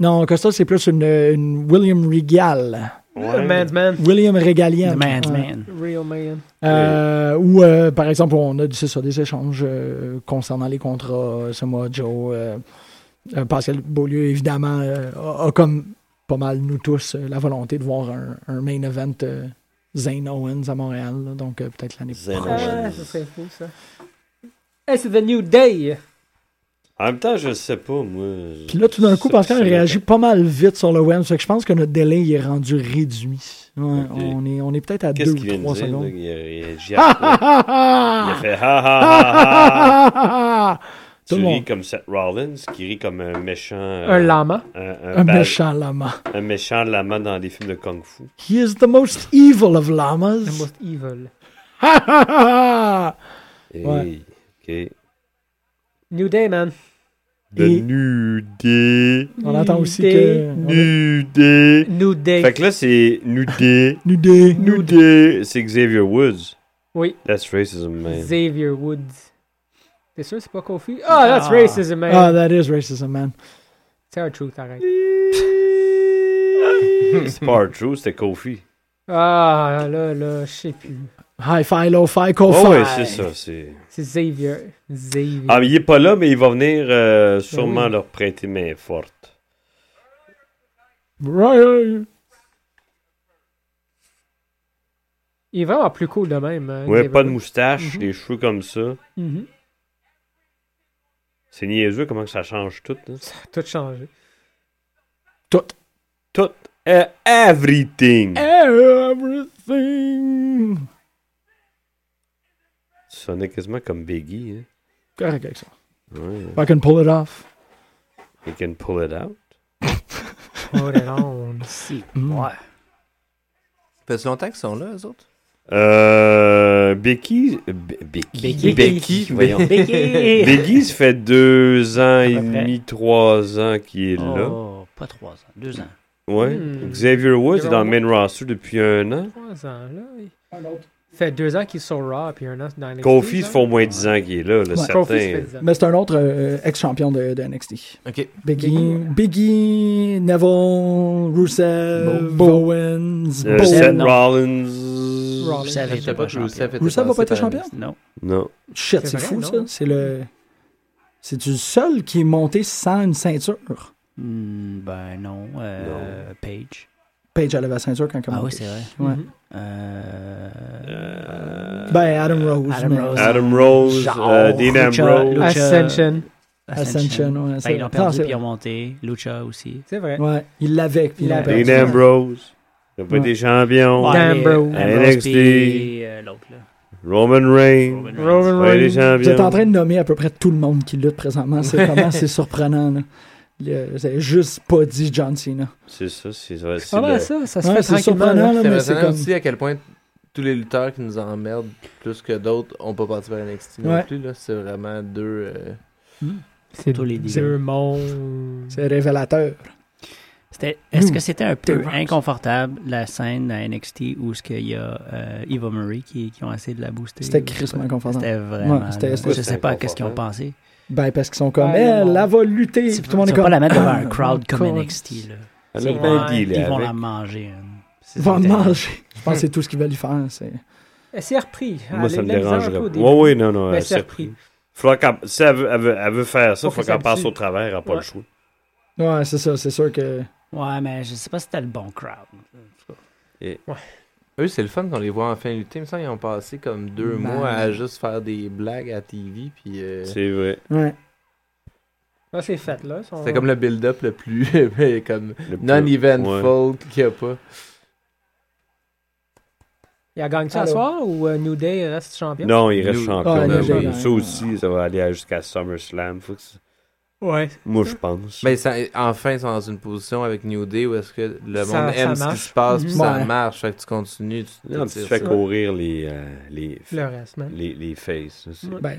[SPEAKER 3] Non, Costa, c'est plus une, une William Regal.
[SPEAKER 4] Real man's man.
[SPEAKER 3] William Regalienne.
[SPEAKER 7] The man's
[SPEAKER 3] Ouais.
[SPEAKER 7] man.
[SPEAKER 4] Real man.
[SPEAKER 3] Euh, Ou, euh, par exemple, on a c'est ça, des échanges euh, concernant les contrats. C'est moi, Joe. euh, euh, Pascal Beaulieu, évidemment, euh, a, a comme pas mal, nous tous, euh, la volonté de voir un, un main event euh, Zane Owens à Montréal. là. donc, euh, peut-être l'année
[SPEAKER 5] Zane
[SPEAKER 3] prochaine.
[SPEAKER 5] Owens.
[SPEAKER 4] Ah, ça serait fou, ça. Hey, c'est The New Day.
[SPEAKER 5] En même temps, je sais pas, moi. je-
[SPEAKER 3] Puis là, tout d'un coup,
[SPEAKER 5] ça-
[SPEAKER 3] Pascal
[SPEAKER 5] ça-
[SPEAKER 3] réagit pas mal vite sur le web. Fait que je pense que notre délai il est rendu réduit. Ouais,
[SPEAKER 5] Ok.
[SPEAKER 3] On est, on est peut-être à deux
[SPEAKER 5] Qu'est-ce
[SPEAKER 3] ou
[SPEAKER 5] qu'il vient de
[SPEAKER 3] trois
[SPEAKER 5] dire,
[SPEAKER 3] *laughs*
[SPEAKER 5] là?
[SPEAKER 3] secondes.
[SPEAKER 5] Il a réagi à quoi? Il a fait Ah, ha ha ha ha!
[SPEAKER 3] Ah. Tout
[SPEAKER 5] ah, Tu
[SPEAKER 3] le
[SPEAKER 5] ris
[SPEAKER 3] monde.
[SPEAKER 5] comme Seth Rollins, qui rit comme un méchant... euh,
[SPEAKER 4] Un lama.
[SPEAKER 5] Un, un
[SPEAKER 3] Un
[SPEAKER 5] bad-
[SPEAKER 3] méchant lama.
[SPEAKER 5] un méchant lama dans les films de Kung-Fu.
[SPEAKER 3] He is the most evil of llamas. *laughs*
[SPEAKER 4] The most evil.
[SPEAKER 3] Ha, ha, ha, ha.
[SPEAKER 5] Hey,
[SPEAKER 3] Ouais.
[SPEAKER 5] OK.
[SPEAKER 4] New Day, man.
[SPEAKER 5] De
[SPEAKER 3] Et-
[SPEAKER 5] nudé.
[SPEAKER 3] On entend aussi
[SPEAKER 4] Nudé.
[SPEAKER 3] que.
[SPEAKER 5] Nudé.
[SPEAKER 4] New Day.
[SPEAKER 5] Fait que là, c'est nudé.
[SPEAKER 3] *laughs* Nudé.
[SPEAKER 5] nudé. C'est Xavier Woods.
[SPEAKER 4] Oui.
[SPEAKER 5] That's racism, man.
[SPEAKER 4] Xavier Woods. T'es sûr, c'est pas Kofi? Ah, that's racism, man.
[SPEAKER 3] Ah, that is racism, man.
[SPEAKER 4] C'est un truth, arrête.
[SPEAKER 5] *laughs* C'est pas hard true, c'était Kofi.
[SPEAKER 4] Ah, là, là, je sais plus.
[SPEAKER 3] Hi fi, low fi, co
[SPEAKER 5] Oh,
[SPEAKER 3] fi.
[SPEAKER 5] ouais, c'est ça. c'est-
[SPEAKER 4] C'est Xavier. Xavier.
[SPEAKER 5] Ah, mais il est pas là, mais il va venir euh, sûrement
[SPEAKER 4] Oui.
[SPEAKER 5] leur prêter main forte.
[SPEAKER 3] Right.
[SPEAKER 4] Il est vraiment plus cool de même. euh,
[SPEAKER 5] Ouais,
[SPEAKER 4] Xavier
[SPEAKER 5] pas de
[SPEAKER 4] Woods.
[SPEAKER 5] moustache,
[SPEAKER 4] Mhm.
[SPEAKER 5] les cheveux comme ça.
[SPEAKER 4] Mhm.
[SPEAKER 5] C'est niaiseux comment que ça change tout. hein.
[SPEAKER 4] Tout changé.
[SPEAKER 3] Tout.
[SPEAKER 5] Tout. euh, everything.
[SPEAKER 3] Euh. Everything.
[SPEAKER 5] Tu sonnais quasiment comme Biggie.
[SPEAKER 3] Correct avec ça.
[SPEAKER 5] Hein. Ouais.
[SPEAKER 3] If I can pull it off.
[SPEAKER 5] You can pull it out.
[SPEAKER 4] Oh, là, non.
[SPEAKER 7] Si.
[SPEAKER 3] Mm.
[SPEAKER 7] Ouais.
[SPEAKER 6] *laughs* Ça fait longtemps qu'ils sont là, eux autres.
[SPEAKER 5] Euh, Becky, Be- Becky,
[SPEAKER 4] Becky.
[SPEAKER 5] Becky,
[SPEAKER 6] Becky.
[SPEAKER 7] *laughs*
[SPEAKER 5] voyons.
[SPEAKER 7] Biggie!
[SPEAKER 5] Becky, ça fait deux ans et
[SPEAKER 7] peu près.
[SPEAKER 5] demi, trois ans qu'il est là.
[SPEAKER 7] Oh, Pas trois ans, deux ans.
[SPEAKER 5] Ouais.
[SPEAKER 4] Hmm.
[SPEAKER 5] Xavier Woods
[SPEAKER 4] Xavier
[SPEAKER 5] est dans le main roster depuis un an.
[SPEAKER 4] Trois ans, là. il- fait deux ans qu'il est sur Raw, puis un an dans NXT.
[SPEAKER 5] Kofi, ça
[SPEAKER 4] genre.
[SPEAKER 5] fait au moins 10 ans qu'il est là,
[SPEAKER 3] Ouais.
[SPEAKER 5] là
[SPEAKER 4] Kofi, ça
[SPEAKER 5] certain.
[SPEAKER 4] fait dix ans.
[SPEAKER 3] Mais c'est un autre euh, ex-champion de, de NXT.
[SPEAKER 6] OK.
[SPEAKER 3] Biggie, Biggie, Neville, Rusev, Bowens,
[SPEAKER 5] Euh,
[SPEAKER 3] Bo-
[SPEAKER 5] Seth
[SPEAKER 7] non.
[SPEAKER 5] Rollins.
[SPEAKER 4] Rollins.
[SPEAKER 7] Rusev
[SPEAKER 6] Je
[SPEAKER 7] était
[SPEAKER 6] sais
[SPEAKER 7] pas
[SPEAKER 6] pas que Rusev
[SPEAKER 7] champion.
[SPEAKER 6] était
[SPEAKER 3] Rusev
[SPEAKER 6] pas-
[SPEAKER 3] n'a pas été
[SPEAKER 6] c'est
[SPEAKER 3] champion?
[SPEAKER 7] Non.
[SPEAKER 5] Non.
[SPEAKER 3] Shit,
[SPEAKER 4] C'est
[SPEAKER 3] c'est
[SPEAKER 4] vrai,
[SPEAKER 3] fou
[SPEAKER 4] non?
[SPEAKER 3] ça. C'est le. C'est du seul qui est monté sans une ceinture.
[SPEAKER 7] Hmm, ben non. euh, Page.
[SPEAKER 3] Page, elle avait la ceinture quand elle
[SPEAKER 7] Ah
[SPEAKER 3] a
[SPEAKER 7] oui,
[SPEAKER 3] commencé.
[SPEAKER 7] c'est vrai.
[SPEAKER 3] Ouais.
[SPEAKER 4] Mhm.
[SPEAKER 7] Euh...
[SPEAKER 3] Ben, Adam Rose.
[SPEAKER 7] Adam
[SPEAKER 3] mais-
[SPEAKER 7] Rose.
[SPEAKER 5] Adam Rose,
[SPEAKER 7] Genre,
[SPEAKER 5] euh, Dean
[SPEAKER 7] Lucha,
[SPEAKER 5] Ambrose.
[SPEAKER 7] Lucha.
[SPEAKER 4] Ascension.
[SPEAKER 3] Ascension, ouais,
[SPEAKER 7] Ben,
[SPEAKER 3] c'est
[SPEAKER 7] ils
[SPEAKER 3] vrai.
[SPEAKER 7] l'ont
[SPEAKER 3] Non,
[SPEAKER 7] perdu
[SPEAKER 3] c'est
[SPEAKER 7] puis ils
[SPEAKER 3] vrai.
[SPEAKER 7] ont monté. Lucha aussi.
[SPEAKER 4] C'est vrai.
[SPEAKER 3] Ouais, il l'avait. puis
[SPEAKER 4] Il
[SPEAKER 3] il l'a
[SPEAKER 4] l'avait.
[SPEAKER 3] perdu.
[SPEAKER 5] Dean Ambrose. Ça fait
[SPEAKER 3] Ouais.
[SPEAKER 5] des champions.
[SPEAKER 4] Ouais. Ambrose.
[SPEAKER 5] NXT.
[SPEAKER 7] euh, puis, euh, l'autre, là.
[SPEAKER 5] Roman Reigns.
[SPEAKER 4] Roman
[SPEAKER 5] Ça fait des champions.
[SPEAKER 3] Vous êtes en train de nommer à peu près tout le monde qui lutte présentement. C'est
[SPEAKER 7] *laughs*
[SPEAKER 3] vraiment c'est surprenant. Là. Le- vous avez juste pas dit John Cena.
[SPEAKER 5] C'est ça, c'est ça. c'est
[SPEAKER 4] Ah ouais,
[SPEAKER 5] le-
[SPEAKER 4] ça, ça se
[SPEAKER 3] Ouais,
[SPEAKER 4] fait
[SPEAKER 3] c'est
[SPEAKER 4] tranquillement.
[SPEAKER 3] surprenant, là, mais
[SPEAKER 4] là.
[SPEAKER 3] c'est
[SPEAKER 6] impressionnant
[SPEAKER 3] comme.
[SPEAKER 6] aussi à quel point tous les lutteurs qui nous emmerdent plus que d'autres ont pas parti par NXT non
[SPEAKER 3] Ouais.
[SPEAKER 6] plus. là. C'est vraiment deux. euh,
[SPEAKER 4] C'est
[SPEAKER 7] Tous les
[SPEAKER 4] deux mondes.
[SPEAKER 3] C'est révélateur.
[SPEAKER 7] C'était- Est-ce que
[SPEAKER 3] Mm.
[SPEAKER 7] c'était un peu
[SPEAKER 3] Rocks.
[SPEAKER 7] inconfortable la scène à NXT où ce qu'il y a euh, Eva Murray qui, qui ont essayé de la booster
[SPEAKER 3] C'était
[SPEAKER 7] ou je sais
[SPEAKER 3] crissement
[SPEAKER 7] pas.
[SPEAKER 3] inconfortable.
[SPEAKER 7] C'était vraiment.
[SPEAKER 3] Ouais, c'était-
[SPEAKER 7] là,
[SPEAKER 3] c'était-
[SPEAKER 7] je sais pas qu'est-ce qu'ils ont pensé.
[SPEAKER 3] Ben, parce qu'ils sont comme,
[SPEAKER 4] Ouais,
[SPEAKER 3] elle,
[SPEAKER 4] non.
[SPEAKER 3] elle va lutter.
[SPEAKER 7] Tu
[SPEAKER 3] Puis
[SPEAKER 7] peux
[SPEAKER 3] tout le monde est comme.
[SPEAKER 7] pas la mettre devant un
[SPEAKER 3] Ah,
[SPEAKER 7] crowd comme
[SPEAKER 3] encore.
[SPEAKER 7] NXT. Là.
[SPEAKER 5] Elle a
[SPEAKER 4] Ouais,
[SPEAKER 5] bien dealé
[SPEAKER 7] Ils vont
[SPEAKER 5] avec.
[SPEAKER 7] la manger. hein.
[SPEAKER 3] Ils vont le manger. Je pense que c'est tout ce qu'ils veulent lui faire. C'est...
[SPEAKER 4] Elle s'est repris.
[SPEAKER 5] Moi, ça me dérangerait
[SPEAKER 4] Oui,
[SPEAKER 5] pas. Ouais, oui, non, non.
[SPEAKER 4] Mais
[SPEAKER 5] elle
[SPEAKER 4] Ben, c'est
[SPEAKER 5] s'est
[SPEAKER 4] repris.
[SPEAKER 5] Faudra qu'elle- si elle veut, elle veut- elle veut faire ça,
[SPEAKER 4] Faut
[SPEAKER 5] faut
[SPEAKER 4] que
[SPEAKER 5] qu'elle
[SPEAKER 4] ça
[SPEAKER 5] passe
[SPEAKER 4] tue.
[SPEAKER 5] au travers, elle n'a pas
[SPEAKER 4] Ouais.
[SPEAKER 5] le choix.
[SPEAKER 3] Ouais, c'est ça. C'est sûr que.
[SPEAKER 7] Ouais, mais je sais pas si c'était le bon crowd.
[SPEAKER 6] Eux, c'est le fun qu'on les voit enfin lutter. Il me semble qu'ils ont passé comme deux
[SPEAKER 3] Ben.
[SPEAKER 6] mois à juste faire des blagues à TV. Puis euh,
[SPEAKER 5] C'est vrai.
[SPEAKER 3] Ouais.
[SPEAKER 4] Là, c'est fait, là. Son...
[SPEAKER 6] c'était comme le build-up le plus *laughs* mais comme
[SPEAKER 5] Le plus- ouais.
[SPEAKER 6] non-eventful qu'il y a pas.
[SPEAKER 4] Il a gagné ça à
[SPEAKER 3] Allô?
[SPEAKER 4] soir ou euh, New Day reste champion?
[SPEAKER 5] Non, il reste
[SPEAKER 6] Nous-
[SPEAKER 5] champion.
[SPEAKER 3] Ouais,
[SPEAKER 5] là,
[SPEAKER 3] nous,
[SPEAKER 5] oui.
[SPEAKER 3] ouais.
[SPEAKER 5] Ça aussi, ça va aller à- jusqu'à SummerSlam. Faut que ça-
[SPEAKER 4] Ouais.
[SPEAKER 5] Moi, je pense.
[SPEAKER 6] Ben, ça- enfin, ils sont dans une position avec New Day où est-ce que le
[SPEAKER 4] Ça-
[SPEAKER 6] monde
[SPEAKER 4] ça
[SPEAKER 6] aime ce qui
[SPEAKER 4] marche.
[SPEAKER 6] se passe, puis
[SPEAKER 3] Mhm.
[SPEAKER 6] ça
[SPEAKER 3] Ouais.
[SPEAKER 6] marche. Fait que tu continues, tu
[SPEAKER 5] Non, tu
[SPEAKER 6] t'étires
[SPEAKER 5] fais
[SPEAKER 6] ça.
[SPEAKER 5] courir les, euh, les,
[SPEAKER 4] Le reste, man.
[SPEAKER 5] les, les faces. ça, c'est
[SPEAKER 3] Ben,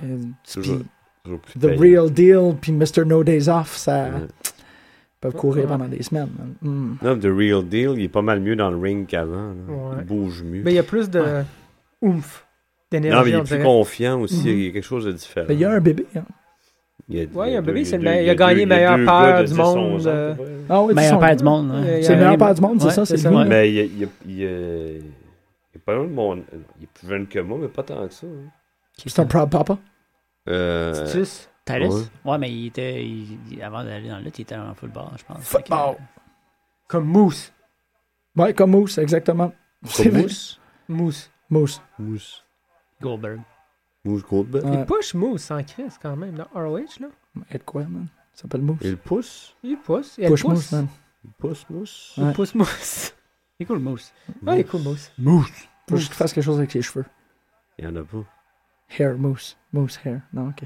[SPEAKER 5] toujours-
[SPEAKER 3] puis
[SPEAKER 5] toujours plus
[SPEAKER 3] The
[SPEAKER 5] payant.
[SPEAKER 3] Real euh, Deal, puis Mr. No Days Off, ça.
[SPEAKER 5] Ouais.
[SPEAKER 3] peuvent courir pendant des semaines. Hmm.
[SPEAKER 5] Non, The Real Deal, il est pas mal mieux dans le ring qu'avant. là.
[SPEAKER 4] Ouais.
[SPEAKER 5] Il bouge mieux.
[SPEAKER 4] Mais il y a plus de oomph, d'énergie.
[SPEAKER 5] non, mais il
[SPEAKER 4] on
[SPEAKER 5] est plus
[SPEAKER 4] dirait.
[SPEAKER 5] confiant aussi.
[SPEAKER 3] Mhm.
[SPEAKER 5] Il y a quelque chose de différent.
[SPEAKER 3] Ben, il y a un bébé. hein.
[SPEAKER 5] Il y a,
[SPEAKER 4] Ouais, il y a un
[SPEAKER 5] deux-
[SPEAKER 4] bébé, c'est le
[SPEAKER 5] deux-
[SPEAKER 4] meilleur- il a gagné
[SPEAKER 5] deux-
[SPEAKER 4] meilleur
[SPEAKER 5] deux
[SPEAKER 4] père
[SPEAKER 5] gars de hein.
[SPEAKER 4] du
[SPEAKER 5] 10, 11 ans,
[SPEAKER 4] monde,
[SPEAKER 5] c'est
[SPEAKER 4] euh,
[SPEAKER 5] vrai.
[SPEAKER 3] Ah oui,
[SPEAKER 7] Meilleur
[SPEAKER 3] disons-
[SPEAKER 7] père du monde. hein.
[SPEAKER 4] Euh, il y
[SPEAKER 3] C'est le
[SPEAKER 4] a-
[SPEAKER 3] meilleur père du monde, c'est
[SPEAKER 7] Ouais,
[SPEAKER 3] ça,
[SPEAKER 4] c'est
[SPEAKER 3] c'est
[SPEAKER 4] ça.
[SPEAKER 3] lui.
[SPEAKER 4] Ouais.
[SPEAKER 5] Mais il y a, il y a- il y a- il y a pas loin de mon- Il est plus jeune que moi, mais pas tant que ça. hein.
[SPEAKER 3] C'est un proud papa.
[SPEAKER 5] Euh,
[SPEAKER 4] Titus.
[SPEAKER 7] Titus?
[SPEAKER 5] Ouais.
[SPEAKER 7] Ouais. mais il était. il- il- avant d'aller dans le lutte, il était en football, je pense.
[SPEAKER 3] Football.
[SPEAKER 7] Fait
[SPEAKER 4] Comme Moose.
[SPEAKER 3] Ouais, comme Moose, exactement. C'est vrai.
[SPEAKER 5] Mousse.
[SPEAKER 4] Moose.
[SPEAKER 3] Moose.
[SPEAKER 5] Mousse.
[SPEAKER 7] que Goldberg.
[SPEAKER 5] Mousse Goldberg.
[SPEAKER 3] Ouais.
[SPEAKER 4] Il push Moose sans Chris quand même. Dans ROH, là.
[SPEAKER 3] Elle quoi, man? Ça s'appelle Moose.
[SPEAKER 5] Il pousse.
[SPEAKER 4] Il pousse. Il
[SPEAKER 3] Push
[SPEAKER 4] pousse.
[SPEAKER 3] Moose, man.
[SPEAKER 5] Il pousse, mousse.
[SPEAKER 4] Il
[SPEAKER 3] Ouais.
[SPEAKER 4] pousse Moose.
[SPEAKER 7] C'est cool, Moose.
[SPEAKER 4] Ouais, il est cool, Moose.
[SPEAKER 3] Faut juste qu'il fasse quelque chose avec ses cheveux.
[SPEAKER 5] Il y en a pas.
[SPEAKER 3] Hair, Moose. Moose hair. Non, ok.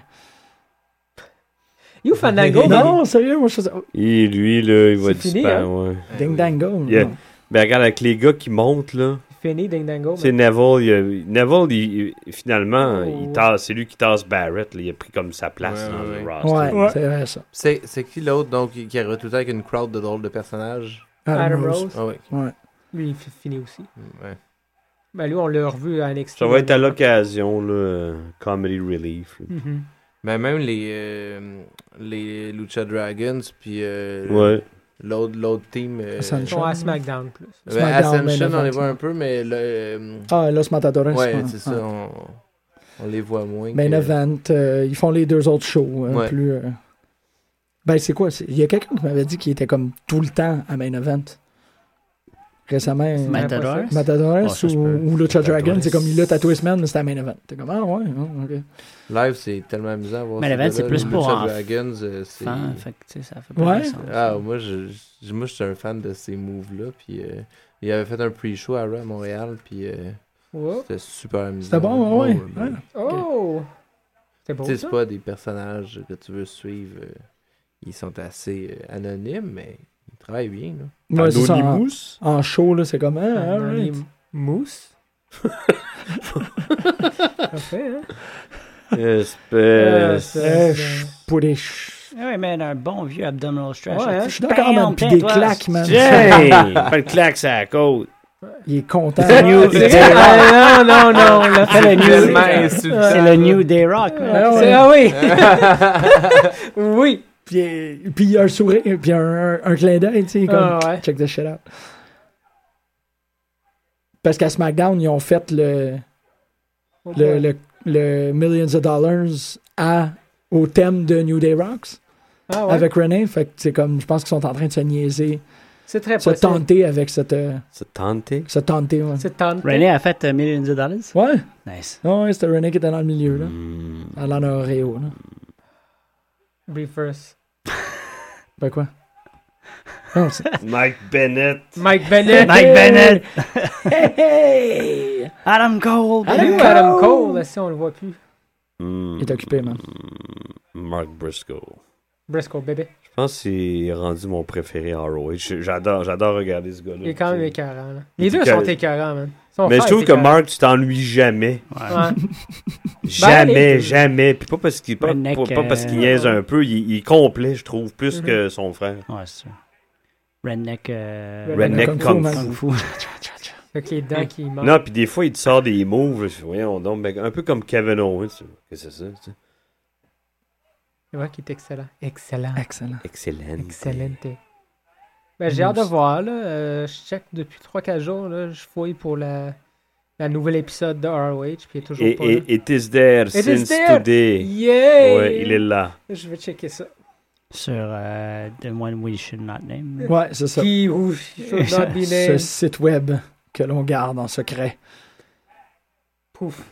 [SPEAKER 4] You Fandango, man.
[SPEAKER 3] Non, sérieux, moi je faisais. oh,
[SPEAKER 5] Et lui, là, il va
[SPEAKER 4] C'est fini,
[SPEAKER 3] hein?
[SPEAKER 5] disparaître. ouais.
[SPEAKER 6] Eh
[SPEAKER 3] Ding dang go.
[SPEAKER 5] Yeah.
[SPEAKER 3] non.
[SPEAKER 5] Ben, regarde, avec les gars qui montent, là.
[SPEAKER 4] Fini, Ding Dango.
[SPEAKER 5] C'est Neville. il a- Neville, il- il- finalement,
[SPEAKER 4] Oh.
[SPEAKER 5] il tasse- c'est lui qui tasse Barrett. là. Il a pris comme sa place
[SPEAKER 6] Ouais,
[SPEAKER 5] dans
[SPEAKER 6] ouais,
[SPEAKER 5] le
[SPEAKER 6] ouais.
[SPEAKER 5] roster.
[SPEAKER 3] Ouais,
[SPEAKER 4] Ouais.
[SPEAKER 3] c'est vrai ça.
[SPEAKER 6] C'est c'est qui l'autre donc qui qui arrive tout le temps avec une crowd de drôles de personnages
[SPEAKER 4] Adam
[SPEAKER 3] Adam Rose.
[SPEAKER 4] Rose.
[SPEAKER 6] Ah ouais.
[SPEAKER 3] Ouais.
[SPEAKER 4] Lui, il fait- finit aussi.
[SPEAKER 6] ouais.
[SPEAKER 4] Ben lui, on l'a revu à NXT.
[SPEAKER 5] Ça va être à l'occasion, là, euh, Comedy Relief. là.
[SPEAKER 4] Mhm.
[SPEAKER 6] Mais Ben, même les, euh, les Lucha Dragons, puis euh,
[SPEAKER 5] Ouais.
[SPEAKER 6] l'autre l'autre team. euh,
[SPEAKER 4] Ils
[SPEAKER 3] Ascension.
[SPEAKER 4] sont à SmackDown plus.
[SPEAKER 6] ben,
[SPEAKER 3] SmackDown,
[SPEAKER 6] Ascension,
[SPEAKER 3] main
[SPEAKER 6] on les
[SPEAKER 3] event,
[SPEAKER 6] voit
[SPEAKER 3] ouais.
[SPEAKER 6] un peu, mais le. euh,
[SPEAKER 3] Ah, Los Matadores. Ah.
[SPEAKER 6] ouais, c'est ça. On, on les voit moins.
[SPEAKER 3] Main
[SPEAKER 6] que-
[SPEAKER 3] event, euh, ils font les deux autres shows. euh,
[SPEAKER 6] Ouais.
[SPEAKER 3] plus, euh, Ben, c'est quoi? c'est- Il y a quelqu'un qui m'avait dit qu'il était comme tout le temps à Main Event. Récemment, euh,
[SPEAKER 7] Matador.
[SPEAKER 3] Matadores
[SPEAKER 7] Ouais, ça se
[SPEAKER 3] ou,
[SPEAKER 7] peut.
[SPEAKER 3] ou Lucha
[SPEAKER 5] Matadores.
[SPEAKER 3] Dragon, c'est comme il lutte à tous les semaines, mais c'est à Main Event. T'es comme, ah ouais, oh, ok.
[SPEAKER 6] Live, c'est tellement amusant à voir
[SPEAKER 7] Main
[SPEAKER 6] ces
[SPEAKER 7] event, Ben, c'est
[SPEAKER 6] gars-là.
[SPEAKER 7] plus
[SPEAKER 6] Les
[SPEAKER 7] pour
[SPEAKER 6] Lucha
[SPEAKER 7] en-
[SPEAKER 6] Dragons, euh, c'est.
[SPEAKER 7] Fan, fait que, tu sais, ça fait
[SPEAKER 3] Ouais.
[SPEAKER 7] pas de sens.
[SPEAKER 6] Ah, moi, je, je- moi, je suis un fan de ces moves-là, puis euh, il avait fait un pre-show à Raw à Montréal, puis euh,
[SPEAKER 4] Oh!
[SPEAKER 6] c'était super amusant.
[SPEAKER 3] C'était bon, ouais, ouais.
[SPEAKER 6] ouais. ben,
[SPEAKER 3] ouais.
[SPEAKER 4] oh. C'est
[SPEAKER 6] Tu
[SPEAKER 4] beau.
[SPEAKER 6] sais, c'est
[SPEAKER 4] ça.
[SPEAKER 6] pas des personnages que tu veux suivre. euh, ils sont assez euh, anonymes, mais ils travaillent bien. Là.
[SPEAKER 3] Ouais, c'est ça, en,
[SPEAKER 5] Anonymous?
[SPEAKER 3] en show, là, c'est comme, ah, alright.
[SPEAKER 4] Anonyme. *laughs* Mousse. Parfait, hein?
[SPEAKER 3] hein.
[SPEAKER 5] Espèce.
[SPEAKER 4] Euh,
[SPEAKER 3] Eh,
[SPEAKER 4] c'est-
[SPEAKER 3] je- Eh, pour les ch-
[SPEAKER 7] Eh Oui, mais un bon vieux abdominal stretch.
[SPEAKER 3] Ouais,
[SPEAKER 7] là,
[SPEAKER 3] hein,
[SPEAKER 7] tu
[SPEAKER 3] je suis d'accord, man,
[SPEAKER 7] bam,
[SPEAKER 3] puis
[SPEAKER 7] tiens,
[SPEAKER 3] des
[SPEAKER 7] toi,
[SPEAKER 3] claques, man.
[SPEAKER 9] Hey! Pas de claque, ça la côte.
[SPEAKER 3] Il est content.
[SPEAKER 7] C'est New
[SPEAKER 3] C'est-
[SPEAKER 4] Ah,
[SPEAKER 7] Day Rock. non, non, non, on l'a fait le
[SPEAKER 6] Tellement
[SPEAKER 7] New
[SPEAKER 6] insultant.
[SPEAKER 7] C'est le New Day Rock, man.
[SPEAKER 3] Ah ouais.
[SPEAKER 4] C'est- Ah oui!
[SPEAKER 6] *laughs*
[SPEAKER 4] oui!
[SPEAKER 3] Puis, euh, puis il y a un sourire, puis un, un, un clin d'œil, tu sais, comme
[SPEAKER 4] Ah ouais.
[SPEAKER 3] check the shit out. Parce qu'à SmackDown, ils ont fait le, le, le, le Millions of Dollars à, au thème de New Day Rocks
[SPEAKER 4] Ah ouais.
[SPEAKER 3] avec René. Fait que c'est comme, je pense qu'ils sont en train de se niaiser,
[SPEAKER 4] C'est très
[SPEAKER 3] se
[SPEAKER 4] possible.
[SPEAKER 3] tenter avec cette. euh,
[SPEAKER 5] C'est tenté.
[SPEAKER 3] se tenter, ouais.
[SPEAKER 4] C'est tenté.
[SPEAKER 7] René a fait euh, Millions of Dollars.
[SPEAKER 3] Ouais,
[SPEAKER 7] Nice.
[SPEAKER 3] non, ouais, c'était René qui était dans le milieu, là.
[SPEAKER 5] Hmm.
[SPEAKER 3] À l'honoréo, là.
[SPEAKER 4] Reverse.
[SPEAKER 3] Ben quoi? Non, c'est-
[SPEAKER 9] Mike Bennett.
[SPEAKER 4] Mike Bennett.
[SPEAKER 7] Mike Bennett.
[SPEAKER 3] Hey!
[SPEAKER 7] Adam Cole.
[SPEAKER 4] Adam
[SPEAKER 7] baby.
[SPEAKER 4] Cole. Adam Cole, là, si on le voit plus.
[SPEAKER 5] Hmm.
[SPEAKER 3] Il est occupé, man.
[SPEAKER 5] Mark Briscoe.
[SPEAKER 4] Briscoe, bébé.
[SPEAKER 5] Je pense que c'est rendu mon préféré en ROH. Je- J'adore, j'adore regarder ce gars-là.
[SPEAKER 4] Il est quand même écœurant. là.
[SPEAKER 5] Il
[SPEAKER 4] Les
[SPEAKER 5] est
[SPEAKER 4] deux
[SPEAKER 5] écœurant.
[SPEAKER 4] sont écœurants, man. Ils sont
[SPEAKER 5] Mais je
[SPEAKER 4] forts,
[SPEAKER 5] trouve que
[SPEAKER 4] écœurants.
[SPEAKER 5] Mark, tu t'ennuies jamais.
[SPEAKER 4] Ouais. Ben,
[SPEAKER 5] Jamais,
[SPEAKER 4] les-
[SPEAKER 5] jamais. Puis pas parce qu'il pas,
[SPEAKER 7] Redneck,
[SPEAKER 5] pas- pas parce qu'il
[SPEAKER 7] euh,
[SPEAKER 5] niaise un peu, il, il est complet, je trouve, plus
[SPEAKER 4] Mhm.
[SPEAKER 5] que son frère.
[SPEAKER 7] Ouais, c'est sûr. Redneck. euh,
[SPEAKER 5] Redneck
[SPEAKER 3] Kung Fu,
[SPEAKER 5] Kung
[SPEAKER 3] man.
[SPEAKER 7] Kung Fu.
[SPEAKER 4] Fait que les dents qui manquent.
[SPEAKER 5] Non, puis des fois, il te sort des moves, je fais, voyons donc, ben, un peu comme Kevin Owens. Qu'est-ce que c'est ça? ça?
[SPEAKER 4] Tu vois qu'il est excellent. Excellent.
[SPEAKER 3] Excellent.
[SPEAKER 5] Excellent.
[SPEAKER 4] Excellente. Ben, j'ai hâte de voir. Là. Euh, je check depuis 3-4 jours. Là, je fouille pour la, la nouvelle épisode de ROH. Puis il est toujours
[SPEAKER 5] Et,
[SPEAKER 4] pas là.
[SPEAKER 5] et it is there
[SPEAKER 4] is
[SPEAKER 5] since
[SPEAKER 4] there.
[SPEAKER 5] today.
[SPEAKER 4] Yeah!
[SPEAKER 5] Ouais, il est là.
[SPEAKER 4] Je vais checker ça.
[SPEAKER 7] Sur euh, The One We Should Not Name.
[SPEAKER 3] Ouais, c'est ça.
[SPEAKER 4] Qui ou should not be
[SPEAKER 3] ce
[SPEAKER 4] named.
[SPEAKER 3] site web que l'on garde en secret.
[SPEAKER 4] Pouf.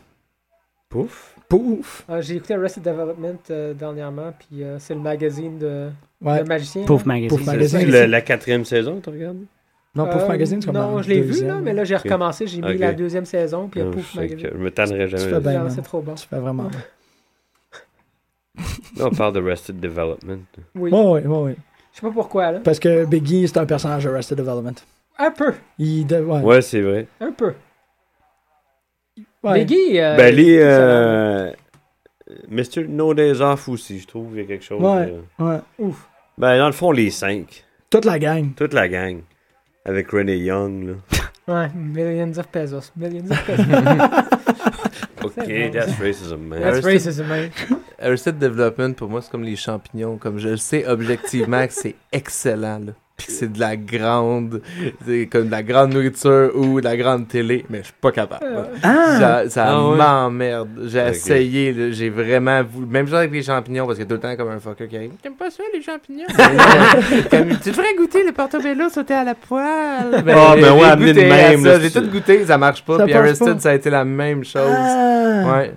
[SPEAKER 5] Pouf.
[SPEAKER 3] Pouf!
[SPEAKER 4] Ah, j'ai écouté Arrested Development euh, dernièrement. Puis euh, c'est le magazine de,
[SPEAKER 3] Ouais.
[SPEAKER 4] de magicien.
[SPEAKER 7] Pouf
[SPEAKER 4] là.
[SPEAKER 7] Magazine.
[SPEAKER 3] Pouf
[SPEAKER 5] C'est
[SPEAKER 3] Magazine.
[SPEAKER 5] la, la quatrième saison, tu regardes?
[SPEAKER 3] Non, Pouf
[SPEAKER 4] Euh,
[SPEAKER 3] Magazine, c'est comme
[SPEAKER 4] Non,
[SPEAKER 3] la
[SPEAKER 4] je l'ai vu,
[SPEAKER 3] deuxième.
[SPEAKER 4] là, mais là, j'ai
[SPEAKER 5] Ok.
[SPEAKER 4] recommencé. J'ai mis
[SPEAKER 5] Ok.
[SPEAKER 4] la deuxième saison. Puis il y a
[SPEAKER 5] Non,
[SPEAKER 4] Pouf
[SPEAKER 5] je, sais que
[SPEAKER 4] Magazine.
[SPEAKER 5] je me tannerai
[SPEAKER 3] Tu fais
[SPEAKER 5] jamais.
[SPEAKER 3] bien.
[SPEAKER 4] Non,
[SPEAKER 3] man.
[SPEAKER 4] c'est trop bon.
[SPEAKER 3] Tu fais vraiment.
[SPEAKER 5] Là, on parle de Rested Development.
[SPEAKER 4] Oui.
[SPEAKER 3] Oh, oui, oui, oui.
[SPEAKER 4] Je sais pas pourquoi, là.
[SPEAKER 3] Parce que Biggie, c'est un personnage de Arrested Development.
[SPEAKER 4] Un peu.
[SPEAKER 3] Il de- ouais.
[SPEAKER 5] Ouais, c'est vrai.
[SPEAKER 4] Un peu.
[SPEAKER 3] Ouais.
[SPEAKER 4] Biggie. euh,
[SPEAKER 5] ben, les.
[SPEAKER 4] est
[SPEAKER 5] Euh, Mr. No Days Off aussi, je trouve, il y a quelque chose.
[SPEAKER 3] Ouais.
[SPEAKER 5] euh.
[SPEAKER 3] Ouais.
[SPEAKER 4] Ouf.
[SPEAKER 5] Ben, dans le fond, les cinq.
[SPEAKER 3] Toute la gang.
[SPEAKER 5] Toute la gang. Avec René Young,
[SPEAKER 4] *laughs*
[SPEAKER 5] là.
[SPEAKER 4] Ouais, millions of pesos. Millions of
[SPEAKER 5] *laughs*
[SPEAKER 4] pesos.
[SPEAKER 5] OK, that's racism, man.
[SPEAKER 4] That's
[SPEAKER 6] That's
[SPEAKER 4] racism, hein. man.
[SPEAKER 6] Arrested Development, pour moi, c'est comme les champignons. Comme je le sais objectivement que c'est excellent, là. Puis que c'est de la grande... C'est comme de la grande nourriture ou de la grande télé, mais je suis pas capable. là.
[SPEAKER 4] Euh,
[SPEAKER 6] Ça, ça
[SPEAKER 5] Ah ouais.
[SPEAKER 6] m'emmerde. J'ai
[SPEAKER 5] Ok.
[SPEAKER 6] essayé, là, j'ai vraiment voulu. Même chose avec les champignons, parce que tout le temps, comme un fucker qui arrive. T'aimes pas ça, les champignons? *laughs* Comme, tu devrais goûter le portobello sauté à la poêle. Ben,
[SPEAKER 5] Ah, ben
[SPEAKER 6] j'ai
[SPEAKER 5] ouais,
[SPEAKER 6] goûté
[SPEAKER 5] amenez de
[SPEAKER 6] à
[SPEAKER 5] même,
[SPEAKER 6] ça,
[SPEAKER 5] là,
[SPEAKER 6] J'ai
[SPEAKER 5] c'est-
[SPEAKER 6] tout goûté, ça marche pas.
[SPEAKER 3] Ça
[SPEAKER 6] Puis
[SPEAKER 3] passe
[SPEAKER 6] Arrested,
[SPEAKER 3] pas.
[SPEAKER 6] ça a été la même chose.
[SPEAKER 3] Ah!
[SPEAKER 6] Ouais.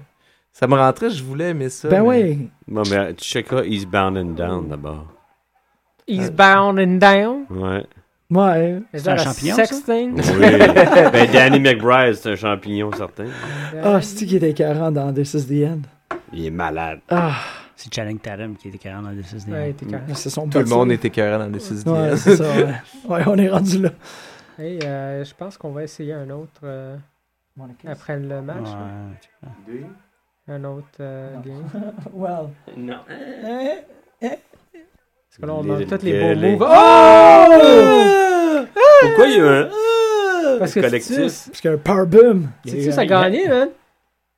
[SPEAKER 6] Ça me rentrait, je voulais mais ça.
[SPEAKER 3] Ben
[SPEAKER 6] mais-
[SPEAKER 3] oui.
[SPEAKER 5] Bon, mais tu checkeras Eastbound and Down d'abord.
[SPEAKER 4] He's bound and down.
[SPEAKER 5] Ouais.
[SPEAKER 3] Ouais.
[SPEAKER 4] Is
[SPEAKER 7] C'est un
[SPEAKER 4] that a
[SPEAKER 7] champignon,
[SPEAKER 4] sex
[SPEAKER 7] ça?
[SPEAKER 4] *laughs* thing?
[SPEAKER 5] Oui. ben, Danny McBride, c'est un champignon, certain.
[SPEAKER 4] Euh,
[SPEAKER 3] Ah, c'est qui était écœurant dans This is the End.
[SPEAKER 5] Il est malade.
[SPEAKER 3] Ah,
[SPEAKER 7] C'est Channing Tatum qui était 40 dans This Is The End.
[SPEAKER 4] Ouais, t'es
[SPEAKER 5] Mm.
[SPEAKER 4] carré.
[SPEAKER 3] c'est son
[SPEAKER 6] Tout le
[SPEAKER 3] bâtiment.
[SPEAKER 6] monde était écœurant dans le 6
[SPEAKER 3] Ouais, c'est ça. Ouais. Ouais, on est rendu là.
[SPEAKER 4] Hey, euh, je pense qu'on va essayer un autre euh, après le match. là.
[SPEAKER 7] Ouais.
[SPEAKER 4] Un autre euh, game.
[SPEAKER 3] Well.
[SPEAKER 4] Parce que là, on manque
[SPEAKER 5] Les-
[SPEAKER 4] tous les beaux
[SPEAKER 5] les-
[SPEAKER 4] moves. Oh!
[SPEAKER 5] Pourquoi il y a un.
[SPEAKER 4] Parce que
[SPEAKER 5] collectif.
[SPEAKER 4] Titus,
[SPEAKER 3] Parce qu'un power boom.
[SPEAKER 4] Titus a gagné, man.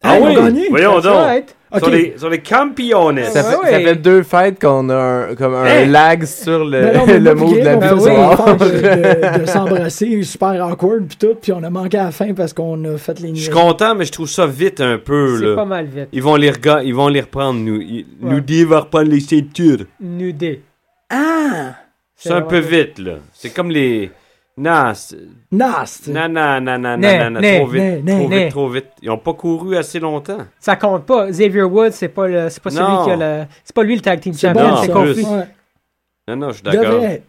[SPEAKER 5] Ah
[SPEAKER 3] on a
[SPEAKER 5] oui!
[SPEAKER 3] gagné.
[SPEAKER 5] Voyons
[SPEAKER 4] That's
[SPEAKER 5] donc!
[SPEAKER 4] right.
[SPEAKER 5] Sur,
[SPEAKER 3] Ok.
[SPEAKER 5] les, sur les campeones!
[SPEAKER 4] Ouais,
[SPEAKER 6] Ça, fait, ça
[SPEAKER 4] ouais.
[SPEAKER 6] fait deux fêtes qu'on a un, comme un
[SPEAKER 5] Hey!
[SPEAKER 6] lag sur le,
[SPEAKER 3] Ben non, mais
[SPEAKER 6] Euh, *laughs* le mot de la
[SPEAKER 3] on
[SPEAKER 4] Ben oui.
[SPEAKER 6] vidéo.
[SPEAKER 3] faisait l'affaire
[SPEAKER 6] *laughs*
[SPEAKER 3] de, de- de s'embrasser super awkward pis tout, puis on a manqué à la fin parce qu'on a fait les
[SPEAKER 5] Je suis
[SPEAKER 3] niaiseries.
[SPEAKER 5] content, mais je trouve ça vite un peu,
[SPEAKER 4] C'est
[SPEAKER 5] là.
[SPEAKER 4] pas mal vite.
[SPEAKER 5] Ils vont les, rega- ils vont les reprendre, nous. Ils-
[SPEAKER 4] Ouais.
[SPEAKER 5] Nous dit, il va reprendre les ceintures.
[SPEAKER 4] Nudé.
[SPEAKER 3] Ah!
[SPEAKER 5] C'est un peu vite, là. C'est comme les. Non, c'est-
[SPEAKER 3] Nast.
[SPEAKER 5] non, non, non, non,
[SPEAKER 4] Né,
[SPEAKER 5] non, non,
[SPEAKER 4] né,
[SPEAKER 5] trop
[SPEAKER 3] né,
[SPEAKER 5] vite,
[SPEAKER 3] né,
[SPEAKER 5] trop
[SPEAKER 4] né.
[SPEAKER 5] vite, trop vite. Ils ont pas couru assez longtemps.
[SPEAKER 4] Ça compte pas. Xavier Woods, c'est pas, le, c'est pas celui
[SPEAKER 5] Non.
[SPEAKER 4] qui a le. C'est pas lui le tag team
[SPEAKER 3] C'est
[SPEAKER 4] champion,
[SPEAKER 5] bon,
[SPEAKER 4] c'est
[SPEAKER 5] ça.
[SPEAKER 4] confus.
[SPEAKER 3] Ouais.
[SPEAKER 5] Non, non, je suis d'accord.
[SPEAKER 3] Devrait.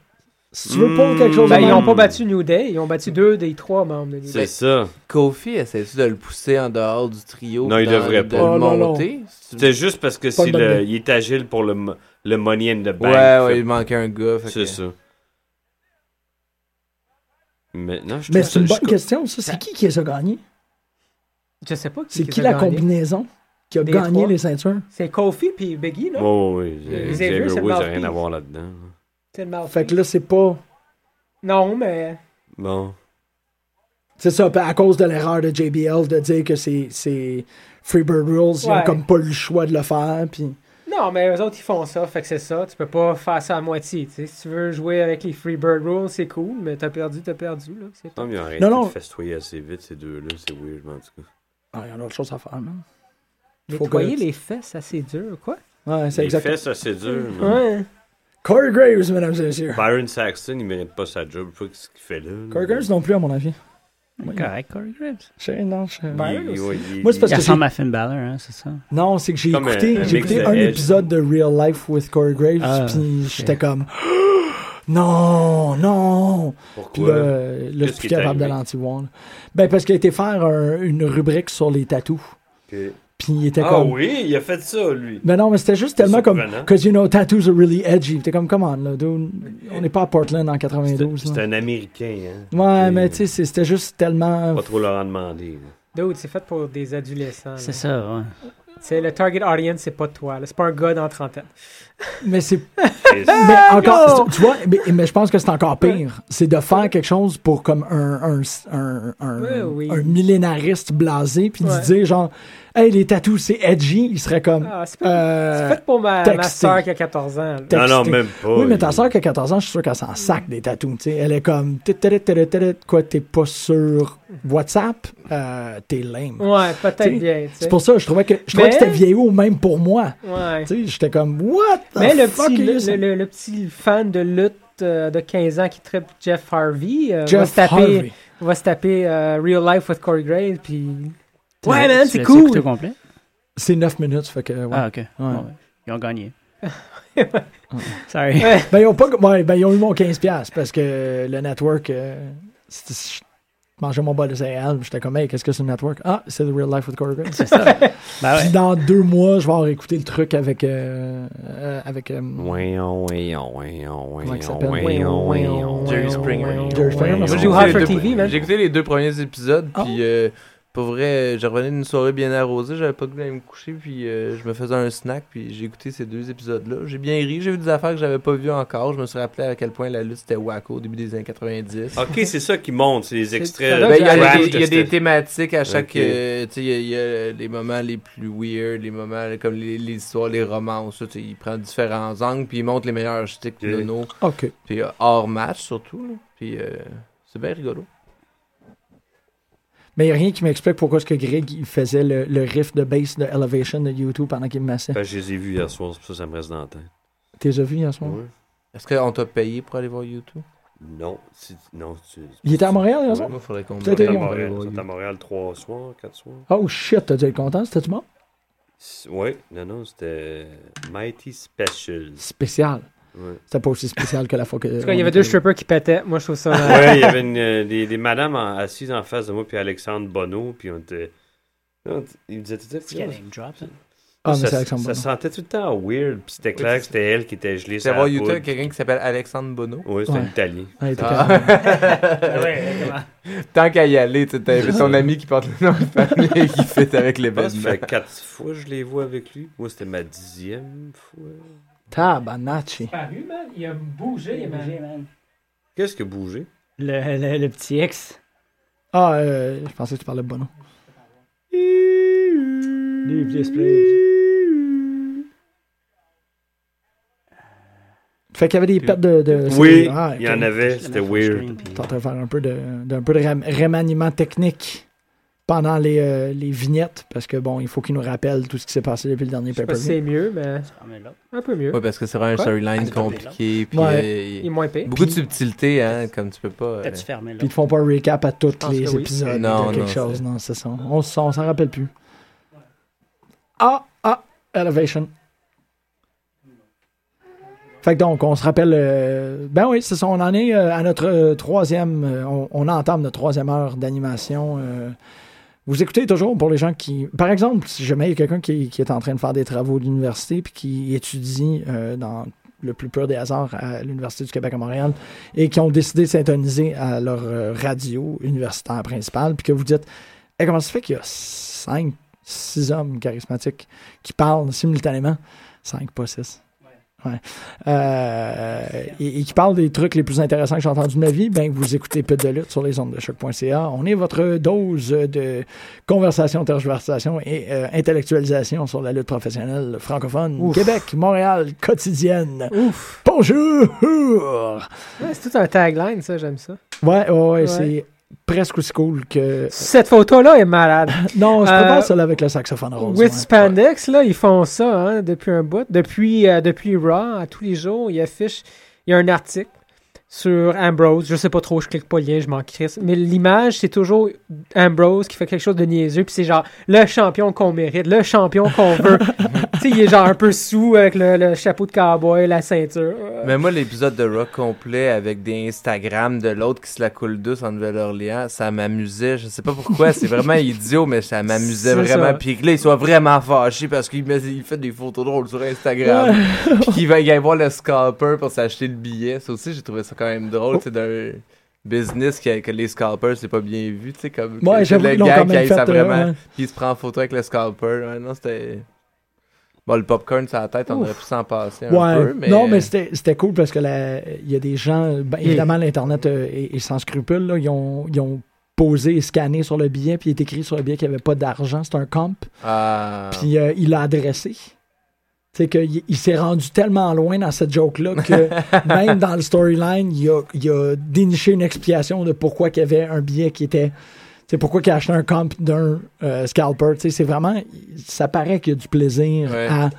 [SPEAKER 3] Si tu veux pas quelque chose
[SPEAKER 4] Ben,
[SPEAKER 3] de
[SPEAKER 4] ils
[SPEAKER 3] même,
[SPEAKER 4] ont pas battu New Day, ils ont battu deux des trois membres de New
[SPEAKER 5] C'est
[SPEAKER 4] Day.
[SPEAKER 5] ça.
[SPEAKER 6] Kofi essaie-tu de le pousser en dehors du trio?
[SPEAKER 5] Non, il
[SPEAKER 6] dans-
[SPEAKER 5] devrait
[SPEAKER 6] de
[SPEAKER 5] pas.
[SPEAKER 6] le
[SPEAKER 3] Oh, non, non.
[SPEAKER 6] monter? C'est-
[SPEAKER 5] C'est juste parce que c'est
[SPEAKER 3] le bonnet.
[SPEAKER 5] le, il est agile pour le, mo- le money and the bank.
[SPEAKER 6] Ouais, ouais,
[SPEAKER 5] Fait-
[SPEAKER 6] il manquait un gars. fait
[SPEAKER 5] C'est
[SPEAKER 6] que-
[SPEAKER 5] ça. Mais non, je
[SPEAKER 3] Mais c'est
[SPEAKER 5] trouve ça,
[SPEAKER 3] une
[SPEAKER 5] je
[SPEAKER 3] bonne question, ça. C'est qui qui les a gagnés?
[SPEAKER 4] Je sais pas qui,
[SPEAKER 3] C'est
[SPEAKER 4] les
[SPEAKER 3] qui
[SPEAKER 4] a
[SPEAKER 3] la
[SPEAKER 4] gagnés.
[SPEAKER 3] combinaison? qui a
[SPEAKER 4] Des
[SPEAKER 3] gagné
[SPEAKER 4] trois.
[SPEAKER 3] les ceintures.
[SPEAKER 4] C'est Kofi puis Biggie, là.
[SPEAKER 5] Oh, oui,
[SPEAKER 4] Les Xavier,
[SPEAKER 5] oui. Xavier
[SPEAKER 4] c'est le
[SPEAKER 5] Woods n'a
[SPEAKER 4] mouthpiece.
[SPEAKER 5] rien à voir là-dedans.
[SPEAKER 4] C'est le mouthpiece.
[SPEAKER 3] Fait que là, c'est pas.
[SPEAKER 4] Non, mais.
[SPEAKER 5] Bon.
[SPEAKER 3] C'est ça, à cause de l'erreur de JBL de dire que c'est- c'est Freebird Rules, ils ont
[SPEAKER 4] Ouais.
[SPEAKER 3] comme pas eu le choix de le faire. Puis...
[SPEAKER 4] Non, mais eux autres, ils font ça, fait que c'est ça. Tu peux pas faire ça à moitié. tu sais. Si tu veux jouer avec les Freebird Rules, c'est cool, mais t'as perdu, t'as perdu. Là. C'est
[SPEAKER 5] Non, mais ils ont arrêté
[SPEAKER 3] Non, non.
[SPEAKER 5] de festoyer assez vite, ces deux-là. C'est weird, mais en tout cas.
[SPEAKER 3] Ah, il y en a autre chose à faire, man.
[SPEAKER 4] Vous
[SPEAKER 3] Faut que-
[SPEAKER 4] voyez les fesses assez dures, quoi.
[SPEAKER 3] Ouais, c'est
[SPEAKER 5] Les
[SPEAKER 3] exact.
[SPEAKER 5] fesses, ça, c'est dur. non?
[SPEAKER 4] Ouais.
[SPEAKER 3] Corey Graves, mesdames et messieurs.
[SPEAKER 5] Byron Saxton, il mérite pas sa job. Je sais pas ce qu'il fait là. là.
[SPEAKER 3] Corey Graves non plus, à mon avis. Ben, Ouais.
[SPEAKER 7] Correct, Corey Graves.
[SPEAKER 3] Je sais, non, je sais.
[SPEAKER 5] Il- il- ouais, il-
[SPEAKER 3] Moi, c'est parce
[SPEAKER 7] Il
[SPEAKER 3] que
[SPEAKER 7] ressemble à Finn Balor, hein, c'est ça?
[SPEAKER 3] Non, c'est que j'ai
[SPEAKER 5] Comme un-
[SPEAKER 3] écouté,
[SPEAKER 5] un
[SPEAKER 3] j'ai
[SPEAKER 5] mix
[SPEAKER 3] écouté
[SPEAKER 5] de
[SPEAKER 3] un
[SPEAKER 5] Edge.
[SPEAKER 3] épisode de Real Life with Corey Graves,
[SPEAKER 7] Ah,
[SPEAKER 3] puis j'étais comme *gasps* non, non. Puis
[SPEAKER 5] Pourquoi?
[SPEAKER 3] là, là, je
[SPEAKER 5] Qu'est-ce
[SPEAKER 3] suis plus
[SPEAKER 5] qui est
[SPEAKER 3] capable de
[SPEAKER 5] arrivé?
[SPEAKER 3] l'anti-voir. là. Ben parce qu'il a été faire un- une rubrique sur les tatous. Puis il était
[SPEAKER 9] Ah
[SPEAKER 3] comme
[SPEAKER 9] oui, il a fait ça, lui.
[SPEAKER 3] Mais non, mais c'était juste tellement
[SPEAKER 9] C'est
[SPEAKER 3] comme
[SPEAKER 9] surprenant.
[SPEAKER 3] cause you know tattoos are really edgy. Puis T'es comme come on là, dude, on n'est pas à Portland en 92.
[SPEAKER 5] C'est
[SPEAKER 3] là.
[SPEAKER 5] un Américain, hein?
[SPEAKER 3] Ouais, mais tu sais, c'est- c'était juste tellement
[SPEAKER 5] Pas trop leur
[SPEAKER 3] *laughs*
[SPEAKER 5] en demander. là.
[SPEAKER 4] Dude, c'est fait pour des adolescents.
[SPEAKER 7] C'est
[SPEAKER 4] là.
[SPEAKER 7] ça, ouais.
[SPEAKER 4] C'est le target audience, c'est pas toi. là. C'est pas un gars dans trentaine.
[SPEAKER 3] mais c'est
[SPEAKER 5] Et-
[SPEAKER 3] Mais encore, c'est- tu vois, mais, mais je pense que c'est encore pire. C'est de faire quelque chose pour comme un, un, un, un,
[SPEAKER 4] Ouais, oui.
[SPEAKER 3] un millénariste blasé, puis
[SPEAKER 4] Ouais.
[SPEAKER 3] de dire genre, hey, les tatous, c'est edgy, il serait comme.
[SPEAKER 4] Ah, c'est, pas-
[SPEAKER 3] euh,
[SPEAKER 4] c'est fait pour ma,
[SPEAKER 3] texté.
[SPEAKER 4] ma soeur qui a 14 ans. là.
[SPEAKER 3] texté.
[SPEAKER 5] Non, non, même pas.
[SPEAKER 3] Oui, mais ta
[SPEAKER 5] Il-
[SPEAKER 3] soeur qui a 14 ans, je suis sûr qu'elle s'en sac des tatous. tu sais. Elle est comme, tit, tit, tit, tit, tit, quoi, t'es pas sur WhatsApp, euh, t'es lame.
[SPEAKER 4] Ouais,
[SPEAKER 3] Tu sais,
[SPEAKER 4] peut-être bien. tu sais.
[SPEAKER 3] C'est pour ça, je trouvais que, je trouvais
[SPEAKER 4] Mais-
[SPEAKER 3] que c'était vieillot même pour moi.
[SPEAKER 4] Ouais.
[SPEAKER 3] Tu sais, j'étais comme, what the
[SPEAKER 4] Mais le
[SPEAKER 3] fuck
[SPEAKER 4] petit,
[SPEAKER 3] is
[SPEAKER 4] le,
[SPEAKER 3] this?
[SPEAKER 4] le- le petit fan de lutte euh, de 15 ans qui tripe Jeff Harvey euh, va
[SPEAKER 3] Jeff
[SPEAKER 4] se taper,
[SPEAKER 3] Harvey.
[SPEAKER 4] Va se taper euh, Real Life with Corey Graves, puis...
[SPEAKER 7] Tu
[SPEAKER 4] Ouais,
[SPEAKER 7] l'as-
[SPEAKER 4] man,
[SPEAKER 7] tu
[SPEAKER 4] c'est
[SPEAKER 7] l'as-tu écouté
[SPEAKER 4] cool!
[SPEAKER 7] au complet?
[SPEAKER 3] C'est 9 minutes, fait que, ouais.
[SPEAKER 7] Ah, ok. Bon, ben, Ils ont gagné.
[SPEAKER 4] Sorry.
[SPEAKER 3] Ben, ils ont pas. ouais, ben, ils ont eu mon 15$ parce que le network. euh, c'était- je mangeais mon bol de céréales. J'étais comme, hey, qu'est-ce que c'est le network? Ah, c'est The Real Life with Corey Graves.
[SPEAKER 7] C'est ça. ben
[SPEAKER 3] *laughs* Puis
[SPEAKER 7] ouais.
[SPEAKER 3] dans deux mois, je vais avoir écouté le truc avec. euh, euh, avec euh,
[SPEAKER 5] Ouin, ouin, ouin, ouin,
[SPEAKER 3] Comment il s'appelle?
[SPEAKER 5] ouin, ouin,
[SPEAKER 6] Jerry
[SPEAKER 5] ouin,
[SPEAKER 6] Springer.
[SPEAKER 5] ouin,
[SPEAKER 3] Jerry Springer,
[SPEAKER 5] ouin,
[SPEAKER 3] parce que
[SPEAKER 6] Moi,
[SPEAKER 3] j'ai
[SPEAKER 6] j'ai écouté
[SPEAKER 5] ouin.
[SPEAKER 4] Hot for
[SPEAKER 6] les deux-
[SPEAKER 4] TV, man.
[SPEAKER 6] J'ai écouté les deux premiers épisodes,
[SPEAKER 3] Ah.
[SPEAKER 6] puis euh, pour vrai, je revenais d'une soirée bien arrosée, j'avais pas de goût d'aller me coucher, puis euh, je me faisais un snack, puis j'ai écouté ces deux épisodes-là. J'ai bien ri, j'ai vu des affaires que j'avais pas vues encore. Je me suis rappelé à quel point la lutte c'était wacko au début des années 90.
[SPEAKER 5] Ok, c'est ça qui monte, c'est les extraits.
[SPEAKER 4] ça
[SPEAKER 6] Ben, il y a,
[SPEAKER 5] Draft,
[SPEAKER 6] des- il y a des
[SPEAKER 5] c'était-
[SPEAKER 6] thématiques à chaque.
[SPEAKER 5] Ok.
[SPEAKER 6] euh, tu sais, il y a- il y, a les moments les plus weird, les moments comme les, les histoires, les romances. tu sais, Il prend différents angles, puis il montre les meilleurs sticks
[SPEAKER 5] Ok.
[SPEAKER 6] nono,
[SPEAKER 3] Ok.
[SPEAKER 6] puis euh, hors match surtout. là. Puis euh, c'est bien rigolo.
[SPEAKER 3] Mais il n'y a rien qui m'explique pourquoi est-ce que Greg il faisait le, le riff de bass de Elevation de YouTube pendant qu'il me massait.
[SPEAKER 5] Ben, je les ai vus hier soir, c'est pour ça que ça me reste dans la tête.
[SPEAKER 3] T'es déjà vu en ce moment?
[SPEAKER 5] Ouais.
[SPEAKER 6] Est-ce qu'on t'a payé pour aller voir YouTube
[SPEAKER 5] Non, c'est- non, c'est-
[SPEAKER 3] Il était à Montréal, hier soir?
[SPEAKER 6] Moi, faudrait qu'on me
[SPEAKER 3] Peut-être
[SPEAKER 5] Ils sont à
[SPEAKER 3] Ils ont
[SPEAKER 5] Montréal,
[SPEAKER 6] voir
[SPEAKER 5] ils sont à
[SPEAKER 6] YouTube.
[SPEAKER 5] Montréal trois soirs, quatre soirs.
[SPEAKER 3] Oh shit, t'as dû être content, c'était-tu bon?
[SPEAKER 5] C'est- Ouais, non, non, c'était Mighty Special.
[SPEAKER 3] Spécial.
[SPEAKER 5] Ouais,
[SPEAKER 3] C'était pas aussi spécial que la fois que.
[SPEAKER 4] En tout cas, il y avait deux strippers qui pétaient. Moi, je trouve ça... euh,
[SPEAKER 5] Ouais, il y avait une, euh, des, des madames en- assises en face de moi, puis Alexandre Bonneau, puis on était. Non, t- Ils me disaient tout à
[SPEAKER 7] Est-ce qu'il y a name drop, ça?
[SPEAKER 3] Ah, mais
[SPEAKER 5] ça,
[SPEAKER 3] c'est Alexandre
[SPEAKER 5] ça
[SPEAKER 3] Bonneau.
[SPEAKER 5] sentait tout le temps weird, puis c'était
[SPEAKER 6] Oui,
[SPEAKER 5] clair
[SPEAKER 6] c'est
[SPEAKER 5] que c'était elle qui était gelée.
[SPEAKER 6] C'est
[SPEAKER 5] sur
[SPEAKER 6] à
[SPEAKER 5] la
[SPEAKER 6] voir
[SPEAKER 5] poudre.
[SPEAKER 6] YouTube quelqu'un qui s'appelle Alexandre Bonneau.
[SPEAKER 5] Ouais, c'était
[SPEAKER 3] Ouais.
[SPEAKER 5] l'Italie.
[SPEAKER 3] Ah, il était
[SPEAKER 6] Ah.
[SPEAKER 3] carrément-
[SPEAKER 6] *laughs* Tant qu'à y aller, tu t'as ton ami qui porte le nom de famille *laughs* et qui fait avec les
[SPEAKER 5] Je pense que ça
[SPEAKER 6] bêtes.
[SPEAKER 5] fait quatre fois que je les vois avec lui. Moi, c'était ma dixième fois.
[SPEAKER 3] Tabanacci.
[SPEAKER 4] Il a bougé,
[SPEAKER 5] Qu'est-ce que bouger?
[SPEAKER 4] Euh,
[SPEAKER 7] Le, le, le petit ex.
[SPEAKER 3] Ah, euh, je pensais que tu parlais de Bono. Fait qu'il y avait des pertes de. de
[SPEAKER 5] Oui,
[SPEAKER 3] Ah, ok.
[SPEAKER 5] il y en avait, c'était weird.
[SPEAKER 3] T'es en train de faire un peu de, d'un peu de ram- remaniement technique pendant les, euh, les vignettes, parce que bon, il faut qu'ils nous rappellent tout ce qui s'est passé depuis le dernier
[SPEAKER 4] Je sais pas si
[SPEAKER 3] pay-per-view.
[SPEAKER 4] c'est mieux, mais un peu mieux.
[SPEAKER 6] Ouais, parce que c'est vraiment un
[SPEAKER 4] Quoi?
[SPEAKER 6] storyline
[SPEAKER 7] Ah,
[SPEAKER 6] compliqué. Puis,
[SPEAKER 3] Ouais.
[SPEAKER 6] euh,
[SPEAKER 4] Il est moins payé.
[SPEAKER 6] beaucoup de subtilité, hein, comme tu peux pas. euh,
[SPEAKER 7] T'as-tu fermé là?
[SPEAKER 3] Puis ils te font pas un recap à tous
[SPEAKER 4] pense
[SPEAKER 3] les
[SPEAKER 4] que oui.
[SPEAKER 3] épisodes
[SPEAKER 6] Non,
[SPEAKER 3] de quelque
[SPEAKER 6] non,
[SPEAKER 3] chose. Non, c'est ça. On, s- on s'en rappelle plus. Ah, ah, Elevation. Fait que donc, on se rappelle. euh, ben oui, c'est ça. On en est euh, à notre euh, troisième. euh, on, on entame notre troisième heure d'animation. euh. vous écoutez toujours pour les gens qui. Par exemple, si jamais il y a quelqu'un qui, qui est en train de faire des travaux d'université puis qui étudie euh, dans le plus pur des hasards à l'Université du Québec à Montréal et qui ont décidé de s'intoniser à Eh, leur euh, radio universitaire principale puis que vous dites Hey, comment ça se fait qu'il y a cinq six hommes charismatiques qui parlent simultanément. Cinq, pas six. Ouais. Euh, et, et qui parlent des trucs les plus intéressants que j'ai entendus de ma vie, ben vous écoutez Pute de lutte sur les ondes de choc.ca. On est votre dose de conversation, tergiversation et euh, intellectualisation sur la lutte professionnelle francophone. Québec, Montréal, quotidienne.
[SPEAKER 4] Ouf!
[SPEAKER 3] Bonjour!
[SPEAKER 4] Ouais, c'est tout un tagline, ça, j'aime ça.
[SPEAKER 3] Ouais, ouais, ouais,
[SPEAKER 4] Ouais.
[SPEAKER 3] c'est presque aussi cool que.
[SPEAKER 4] Cette photo-là
[SPEAKER 3] *laughs*
[SPEAKER 4] est malade.
[SPEAKER 3] Non, je
[SPEAKER 4] Euh,
[SPEAKER 3] préfère celle avec le saxophone rose.
[SPEAKER 4] With
[SPEAKER 3] Oh, ouais.
[SPEAKER 4] Spandex, là, ils font ça hein, depuis un bout. Depuis, euh, depuis Raw, à tous les jours, ils affichent. Il y a un article sur Ambrose. Je sais pas trop, je clique pas le lien, je m'en crisse. Mais l'image, c'est toujours Ambrose qui fait quelque chose de niaiseux. Puis c'est genre le champion qu'on mérite, le champion
[SPEAKER 3] *laughs*
[SPEAKER 4] qu'on veut. tu sais, il est genre un peu sous avec le, le chapeau de cowboy, la ceinture. Euh,
[SPEAKER 6] Mais moi, l'épisode de Rock complet avec des Instagram de l'autre qui se la coule douce en Nouvelle-Orléans, ça m'amusait. Je sais pas pourquoi, c'est
[SPEAKER 3] *laughs*
[SPEAKER 6] vraiment idiot, mais ça m'amusait
[SPEAKER 4] C'est ça.
[SPEAKER 6] vraiment. Puis que là, ils soient vraiment fâchés parce qu'il met- il fait des photos drôles sur Instagram. *laughs* Puis qu'il va y avoir le scalper pour s'acheter le billet. Ça aussi, j'ai trouvé ça quand même drôle. C'est d'un business qui a- que les scalpers, c'est pas bien vu. Tu sais, comme que-
[SPEAKER 3] Ouais,
[SPEAKER 6] que
[SPEAKER 3] j'avoue
[SPEAKER 6] le
[SPEAKER 3] qu'ils l'ont
[SPEAKER 6] gars
[SPEAKER 3] quand
[SPEAKER 6] qui
[SPEAKER 3] même
[SPEAKER 6] aille ça
[SPEAKER 3] fait, euh,
[SPEAKER 6] vraiment.
[SPEAKER 3] ouais.
[SPEAKER 6] Puis il se prend en photo avec le scalper. Ouais, non, c'était. Bon, le popcorn sur la tête, on aurait pu s'en passer un
[SPEAKER 3] Ouais.
[SPEAKER 6] peu. Mais...
[SPEAKER 3] Non, mais c'était c'était cool parce que la- il y a des gens, ben, évidemment, l'Internet euh, est, est sans scrupule. là. Ils, ont, ils ont posé et scanné sur le billet, puis il est écrit sur le billet qu'il n'y avait pas d'argent. C'est un comp.
[SPEAKER 6] Ah.
[SPEAKER 3] Puis euh, il l'a adressé. C'est qu'il il s'est rendu tellement loin dans cette joke-là que même dans le storyline, il a, il a déniché une explication de pourquoi qu'il y avait un billet qui était. C'est pourquoi qu'il a acheté un comp d'un euh, scalper. Tu sais, C'est vraiment. Ça paraît qu'il y a du plaisir
[SPEAKER 6] Ouais.
[SPEAKER 3] à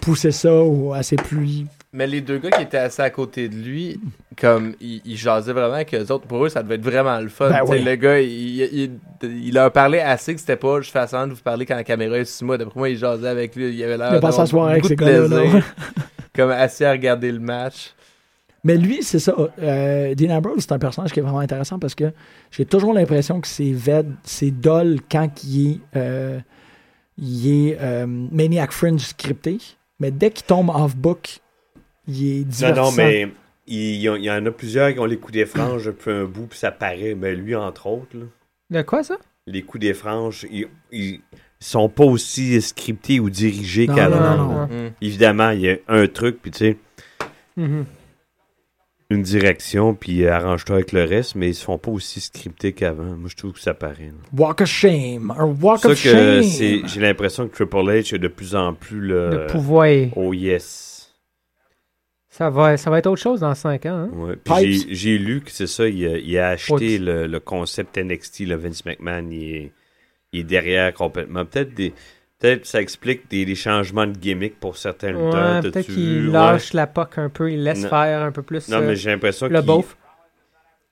[SPEAKER 3] pousser ça ou à ses pluies.
[SPEAKER 6] Mais les deux gars qui étaient assez à côté de lui, comme ils, ils jasaient vraiment avec eux autres, pour eux ça devait être vraiment le fun.
[SPEAKER 3] Ben
[SPEAKER 6] Tu sais,
[SPEAKER 3] oui.
[SPEAKER 6] Le gars, il, il- il- il leur parlait assez que c'était pas je fais semblant de vous parler quand la caméra est sur moi. D'après moi, ils jasaient avec lui. Il avait l'air
[SPEAKER 3] Il a passé
[SPEAKER 6] d'avoir
[SPEAKER 3] la soirée avec
[SPEAKER 6] beaucoup
[SPEAKER 3] ces
[SPEAKER 6] de
[SPEAKER 3] gars-là, là. *laughs*
[SPEAKER 6] plaisir. comme assis à regarder le match.
[SPEAKER 3] Mais lui, c'est ça. Euh, Dean Ambrose, c'est un personnage qui est vraiment intéressant parce que j'ai toujours l'impression que c'est ved, c'est dol quand il est, euh, il est euh, Maniac Fringe scripté. Mais dès qu'il tombe off-book, il est
[SPEAKER 5] Non,
[SPEAKER 3] divertissant.
[SPEAKER 5] non, mais il y, en- il y en a plusieurs qui ont les coups des franges depuis un bout, puis ça paraît. Mais lui, entre autres, là,
[SPEAKER 4] De quoi, ça?
[SPEAKER 5] les coups des franges, ils, ils sont pas aussi scriptés ou dirigés
[SPEAKER 3] Non,
[SPEAKER 5] qu'à
[SPEAKER 3] non,
[SPEAKER 5] l'avant,
[SPEAKER 3] non,
[SPEAKER 5] là.
[SPEAKER 3] non.
[SPEAKER 6] Mm.
[SPEAKER 5] Évidemment, il y a un truc, puis tu sais,
[SPEAKER 4] Mhm.
[SPEAKER 5] une direction, puis euh, arrange-toi avec le reste, mais ils sont pas aussi scriptés qu'avant. Moi, je trouve que ça paraît. là.
[SPEAKER 3] Walk of Shame. Un Walk
[SPEAKER 5] C'est
[SPEAKER 3] of
[SPEAKER 5] ça que
[SPEAKER 3] Shame.
[SPEAKER 5] c'est- j'ai l'impression que Triple H est de plus en plus
[SPEAKER 3] Euh,
[SPEAKER 5] le.
[SPEAKER 4] De pouvoir.
[SPEAKER 5] Oh yes.
[SPEAKER 4] Ça va, ça va être autre chose dans 5 ans. hein.
[SPEAKER 5] Ouais. Puis
[SPEAKER 3] Pipes.
[SPEAKER 5] j'ai- j'ai lu que c'est ça, il a, il a acheté
[SPEAKER 4] Autre.
[SPEAKER 5] le, le concept NXT, le Vince McMahon, il est, il est derrière complètement. Peut-être des. Peut-être que ça explique des, des changements de gimmick pour certains
[SPEAKER 4] Ouais,
[SPEAKER 5] lutteurs. t'as-tu
[SPEAKER 4] peut-être
[SPEAKER 5] vu?
[SPEAKER 4] qu'il
[SPEAKER 5] Ouais.
[SPEAKER 4] lâche la poque un peu, il laisse
[SPEAKER 5] Non.
[SPEAKER 4] faire un peu plus
[SPEAKER 5] Non,
[SPEAKER 4] euh,
[SPEAKER 5] mais j'ai l'impression
[SPEAKER 4] le
[SPEAKER 5] que
[SPEAKER 4] beauf.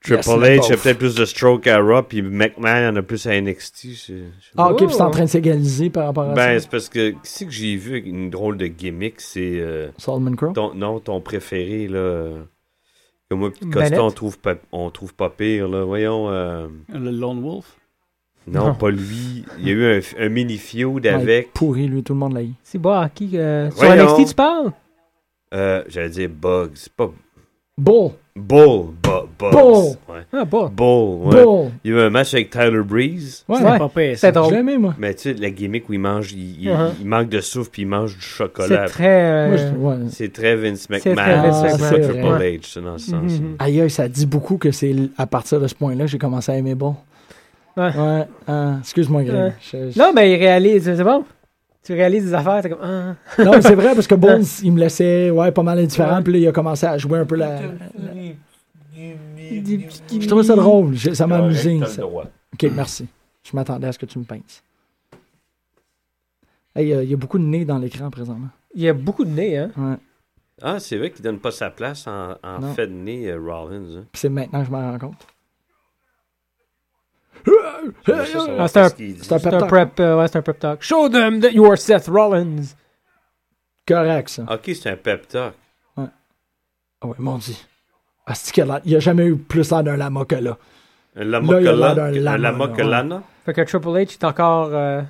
[SPEAKER 5] Triple
[SPEAKER 6] Yes, le
[SPEAKER 5] H a
[SPEAKER 6] beauf.
[SPEAKER 5] peut-être plus de stroke à Raw, puis McMahon en a plus à NXT. c'est- je-
[SPEAKER 3] Ah, ok,
[SPEAKER 4] Oh.
[SPEAKER 3] puis c'est en train de s'égaliser par rapport à
[SPEAKER 5] Ben,
[SPEAKER 3] ça.
[SPEAKER 5] c'est parce que. Qui c'est que j'ai vu avec une drôle de gimmick C'est. euh,
[SPEAKER 3] Solomon Crow.
[SPEAKER 5] Ton, non, ton préféré, là. euh, Que moi, pis
[SPEAKER 4] Bennett?
[SPEAKER 5] Costa, on trouve, pas, on trouve pas pire, là. Voyons. euh,
[SPEAKER 7] Le Lone Wolf.
[SPEAKER 5] non,
[SPEAKER 4] Non.
[SPEAKER 5] pas lui. Il y a eu un, un mini feud
[SPEAKER 3] Ouais,
[SPEAKER 5] avec.
[SPEAKER 3] Pourri, lui, tout le monde l'a eu.
[SPEAKER 4] C'est bah, qui euh, Sur
[SPEAKER 5] Voyons.
[SPEAKER 4] NXT, tu parles
[SPEAKER 5] euh, J'allais dire Bugs. c'est Pas
[SPEAKER 3] Bull.
[SPEAKER 5] Bull. Bu- Bugs.
[SPEAKER 3] Bull.
[SPEAKER 5] Ouais.
[SPEAKER 4] Ah, bah.
[SPEAKER 5] Bull. ouais.
[SPEAKER 3] Bull.
[SPEAKER 5] Il y a eu un match avec Tyler Breeze.
[SPEAKER 3] Ouais.
[SPEAKER 4] Ouais.
[SPEAKER 7] Pas pire, ça.
[SPEAKER 4] C'est drôle.
[SPEAKER 3] Je l'aimais, moi.
[SPEAKER 5] Mais tu sais, la gimmick où il mange, il, il-
[SPEAKER 4] Uh-huh.
[SPEAKER 5] il manque de souffle puis il mange du
[SPEAKER 4] C'est
[SPEAKER 5] chocolat.
[SPEAKER 4] très.
[SPEAKER 3] Moi,
[SPEAKER 4] euh,
[SPEAKER 3] je- ouais.
[SPEAKER 5] C'est très Vince
[SPEAKER 4] C'est
[SPEAKER 5] McMahon.
[SPEAKER 4] très
[SPEAKER 3] Vince
[SPEAKER 5] C'est ça,
[SPEAKER 3] McMahon, Mm-hmm.
[SPEAKER 5] Triple
[SPEAKER 4] ouais.
[SPEAKER 5] H, c'est dans ce sens.
[SPEAKER 4] Mhm.
[SPEAKER 3] Aïe, aïe, ça dit beaucoup que c'est l- à partir de ce point-là que j'ai commencé à aimer Bull.
[SPEAKER 4] Ouais.
[SPEAKER 3] Ouais, euh, excuse-moi, Greg.
[SPEAKER 4] Ouais.
[SPEAKER 3] Je- je-
[SPEAKER 4] Non, mais il réalise, c'est bon. Tu réalises des affaires, t'es comme. Ah.
[SPEAKER 3] Non, mais c'est vrai, parce que Bones, il me laissait ouais, pas mal indifférent, puis là, il a commencé à jouer un peu la. Je trouvais ça drôle, je- ça m'a amusé. ça. Ok, merci. Je m'attendais à ce que tu me pinces. Hey, euh, il y a beaucoup de nez dans l'écran présentement.
[SPEAKER 4] Il y a beaucoup de nez, hein.
[SPEAKER 3] Ouais.
[SPEAKER 5] Ah, c'est vrai qu'il donne pas sa place en, en
[SPEAKER 3] Non.
[SPEAKER 5] fait de nez, euh, Rollins. hein.
[SPEAKER 3] Puis c'est maintenant que je m'en rends compte.
[SPEAKER 5] J'aimerais ça savoir
[SPEAKER 4] Ah, c'est un-
[SPEAKER 5] qu'est-ce qu'il dit.
[SPEAKER 3] Euh, C'est un
[SPEAKER 4] C'est un
[SPEAKER 3] pep
[SPEAKER 4] prep, euh, ouais, c'est un prep talk. Show them that you are Seth Rollins.
[SPEAKER 3] correct, ça.
[SPEAKER 5] Ok, c'est un pep talk.
[SPEAKER 3] Ah ouais, mon dieu. Ah, c'est qu'il a l'air- il a jamais eu plus l'air d'un lama que là.
[SPEAKER 5] Un
[SPEAKER 3] Là, il a l'air d'un
[SPEAKER 5] lamocolana. Un
[SPEAKER 3] lama,
[SPEAKER 5] lamocolana.
[SPEAKER 4] Fait que Triple H est encore. euh,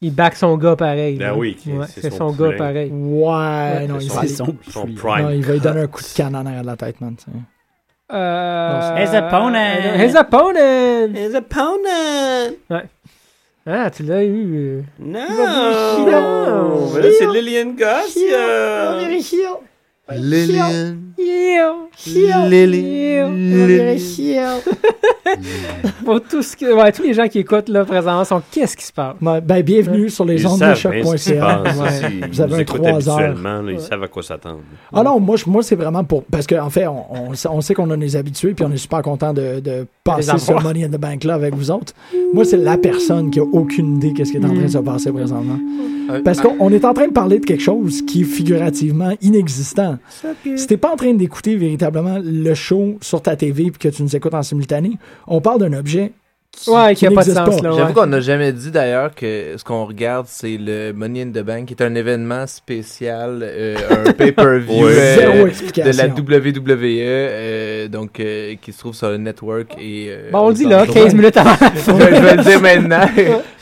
[SPEAKER 4] il back son gars pareil.
[SPEAKER 5] Ben
[SPEAKER 4] là.
[SPEAKER 5] oui, Chris,
[SPEAKER 4] Ouais,
[SPEAKER 5] c'est
[SPEAKER 4] c'est son,
[SPEAKER 5] son
[SPEAKER 4] gars
[SPEAKER 5] poulain.
[SPEAKER 4] pareil.
[SPEAKER 3] Ouais, non,
[SPEAKER 5] C'est
[SPEAKER 3] il
[SPEAKER 5] son-
[SPEAKER 3] s'est-
[SPEAKER 7] son
[SPEAKER 5] Son
[SPEAKER 3] non,
[SPEAKER 7] prime.
[SPEAKER 5] prime.
[SPEAKER 3] il va lui donner un coup de canne en arrière de la tête, man. tu sais.
[SPEAKER 4] Euh,
[SPEAKER 7] His opponent.
[SPEAKER 4] His opponent.
[SPEAKER 7] His opponent.
[SPEAKER 4] Ouais. Ah, tu l'as eu. euh.
[SPEAKER 5] Non! Mais là, c'est euh. Lillian Goss! Ben,
[SPEAKER 2] Lillian.
[SPEAKER 4] *laughs* Pour tout ce que, ouais, tous les gens qui écoutent là présentement sont qu'est-ce qui se passe?
[SPEAKER 3] Ouais, Ben, bienvenue sur les ondes de choc.ca. Vous
[SPEAKER 5] Vous
[SPEAKER 3] avez un
[SPEAKER 5] avez écoutent
[SPEAKER 3] trois heures.
[SPEAKER 5] habituellement, là, ils savent à quoi s'attendre.
[SPEAKER 3] Ah non, moi, je- moi c'est vraiment pour. Parce qu'en fait, on, on sait- on sait qu'on a des habitués, puis on est super content de, de passer
[SPEAKER 4] Les
[SPEAKER 3] ce
[SPEAKER 4] avoir.
[SPEAKER 3] Money in the Bank là avec vous autres. Moi, c'est la personne qui a aucune idée qu'est-ce qui est en train de se
[SPEAKER 4] Mm.
[SPEAKER 3] passer présentement. Parce qu'on on est en train de parler de quelque chose qui est figurativement inexistant. Si t'es pas en train d'écouter véritablement le show sur ta TV puis que tu nous écoutes en simultané, on parle d'un objet qui,
[SPEAKER 4] Ouais,
[SPEAKER 3] qui
[SPEAKER 4] qui a pas de
[SPEAKER 3] n'existe
[SPEAKER 4] sens là.
[SPEAKER 6] J'avoue
[SPEAKER 4] ouais.
[SPEAKER 6] qu'on n'a jamais dit d'ailleurs que ce qu'on regarde, c'est le Money in the Bank, qui est un événement spécial, euh,
[SPEAKER 3] *laughs*
[SPEAKER 6] un pay-per-view
[SPEAKER 5] Ouais.
[SPEAKER 6] euh,
[SPEAKER 3] Zéro
[SPEAKER 6] de la
[SPEAKER 3] explication. *laughs*
[SPEAKER 6] WWE, euh, donc euh, qui se trouve sur le network. Et, euh,
[SPEAKER 4] Bon, on le dit là,
[SPEAKER 6] dans-
[SPEAKER 4] 15 minutes avant.
[SPEAKER 6] je vais le
[SPEAKER 3] *laughs*
[SPEAKER 6] dire maintenant.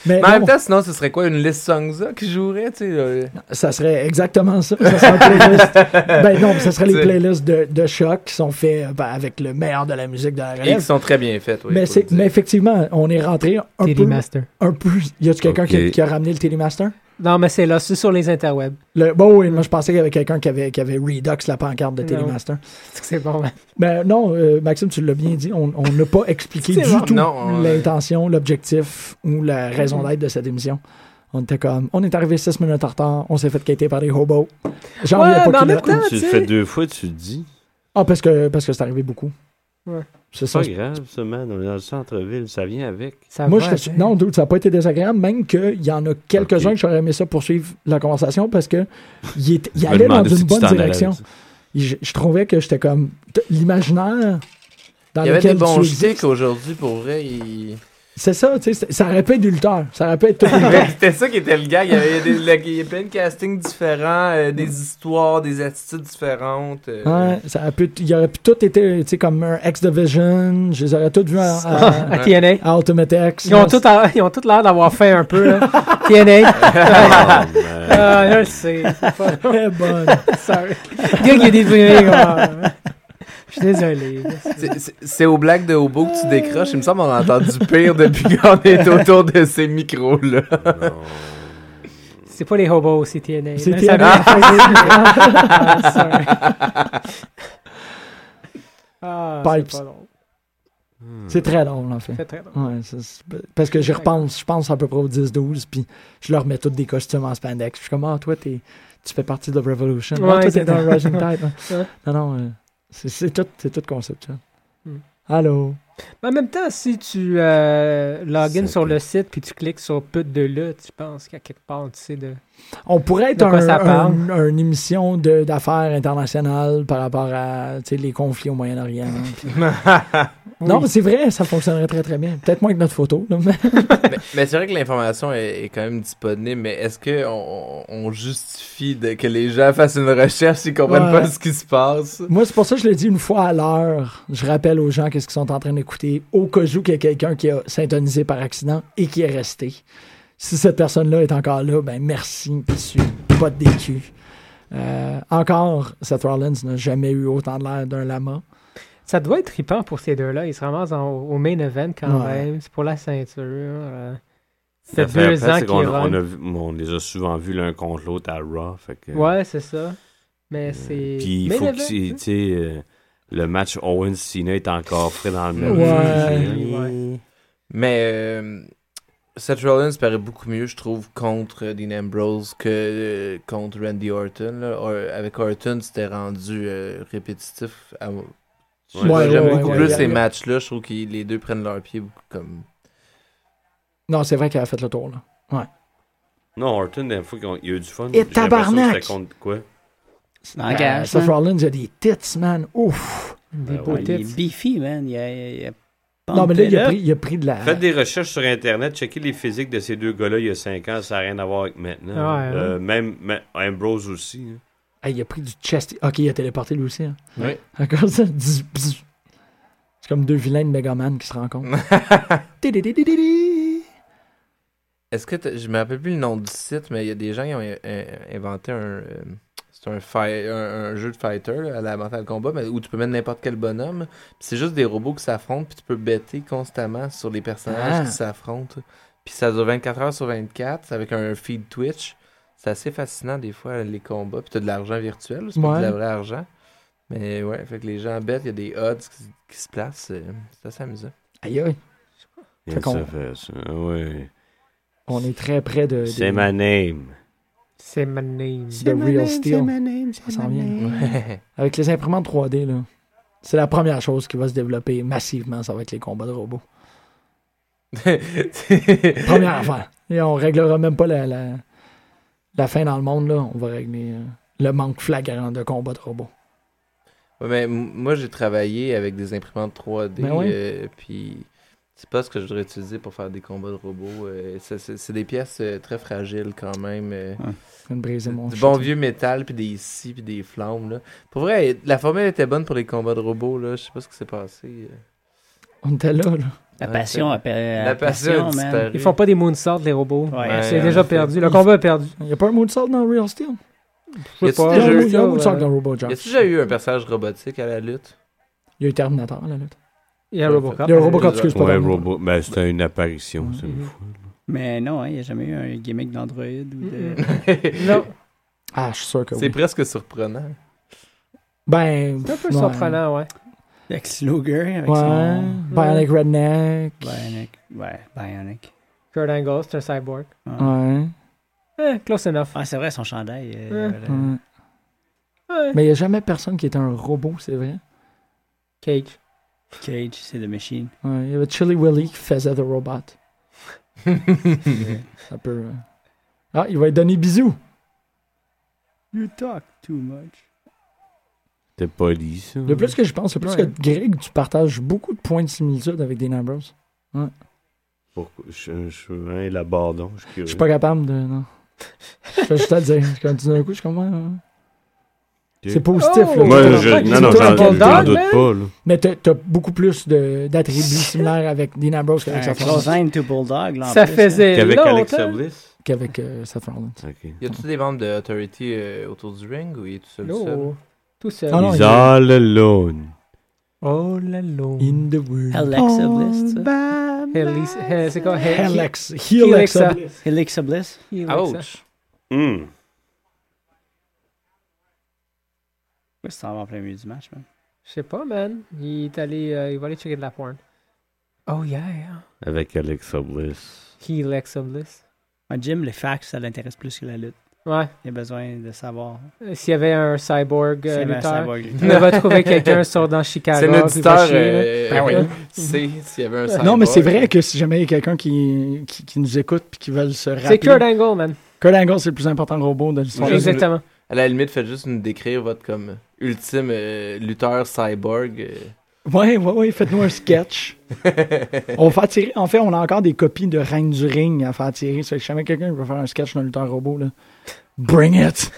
[SPEAKER 3] Mais
[SPEAKER 6] Mais en
[SPEAKER 3] non,
[SPEAKER 6] même temps, sinon, ce serait quoi une liste Songza qui jouerait, tu sais? euh,
[SPEAKER 3] ça serait exactement ça. Ça serait un
[SPEAKER 6] *laughs*
[SPEAKER 3] playlist. *laughs* ben non, mais ça serait les playlists de, de choc qui sont faits ben, avec le meilleur de la musique de la
[SPEAKER 6] Et
[SPEAKER 3] relève.
[SPEAKER 6] qui sont très bien faites, oui.
[SPEAKER 3] mais,
[SPEAKER 6] faut le
[SPEAKER 3] c'est,
[SPEAKER 6] dire.
[SPEAKER 3] mais effectivement, on est rentré un peu,
[SPEAKER 4] Master.
[SPEAKER 3] un peu. Y a-tu quelqu'un qui a-
[SPEAKER 5] Ok.
[SPEAKER 3] qui, a ramené le Télémaster?
[SPEAKER 4] Non, mais c'est là, c'est sur les interwebs. *laughs*
[SPEAKER 3] Le, bon, oui, moi je pensais qu'il y avait quelqu'un qui avait, qui avait Redux la pancarte de
[SPEAKER 4] Non.
[SPEAKER 3] Télémaster.
[SPEAKER 4] C'est que c'est bon. hein.
[SPEAKER 3] Ben non, euh, Maxime, tu l'as bien dit, on on n'a pas expliqué
[SPEAKER 4] C'est
[SPEAKER 3] du
[SPEAKER 4] bon.
[SPEAKER 3] tout
[SPEAKER 6] Non, euh,
[SPEAKER 3] l'intention, l'objectif ou la raison d'être de cette émission. On était comme, on est arrivé six minutes en retard, on s'est fait quitter par des hobos. J'en
[SPEAKER 4] Ouais,
[SPEAKER 3] viens
[SPEAKER 4] mais en
[SPEAKER 3] pas qu'il
[SPEAKER 4] même
[SPEAKER 3] a-
[SPEAKER 4] temps,
[SPEAKER 5] Tu
[SPEAKER 4] tu
[SPEAKER 5] le
[SPEAKER 4] sais.
[SPEAKER 5] fais deux fois, tu le dis.
[SPEAKER 3] Ah, parce que, parce que c'est arrivé beaucoup.
[SPEAKER 4] Ouais.
[SPEAKER 3] C'est
[SPEAKER 5] C'est
[SPEAKER 3] ça.
[SPEAKER 5] pas grave, ça, man. On est dans le centre-ville, ça vient avec.
[SPEAKER 4] Ça
[SPEAKER 3] Moi,
[SPEAKER 4] va,
[SPEAKER 3] je
[SPEAKER 4] tu
[SPEAKER 3] serais-
[SPEAKER 4] sais.
[SPEAKER 3] non, dude, ça n'a pas été désagréable, même qu'il y en a quelques-uns
[SPEAKER 5] Ok.
[SPEAKER 3] que j'aurais aimé ça poursuivre la conversation parce que il, est, il
[SPEAKER 5] Je me
[SPEAKER 3] allait dans
[SPEAKER 5] demandais
[SPEAKER 3] une
[SPEAKER 5] si tu
[SPEAKER 3] bonne
[SPEAKER 5] t'en allais
[SPEAKER 3] direction.
[SPEAKER 5] avec ça.
[SPEAKER 3] Je, je trouvais que j'étais comme t- l'imaginaire dans
[SPEAKER 6] Il y avait des
[SPEAKER 3] lequel tu
[SPEAKER 6] bons
[SPEAKER 3] existes.
[SPEAKER 6] sticks aujourd'hui, pour vrai. il-
[SPEAKER 3] C'est ça, tu sais, c'est- ça aurait pu être des lutteurs, ça aurait pu
[SPEAKER 4] *laughs*
[SPEAKER 3] être tout
[SPEAKER 6] Mais C'était ça qui était le gag. Il y avait, des, le- il y avait plein de castings différents, euh, des histoires, des attitudes différentes. euh.
[SPEAKER 3] Ouais, ça aurait pu, il aurait pu tout été, tu sais, comme un X-Division, je les aurais tous vus à, à-
[SPEAKER 4] Ah, À TNA.
[SPEAKER 3] à *laughs* Ultimate X.
[SPEAKER 4] Ils ont tout à- ils ont tous l'air d'avoir faim un peu. là. *laughs* TNA.
[SPEAKER 5] *laughs* Ah, man.
[SPEAKER 4] Ah, je le sais. C'est pas-
[SPEAKER 3] Très
[SPEAKER 4] *laughs*
[SPEAKER 3] bonne.
[SPEAKER 4] Sorry. Le Gars qui est déprimé, comme... Je suis désolé.
[SPEAKER 6] C'est- c'est- C'est aux blagues de Hobo que tu décroches. Il me semble qu'on a entendu pire depuis *laughs* qu'on est autour de ces micros-là.
[SPEAKER 4] C'est pas les hobos, c'est TNA.
[SPEAKER 3] C'est
[SPEAKER 4] Mais
[SPEAKER 3] TNA.
[SPEAKER 4] ça vient- Ah, sorry. Ah, c'est
[SPEAKER 3] Pipes.
[SPEAKER 4] pas drôle.
[SPEAKER 3] C'est très drôle, en fait.
[SPEAKER 4] C'est très drôle.
[SPEAKER 3] Ouais, ça, c'est- parce que j'y repense, je pense à peu près aux 10-12, puis je leur mets tous des costumes en spandex. Je suis comme, ah, toi, t'es- tu fais partie de The Revolution. Ah,
[SPEAKER 4] Ouais,
[SPEAKER 3] toi,
[SPEAKER 4] c'est
[SPEAKER 3] t'es dans
[SPEAKER 4] ça.
[SPEAKER 3] Rising Tide. hein.
[SPEAKER 4] Ouais.
[SPEAKER 3] Non, non, euh, c'est- c'est tout, c'est tout conceptuel.
[SPEAKER 4] Hmm.
[SPEAKER 3] Allô?
[SPEAKER 4] Mais en même temps, si tu euh, login sur le site puis tu cliques sur pute de lutte, tu penses qu'à quelque part, tu sais de.
[SPEAKER 3] On pourrait être
[SPEAKER 4] De quoi
[SPEAKER 3] un-
[SPEAKER 4] ça parle?
[SPEAKER 3] un- une émission de- d'affaires internationales par rapport à tu sais, les conflits au Moyen-Orient. hein, puis- Non, mais c'est vrai, ça fonctionnerait très très bien. Peut-être moins que notre photo. là, mais- *laughs*
[SPEAKER 6] mais mais c'est vrai que l'information est, est quand même disponible, mais est-ce que on, on justifie de- que les gens fassent une recherche s'ils comprennent
[SPEAKER 3] Ouais.
[SPEAKER 6] pas ce qui se passe?
[SPEAKER 3] Moi, c'est pour ça que je le dis une fois à l'heure. Je rappelle aux gens qu'est-ce qu'ils sont en train d'écouter au cas où qu'il y a quelqu'un qui a syntonisé par accident et qui est resté. Si cette personne-là est encore là, ben merci, tissu, pas de décu. Euh, encore, Seth Rollins n'a jamais eu autant de l'air d'un lama.
[SPEAKER 4] Ça doit être trippant pour ces deux-là. Ils se ramassent en- au main event quand
[SPEAKER 3] Ouais.
[SPEAKER 4] même. C'est pour la ceinture. euh. Ça fait
[SPEAKER 5] L'affaire
[SPEAKER 4] deux
[SPEAKER 5] après,
[SPEAKER 4] ans
[SPEAKER 5] c'est
[SPEAKER 4] qu'ils
[SPEAKER 5] qu'on a-
[SPEAKER 4] run.
[SPEAKER 5] on, a vu- on les a souvent vus l'un contre l'autre à Raw. Fait que,
[SPEAKER 4] Ouais, c'est ça. Mais c'est.
[SPEAKER 5] Euh, Puis il
[SPEAKER 4] Main
[SPEAKER 5] faut
[SPEAKER 4] event,
[SPEAKER 5] que
[SPEAKER 3] hein?
[SPEAKER 5] c'est- tu sais, euh, le match Owens-Cena est encore frais dans le même
[SPEAKER 3] Ouais.
[SPEAKER 6] Mais euh, Seth Rollins paraît beaucoup mieux, je trouve, contre euh, Dean Ambrose que euh, contre Randy Orton. là. Or- avec Orton, c'était rendu euh, répétitif. à mo-
[SPEAKER 5] Ouais,
[SPEAKER 6] J'aime
[SPEAKER 5] ouais,
[SPEAKER 6] j'aime
[SPEAKER 5] ouais,
[SPEAKER 6] beaucoup
[SPEAKER 5] ouais,
[SPEAKER 6] plus
[SPEAKER 5] ouais,
[SPEAKER 6] ces
[SPEAKER 5] ouais.
[SPEAKER 6] matchs-là. Je trouve que les deux prennent leur pied beaucoup comme.
[SPEAKER 3] Non, c'est vrai qu'elle a fait le tour. Là.
[SPEAKER 5] Non, Orton, la fois qu'il y a eu du fun,
[SPEAKER 3] Et
[SPEAKER 5] j'ai l'impression
[SPEAKER 3] tabarnak!
[SPEAKER 5] que c'était contre quoi?
[SPEAKER 4] Ah,
[SPEAKER 3] Euh,
[SPEAKER 7] Engage,
[SPEAKER 3] Seth
[SPEAKER 7] man.
[SPEAKER 3] Rollins, il a des tits, man. Ouf!
[SPEAKER 4] Des
[SPEAKER 5] Ouais,
[SPEAKER 4] beaux
[SPEAKER 5] ouais,
[SPEAKER 7] hein. Ah Il est
[SPEAKER 4] tits.
[SPEAKER 7] beefy, man. Il a, il a
[SPEAKER 3] Non, mais là, il a
[SPEAKER 7] pumpé
[SPEAKER 3] pris, il a pris de la.
[SPEAKER 5] Faites des recherches sur Internet, checkez les physiques de ces deux gars-là il y a 5 ans, ça n'a rien à voir avec maintenant.
[SPEAKER 4] Ouais,
[SPEAKER 5] Euh, Même, même Ambrose aussi. hein.
[SPEAKER 3] Ah, il a pris du chest. Ok, il a téléporté lui aussi. Hein.
[SPEAKER 6] Oui.
[SPEAKER 3] D'accord, ça. Bzz, bzz. C'est comme deux vilains de Megaman qui se rencontrent. Tidididididi.
[SPEAKER 6] Est-ce que t'as- je me rappelle plus le nom du site, mais il y a des gens qui ont euh, inventé un. euh, c'est un, fi- un- un jeu de fighter là, à la Mortal Kombat mais où tu peux mettre n'importe quel bonhomme. Puis C'est juste des robots qui s'affrontent, puis tu peux bêter constamment sur les personnages
[SPEAKER 3] Ah.
[SPEAKER 6] qui s'affrontent. Puis Puis ça dure 24 heures sur 24 avec un feed Twitch. C'est assez fascinant des fois les combats. Puis t'as de l'argent virtuel, c'est pas
[SPEAKER 3] Ouais.
[SPEAKER 6] de la vraie argent. Mais ouais, fait que les gens bêtes, il y a des odds qui, qui se placent. euh, C'est
[SPEAKER 3] *laughs*
[SPEAKER 6] assez amusant.
[SPEAKER 3] Aïe, aïe,
[SPEAKER 5] Et
[SPEAKER 3] Fait qu'on-
[SPEAKER 5] ça fait ça. Ah ouais.
[SPEAKER 3] on est très près de, de,
[SPEAKER 5] C'est ma name.
[SPEAKER 4] C'est ma name.
[SPEAKER 3] de Real Steel. Ça s'en vient.
[SPEAKER 6] Ouais.
[SPEAKER 3] Avec les imprimantes 3D, là, c'est la première chose qui va se développer massivement, ça va être les combats de robots.
[SPEAKER 6] *laughs*
[SPEAKER 3] Première affaire. Et on réglera même pas la, la, la fin dans le monde, là. On va régler euh, le manque flagrant de combats de robots.
[SPEAKER 6] Ouais, mais m- moi, j'ai travaillé avec des imprimantes 3D,
[SPEAKER 3] Ben oui.
[SPEAKER 6] euh, puis c'est pas ce que je voudrais utiliser pour faire des combats de robots. euh, c'est- c'est c'est des pièces euh, très fragiles quand même. euh,
[SPEAKER 3] Je viens de briser mon
[SPEAKER 6] du
[SPEAKER 3] shit.
[SPEAKER 6] bon vieux métal, puis des scies, puis des flammes. Là. Pour vrai, la formule était bonne pour les combats de robots. Là. Je sais pas ce qui s'est passé. euh.
[SPEAKER 3] On était là, là.
[SPEAKER 7] La
[SPEAKER 6] Ouais,
[SPEAKER 7] passion, a pa-
[SPEAKER 6] La passion a
[SPEAKER 7] man.
[SPEAKER 6] disparu.
[SPEAKER 4] Ils font pas des moonsaults, les robots.
[SPEAKER 7] Ouais.
[SPEAKER 6] Ouais,
[SPEAKER 4] C'est
[SPEAKER 6] en
[SPEAKER 4] déjà
[SPEAKER 6] effet.
[SPEAKER 4] perdu. Le combat est perdu.
[SPEAKER 3] Il n'y a pas un moonsault dans Real Steel?
[SPEAKER 4] Je sais
[SPEAKER 6] Y a-tu
[SPEAKER 4] pas.
[SPEAKER 3] Il y a un-
[SPEAKER 6] jeu-
[SPEAKER 3] il y a un moonsault
[SPEAKER 4] euh,
[SPEAKER 3] dans Robo
[SPEAKER 6] Y
[SPEAKER 3] Jump.
[SPEAKER 6] a-tu déjà eu un personnage robotique à la lutte
[SPEAKER 3] Il y a eu Terminator, là. là.
[SPEAKER 4] Il y a Robocop.
[SPEAKER 3] Il y a Robocop,
[SPEAKER 6] Ouais,
[SPEAKER 3] excuse-moi.
[SPEAKER 5] Ah, ben, Ouais, robot. Ben, c'était une apparition. c'est une
[SPEAKER 4] Mhm.
[SPEAKER 5] fois.
[SPEAKER 7] Mais non, hein, il n'y a jamais eu un gimmick d'Android ou de.
[SPEAKER 4] *laughs* Non,
[SPEAKER 3] Ah, je suis sûr que
[SPEAKER 6] *laughs* C'est
[SPEAKER 3] oui.
[SPEAKER 6] presque surprenant.
[SPEAKER 3] Ben,
[SPEAKER 4] c'est un peu
[SPEAKER 3] ouais.
[SPEAKER 4] surprenant, ouais.
[SPEAKER 7] Lex Luger avec
[SPEAKER 3] Ouais,
[SPEAKER 7] son.
[SPEAKER 3] Bionic Redneck.
[SPEAKER 7] Bionic. Ouais, Bionic.
[SPEAKER 4] Kurt Angle, c'est un cyborg.
[SPEAKER 7] Ouais.
[SPEAKER 3] Ouais.
[SPEAKER 4] Eh, close enough.
[SPEAKER 7] Ah, c'est vrai, son chandail. euh,
[SPEAKER 4] Ouais.
[SPEAKER 7] voilà.
[SPEAKER 3] ouais. Mm. Mais il n'y a jamais personne qui est un robot, c'est vrai.
[SPEAKER 4] Cage.
[SPEAKER 7] Cage, c'est The Machine.
[SPEAKER 3] Ouais, Il y avait Chili Willy qui faisait The
[SPEAKER 4] *laughs*
[SPEAKER 3] Robot.
[SPEAKER 7] you
[SPEAKER 3] Ça peut. euh. Ah, il va lui donner bisous.
[SPEAKER 7] talk too much.
[SPEAKER 5] C'était poli, ça.
[SPEAKER 3] Le plus que je pense, le plus
[SPEAKER 4] Ouais.
[SPEAKER 3] que Greg, tu partages beaucoup de points de similitude avec Dean Ambrose.
[SPEAKER 5] Pourquoi? Je hein, je suis un labardon. Je suis
[SPEAKER 3] Je
[SPEAKER 5] curieux.
[SPEAKER 3] suis pas capable de. Non. Je vais juste te le dire. Quand tu d'un coup, je suis comme. ouais, ouais. C'est positif.
[SPEAKER 4] Oh!
[SPEAKER 3] là.
[SPEAKER 5] Moi,
[SPEAKER 3] Tu
[SPEAKER 5] je...
[SPEAKER 3] comprends que
[SPEAKER 5] non,
[SPEAKER 3] c'est
[SPEAKER 5] non,
[SPEAKER 3] toi
[SPEAKER 5] j'en
[SPEAKER 3] qui es le
[SPEAKER 5] j'en
[SPEAKER 4] bulldog,
[SPEAKER 5] doute
[SPEAKER 4] man?
[SPEAKER 5] pas, là.
[SPEAKER 3] Mais t'as t'as beaucoup plus de- d'attributs similaires avec Dean Ambrose qu'avec
[SPEAKER 7] Un
[SPEAKER 3] Seth
[SPEAKER 7] close
[SPEAKER 3] Rollins
[SPEAKER 7] line to Bulldog, là. en
[SPEAKER 4] Ça
[SPEAKER 3] hein.
[SPEAKER 7] plus,
[SPEAKER 4] faisait
[SPEAKER 5] Qu'avec Alexa
[SPEAKER 4] longtemps.
[SPEAKER 5] Bliss?
[SPEAKER 3] qu'avec euh, Seth Rollins.
[SPEAKER 5] Ok.
[SPEAKER 6] Y a-tu des membres de Authority euh, autour du ring ou y est tout seul seul
[SPEAKER 4] Non. Tout seul.
[SPEAKER 3] Ah non,
[SPEAKER 5] He's
[SPEAKER 3] il-
[SPEAKER 5] all alone.
[SPEAKER 4] Oh là là.
[SPEAKER 3] In the world.
[SPEAKER 7] hein. Alexa Bliss, tu sais.
[SPEAKER 4] Helix- Hel- C'est quoi? Hel-
[SPEAKER 3] Alex. Alexa.
[SPEAKER 7] Alexa Bliss.
[SPEAKER 4] Helixa.
[SPEAKER 6] Ouch
[SPEAKER 5] Hmm.
[SPEAKER 7] Pourquoi ça va en plein milieu du match, man?
[SPEAKER 4] Je sais pas, man. Il est allé, euh, il va aller checker de la porn. Oh yeah.
[SPEAKER 5] Avec Alexa Bliss.
[SPEAKER 4] Helixa Bliss.
[SPEAKER 7] Moi, Jim, les fax, ça l'intéresse plus que la lutte.
[SPEAKER 4] Ouais.
[SPEAKER 7] Il a besoin de savoir.
[SPEAKER 4] Euh, S'il y avait un cyborg euh,
[SPEAKER 7] C'est ma
[SPEAKER 4] lutteur,
[SPEAKER 7] cyborg.
[SPEAKER 4] il va
[SPEAKER 6] *laughs*
[SPEAKER 4] trouver quelqu'un sur dans Chicago.
[SPEAKER 6] C'est
[SPEAKER 4] puis il va
[SPEAKER 6] l'auditeur.
[SPEAKER 4] chier, là.
[SPEAKER 5] euh,
[SPEAKER 6] Ah
[SPEAKER 4] Ben oui.
[SPEAKER 6] *laughs* C'est s'il y avait un
[SPEAKER 3] euh, Non,
[SPEAKER 6] cyborg. euh,
[SPEAKER 3] mais c'est vrai que si jamais il y a quelqu'un qui, qui, qui nous écoute puis qui veut se rappeler.
[SPEAKER 4] C'est Kurt Angle, man.
[SPEAKER 3] Kurt Angle, c'est le plus important robot de l'histoire.
[SPEAKER 6] Exact.
[SPEAKER 4] Exactement.
[SPEAKER 6] À la limite, faites juste nous décrire votre comme ultime euh, lutteur cyborg. euh.
[SPEAKER 3] Ouais, ouais, ouais, faites-nous un sketch. *laughs* on fait tirer, en fait, on a encore des copies de Reine du Ring à faire tirer. Si jamais quelqu'un veut faire un sketch d'un lutteur robot, là, bring *laughs* it!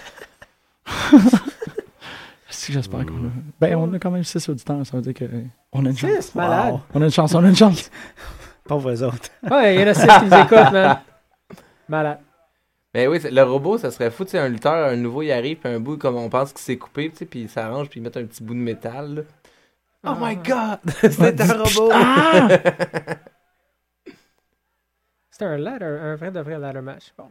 [SPEAKER 3] si j'espère qu'on a... Ben, on a quand même 6 auditeurs, ça veut dire que on a une chance.
[SPEAKER 4] Yes, malade.
[SPEAKER 7] Wow.
[SPEAKER 3] On a une chance, on a une chance.
[SPEAKER 7] Pauvres eux autres.
[SPEAKER 4] Ouais, il y en a sept qui nous écoutent, man.
[SPEAKER 5] *laughs*
[SPEAKER 4] Malade.
[SPEAKER 6] Mais oui, c'est- le robot, ça serait fou. tu sais, Un lutteur, un nouveau, il arrive, puis un bout, comme on pense qu'il s'est coupé, tu sais, puis il s'arrange, puis il met un petit bout de métal. là. Oh
[SPEAKER 4] Ah.
[SPEAKER 6] my god! *laughs* C'est
[SPEAKER 3] Ah,
[SPEAKER 6] un robot!
[SPEAKER 4] C'était un ladder, un vrai de vrai ladder match. Bon.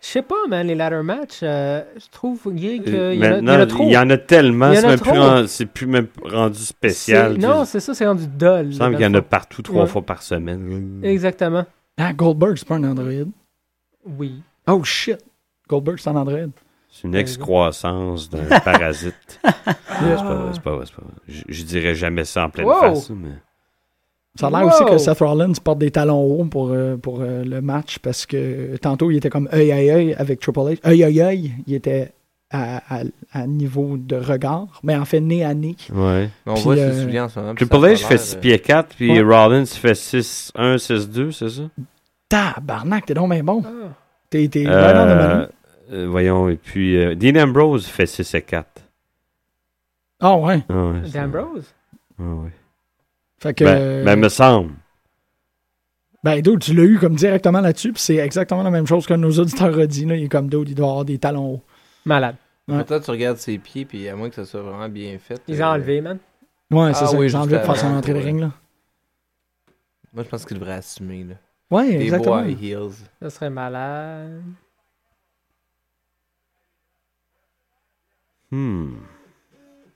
[SPEAKER 4] Je sais pas, man, les ladder match, euh, je trouve Guy, qu'il
[SPEAKER 5] Euh,
[SPEAKER 4] y, en a- il y en a
[SPEAKER 5] Maintenant,
[SPEAKER 4] trop.
[SPEAKER 5] il y en a tellement,
[SPEAKER 4] Il y en
[SPEAKER 5] c'est
[SPEAKER 4] a
[SPEAKER 5] même plus
[SPEAKER 4] trop.
[SPEAKER 5] ren- c'est plus même rendu spécial.
[SPEAKER 4] C'est- Non, c'est ça, c'est rendu dol.
[SPEAKER 5] Il me semble qu'il y en a partout trois
[SPEAKER 4] Ouais.
[SPEAKER 5] fois par semaine.
[SPEAKER 4] Exactement.
[SPEAKER 3] Ah, Goldberg, c'est pas un android.
[SPEAKER 4] Oui.
[SPEAKER 3] Oh shit! Goldberg, c'est un android.
[SPEAKER 5] C'est une excroissance
[SPEAKER 4] *laughs*
[SPEAKER 5] d'un parasite. C'est pas vrai, c'est pas vrai, c'est pas vrai. Je, je dirais jamais ça en pleine
[SPEAKER 4] Ah. Wow.
[SPEAKER 5] face, mais
[SPEAKER 3] Ça a l'air
[SPEAKER 4] Wow!
[SPEAKER 3] aussi que Seth Rollins porte des talons hauts pour, euh, pour euh, le match parce que euh, tantôt il était comme œil à œil avec Triple H. œil à œil, il était à, à- à niveau de regard, mais en fait nez à nez.
[SPEAKER 5] ouais.
[SPEAKER 6] On
[SPEAKER 3] Puis,
[SPEAKER 6] voit
[SPEAKER 3] euh,
[SPEAKER 6] ce souviens en ce moment. puis
[SPEAKER 5] Triple
[SPEAKER 6] ça a
[SPEAKER 5] H
[SPEAKER 6] pas
[SPEAKER 5] fait
[SPEAKER 6] l'air,
[SPEAKER 5] 6
[SPEAKER 6] euh,
[SPEAKER 5] pieds 4, puis
[SPEAKER 3] Ouais.
[SPEAKER 5] Rollins fait 6 1 6 2, c'est ça
[SPEAKER 3] Tabarnak, t'es donc bien bon.
[SPEAKER 4] Ah.
[SPEAKER 3] T'es t'es
[SPEAKER 5] Euh,
[SPEAKER 3] bien en anomalie.
[SPEAKER 5] euh, voyons et puis euh, Dean Ambrose fait 6 et 4.
[SPEAKER 3] Ah ouais.
[SPEAKER 5] Ah ouais, c'est-
[SPEAKER 4] D'Ambrose?
[SPEAKER 5] ah ouais.
[SPEAKER 3] Fait que euh,
[SPEAKER 5] ben, ben, me semble.
[SPEAKER 3] Ben, dude, tu l'as eu comme directement là-dessus, puis c'est exactement la même chose que nos auditeurs ont dit. Là. Il est comme dude, il doit avoir des talons hauts.
[SPEAKER 4] Malade.
[SPEAKER 3] Ouais.
[SPEAKER 6] Pourtant, tu regardes ses pieds, puis à moins que ça soit vraiment bien fait.
[SPEAKER 4] Ils
[SPEAKER 6] euh,
[SPEAKER 4] ont enlevé, man.
[SPEAKER 3] Ouais,
[SPEAKER 6] Ah
[SPEAKER 3] c'est ça.
[SPEAKER 6] oui,
[SPEAKER 3] J'ai envie de
[SPEAKER 6] juste
[SPEAKER 3] faire son
[SPEAKER 6] avant,
[SPEAKER 3] entrée de
[SPEAKER 6] ouais.
[SPEAKER 3] ring là.
[SPEAKER 6] Moi, je pense qu'il devrait assumer. Là.
[SPEAKER 3] Ouais,
[SPEAKER 6] Des
[SPEAKER 3] exactement.
[SPEAKER 6] bois high heels.
[SPEAKER 4] Ça serait malade.
[SPEAKER 5] Hmm.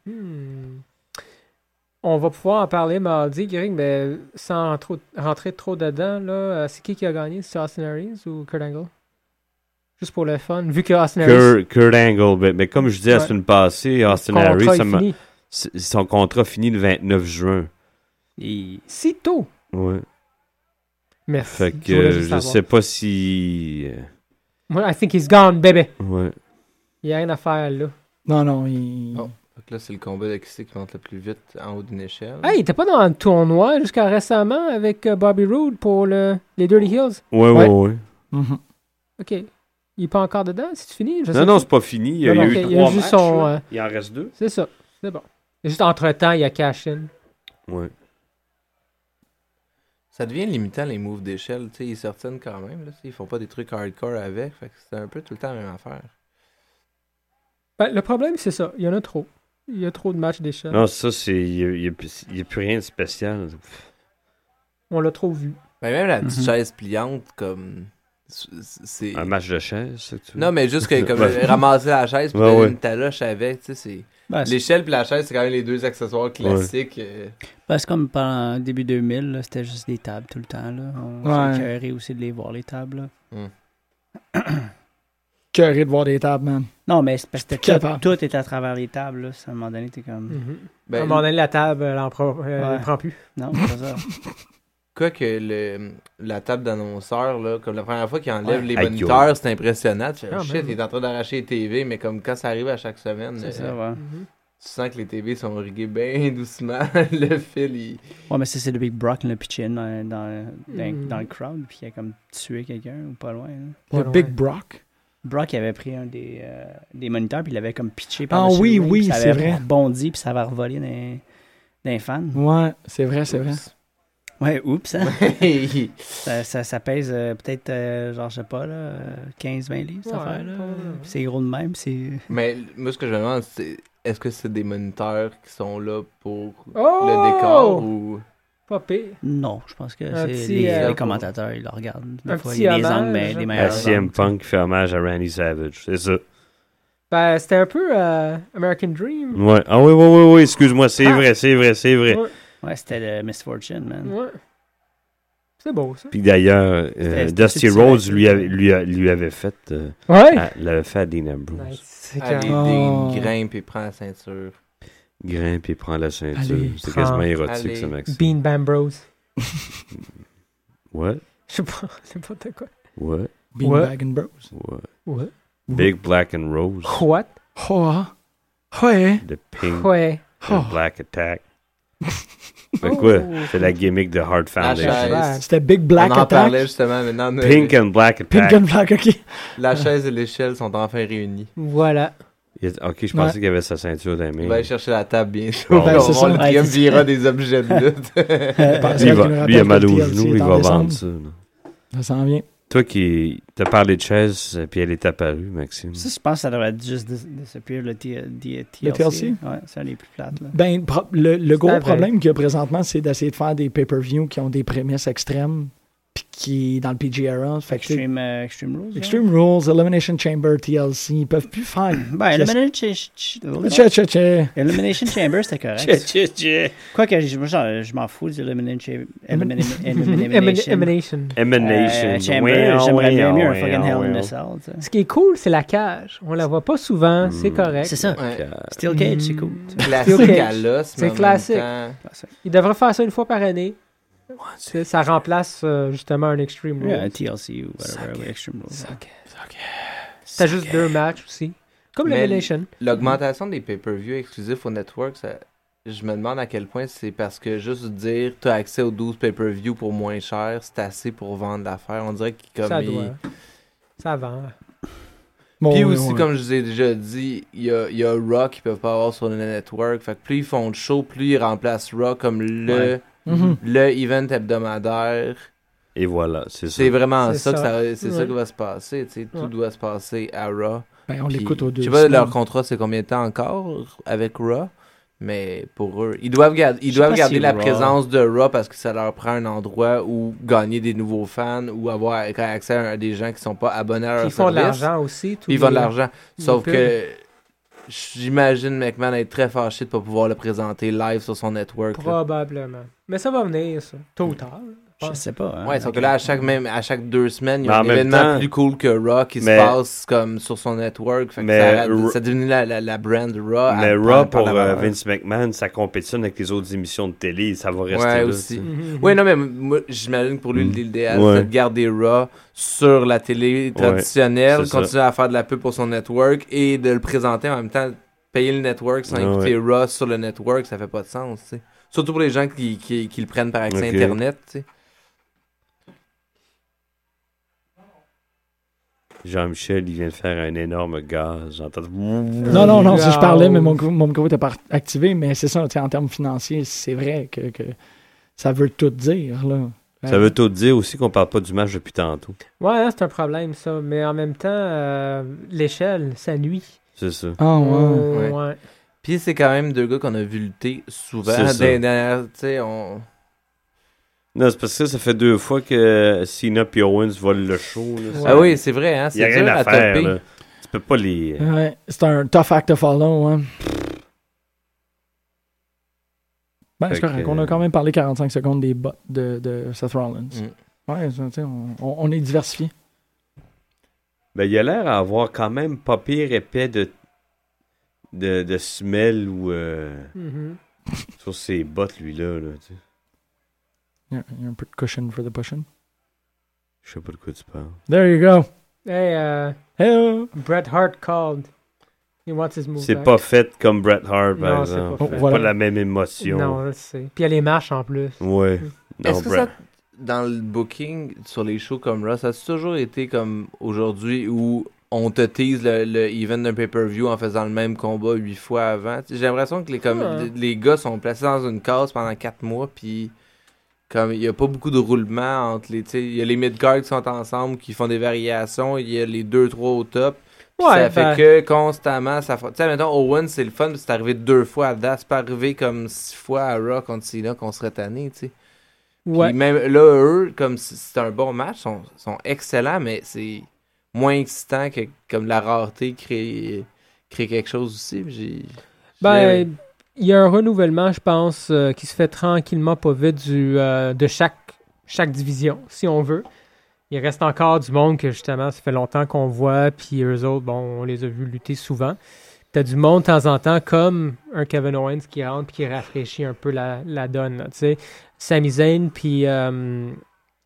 [SPEAKER 4] Hmm. On va pouvoir en parler mardi, Greg, mais sans trop- rentrer trop dedans, là, euh, c'est qui qui a gagné? C'est Austin Aries ou Kurt Angle? Juste pour le fun, vu que Austin Aries,
[SPEAKER 5] Kurt, Kurt Angle, mais, mais comme je disais la
[SPEAKER 4] Ben Ouais.
[SPEAKER 5] semaine passée, Austin
[SPEAKER 4] contrat
[SPEAKER 5] Harris,
[SPEAKER 4] est
[SPEAKER 5] ça m'a-
[SPEAKER 4] fini.
[SPEAKER 5] s- son contrat finit le 29 juin.
[SPEAKER 7] Il-
[SPEAKER 4] Si tôt!
[SPEAKER 5] Ouais.
[SPEAKER 4] Merci.
[SPEAKER 5] Fait
[SPEAKER 4] Je voulais
[SPEAKER 5] que
[SPEAKER 4] juste
[SPEAKER 5] je
[SPEAKER 4] savoir.
[SPEAKER 5] sais pas si. euh,
[SPEAKER 4] Moi, I think he's gone, bébé.
[SPEAKER 5] Ouais.
[SPEAKER 4] Il n'y a rien à faire, là.
[SPEAKER 3] Non, non, il...
[SPEAKER 6] Oh. Fait que là, c'est le combat de qui c'est qui monte le plus vite en haut d'une échelle.
[SPEAKER 4] Hey, il était pas dans le tournoi jusqu'à récemment avec euh, Bobby Roode pour le, les Dirty Hills.
[SPEAKER 5] Ouais,
[SPEAKER 3] Ouais.
[SPEAKER 5] ouais, ouais.
[SPEAKER 3] Mhm.
[SPEAKER 4] OK. Il est pas encore dedans? C'est fini? Je sais
[SPEAKER 5] Non, non,
[SPEAKER 4] pas.
[SPEAKER 5] c'est pas fini. Il y a,
[SPEAKER 4] Non,
[SPEAKER 5] il y a
[SPEAKER 4] non,
[SPEAKER 5] eu
[SPEAKER 4] ok,
[SPEAKER 5] trois
[SPEAKER 4] juste
[SPEAKER 5] matchs.
[SPEAKER 4] son,
[SPEAKER 5] là.
[SPEAKER 4] euh,
[SPEAKER 5] Il en reste deux.
[SPEAKER 4] C'est ça. C'est bon. Et Juste entre-temps, il y a Cashin.
[SPEAKER 5] Ouais.
[SPEAKER 6] Ça devient limitant les moves d'échelle, tu sais, ils sortiennent quand même, là, tu sais, ils font pas des trucs hardcore avec, fait que c'est un peu tout le temps la même affaire.
[SPEAKER 4] Ben, le problème, c'est ça. Il y en a trop. Il y a trop de matchs d'échelle.
[SPEAKER 5] Non, ça, c'est. Il y a- il y a, plus- il y a plus rien de spécial.
[SPEAKER 4] On l'a trop vu.
[SPEAKER 6] Mais Ben, même la petite
[SPEAKER 7] Mhm.
[SPEAKER 6] chaise pliante, comme, c'est...
[SPEAKER 5] Un match de chaise, ça que tu veux?
[SPEAKER 6] Non, mais juste que, comme,
[SPEAKER 5] Ah,
[SPEAKER 6] euh,
[SPEAKER 5] Ouais.
[SPEAKER 6] ramasser la chaise puis
[SPEAKER 5] Ouais, Ah,
[SPEAKER 6] donner
[SPEAKER 5] ouais.
[SPEAKER 6] une taloche avec, tu sais, c'est...
[SPEAKER 7] Ben, c'est
[SPEAKER 6] L'échelle puis la chaise, c'est quand même les deux accessoires classiques. euh,
[SPEAKER 7] ben, c'est comme pendant début 2000, là, c'était juste des tables tout le temps. Là. On
[SPEAKER 3] Ouais.
[SPEAKER 7] s'est écœuré aussi de les voir, les tables. là.
[SPEAKER 3] Curé de voir des tables, man.
[SPEAKER 7] *clears throat* Non, mais c'est parce que
[SPEAKER 3] J'étais
[SPEAKER 7] tout,
[SPEAKER 3] capable.
[SPEAKER 7] tout est à travers les tables. Là. Ça, À un moment donné, t'es comme...
[SPEAKER 4] Mhm. à
[SPEAKER 6] ben,
[SPEAKER 4] un moment donné, la table, elle en prend, elle
[SPEAKER 7] Ouais.
[SPEAKER 4] en prend plus.
[SPEAKER 7] Non, c'est *laughs* pas ça.
[SPEAKER 6] Quoi que le, la table d'annonceur, là, comme la première fois qu'il enlève
[SPEAKER 7] Ouais.
[SPEAKER 6] les
[SPEAKER 5] Aïe,
[SPEAKER 6] moniteurs, c'est impressionnant. Tu fais,
[SPEAKER 4] Ah,
[SPEAKER 6] shit,
[SPEAKER 4] man.
[SPEAKER 6] il est en train d'arracher les TV, mais comme quand ça arrive à chaque semaine, euh,
[SPEAKER 7] C'est ça, ouais.
[SPEAKER 4] Mhm.
[SPEAKER 6] tu sens que les TV sont rigués bien *laughs* doucement. le fil, il...
[SPEAKER 7] Ouais, mais ça, c'est le Big Brock, le pitch-in dans, dans, dans-
[SPEAKER 4] Mhm.
[SPEAKER 7] dans le crowd, puis il a comme tué quelqu'un ou pas loin. là.
[SPEAKER 3] Le
[SPEAKER 4] Pas
[SPEAKER 3] Big
[SPEAKER 4] loin.
[SPEAKER 3] Brock.
[SPEAKER 7] Brock avait pris un des, euh, des moniteurs, puis il l'avait comme pitché
[SPEAKER 3] Ah
[SPEAKER 7] par-dessus
[SPEAKER 3] oui,
[SPEAKER 7] le ring,
[SPEAKER 3] oui,
[SPEAKER 7] puis ça
[SPEAKER 3] c'est
[SPEAKER 7] avait
[SPEAKER 3] vrai.
[SPEAKER 7] rebondi, puis ça avait revolé d'un d'un fan.
[SPEAKER 3] Ouais, c'est vrai, c'est vrai.
[SPEAKER 7] Ouais, oups, hein?
[SPEAKER 6] il- *laughs*
[SPEAKER 7] ça, ça, ça pèse euh, peut-être, euh, genre, je sais pas, là, euh, 15-20 livres, cette
[SPEAKER 4] Ouais,
[SPEAKER 7] affaire-là.
[SPEAKER 4] probablement.
[SPEAKER 7] Puis C'est gros de même, c'est...
[SPEAKER 6] mais moi, ce que je me demande, c'est est-ce que c'est des moniteurs qui sont là pour
[SPEAKER 4] Oh!
[SPEAKER 6] le décor ou.
[SPEAKER 4] Pas pire.
[SPEAKER 7] Non, je pense que
[SPEAKER 4] Un
[SPEAKER 7] c'est
[SPEAKER 4] petit,
[SPEAKER 7] les,
[SPEAKER 4] euh,
[SPEAKER 7] les commentateurs, ils le regardent. Des
[SPEAKER 4] un
[SPEAKER 7] fois,
[SPEAKER 4] petit
[SPEAKER 7] il y a des
[SPEAKER 4] hommage,
[SPEAKER 7] angles, mais
[SPEAKER 4] hein.
[SPEAKER 7] les
[SPEAKER 5] À
[SPEAKER 7] meilleurs
[SPEAKER 5] CM
[SPEAKER 7] angles.
[SPEAKER 5] Punk fait hommage à Randy Savage. C'est ça.
[SPEAKER 4] Ben, c'était un peu euh, American Dream.
[SPEAKER 5] Ouais. Ah oui, oui, oui, oui, excuse-moi, c'est
[SPEAKER 4] Ah.
[SPEAKER 5] vrai, c'est vrai, c'est vrai.
[SPEAKER 4] Ouais.
[SPEAKER 7] Ouais, c'était le Misfortune, man.
[SPEAKER 3] Mm.
[SPEAKER 4] Ouais. C'est beau, ça.
[SPEAKER 5] Puis d'ailleurs, euh,
[SPEAKER 7] C'était-
[SPEAKER 5] Dusty
[SPEAKER 7] c'était-
[SPEAKER 5] Rhodes lui, avait- lui, a- lui avait fait, euh,
[SPEAKER 4] Ouais.
[SPEAKER 5] à- l'avait fait à Dean Ambrose.
[SPEAKER 4] Nice. C'est
[SPEAKER 6] Allez,
[SPEAKER 4] carré.
[SPEAKER 3] Oh.
[SPEAKER 6] des grimpe et prend la ceinture.
[SPEAKER 5] Grimpe et prend la ceinture.
[SPEAKER 3] Allez,
[SPEAKER 5] C'est
[SPEAKER 4] prends.
[SPEAKER 5] quasiment érotique,
[SPEAKER 6] Allez.
[SPEAKER 5] ça, Maxime.
[SPEAKER 4] Bean Bambrose.
[SPEAKER 5] Ouais,
[SPEAKER 4] Je sais pas, *laughs* n'importe quoi.
[SPEAKER 5] ouais,
[SPEAKER 3] Beanbag and Bros.
[SPEAKER 5] ouais.
[SPEAKER 4] Ouais.
[SPEAKER 5] Big Black and Rose.
[SPEAKER 4] What?
[SPEAKER 3] Oh, ah. ouais.
[SPEAKER 5] The Pink
[SPEAKER 4] Ouais.
[SPEAKER 5] and
[SPEAKER 3] Oh.
[SPEAKER 5] Black Attack. Mais quoi?
[SPEAKER 4] Oh!
[SPEAKER 5] C'est la gimmick de Hard Foundation.
[SPEAKER 6] chaise.
[SPEAKER 3] C'était Big Black
[SPEAKER 6] On en parlait
[SPEAKER 3] Attack.
[SPEAKER 6] justement maintenant. euh,
[SPEAKER 5] Pink and Black
[SPEAKER 3] Pink
[SPEAKER 5] Attack.
[SPEAKER 3] and Black,
[SPEAKER 5] *laughs*
[SPEAKER 3] ok.
[SPEAKER 6] La chaise et l'échelle sont enfin réunies.
[SPEAKER 4] Voilà.
[SPEAKER 5] Il est- Ok, je
[SPEAKER 3] Ouais. Ben,
[SPEAKER 5] pensais qu'il avait sa ceinture dans les
[SPEAKER 6] On
[SPEAKER 5] mains.
[SPEAKER 6] va aller chercher la table bien sûr.
[SPEAKER 5] Bon,
[SPEAKER 6] on va
[SPEAKER 3] c'est
[SPEAKER 6] voir
[SPEAKER 3] ça.
[SPEAKER 6] le
[SPEAKER 7] Ouais,
[SPEAKER 6] trium
[SPEAKER 7] c'est
[SPEAKER 6] virera
[SPEAKER 7] ça.
[SPEAKER 6] des objets de lutte.
[SPEAKER 3] Parce
[SPEAKER 5] Lui,
[SPEAKER 3] qu'il nous
[SPEAKER 5] va- lui, il a
[SPEAKER 3] rappelle
[SPEAKER 5] mal
[SPEAKER 3] que
[SPEAKER 5] aux
[SPEAKER 3] le TLC
[SPEAKER 5] genoux,
[SPEAKER 3] est
[SPEAKER 5] il
[SPEAKER 3] en
[SPEAKER 5] va
[SPEAKER 3] décembre.
[SPEAKER 5] vendre ça. là.
[SPEAKER 3] Ça s'en vient.
[SPEAKER 5] Toi qui t'as parlé de chaise, euh, puis elle est apparue, Maxime.
[SPEAKER 7] Ça, je pense que ça devrait être juste dis- Disappear, le, T- D- TLC.
[SPEAKER 3] Le TLC?
[SPEAKER 7] Ouais, c'est un des plus plates, là.
[SPEAKER 3] Ben, pro- le, le gros
[SPEAKER 4] vrai.
[SPEAKER 3] problème qu'il y a présentement, c'est d'essayer de faire des pay-per-view qui ont des prémices extrêmes, puis qui, dans le PGRA, fait que tu sais,
[SPEAKER 7] Extreme, euh, Extreme Rules. là.
[SPEAKER 3] Extreme Rules, Elimination Chamber, TLC, ils peuvent plus faire.
[SPEAKER 7] Ben,
[SPEAKER 3] Qu'est-ce-
[SPEAKER 7] Elimination, Ch- Ch-
[SPEAKER 3] Tchè, tchè, tchè.
[SPEAKER 7] Elimination Chamber, c'était correct. Quoique, je- moi, j'en- je m'en fous du Elimination
[SPEAKER 4] *laughs*
[SPEAKER 7] Chamber.
[SPEAKER 4] Emanation.
[SPEAKER 5] Emanation.
[SPEAKER 7] Chamber, j'aimerais bien mieux un fucking Hell in a Cell. tu sais.
[SPEAKER 4] Ce qui est cool, c'est la cage. On la voit pas souvent, c'est
[SPEAKER 5] Mm.
[SPEAKER 4] correct.
[SPEAKER 7] C'est ça.
[SPEAKER 6] Ouais.
[SPEAKER 5] euh,
[SPEAKER 7] Steel Cage, c'est cool. tu sais.
[SPEAKER 6] Classique
[SPEAKER 4] ok.
[SPEAKER 6] à l'os,
[SPEAKER 4] C'est
[SPEAKER 6] mais en
[SPEAKER 4] classique.
[SPEAKER 6] même temps-
[SPEAKER 4] Il devrait faire ça une fois par année. C'est- Ça remplace euh, justement un Extreme Rules.
[SPEAKER 7] Ouais, un TLC ou whatever, ou Extreme Rules. ouais.
[SPEAKER 4] T'as juste deux matchs aussi. Comme
[SPEAKER 6] Mais-
[SPEAKER 4] l'Emanation.
[SPEAKER 6] L'augmentation des pay-per-view exclusifs au network, ça- je me demande à quel point c'est parce que juste dire t'as accès aux 12 pay-per-view pour moins cher, c'est assez pour vendre l'affaire. On dirait qu'ils comme
[SPEAKER 4] Ça
[SPEAKER 6] ils-
[SPEAKER 4] doit. Ça vend.
[SPEAKER 3] Bon,
[SPEAKER 6] Puis
[SPEAKER 3] ouais,
[SPEAKER 6] aussi,
[SPEAKER 3] ouais.
[SPEAKER 6] comme je vous ai déjà dit, il y a, il y a Raw qu'ils peuvent pas avoir sur le network. Fait que plus ils font de show, plus ils remplacent Raw comme le,
[SPEAKER 3] Mhm.
[SPEAKER 6] le event hebdomadaire.
[SPEAKER 5] Et voilà, c'est ça.
[SPEAKER 6] C'est vraiment
[SPEAKER 4] C'est
[SPEAKER 6] ça, que
[SPEAKER 4] ça.
[SPEAKER 6] ça, c'est ça
[SPEAKER 4] Ouais.
[SPEAKER 6] qui va se passer. tu sais. Tout
[SPEAKER 4] Ouais.
[SPEAKER 6] doit se passer à Raw.
[SPEAKER 3] Ben, on
[SPEAKER 6] Puis,
[SPEAKER 3] l'écoute aux deux.
[SPEAKER 6] Je sais pas,
[SPEAKER 3] semaines.
[SPEAKER 6] leur contrat, c'est combien de temps encore avec Raw? Mais pour eux, ils doivent, gar- ils
[SPEAKER 7] Je sais
[SPEAKER 6] doivent
[SPEAKER 7] pas
[SPEAKER 6] garder
[SPEAKER 7] si
[SPEAKER 6] la
[SPEAKER 7] Raw-
[SPEAKER 6] présence de Raw parce que ça leur prend un endroit où gagner des nouveaux fans ou avoir accès à des gens qui sont pas abonnés à leur
[SPEAKER 4] Ils font de
[SPEAKER 6] service.
[SPEAKER 4] l'argent aussi. tous
[SPEAKER 6] Puis ils vendent de
[SPEAKER 4] les-
[SPEAKER 6] l'argent. Sauf
[SPEAKER 4] les
[SPEAKER 6] que j'imagine McMahon être très fâché de ne pas pouvoir le présenter live sur son network. là.
[SPEAKER 4] Probablement. Mais ça va venir, ça. Tôt ou tard.
[SPEAKER 7] Je sais pas. hein.
[SPEAKER 6] Ouais, sauf que là, à chaque, même, à chaque deux semaines, il y
[SPEAKER 5] Mais
[SPEAKER 6] a
[SPEAKER 5] en
[SPEAKER 6] un
[SPEAKER 5] même
[SPEAKER 6] événement
[SPEAKER 5] temps-
[SPEAKER 6] plus cool que Raw qui
[SPEAKER 5] Mais-
[SPEAKER 6] se passe comme sur son network. Fait que ça,
[SPEAKER 5] Mais Ra-
[SPEAKER 6] ça devient la, la, la brand Raw.
[SPEAKER 5] Mais
[SPEAKER 6] à-
[SPEAKER 5] Raw,
[SPEAKER 6] par- par
[SPEAKER 5] pour
[SPEAKER 6] la
[SPEAKER 5] euh,
[SPEAKER 6] valeur.
[SPEAKER 5] Vince McMahon, ça compétitionne avec les autres émissions de télé. Ça va rester
[SPEAKER 6] Ouais,
[SPEAKER 5] là.
[SPEAKER 6] aussi.
[SPEAKER 5] tu sais.
[SPEAKER 4] Mhm.
[SPEAKER 6] Mm-hmm. Oui, non, mais moi, j'imagine que pour lui,
[SPEAKER 5] Mm.
[SPEAKER 6] l'idéal,
[SPEAKER 5] Ouais.
[SPEAKER 6] c'est de garder Raw sur la télé traditionnelle,
[SPEAKER 5] c'est ça.
[SPEAKER 6] continuer à faire de la pub pour son network et de le présenter en même temps, payer le network sans
[SPEAKER 5] Ah
[SPEAKER 6] écouter Raw sur le network, ça fait pas de sens, tu sais. Surtout pour les gens qui, qui, qui le prennent par accès
[SPEAKER 5] Ok.
[SPEAKER 6] Internet, tu sais.
[SPEAKER 5] Jean-Michel, il vient de faire un énorme gaz. J'entends.
[SPEAKER 3] Non, non, non, si je
[SPEAKER 4] Wow.
[SPEAKER 3] parlais, mais mon, gr- mon micro était pas activé, mais c'est ça, tu sais, en termes financiers, c'est vrai que, que ça veut tout dire, là.
[SPEAKER 5] Ça veut tout dire aussi qu'on parle pas du match depuis tantôt.
[SPEAKER 4] Ouais, hein, c'est un problème, ça. Mais en même temps, euh, l'échelle, ça nuit.
[SPEAKER 5] C'est ça.
[SPEAKER 3] Ah, ouais.
[SPEAKER 6] Ouais.
[SPEAKER 4] Ouais.
[SPEAKER 6] Puis c'est quand même deux gars qu'on a vu lutter souvent
[SPEAKER 5] C'est
[SPEAKER 6] dans
[SPEAKER 5] ça.
[SPEAKER 6] les dernières, tu sais, on...
[SPEAKER 5] Non, c'est parce que ça fait deux fois que Cena et Owens volent le show. là.
[SPEAKER 4] Ouais.
[SPEAKER 5] Ça-
[SPEAKER 6] Ah oui, c'est vrai, hein,
[SPEAKER 5] Il n'y a
[SPEAKER 6] c'est
[SPEAKER 5] rien
[SPEAKER 6] dur à,
[SPEAKER 5] à faire.
[SPEAKER 6] topper.
[SPEAKER 5] là. Tu peux pas les. euh,
[SPEAKER 3] Ouais, c'est un tough act to follow, hein. Ben,
[SPEAKER 5] Fait
[SPEAKER 3] c'est correct.
[SPEAKER 5] que- euh,
[SPEAKER 3] On a quand même parlé 45 secondes des bottes de, de Seth Rollins.
[SPEAKER 6] Mm.
[SPEAKER 3] Ouais, ça, tu sais, on, on- on est diversifié.
[SPEAKER 5] Ben, il a l'air à avoir quand même pas pire épais de, de, de semelle ou euh,
[SPEAKER 4] Mhm.
[SPEAKER 5] sur ses bottes, lui-là. là, tu sais.
[SPEAKER 3] Il y a- il y a un peu de cushion for the pushing.
[SPEAKER 5] Je sais pas de quoi tu parles.
[SPEAKER 3] There you go.
[SPEAKER 4] Hey, euh,
[SPEAKER 3] Hello.
[SPEAKER 4] Bret Hart called. He wants his move
[SPEAKER 5] C'est
[SPEAKER 4] back.
[SPEAKER 5] pas fait comme Bret Hart, par
[SPEAKER 4] Non, c'est
[SPEAKER 5] exemple.
[SPEAKER 4] pas
[SPEAKER 5] C'est
[SPEAKER 4] fait.
[SPEAKER 5] pas,
[SPEAKER 3] Voilà.
[SPEAKER 5] la même émotion.
[SPEAKER 4] Non, je sais. Puis il y a les marches en plus.
[SPEAKER 5] Ouais. Non,
[SPEAKER 6] Est-ce que
[SPEAKER 5] Bret.
[SPEAKER 6] ça, dans le booking, sur les shows comme Raw, ça a toujours été comme aujourd'hui où on te tease le, le event d'un pay-per-view en faisant le même combat huit fois avant? J'ai l'impression que les, comme,
[SPEAKER 4] Ouais.
[SPEAKER 6] les- les gars sont placés dans une case pendant quatre mois, puis comme il n'y a pas beaucoup de roulement entre les... tu sais, Il y a les mid-guards qui sont ensemble, qui font des variations, il y a les deux, trois au top. Puis ça
[SPEAKER 4] Ouais,
[SPEAKER 6] fait
[SPEAKER 4] ben-
[SPEAKER 6] que constamment, ça fait. Tu sais, mettons, Owen, c'est le fun, puis c'est arrivé deux fois à Das, c'est pas arrivé comme six fois à Raw contre Cena qu'on serait tanné, tu sais. Puis
[SPEAKER 4] Ouais.
[SPEAKER 6] même là, eux, comme c- c'est un bon match, sont, sont excellents, mais c'est moins excitant que comme la rareté crée, crée quelque chose aussi. puis j'ai- j'ai-
[SPEAKER 4] Ben, il y a un renouvellement, je pense, euh, qui se fait tranquillement, pas vite, du, euh, de chaque, chaque division, si on veut. Il reste encore du monde que, justement, ça fait longtemps qu'on voit, puis eux autres, bon, on les a vus lutter souvent. T'as du monde de temps en temps, comme un Kevin Owens qui rentre puis qui rafraîchit un peu la, la donne, là, tu sais. Sami Zayn, puis euh,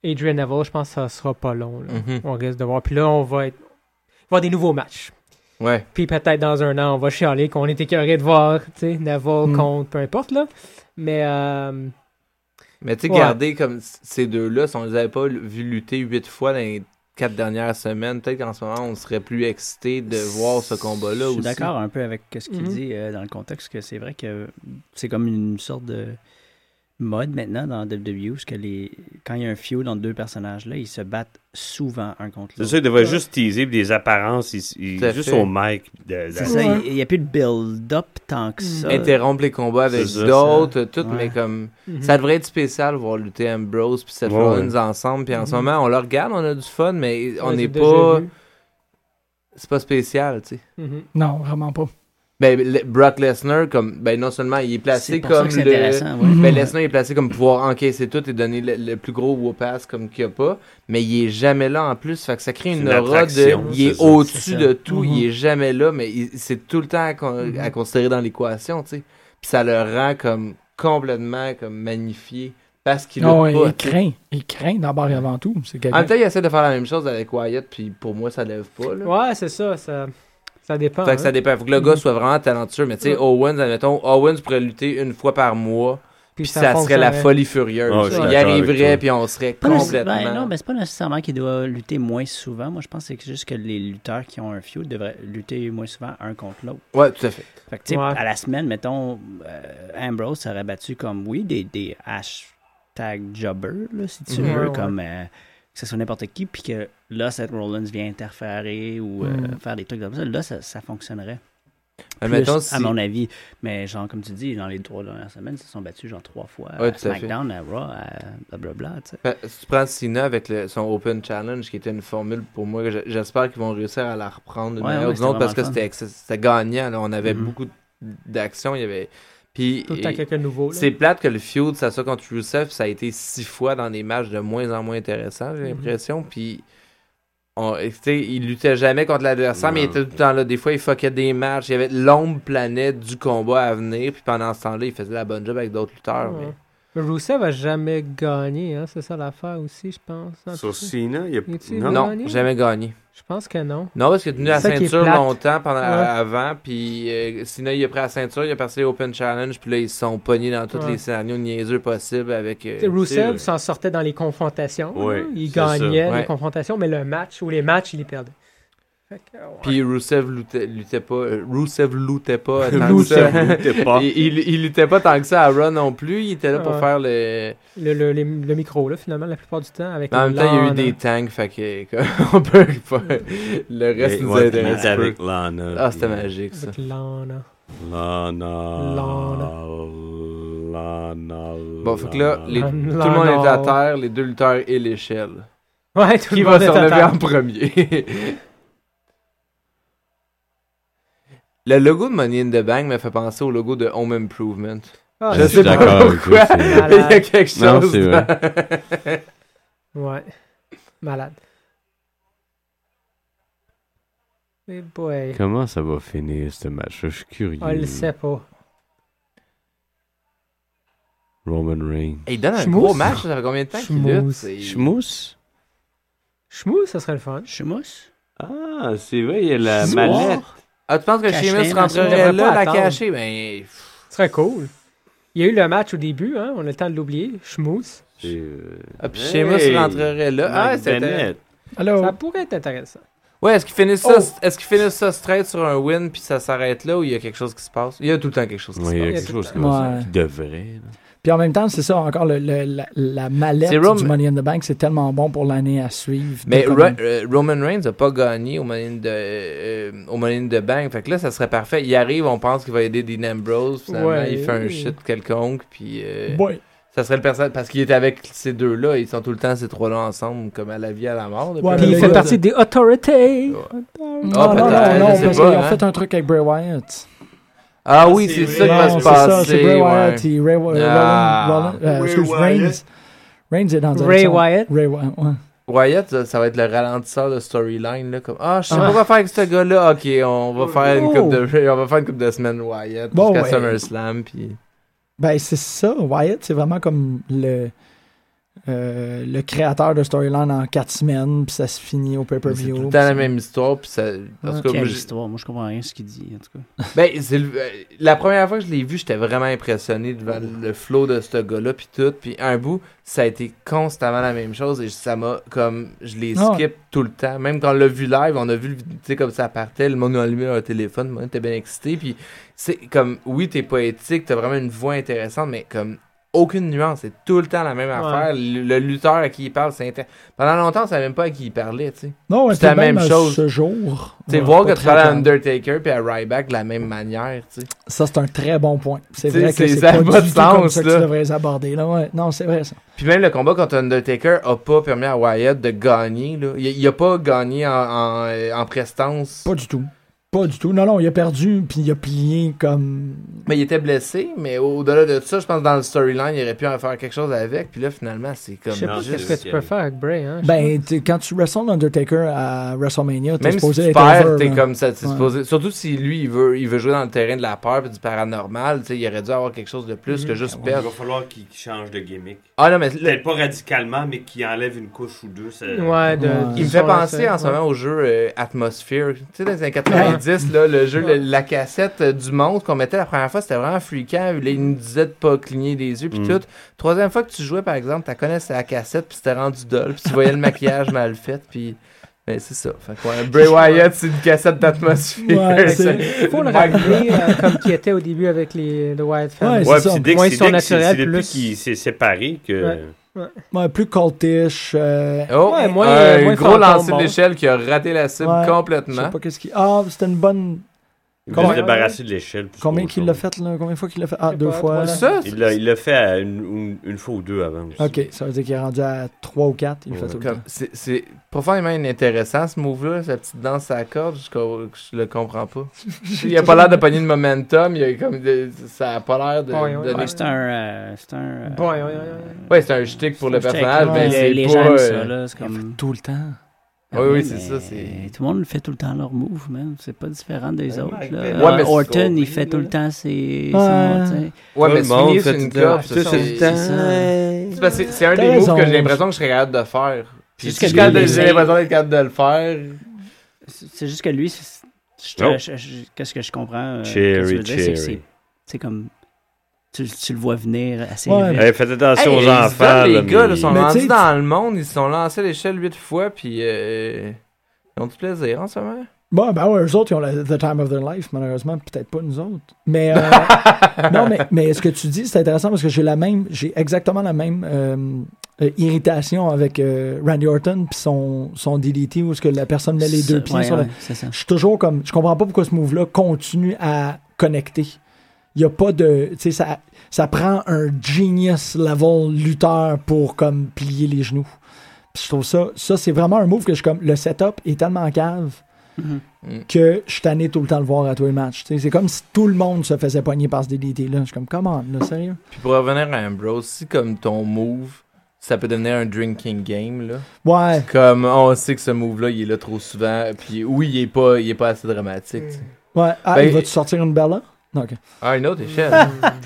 [SPEAKER 4] Adrian Neville, je pense que ça sera pas long, là.
[SPEAKER 6] Mhm.
[SPEAKER 4] On risque de voir. Puis là, on va être... voir des nouveaux matchs.
[SPEAKER 6] Ouais.
[SPEAKER 4] Puis peut-être dans un an, on va chialer qu'on est écœuré de voir, tu sais, Naval
[SPEAKER 3] Mm.
[SPEAKER 4] contre peu importe, là. Mais, euh,
[SPEAKER 6] Mais tu sais,
[SPEAKER 4] Ouais.
[SPEAKER 6] garder comme c- ces deux-là, si on les avait pas l- vu lutter huit fois dans les quatre dernières semaines, peut-être qu'en ce moment, on serait plus excité de voir ce combat-là
[SPEAKER 7] Je
[SPEAKER 6] aussi.
[SPEAKER 7] suis d'accord un peu avec ce qu'il
[SPEAKER 4] Mhm.
[SPEAKER 7] dit euh, dans le contexte que c'est vrai que c'est comme une sorte de mode maintenant dans WWE parce que les quand il y a un feud entre deux personnages là, ils se battent souvent un contre
[SPEAKER 5] C'est
[SPEAKER 7] l'autre.
[SPEAKER 5] ça, il devrait juste teaser puis des apparences, il- il-
[SPEAKER 6] Tout à
[SPEAKER 5] juste
[SPEAKER 6] fait.
[SPEAKER 5] au mic. de- de-
[SPEAKER 7] C'est ça, il- il n'y a plus de build-up tant
[SPEAKER 4] Hmm.
[SPEAKER 7] que ça.
[SPEAKER 6] Interrompre les combats avec
[SPEAKER 5] C'est ça,
[SPEAKER 6] d'autres, tout,
[SPEAKER 7] Ouais.
[SPEAKER 6] mais comme.
[SPEAKER 4] mhm.
[SPEAKER 6] Ça devrait être spécial voir lutter Ambrose puis Seth
[SPEAKER 5] Ouais,
[SPEAKER 6] Rollins ensemble. Puis en ce
[SPEAKER 4] Mhm.
[SPEAKER 6] moment, on le regarde, on a du fun, mais on
[SPEAKER 4] Ouais,
[SPEAKER 6] n'est
[SPEAKER 4] j'ai déjà
[SPEAKER 6] pas.
[SPEAKER 4] vu.
[SPEAKER 6] C'est pas spécial, tu sais.
[SPEAKER 4] Mhm.
[SPEAKER 3] Non, vraiment pas.
[SPEAKER 6] Ben, le- Brock Lesnar, comme. Ben, non seulement il est placé
[SPEAKER 7] c'est pour ça
[SPEAKER 6] comme.
[SPEAKER 7] que c'est
[SPEAKER 6] le-
[SPEAKER 7] intéressant.
[SPEAKER 6] *laughs*
[SPEAKER 7] ouais.
[SPEAKER 3] Mhm.
[SPEAKER 5] Hmm.
[SPEAKER 6] Ben, Lesnar est placé comme pouvoir encaisser tout et donner le, le plus gros whoop-ass comme qu'il n'y a pas, mais il est jamais là en plus. Fait que ça crée
[SPEAKER 5] C'est
[SPEAKER 6] une,
[SPEAKER 5] une
[SPEAKER 6] aura de.
[SPEAKER 5] attraction,
[SPEAKER 6] Il est,
[SPEAKER 5] c'est ça.
[SPEAKER 6] au-dessus
[SPEAKER 7] C'est ça.
[SPEAKER 6] de tout,
[SPEAKER 3] Mhm.
[SPEAKER 6] il est jamais là, mais il- c'est tout le temps à, con-
[SPEAKER 5] Mhm.
[SPEAKER 6] à considérer dans l'équation, tu sais. Puis ça le rend comme complètement comme magnifié parce qu'il
[SPEAKER 3] Non,
[SPEAKER 6] lutte pas,
[SPEAKER 3] Ah il
[SPEAKER 6] tu sais.
[SPEAKER 3] craint. Il craint d'abord et avant tout. C'est
[SPEAKER 6] En
[SPEAKER 5] Ah,
[SPEAKER 3] quelqu'un.
[SPEAKER 6] même temps, il essaie de faire la même chose avec Wyatt, puis pour moi, ça lève pas. Là.
[SPEAKER 4] Ouais, c'est ça, ça, ça dépend.
[SPEAKER 6] Fait que ça
[SPEAKER 4] hein.
[SPEAKER 6] dépend. Faut que le gars soit vraiment talentueux. Mais tu sais,
[SPEAKER 4] Ouais.
[SPEAKER 6] Owens, admettons, Owens pourrait lutter une fois par mois, puis, ça, serait la
[SPEAKER 4] fonctionnerait.
[SPEAKER 6] folie furieuse.
[SPEAKER 5] Ah, je suis
[SPEAKER 6] il
[SPEAKER 5] d'accord
[SPEAKER 6] arriverait,
[SPEAKER 5] avec toi.
[SPEAKER 6] puis on serait
[SPEAKER 7] Pas nécessaire-
[SPEAKER 6] complètement.
[SPEAKER 7] ben non, mais c'est pas nécessairement qu'il doit lutter moins souvent. Moi, je pense que c'est juste que les lutteurs qui ont un feud devraient lutter moins souvent un contre l'autre.
[SPEAKER 6] Ouais, tout à fait.
[SPEAKER 7] Fait que, tu sais,
[SPEAKER 4] Ouais.
[SPEAKER 7] à la semaine, mettons, euh, Ambrose serait battu comme, oui, des, des hashtag jobbers, là, si tu
[SPEAKER 4] Mhm.
[SPEAKER 7] veux,
[SPEAKER 4] Ouais, ouais.
[SPEAKER 7] comme euh, que ce soit n'importe qui, puis que là, Seth Rollins vient interférer ou euh,
[SPEAKER 3] Mm.
[SPEAKER 4] Mhm.
[SPEAKER 7] faire des trucs comme ça, là, ça, ça fonctionnerait.
[SPEAKER 6] Mais
[SPEAKER 7] plus,
[SPEAKER 6] mettons si-
[SPEAKER 7] à mon avis. Mais genre, comme tu dis, dans les trois dernières semaines, ils se sont battus genre trois fois.
[SPEAKER 6] Ouais,
[SPEAKER 7] à
[SPEAKER 6] tout à fait.
[SPEAKER 7] SmackDown, à Raw, à blablabla, tu sais.
[SPEAKER 6] Ben, Si tu prends Cena avec le- son Open Challenge, qui était une formule pour moi, que j'- j'espère qu'ils vont réussir à la reprendre d'une
[SPEAKER 7] Ouais,
[SPEAKER 6] manière
[SPEAKER 7] ouais,
[SPEAKER 6] ou d'une autre parce
[SPEAKER 7] c'était
[SPEAKER 6] que
[SPEAKER 7] vraiment
[SPEAKER 6] c'était ex- c'était gagnant. là. On
[SPEAKER 5] Mm-hmm.
[SPEAKER 6] avait
[SPEAKER 7] Mhm.
[SPEAKER 6] beaucoup d'actions. Il y avait. Puis,
[SPEAKER 4] Tout le temps
[SPEAKER 6] et-
[SPEAKER 4] quelqu'un de nouveau. là.
[SPEAKER 6] c'est plate que le feud, ça soit contre Rusev, ça a été six fois dans des matchs de moins en moins intéressants, j'ai
[SPEAKER 4] Mhm.
[SPEAKER 6] l'impression. Puis, on, et, tu sais, il luttait jamais contre l'adversaire, mais il était tout le temps là. Des fois, il fuckait des matchs. Il y avait l'ombre planète du combat à venir. Puis pendant ce temps-là, il faisait la bonne job avec d'autres lutteurs.
[SPEAKER 4] Ouais.
[SPEAKER 6] mais-
[SPEAKER 4] Mais Rusev a jamais gagné, hein, c'est ça l'affaire aussi, je pense. En tout
[SPEAKER 5] Sur
[SPEAKER 4] cas,
[SPEAKER 5] Cena, il y a
[SPEAKER 4] Y a-t-il
[SPEAKER 5] Non,
[SPEAKER 4] une-
[SPEAKER 6] Non,
[SPEAKER 4] gagné?
[SPEAKER 6] jamais gagné.
[SPEAKER 4] Je pense que non.
[SPEAKER 6] Non, parce qu'il a tenu la
[SPEAKER 4] C'est ça qui est
[SPEAKER 6] ceinture
[SPEAKER 4] plate.
[SPEAKER 6] longtemps pendant,
[SPEAKER 4] Ouais.
[SPEAKER 6] avant, puis euh, sinon il a pris la ceinture, il a passé l'Open Challenge, puis là ils se sont pognés dans tous
[SPEAKER 4] Ouais.
[SPEAKER 6] les scénarios niaiseux possibles avec. euh,
[SPEAKER 5] Ben,
[SPEAKER 4] Tu sais, Rusev
[SPEAKER 5] le-
[SPEAKER 4] s'en sortait dans les confrontations.
[SPEAKER 5] Ouais,
[SPEAKER 4] là. il
[SPEAKER 5] c'est ça.
[SPEAKER 4] gagnait les
[SPEAKER 6] Ouais.
[SPEAKER 4] confrontations, mais le match ou les matchs, il les perdait. Fait que, ouais.
[SPEAKER 6] Puis Rusev luttait, luttait pas. euh, Rusev luttait
[SPEAKER 4] *laughs*
[SPEAKER 6] pas tant que ça.
[SPEAKER 5] Rusev luttait pas.
[SPEAKER 6] il, il, il luttait pas tant que ça à Raw non plus, il était là pour
[SPEAKER 4] Ouais.
[SPEAKER 6] faire le.
[SPEAKER 4] le, le- les- le micro, là, finalement, la plupart du temps. Avec
[SPEAKER 6] Mais en même
[SPEAKER 4] le
[SPEAKER 6] temps, il y a eu
[SPEAKER 4] LAN,
[SPEAKER 6] des
[SPEAKER 4] hein.
[SPEAKER 6] tanks, fait que *laughs* on peut pas. Le reste
[SPEAKER 5] Mais-
[SPEAKER 6] nous
[SPEAKER 5] ouais,
[SPEAKER 6] intéresse
[SPEAKER 5] mais
[SPEAKER 6] peu.
[SPEAKER 5] avec Lana.
[SPEAKER 6] Ah, c'était
[SPEAKER 5] puis- euh,
[SPEAKER 6] magique ça.
[SPEAKER 4] Avec LAN, hein.
[SPEAKER 5] Lana.
[SPEAKER 4] Lana.
[SPEAKER 5] Lana.
[SPEAKER 6] Bon, faut que là, les- tout
[SPEAKER 4] Lana.
[SPEAKER 6] le monde est à terre, les deux lutteurs et l'échelle.
[SPEAKER 4] Ouais, tout
[SPEAKER 6] Qui
[SPEAKER 4] le
[SPEAKER 6] va
[SPEAKER 4] monde
[SPEAKER 6] se
[SPEAKER 4] est à
[SPEAKER 6] relever
[SPEAKER 4] terre.
[SPEAKER 6] en premier? Le logo de Money in the Bank me fait penser au logo de Home Improvement.
[SPEAKER 4] Ah,
[SPEAKER 5] Je
[SPEAKER 4] c'est
[SPEAKER 5] suis
[SPEAKER 4] bon.
[SPEAKER 5] d'accord avec
[SPEAKER 6] pourquoi.
[SPEAKER 5] toi,
[SPEAKER 6] *laughs*
[SPEAKER 5] c'est-
[SPEAKER 6] Il y a
[SPEAKER 4] Malade.
[SPEAKER 6] quelque
[SPEAKER 5] Non,
[SPEAKER 6] chose.
[SPEAKER 5] c'est
[SPEAKER 6] dans-
[SPEAKER 4] Ouais. Malade. Eh boy.
[SPEAKER 5] Comment ça va finir ce match? Je suis curieux.
[SPEAKER 4] On le sait pas.
[SPEAKER 5] Roman Reigns.
[SPEAKER 6] Hey, Il donne un
[SPEAKER 4] Schmooze.
[SPEAKER 6] gros match, ça fait combien de temps qu'il
[SPEAKER 4] Schmooze.
[SPEAKER 6] lutte? C'est-
[SPEAKER 5] Schmousse?
[SPEAKER 4] Chmou, ça serait le fun.
[SPEAKER 7] Chumousse?
[SPEAKER 5] Ah, c'est vrai, il y a la
[SPEAKER 7] Schmousse?
[SPEAKER 5] mallette.
[SPEAKER 6] Ah, tu penses que
[SPEAKER 7] Caché,
[SPEAKER 6] Sheamus
[SPEAKER 7] dans
[SPEAKER 6] rentrerait
[SPEAKER 4] son-
[SPEAKER 6] là, la
[SPEAKER 4] attendre.
[SPEAKER 6] cacher? Ben, pff,
[SPEAKER 4] Ce serait cool. Il y a eu le match au début, hein, on a le temps de l'oublier. Schmousse.
[SPEAKER 5] C'est, euh,
[SPEAKER 6] ah, puis
[SPEAKER 5] Hey!
[SPEAKER 6] Sheamus rentrerait là. Ah,
[SPEAKER 5] Mike
[SPEAKER 6] c'était...
[SPEAKER 5] Bennett.
[SPEAKER 3] Alors,
[SPEAKER 4] Ça pourrait être intéressant.
[SPEAKER 6] Ouais, est-ce qu'ils finissent, ça,
[SPEAKER 4] Oh!
[SPEAKER 6] est-ce qu'ils finissent ça straight sur un win puis ça s'arrête là ou il y a quelque chose qui se passe? Il y a tout le temps quelque chose qui
[SPEAKER 5] Ouais, il y a
[SPEAKER 6] se
[SPEAKER 5] quelque chose comme
[SPEAKER 3] Ouais.
[SPEAKER 5] ça qui devrait. là.
[SPEAKER 3] puis en même temps, c'est ça, encore le- le- la, la mallette
[SPEAKER 6] C'est Rome-
[SPEAKER 3] du Money in the Bank, c'est tellement bon pour l'année à suivre.
[SPEAKER 6] passe. Mais
[SPEAKER 3] Comme-
[SPEAKER 6] Ro- euh, Roman Reigns n'a pas gagné au Money in the, euh, au Money in the Bank. Fait que là, ça serait parfait. Il arrive, on pense qu'il va aider Dean Ambrose. Finalement,
[SPEAKER 4] Ouais.
[SPEAKER 6] il fait un shit quelconque. Puis euh,
[SPEAKER 3] Ouais.
[SPEAKER 6] ça serait le personnage. Parce qu'il est avec ces deux-là. Ils sont tout le temps ces trois-là ensemble, comme à la vie à la mort. depuis
[SPEAKER 3] Ouais,
[SPEAKER 6] un
[SPEAKER 3] mais
[SPEAKER 4] Puis il
[SPEAKER 3] là,
[SPEAKER 6] bout.
[SPEAKER 4] fait
[SPEAKER 3] il-
[SPEAKER 4] partie des autorités.
[SPEAKER 6] Ah
[SPEAKER 3] Non, non, non,
[SPEAKER 6] Oh, peut-être,
[SPEAKER 3] non,
[SPEAKER 6] je
[SPEAKER 3] parce
[SPEAKER 6] sais pas,
[SPEAKER 3] qu'ils ont
[SPEAKER 6] hein.
[SPEAKER 3] fait un truc avec Bray Wyatt.
[SPEAKER 6] Ah oui, c'est
[SPEAKER 3] Non,
[SPEAKER 6] ça qui va se
[SPEAKER 3] c'est ça, c'est
[SPEAKER 6] passer.
[SPEAKER 3] Bray
[SPEAKER 6] ouais.
[SPEAKER 3] Wyatt et Ray Wyatt. euh,
[SPEAKER 6] Ah.
[SPEAKER 9] Ray
[SPEAKER 3] excuse,
[SPEAKER 9] Wyatt.
[SPEAKER 3] Reigns. Reigns est dans un.
[SPEAKER 4] Ray Wyatt.
[SPEAKER 3] Ray Wyatt, ouais.
[SPEAKER 6] Wyatt, ça, ça va être le ralentisseur de storyline là, comme ah Oh. je sais pas quoi faire avec ce gars-là. Ok, on va faire une coupe de *laughs* on va faire une coupe de semaine Wyatt
[SPEAKER 3] Bon,
[SPEAKER 6] jusqu'à
[SPEAKER 3] ouais.
[SPEAKER 6] SummerSlam puis
[SPEAKER 3] Ben, c'est ça. Wyatt, c'est vraiment comme le, euh, le créateur de Storyline en 4 semaines, puis ça se finit au
[SPEAKER 6] c'est
[SPEAKER 3] pay-per-view.
[SPEAKER 6] tout le
[SPEAKER 3] puis
[SPEAKER 6] temps la
[SPEAKER 3] c'est-
[SPEAKER 6] même histoire puis ça. en tout cas,
[SPEAKER 7] Quelle
[SPEAKER 6] moi, j'ai-
[SPEAKER 7] histoire? Moi, je comprends rien à ce qu'il dit, en tout cas.
[SPEAKER 6] ben c'est le- euh, la première fois que je l'ai vu, j'étais vraiment impressionné devant le flow de ce gars-là puis tout puis un bout ça a été constamment la même chose et ça m'a comme je les
[SPEAKER 3] Ah ouais.
[SPEAKER 6] skip tout le temps. Même quand on l'a vu live, on a vu le- tu sais comme ça partait, le monde a allumé leur téléphone, moi t'es bien excité puis c'est comme oui t'es poétique t'as vraiment une voix intéressante mais comme aucune nuance c'est tout le temps la même affaire le, le lutteur à qui il parle c'est inter- pendant longtemps on savait même pas à qui il parlait tu sais
[SPEAKER 3] Non,
[SPEAKER 6] c'est la même
[SPEAKER 3] à
[SPEAKER 6] chose.
[SPEAKER 3] Ce jour.
[SPEAKER 6] Tu sais,
[SPEAKER 3] Ouais,
[SPEAKER 6] voir
[SPEAKER 3] pas
[SPEAKER 6] que tu
[SPEAKER 3] très
[SPEAKER 6] parles à
[SPEAKER 3] grave.
[SPEAKER 6] Undertaker puis à Ryback de la même manière tu sais
[SPEAKER 3] Ça, c'est un très bon point. C'est
[SPEAKER 6] Tu sais,
[SPEAKER 3] vrai que
[SPEAKER 6] c'est-
[SPEAKER 3] c'est
[SPEAKER 6] ça a
[SPEAKER 3] pas,
[SPEAKER 6] pas
[SPEAKER 3] du
[SPEAKER 6] de
[SPEAKER 3] tout comme
[SPEAKER 6] sens,
[SPEAKER 3] ça que
[SPEAKER 6] là.
[SPEAKER 3] tu devrais les aborder. Là, ouais. Non, c'est vrai ça.
[SPEAKER 6] puis même le combat contre Undertaker a pas permis à Wyatt de gagner là il, il a pas gagné en, en, euh, en prestance
[SPEAKER 3] Pas du tout. Pas du tout. Non, non, il a perdu, puis il a plié comme.
[SPEAKER 6] mais il était blessé mais au- au-delà de ça je pense que dans le storyline il aurait pu en faire quelque chose avec puis là finalement c'est
[SPEAKER 4] Je
[SPEAKER 6] comme
[SPEAKER 4] sais pas
[SPEAKER 5] Non,
[SPEAKER 4] qu'est-ce
[SPEAKER 5] c'est-
[SPEAKER 4] que tu peux faire avec Bray. Hein.
[SPEAKER 3] Ben, t'es- quand tu wrestles Undertaker à WrestleMania, t'es
[SPEAKER 6] Même si
[SPEAKER 3] supposé
[SPEAKER 6] tu
[SPEAKER 3] être
[SPEAKER 6] perds,
[SPEAKER 3] over,
[SPEAKER 6] t'es
[SPEAKER 3] là.
[SPEAKER 6] comme ça. t'es
[SPEAKER 3] Ouais.
[SPEAKER 6] supposé- Surtout si lui, il veut, il veut jouer dans le terrain de la peur et du paranormal, tu sais, il aurait dû avoir quelque chose de
[SPEAKER 3] Mm-hmm.
[SPEAKER 6] plus que
[SPEAKER 3] Ben
[SPEAKER 6] juste
[SPEAKER 5] Il
[SPEAKER 6] perdre.
[SPEAKER 5] va falloir qu'il qu'il change de gimmick.
[SPEAKER 6] Ah non, mais le-
[SPEAKER 5] Peut-être pas radicalement, mais qu'il enlève une couche ou deux. ça-
[SPEAKER 4] Ouais, de,
[SPEAKER 3] Ouais.
[SPEAKER 6] il me fait penser en ce moment au jeu euh, Atmosphere. Tu sais, dans les années 90, là, le jeu, le- la cassette euh, du monde qu'on mettait la première fois, c'était vraiment fréquent. Là, il nous disait de pas cligner des yeux
[SPEAKER 5] Mm.
[SPEAKER 6] puis tout. Troisième fois que tu jouais, par exemple, tu connaissais la cassette puis c'était rendu dol puis tu voyais le maquillage mal fait puis. Mais c'est ça. Fait que, ouais, Bray Wyatt, c'est une cassette d'atmosphère.
[SPEAKER 3] Ouais, c'est-
[SPEAKER 4] Il faut le rappeler euh, comme qui était au début avec les, le Wyatt Family.
[SPEAKER 3] Ouais,
[SPEAKER 5] Ouais,
[SPEAKER 3] c'est ça.
[SPEAKER 5] puis dès que
[SPEAKER 4] Moins
[SPEAKER 5] c'est dès que c'est-
[SPEAKER 4] surnaturel,
[SPEAKER 5] c'est depuis
[SPEAKER 4] plus-
[SPEAKER 5] qu'il s'est séparé que.
[SPEAKER 3] Ouais, plus coltish. euh,
[SPEAKER 6] Oh,
[SPEAKER 4] Ouais, moins-
[SPEAKER 6] un
[SPEAKER 4] moins
[SPEAKER 6] gros
[SPEAKER 4] fantôme,
[SPEAKER 6] lancer
[SPEAKER 4] bon.
[SPEAKER 6] d'échelle qui a raté la cible
[SPEAKER 3] Ouais, Je
[SPEAKER 6] complètement.
[SPEAKER 3] sais pas qu'est-ce qui. Ah, c'était une bonne.
[SPEAKER 5] Il
[SPEAKER 3] Combien-
[SPEAKER 5] veut se débarrasser de l'échelle. plus
[SPEAKER 3] Combien
[SPEAKER 5] qu'autre
[SPEAKER 3] qu'il l'a
[SPEAKER 5] chose.
[SPEAKER 3] fait, là? Combien de fois qu'il l'a fait? Ah,
[SPEAKER 4] sais
[SPEAKER 3] deux
[SPEAKER 4] pas,
[SPEAKER 3] fois.
[SPEAKER 4] trois,
[SPEAKER 6] Ça,
[SPEAKER 5] Il l'a, il l'a fait à une, une- une fois ou deux avant. aussi. Euh,
[SPEAKER 3] OK, ça veut dire qu'il est rendu à 3 ou 4, il le fait
[SPEAKER 5] Ouais.
[SPEAKER 3] tout le
[SPEAKER 6] Comme,
[SPEAKER 3] temps.
[SPEAKER 6] c'est, c'est profondément inintéressant ce move-là, la petite danse à la corde, je, co- je le comprends *laughs* pas. Il a pas l'air de pogner de momentum, il a comme de- ça a pas l'air de.
[SPEAKER 4] Ouais, ouais,
[SPEAKER 6] donner-
[SPEAKER 7] Ouais, c'est un. euh, c'est un. euh,
[SPEAKER 4] Ouais, ouais, ouais, ouais.
[SPEAKER 6] Ouais, c'est un shtick pour le
[SPEAKER 7] c'est un
[SPEAKER 6] personnage,
[SPEAKER 7] check,
[SPEAKER 6] mais
[SPEAKER 7] ouais,
[SPEAKER 6] c'est
[SPEAKER 7] les
[SPEAKER 6] pas.
[SPEAKER 7] gens aiment
[SPEAKER 6] euh,
[SPEAKER 7] ça, là. C'est comme.
[SPEAKER 3] Tout le temps.
[SPEAKER 6] Oui,
[SPEAKER 7] Ah
[SPEAKER 6] oui, c'est
[SPEAKER 7] mais
[SPEAKER 6] ça, c'est-
[SPEAKER 7] Tout le monde fait tout le temps leur move, man. C'est pas différent des
[SPEAKER 8] Ben,
[SPEAKER 7] autres.
[SPEAKER 8] Mike
[SPEAKER 7] là. Euh,
[SPEAKER 8] Bennett.
[SPEAKER 6] Ouais, mais c'est
[SPEAKER 7] Orton, il
[SPEAKER 8] horrible,
[SPEAKER 7] fait tout le
[SPEAKER 8] là.
[SPEAKER 7] temps ses.
[SPEAKER 3] Ouais.
[SPEAKER 7] ses moves, tu sais.
[SPEAKER 6] Ouais,
[SPEAKER 5] Tout
[SPEAKER 6] mais
[SPEAKER 5] le monde
[SPEAKER 6] swinguer
[SPEAKER 5] fait
[SPEAKER 6] sur une
[SPEAKER 5] tout le-
[SPEAKER 6] corde,
[SPEAKER 5] tout
[SPEAKER 6] c'est ça.
[SPEAKER 5] le
[SPEAKER 7] C'est
[SPEAKER 5] temps.
[SPEAKER 6] C'est parce que c'est un
[SPEAKER 3] T'as
[SPEAKER 6] des
[SPEAKER 3] raison.
[SPEAKER 6] moves que j'ai l'impression que je serais capable de faire.
[SPEAKER 7] C'est juste
[SPEAKER 6] Puis
[SPEAKER 7] que
[SPEAKER 6] j'ai
[SPEAKER 7] lui,
[SPEAKER 6] j'ai
[SPEAKER 7] il-
[SPEAKER 6] l'impression d'être capable de le faire.
[SPEAKER 7] C'est c'est juste que lui, c'est- je te-
[SPEAKER 5] Non.
[SPEAKER 7] je- je- qu'est-ce que je comprends? euh,
[SPEAKER 5] Cherry,
[SPEAKER 7] qu'est-ce que tu veux dire, c'est que
[SPEAKER 5] cherry.
[SPEAKER 7] c'est- C'est comme. Tu, tu le vois venir assez
[SPEAKER 3] Ouais,
[SPEAKER 7] vite.
[SPEAKER 5] Hey, faites attention
[SPEAKER 6] Hey,
[SPEAKER 5] aux
[SPEAKER 6] ils se
[SPEAKER 5] enfants.
[SPEAKER 6] donnent,
[SPEAKER 5] là,
[SPEAKER 6] les gars,
[SPEAKER 5] mais-
[SPEAKER 6] là, sont
[SPEAKER 3] Mais tu sais,
[SPEAKER 6] rendus
[SPEAKER 3] tu-
[SPEAKER 6] dans le monde, ils se sont lancés à l'échelle huit fois, puis euh, ils ont du plaisir en ce moment.
[SPEAKER 3] Bon, ben ouais, eux autres, ils ont la- the time of their life, malheureusement. Peut-être pas nous autres.
[SPEAKER 7] *laughs*
[SPEAKER 3] Mais, euh, non, mais, mais ce que tu dis, c'est intéressant parce que j'ai la même, j'ai exactement la même euh, euh, irritation avec euh, Randy Orton puis son, son DDT où ce que la personne met les deux
[SPEAKER 7] C'est-
[SPEAKER 3] pieds
[SPEAKER 7] ouais,
[SPEAKER 3] sur la-
[SPEAKER 7] ouais, c'est ça.
[SPEAKER 3] Je suis toujours comme, je comprends pas pourquoi ce move-là continue à connecter. Il y a pas de, tu sais, ça, ça prend un genius level lutteur pour comme plier les genoux. Puis je trouve ça, ça c'est vraiment un move que je suis comme, le setup est tellement cave
[SPEAKER 7] Mhm.
[SPEAKER 6] Mm.
[SPEAKER 3] que je suis tanné tout le temps de le voir à tous les matchs. Tu sais, C'est comme si tout le monde se faisait pogner par ce DDT. Là. Je suis comme, comment, là, sérieux?
[SPEAKER 6] Puis pour revenir à Ambrose, si comme ton move, ça peut devenir un drinking game, là.
[SPEAKER 3] Ouais.
[SPEAKER 6] Comme oh, on sait que ce move-là, il est là trop souvent, puis oui, il est pas, il est pas assez dramatique. tu sais.
[SPEAKER 3] ouais. Ah,
[SPEAKER 6] Ben,
[SPEAKER 3] il va-tu sortir une belle là? Non, ok. Ben,
[SPEAKER 6] À une autre
[SPEAKER 3] *laughs*
[SPEAKER 6] échelle.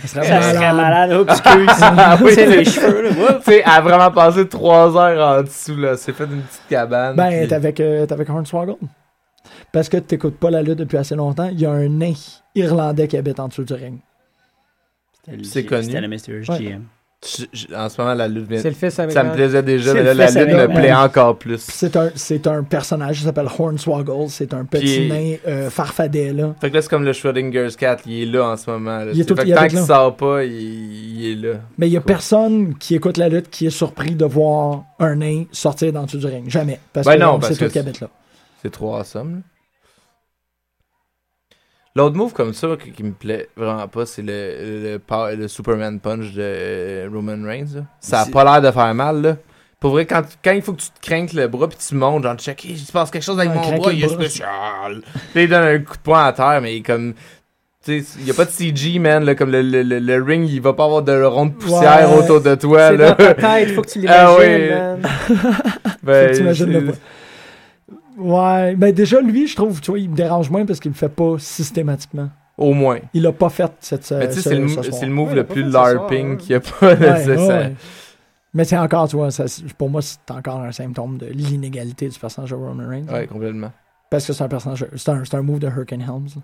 [SPEAKER 7] Ça serait malade. Oups,
[SPEAKER 6] Ah oui,
[SPEAKER 7] c'est
[SPEAKER 6] c'est-
[SPEAKER 7] les cheveux, là.
[SPEAKER 6] tu sais, elle a vraiment passé trois heures en dessous, là. C'est fait une petite cabane.
[SPEAKER 3] Ben,
[SPEAKER 6] puis-
[SPEAKER 3] t'es avec, euh, t'es avec Hornswoggle. Parce que t'écoutes pas la lutte depuis assez longtemps, il y a un nain irlandais qui habite en dessous du ring.
[SPEAKER 7] C'était le-
[SPEAKER 6] C'est connu.
[SPEAKER 7] C'était le Mysterious
[SPEAKER 3] Ouais.
[SPEAKER 7] GM.
[SPEAKER 6] Je- je- en ce moment, la lutte vient.
[SPEAKER 4] C'est le fils avec
[SPEAKER 6] hein. Ça me plaisait déjà,
[SPEAKER 3] C'est
[SPEAKER 6] mais là,
[SPEAKER 3] le
[SPEAKER 6] la
[SPEAKER 3] fils
[SPEAKER 6] lutte me
[SPEAKER 3] avec-
[SPEAKER 6] plaît encore plus.
[SPEAKER 3] Puis C'est un, c'est un personnage qui s'appelle Hornswoggle. C'est un petit
[SPEAKER 6] Puis-
[SPEAKER 3] nain euh, farfadet, là.
[SPEAKER 6] Fait que là, c'est comme le Schrodinger's Cat, il est là en ce moment. Là,
[SPEAKER 3] Il est
[SPEAKER 6] Fait
[SPEAKER 3] tout-
[SPEAKER 6] que
[SPEAKER 3] il est
[SPEAKER 6] tant
[SPEAKER 3] avec
[SPEAKER 6] qu'il
[SPEAKER 3] là.
[SPEAKER 6] sort pas, il, il est là.
[SPEAKER 3] Mais il y a
[SPEAKER 6] Cool.
[SPEAKER 3] personne qui écoute la lutte qui est surpris de voir un nain sortir d'en dessous du ring. Jamais. Parce
[SPEAKER 6] Ben
[SPEAKER 3] que
[SPEAKER 6] non,
[SPEAKER 3] on
[SPEAKER 6] parce
[SPEAKER 3] sait
[SPEAKER 6] que
[SPEAKER 3] tout qui habite là.
[SPEAKER 6] C'est trois sommes. là. L'autre move comme ça qui, qui me plaît vraiment pas, c'est le, le, pow- le Superman Punch de euh, Roman Reigns. là. Ça a
[SPEAKER 5] C'est-
[SPEAKER 6] pas l'air de faire mal. Là. Pour vrai, quand, quand il faut que tu te craignes le bras puis tu montes, genre, check, il se passe quelque chose avec
[SPEAKER 3] Ouais,
[SPEAKER 6] mon
[SPEAKER 3] Ah, craquer
[SPEAKER 6] bras,
[SPEAKER 3] le
[SPEAKER 6] il est
[SPEAKER 3] bras.
[SPEAKER 6] spécial. *laughs* Puis il donne un coup de poing à terre, mais comme. Tu sais, il y a pas de CG, man. Là, comme le, le, le- le ring, il va pas avoir de ronde de poussière
[SPEAKER 3] Ouais.
[SPEAKER 6] autour de toi.
[SPEAKER 4] C'est
[SPEAKER 6] Là.
[SPEAKER 4] dans ta tête, faut que tu l'imagines.
[SPEAKER 6] Ah ouais.
[SPEAKER 4] man.
[SPEAKER 6] *laughs* Ben,
[SPEAKER 3] *laughs* Faut que t'imagines le
[SPEAKER 6] c'est-
[SPEAKER 3] bras. Ouais, mais déjà, lui, je trouve, tu vois, il me dérange moins parce qu'il le fait pas systématiquement.
[SPEAKER 6] Au moins.
[SPEAKER 3] Il l'a pas fait cette ce-
[SPEAKER 6] Mais tu sais,
[SPEAKER 3] ce-
[SPEAKER 6] c'est Euh, le,
[SPEAKER 3] ce
[SPEAKER 6] mou-
[SPEAKER 3] soir.
[SPEAKER 6] c'est le move
[SPEAKER 4] Ouais, il a
[SPEAKER 6] le
[SPEAKER 4] pas
[SPEAKER 6] plus
[SPEAKER 4] fait ce soir, ouais.
[SPEAKER 6] LARPing qu'il y a *laughs* pas. là,
[SPEAKER 3] Ouais,
[SPEAKER 6] c'est
[SPEAKER 3] ouais,
[SPEAKER 6] ça.
[SPEAKER 3] ouais. Mais c'est encore, tu vois, ça, c'est- pour moi, c'est encore un symptôme de l'inégalité du personnage de Roman Reigns.
[SPEAKER 6] Ouais, complètement.
[SPEAKER 3] Parce que c'est un personnage, c'est un, c'est un move de Hurricane Helms. là.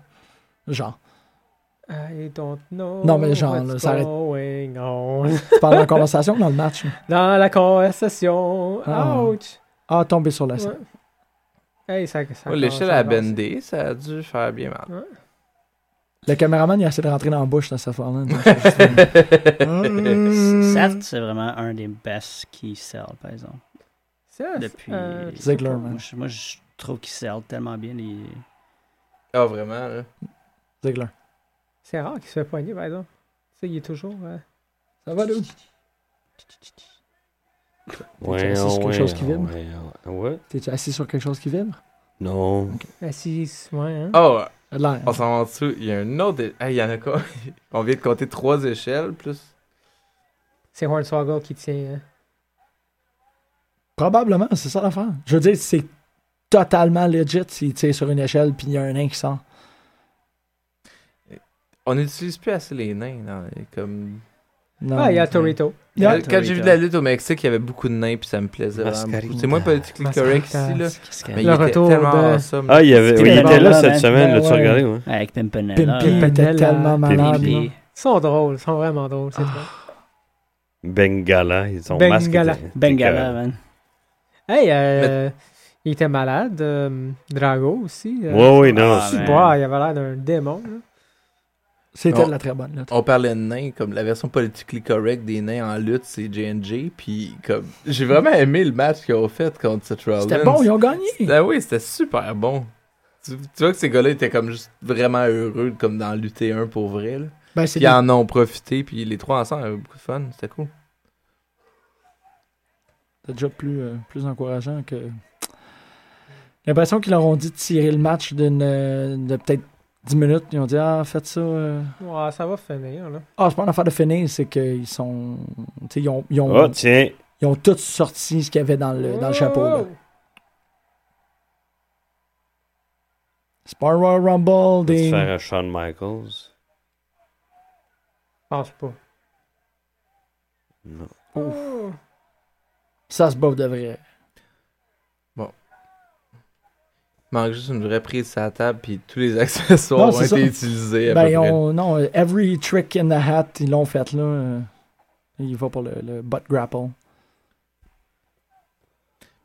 [SPEAKER 3] Genre,
[SPEAKER 4] I don't know.
[SPEAKER 3] Non, mais genre, là,
[SPEAKER 4] what's
[SPEAKER 3] ça arrête.
[SPEAKER 4] going on.
[SPEAKER 3] tu parles de la conversation ou dans le match. là?
[SPEAKER 4] Dans la conversation.
[SPEAKER 3] Ah.
[SPEAKER 4] Ouch.
[SPEAKER 3] Ah, tombé sur la
[SPEAKER 4] Ouais.
[SPEAKER 3] scène.
[SPEAKER 4] Hey, ça, ça
[SPEAKER 6] Ouais, L'échelle à bendé, ça a dû faire bien *laughs* mal.
[SPEAKER 3] Le caméraman, il a essayé de rentrer dans la bouche de Seth Rollins.
[SPEAKER 6] *laughs* Hein?
[SPEAKER 3] *laughs*
[SPEAKER 7] Seth, c'est vraiment un des best qui sell, par exemple.
[SPEAKER 4] Ça,
[SPEAKER 7] Depuis.
[SPEAKER 4] euh,
[SPEAKER 7] je sais
[SPEAKER 3] Ziggler,
[SPEAKER 7] pas,
[SPEAKER 3] man.
[SPEAKER 7] Moi, je- moi, je trouve qu'il sell tellement bien. les-
[SPEAKER 6] Ah, vraiment, là.
[SPEAKER 3] Ziggler.
[SPEAKER 4] C'est rare qu'il se fait poigner, par exemple. Tu sais, il est toujours. euh,
[SPEAKER 3] Ça va, dude?
[SPEAKER 5] Ouais,
[SPEAKER 3] T'es assis sur quelque
[SPEAKER 5] ouais,
[SPEAKER 3] chose qui vibre?
[SPEAKER 5] ouais, ouais. Ouais.
[SPEAKER 3] T'es assis sur quelque chose qui vibre?
[SPEAKER 5] Non.
[SPEAKER 4] Assis, ouais, hein.
[SPEAKER 6] Oh,
[SPEAKER 3] Ça a de l'air.
[SPEAKER 6] on s'en va en dessous. Il y a un autre. é- Ah, il y en a quoi *laughs* On vient de compter trois échelles, plus.
[SPEAKER 4] C'est Hornswoggle qui tient. hein.
[SPEAKER 3] Probablement, c'est ça l'affaire. Je veux dire, c'est totalement legit si tu es sur une échelle puis il y a un nain qui sort.
[SPEAKER 6] On n'utilise plus assez les nains, non, et Comme...
[SPEAKER 3] Non.
[SPEAKER 4] Ah, il y a Torito.
[SPEAKER 3] Yeah.
[SPEAKER 6] Quand- Quand j'ai vu de la lutte au Mexique, il y avait beaucoup de nains, puis ça me plaisait vraiment
[SPEAKER 5] Mascarita.
[SPEAKER 6] beaucoup. C'est moins politiquement correct ici, là.
[SPEAKER 7] Qu'est-ce qu'il y
[SPEAKER 6] Mais
[SPEAKER 7] a?
[SPEAKER 6] il
[SPEAKER 4] Le
[SPEAKER 6] était
[SPEAKER 4] retour
[SPEAKER 6] tellement
[SPEAKER 4] de-
[SPEAKER 6] awesome.
[SPEAKER 5] Ah, il, y avait,
[SPEAKER 7] C'était
[SPEAKER 5] il
[SPEAKER 7] le
[SPEAKER 5] était là
[SPEAKER 7] bordel,
[SPEAKER 5] cette
[SPEAKER 7] hein.
[SPEAKER 5] semaine,
[SPEAKER 3] Ben
[SPEAKER 5] là, tu
[SPEAKER 3] ouais.
[SPEAKER 5] regardais, ouais.
[SPEAKER 7] Avec Pim Panella.
[SPEAKER 3] Pimpi
[SPEAKER 4] Pimpinella.
[SPEAKER 3] était tellement malade.
[SPEAKER 7] Pimpi.
[SPEAKER 3] là.
[SPEAKER 4] Ils sont drôles, ils sont vraiment drôles,
[SPEAKER 3] Ah.
[SPEAKER 4] c'est vrai.
[SPEAKER 5] Bengala, ils ont masque.
[SPEAKER 4] Bengala.
[SPEAKER 5] était-
[SPEAKER 7] Bengala, man.
[SPEAKER 4] Hey, euh, il était malade. euh, Drago aussi. euh,
[SPEAKER 5] Ouais, ouais, non.
[SPEAKER 7] Ah,
[SPEAKER 5] c'est-
[SPEAKER 7] man.
[SPEAKER 4] Ouais, il avait l'air d'un démon. là.
[SPEAKER 3] C'était
[SPEAKER 6] Non.
[SPEAKER 3] de la très bonne lutte.
[SPEAKER 6] On parlait de nains, comme la version politiquement correcte des nains en lutte, c'est J&J, puis comme... J'ai vraiment aimé le match qu'ils ont fait contre Seth Rollins.
[SPEAKER 3] C'était bon, ils ont gagné.
[SPEAKER 6] Ah oui, c'était super bon. Tu, tu vois que ces gars-là étaient comme juste vraiment heureux, comme dans l'UT1 pour vrai. Là.
[SPEAKER 3] Ben, c'est
[SPEAKER 6] Puis ils en ont profité, puis les trois ensemble avaient beaucoup de fun, c'était cool.
[SPEAKER 3] C'est déjà plus, euh, plus encourageant que. J'ai l'impression qu'ils leur ont dit de tirer le match d'une, euh, de peut-être 10 minutes. Ils ont dit Ah, faites ça. euh.
[SPEAKER 4] Ouais, ça va finir, là.
[SPEAKER 3] Ah, c'est pas une affaire de finir, c'est qu'ils sont. tu sais, Ils ont, ils, ont,
[SPEAKER 9] Oh, tiens.
[SPEAKER 3] ils ont tous sorti ce qu'il y avait dans le, dans le chapeau.
[SPEAKER 4] Oh.
[SPEAKER 3] là. C'est pas un Royal Rumble,
[SPEAKER 5] Tu
[SPEAKER 3] des.
[SPEAKER 5] faire à Shawn Michaels.
[SPEAKER 4] Je pense pas.
[SPEAKER 5] Non.
[SPEAKER 3] Ça se bouffe de vrai.
[SPEAKER 6] Il manque juste une vraie prise sur la table, puis tous les *laughs* accessoires
[SPEAKER 3] Non,
[SPEAKER 6] ont
[SPEAKER 3] c'est
[SPEAKER 6] été
[SPEAKER 3] ça.
[SPEAKER 6] utilisés à peu
[SPEAKER 3] Ben,
[SPEAKER 6] près.
[SPEAKER 3] on, non, euh, every trick in the hat, ils l'ont fait, là. euh, Il va pour le, le butt grapple.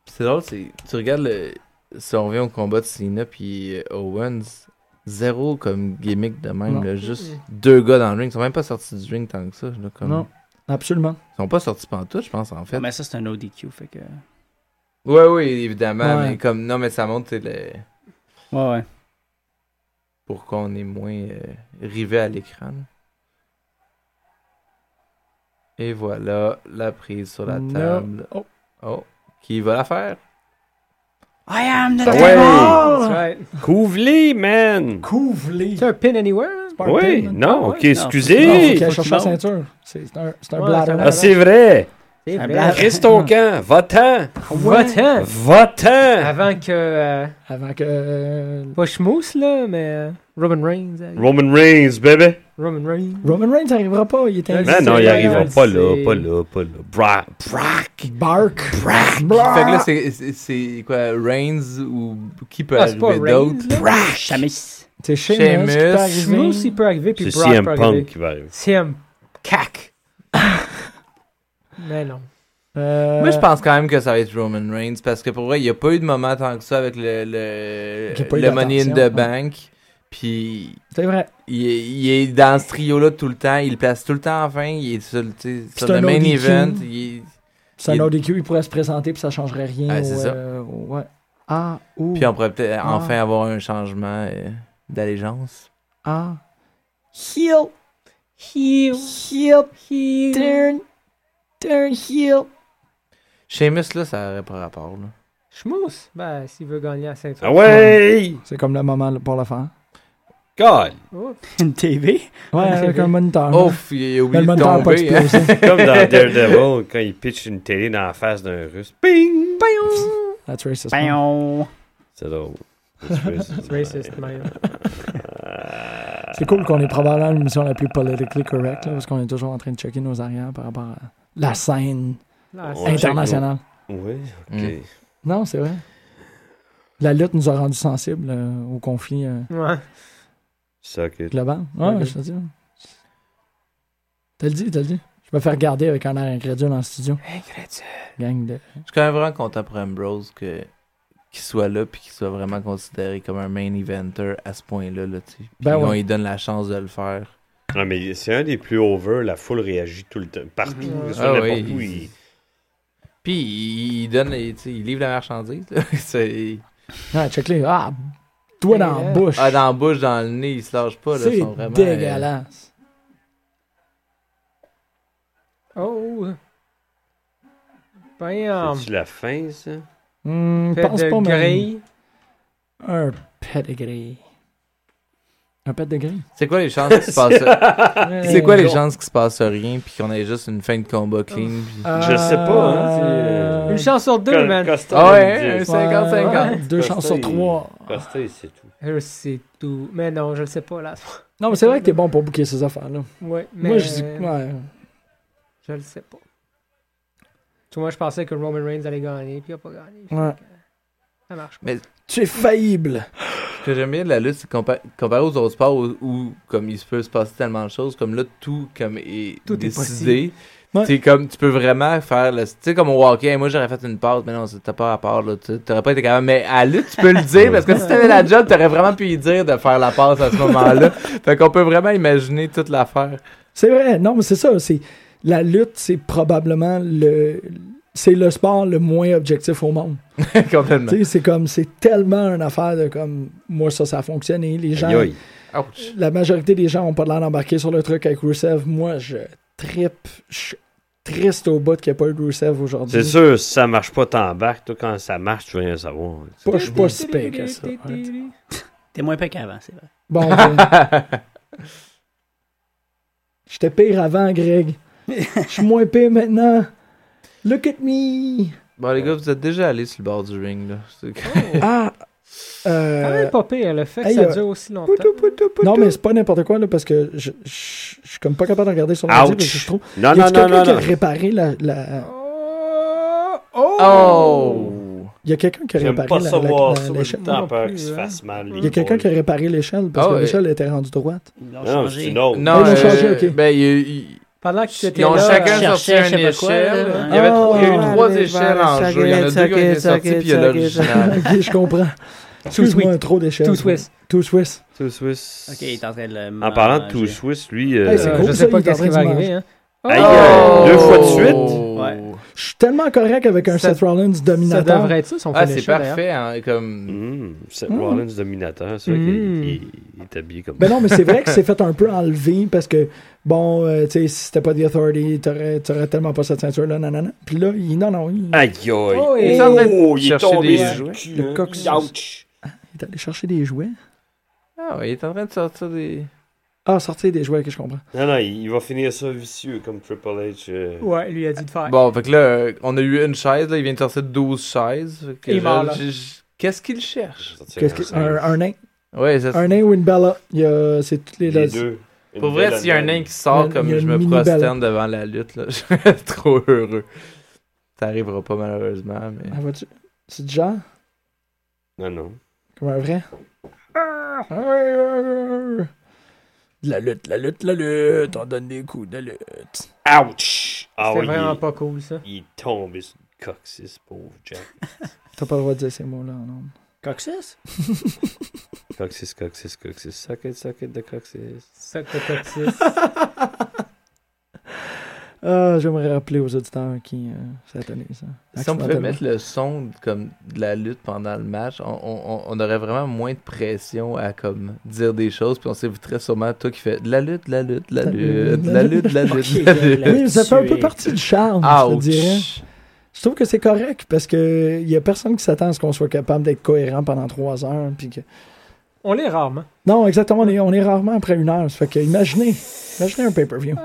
[SPEAKER 6] Puis c'est drôle, c'est, tu regardes, le, si on revient au combat de Cena puis euh, Owens, zéro comme gimmick de même,
[SPEAKER 3] Non.
[SPEAKER 6] là, juste deux gars dans le ring, ils sont même pas sortis du ring tant que ça. là, comme-
[SPEAKER 3] Non, absolument.
[SPEAKER 6] Ils sont pas sortis pantoute, je pense, en fait.
[SPEAKER 7] Mais ça, c'est un ODQ, fait que.
[SPEAKER 6] Ouais, oui, évidemment,
[SPEAKER 3] Ouais.
[SPEAKER 6] mais comme, non, mais ça montre c'est le,
[SPEAKER 7] Ouais, ouais.
[SPEAKER 6] pourquoi on est moins euh, rivé à l'écran. là. Et voilà la prise sur la
[SPEAKER 3] Non.
[SPEAKER 6] table.
[SPEAKER 3] Oh.
[SPEAKER 6] Oh, qui va la faire?
[SPEAKER 7] I am the
[SPEAKER 5] Ouais.
[SPEAKER 4] That's right.
[SPEAKER 5] Couvre-les, man!
[SPEAKER 3] Couvrez!
[SPEAKER 4] C'est un pin anywhere? hein?
[SPEAKER 3] Pas un
[SPEAKER 5] Oui,
[SPEAKER 3] pin, là.
[SPEAKER 7] ouais,
[SPEAKER 5] non, ok,
[SPEAKER 7] non,
[SPEAKER 3] Non, faut
[SPEAKER 5] excusez!
[SPEAKER 3] qu'elle
[SPEAKER 7] Faut
[SPEAKER 3] cherche
[SPEAKER 7] qu'il
[SPEAKER 3] la
[SPEAKER 7] monte.
[SPEAKER 3] ceinture. C'est c'est un, c'est un
[SPEAKER 4] Ouais,
[SPEAKER 3] bladder.
[SPEAKER 4] c'est un-
[SPEAKER 5] Ah, c'est vrai!
[SPEAKER 4] C'est
[SPEAKER 7] Un
[SPEAKER 4] vrai.
[SPEAKER 7] blanc.
[SPEAKER 5] Reste ton camp! Va-t'en!
[SPEAKER 4] Va-t'en.
[SPEAKER 5] Va-t'en!
[SPEAKER 4] Avant que. euh,
[SPEAKER 3] Avant que. euh,
[SPEAKER 4] pas Schmousse, là, mais. euh, Roman Reigns. euh,
[SPEAKER 5] Roman Reigns, bébé!
[SPEAKER 4] Roman Reigns.
[SPEAKER 3] Roman Reigns n'arrivera pas. Il est un.
[SPEAKER 5] Non,
[SPEAKER 4] C'est
[SPEAKER 5] Ben, non, il
[SPEAKER 4] vrai, on
[SPEAKER 5] arrivera
[SPEAKER 4] le
[SPEAKER 5] pas là,
[SPEAKER 4] sait.
[SPEAKER 5] pas là, pas là. Bra Brack!
[SPEAKER 3] Qui bark.
[SPEAKER 6] Fait que là, c'est- c'est c'est quoi, Reigns ou qui peut
[SPEAKER 4] Ah, c'est pas
[SPEAKER 6] arriver d'autre?
[SPEAKER 4] Reigns. là.
[SPEAKER 7] Brash! Chamis. *laughs*
[SPEAKER 3] C'est
[SPEAKER 6] Sheamus,
[SPEAKER 3] Sheamus qui peut arriver.
[SPEAKER 4] Schmousse, il peut arriver, puis
[SPEAKER 5] C'est
[SPEAKER 4] Brock
[SPEAKER 5] CM
[SPEAKER 4] peut
[SPEAKER 5] Punk
[SPEAKER 4] arriver.
[SPEAKER 5] qui va arriver.
[SPEAKER 4] CM.
[SPEAKER 3] *laughs*
[SPEAKER 4] Cac. mais non.
[SPEAKER 3] Euh,
[SPEAKER 6] Moi, je pense quand même que ça va être Roman Reigns parce que pour vrai, il n'y a pas eu de moment tant que ça avec le, le,
[SPEAKER 3] J'ai pas eu
[SPEAKER 6] le Money in
[SPEAKER 3] d'attention,
[SPEAKER 6] the
[SPEAKER 3] hein.
[SPEAKER 6] Bank. Puis
[SPEAKER 3] C'est vrai.
[SPEAKER 6] il est, il est dans ce trio-là tout le temps. Il le place tout le temps en fin. Il est sur, le- tu sais,
[SPEAKER 3] C'est
[SPEAKER 6] sur le
[SPEAKER 3] un
[SPEAKER 6] main
[SPEAKER 3] ODQ.
[SPEAKER 6] event. il est-
[SPEAKER 3] C'est
[SPEAKER 6] Il-
[SPEAKER 3] un ODQ, il pourrait se présenter puis ça changerait rien.
[SPEAKER 6] Ah, c'est
[SPEAKER 3] au,
[SPEAKER 6] ça.
[SPEAKER 3] euh, au- ouais. Ah, ou.
[SPEAKER 6] Puis on pourrait peut-être
[SPEAKER 3] Ah.
[SPEAKER 6] enfin avoir un changement euh, d'allégeance.
[SPEAKER 3] Ah. Heel. Heel. Heel. Turn. Turn heel.
[SPEAKER 6] Seamus, là, ça aurait pas rapport. Là.
[SPEAKER 4] Schmousse, ben, s'il veut gagner la ceinture.
[SPEAKER 5] Ah ouais!
[SPEAKER 3] C'est comme le moment pour le faire.
[SPEAKER 5] God!
[SPEAKER 4] Oh.
[SPEAKER 7] Une TV.
[SPEAKER 3] Ouais, avec
[SPEAKER 4] vrai.
[SPEAKER 3] un moniteur. là.
[SPEAKER 6] Ouf, il, a
[SPEAKER 3] Mais
[SPEAKER 6] oublié
[SPEAKER 3] le
[SPEAKER 6] de
[SPEAKER 3] moniteur a pas
[SPEAKER 6] tomber. hein.
[SPEAKER 3] explosé.
[SPEAKER 5] *laughs*
[SPEAKER 3] *laughs*
[SPEAKER 5] Comme dans Daredevil, quand il pitch une télé dans la face d'un russe. Ping!
[SPEAKER 3] That's racist. man.
[SPEAKER 7] Bam!
[SPEAKER 5] C'est drôle. It's racist.
[SPEAKER 4] Racist, man.
[SPEAKER 5] *laughs*
[SPEAKER 3] C'est cool qu'on est probablement l'émission la plus politically correct là, parce qu'on est toujours en train de checker nos arrières par rapport à la scène
[SPEAKER 4] Là,
[SPEAKER 5] Ouais.
[SPEAKER 4] c'est-
[SPEAKER 3] internationale.
[SPEAKER 5] Oui, ok.
[SPEAKER 6] Mm.
[SPEAKER 3] Non, c'est vrai. La lutte nous a rendus sensibles euh, au conflit euh,
[SPEAKER 4] Ouais.
[SPEAKER 5] Suck it.
[SPEAKER 3] global. Ouais,
[SPEAKER 4] Ok.
[SPEAKER 3] je te dis. T'as le dit, t'as le dit. Je me fais regarder avec un air incrédule dans le studio. Gang de.
[SPEAKER 6] Je suis quand même vraiment content pour Ambrose que qu'il soit là puis qu'il soit vraiment considéré comme un main eventer à ce point-là. Là, tu sais. Puis
[SPEAKER 3] Ben
[SPEAKER 6] on
[SPEAKER 3] ouais.
[SPEAKER 6] lui donne la chance de le faire.
[SPEAKER 5] Non, mais c'est un des plus over, la foule réagit tout le temps. Partout,
[SPEAKER 4] Mhm.
[SPEAKER 3] Oh.
[SPEAKER 5] sur
[SPEAKER 6] Ah
[SPEAKER 5] n'importe
[SPEAKER 6] oui.
[SPEAKER 5] où. il-
[SPEAKER 6] Puis il, il donne, il, tu sais, il livre la marchandise. là. *laughs* C'est-
[SPEAKER 3] Ah, check les. Ah, toi dans la
[SPEAKER 4] Ouais.
[SPEAKER 3] bouche.
[SPEAKER 6] ah, dans la bouche, dans le nez, il se lâche pas. Là, ils
[SPEAKER 3] c'est
[SPEAKER 6] sont vraiment, euh,
[SPEAKER 3] dégueulasse.
[SPEAKER 4] Oh.
[SPEAKER 3] Ah.
[SPEAKER 4] Bam.
[SPEAKER 5] C'est-tu la fin, ça?
[SPEAKER 3] Hmm,
[SPEAKER 4] Fait
[SPEAKER 3] pense pas,
[SPEAKER 4] de
[SPEAKER 3] mais-
[SPEAKER 4] grille.
[SPEAKER 3] Un pedigree. Un pedigree.
[SPEAKER 6] euh, C'est quoi les chances qu'il
[SPEAKER 3] *laughs*
[SPEAKER 6] se
[SPEAKER 5] *laughs*
[SPEAKER 6] passe Ah, C'est quoi les
[SPEAKER 3] gens
[SPEAKER 6] chances qu'il se passe rien puis qu'on ait juste une fin de combat
[SPEAKER 3] Oh.
[SPEAKER 6] clean puis-
[SPEAKER 3] Euh,
[SPEAKER 5] Je sais pas, hein, c'est, euh,
[SPEAKER 4] Une chance sur deux,
[SPEAKER 5] Cos-
[SPEAKER 4] man.
[SPEAKER 5] Costa,
[SPEAKER 6] Ah
[SPEAKER 5] il me
[SPEAKER 3] hein,
[SPEAKER 6] ouais,
[SPEAKER 5] dit.
[SPEAKER 6] un 50-50.
[SPEAKER 3] Deux chances sur
[SPEAKER 5] Costa, il-
[SPEAKER 3] trois.
[SPEAKER 5] Costa, il sait tout.
[SPEAKER 4] Je sais tout. Mais non, je le sais pas, là. *laughs*
[SPEAKER 3] Non, mais c'est vrai que t'es bon pour bouquer ces affaires-là.
[SPEAKER 4] Ouais, mais
[SPEAKER 3] Moi, je dis. Ouais.
[SPEAKER 4] je le sais pas. Tout moi, je pensais que Roman Reigns allait gagner, puis il a pas gagné. Fait
[SPEAKER 3] Ouais.
[SPEAKER 4] que, Ça marche pas.
[SPEAKER 3] Tu es faillible.
[SPEAKER 6] Ce que j'aime bien de la lutte, c'est compa- comparé aux autres sports où, où, comme il se peut se passer tellement de choses, comme là tout comme est
[SPEAKER 4] Tout est
[SPEAKER 6] décidé.
[SPEAKER 3] possible. Ouais.
[SPEAKER 6] C'est comme tu peux vraiment faire le tu sais comme au hockey, moi j'aurais fait une passe mais non, c'est- t'as pas à part là, tu t'aurais pas été capable mais à la lutte, tu peux le dire parce que si t'avais la job, t'aurais vraiment pu y dire de faire la passe à
[SPEAKER 3] *laughs*
[SPEAKER 6] ce moment-là. fait qu'on peut vraiment imaginer toute l'affaire. *laughs*
[SPEAKER 3] C'est vrai, non, mais c'est ça. C'est, la lutte, c'est probablement le. c'est le sport le moins objectif au monde.
[SPEAKER 6] Complètement.
[SPEAKER 3] Tu sais, c'est comme, c'est tellement une affaire de comme, moi, ça, ça a fonctionné. Les gens,
[SPEAKER 5] Aïe, aïe.
[SPEAKER 6] Ouch.
[SPEAKER 3] la majorité des gens ont pas l'air d'embarquer sur le truc avec Rusev. Moi, je trippe. Je suis triste au bout qu'il n'y a pas eu de Rusev aujourd'hui.
[SPEAKER 8] C'est sûr, si ça marche pas, t'embarques. Toi, quand ça marche, tu veux rien savoir.
[SPEAKER 3] Pas- Je suis pas si pire que ça.
[SPEAKER 7] T'es moins pire qu'avant, c'est vrai.
[SPEAKER 3] Bon, ben, *laughs* j'étais pire avant, Greg. Je suis moins pire maintenant. Look at me.
[SPEAKER 6] *laughs* bon, les gars, vous êtes déjà allés sur le bord du ring, là. C'est-
[SPEAKER 3] Ah. euh,
[SPEAKER 4] Quand même pas pire, le fait que
[SPEAKER 3] hey,
[SPEAKER 4] ça
[SPEAKER 3] euh,
[SPEAKER 4] dure aussi longtemps.
[SPEAKER 3] poutou, poutou, poutou. Non, mais c'est pas n'importe quoi, là, parce que je, je, je suis comme pas capable de regarder sur l'ordi,
[SPEAKER 8] Ouch.
[SPEAKER 3] parce que je trouve.
[SPEAKER 8] Non,
[SPEAKER 3] y a
[SPEAKER 8] non, non,
[SPEAKER 3] quelqu'un
[SPEAKER 8] non,
[SPEAKER 3] qui a
[SPEAKER 8] non.
[SPEAKER 3] réparé la... la-
[SPEAKER 4] Oh!
[SPEAKER 6] *laughs* Oh!
[SPEAKER 3] Il y a quelqu'un qui a
[SPEAKER 8] J'aime
[SPEAKER 3] réparé
[SPEAKER 8] pas
[SPEAKER 3] la-
[SPEAKER 8] ça voir
[SPEAKER 3] la-
[SPEAKER 8] ça,
[SPEAKER 3] la-
[SPEAKER 8] mais j'ai
[SPEAKER 3] l'échelle.
[SPEAKER 4] non
[SPEAKER 8] tant peur
[SPEAKER 4] plus,
[SPEAKER 8] qu'il se
[SPEAKER 4] hein.
[SPEAKER 8] fasse mal.
[SPEAKER 3] Il y a quelqu'un qui a réparé l'échelle, parce
[SPEAKER 6] Ah
[SPEAKER 3] que
[SPEAKER 6] ouais.
[SPEAKER 3] l'échelle était rendue droite.
[SPEAKER 7] Ils l'ont
[SPEAKER 8] Non, c'est
[SPEAKER 7] changé.
[SPEAKER 8] une autre.
[SPEAKER 6] Non,
[SPEAKER 3] ils ont changé, ok.
[SPEAKER 6] ben, il- il-
[SPEAKER 4] Pendant que tu étais
[SPEAKER 6] ils ont
[SPEAKER 4] là,
[SPEAKER 6] chacun
[SPEAKER 4] euh,
[SPEAKER 6] sorti
[SPEAKER 7] cherchais,
[SPEAKER 6] une
[SPEAKER 7] je sais pas quoi,
[SPEAKER 6] échelle.
[SPEAKER 7] là.
[SPEAKER 6] Il y avait
[SPEAKER 3] Oh,
[SPEAKER 6] trois- il y a eu
[SPEAKER 10] Ah,
[SPEAKER 6] trois
[SPEAKER 10] allez,
[SPEAKER 6] échelles
[SPEAKER 10] voilà,
[SPEAKER 6] en
[SPEAKER 10] ça
[SPEAKER 6] jeu. Il y en a
[SPEAKER 10] guette, ça
[SPEAKER 6] deux qui ont été
[SPEAKER 10] guette, ça
[SPEAKER 6] sortis, puis il y a
[SPEAKER 10] guette, ça guette,
[SPEAKER 6] *laughs* l'original.
[SPEAKER 3] Ok, je comprends. Excuse-moi,
[SPEAKER 4] sweet.
[SPEAKER 3] trop d'échelles.
[SPEAKER 4] Too Swiss.
[SPEAKER 3] Too Swiss.
[SPEAKER 8] Two Swiss.
[SPEAKER 7] Ok, il est en train de le.
[SPEAKER 8] En parlant de Two
[SPEAKER 7] manger.
[SPEAKER 8] Swiss, lui.
[SPEAKER 3] Hey, c'est
[SPEAKER 4] euh,
[SPEAKER 3] gros,
[SPEAKER 4] je
[SPEAKER 3] ça,
[SPEAKER 4] sais pas
[SPEAKER 3] il est en
[SPEAKER 4] qu'est-ce qui va
[SPEAKER 3] train de
[SPEAKER 4] arriver. Hein. Oh!
[SPEAKER 8] Aïe,
[SPEAKER 6] Oh!
[SPEAKER 8] euh, deux fois de suite.
[SPEAKER 6] Ouais.
[SPEAKER 3] Je suis tellement correct avec un
[SPEAKER 4] Ça-
[SPEAKER 3] Seth Rollins
[SPEAKER 4] Ça
[SPEAKER 3] dominateur.
[SPEAKER 4] devrait être ça, son
[SPEAKER 6] Ah,
[SPEAKER 4] finish,
[SPEAKER 6] c'est parfait, hein, comme...
[SPEAKER 8] Hum, Seth
[SPEAKER 3] Mm.
[SPEAKER 8] Rollins dominateur, c'est vrai
[SPEAKER 4] Mm.
[SPEAKER 8] qu'il il- il est habillé comme
[SPEAKER 3] Hmm. Ben non, mais c'est vrai que c'est fait un peu enlever parce que, bon, euh, tu sais, si c'était pas The Authority, t'aurais t'aurais tellement pas cette ceinture-là, nanana. Puis là, il, non, non, il,
[SPEAKER 8] *laughs* Aïe, aïe. Oh,
[SPEAKER 6] Il est en train de
[SPEAKER 8] il est
[SPEAKER 6] chercher
[SPEAKER 8] tombé
[SPEAKER 6] des
[SPEAKER 8] sur le
[SPEAKER 6] jouets.
[SPEAKER 8] cul,
[SPEAKER 3] Le
[SPEAKER 8] hein.
[SPEAKER 3] coq sur-
[SPEAKER 8] Ouch.
[SPEAKER 3] il est allé chercher des jouets.
[SPEAKER 6] Ah, ouais, il est en train de sortir des...
[SPEAKER 3] Ah, sortir des jouets, que je comprends.
[SPEAKER 8] Non, non, il il va finir ça vicieux comme Triple H. euh.
[SPEAKER 4] d'ailleurs. Ouais, lui a dit de faire.
[SPEAKER 6] Bon, fait que là, euh, on a eu une chaise, là, il vient de sortir 12 chaises. Fait que
[SPEAKER 4] Il est mort, là.
[SPEAKER 6] je- je- Qu'est-ce qu'il cherche?
[SPEAKER 3] Qu'est-ce que- un, un nain.
[SPEAKER 6] Ouais, ça,
[SPEAKER 3] Un nain ou une bella. Il y a, c'est toutes les,
[SPEAKER 8] Les
[SPEAKER 3] là-
[SPEAKER 8] deux. Une
[SPEAKER 6] Pour vrai,
[SPEAKER 8] belle
[SPEAKER 6] s'il y a un nain
[SPEAKER 8] année.
[SPEAKER 6] qui
[SPEAKER 3] Il
[SPEAKER 6] sort
[SPEAKER 3] y a-
[SPEAKER 6] comme
[SPEAKER 3] il y a
[SPEAKER 6] je
[SPEAKER 3] une
[SPEAKER 6] me
[SPEAKER 3] mini
[SPEAKER 6] prosterne devant la lutte, là, *laughs* je vais être trop heureux. Ça arrivera pas malheureusement, mais.
[SPEAKER 3] Ah, vois-tu? C'est du genre?
[SPEAKER 8] Non, non.
[SPEAKER 3] Comme un vrai? De la lutte, la lutte, la lutte. On donne des coups de lutte.
[SPEAKER 8] Ouch! Ah
[SPEAKER 4] C'était
[SPEAKER 8] oui,
[SPEAKER 4] vraiment
[SPEAKER 8] il,
[SPEAKER 4] pas cool, ça.
[SPEAKER 8] il est tombé sur le coccyx, pauvre Jack.
[SPEAKER 3] T'as pas le droit de dire ces mots-là, non?
[SPEAKER 7] Coccyx?
[SPEAKER 8] Coccyx, coccyx, coccyx, socket, socket de coccyx.
[SPEAKER 4] Ça que t'as toxique.
[SPEAKER 3] Ah, j'aimerais rappeler aux auditeurs qui euh, ça a donné ça.
[SPEAKER 6] Si on pouvait
[SPEAKER 3] Accidentellement.
[SPEAKER 6] mettre le son de- comme de la lutte pendant le match, on, on- on- on aurait vraiment moins de pression à comme dire des choses, puis on s'éviterait sûrement toi qui fais de la lutte, de la lutte, de la lutte, de la lutte, de la lutte, de la lutte.
[SPEAKER 3] Oui, ça fait un peu partie du charme, *laughs* je te dirais.
[SPEAKER 6] Ouch!
[SPEAKER 3] Je trouve que c'est correct parce que il y a personne qui s'attend à ce qu'on soit capable d'être cohérent pendant trois heures. Puis que...
[SPEAKER 4] On hein. l'est rarement.
[SPEAKER 3] Non, exactement, on est, on est rarement après une heure. Ça fait que imaginez, imaginez un pay-per-view.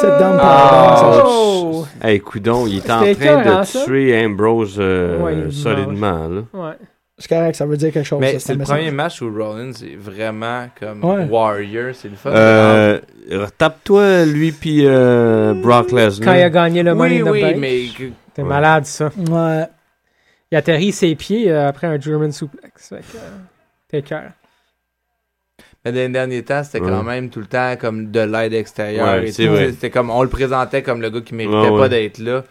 [SPEAKER 3] Cette dame par
[SPEAKER 6] Ah.
[SPEAKER 4] Oh!
[SPEAKER 5] Hey, coudon, il est en
[SPEAKER 4] C'était
[SPEAKER 5] train
[SPEAKER 4] écœurant,
[SPEAKER 5] de
[SPEAKER 4] ça.
[SPEAKER 5] tuer Ambrose euh,
[SPEAKER 4] Ouais, il mange.
[SPEAKER 5] solidement, là.
[SPEAKER 4] Ouais.
[SPEAKER 3] C'est correct, ça veut dire quelque chose.
[SPEAKER 6] Mais
[SPEAKER 3] ça,
[SPEAKER 6] c'est
[SPEAKER 3] un
[SPEAKER 6] le
[SPEAKER 3] message.
[SPEAKER 6] premier match où Rollins est vraiment comme
[SPEAKER 3] Ouais.
[SPEAKER 6] warrior, c'est le fun.
[SPEAKER 5] Euh, Tape-toi, lui, puis euh, Brock
[SPEAKER 4] Quand il a
[SPEAKER 5] Lesnar.
[SPEAKER 4] gagné le Money
[SPEAKER 6] oui,
[SPEAKER 4] in the
[SPEAKER 6] oui,
[SPEAKER 4] Bank.
[SPEAKER 6] mais que-
[SPEAKER 4] T'es malade, ça.
[SPEAKER 3] Ouais.
[SPEAKER 4] Il atterrit ses pieds euh, après un German suplex. Fait que, euh, T'es cœur.
[SPEAKER 6] Mais dans les derniers temps, c'était quand
[SPEAKER 5] Ouais.
[SPEAKER 6] même tout le temps comme de l'aide extérieure.
[SPEAKER 5] Ouais,
[SPEAKER 6] et
[SPEAKER 5] c'est
[SPEAKER 6] tout.
[SPEAKER 5] vrai.
[SPEAKER 6] C'était comme on le présentait comme le gars qui méritait
[SPEAKER 5] Ouais,
[SPEAKER 6] pas
[SPEAKER 5] ouais.
[SPEAKER 6] d'être là.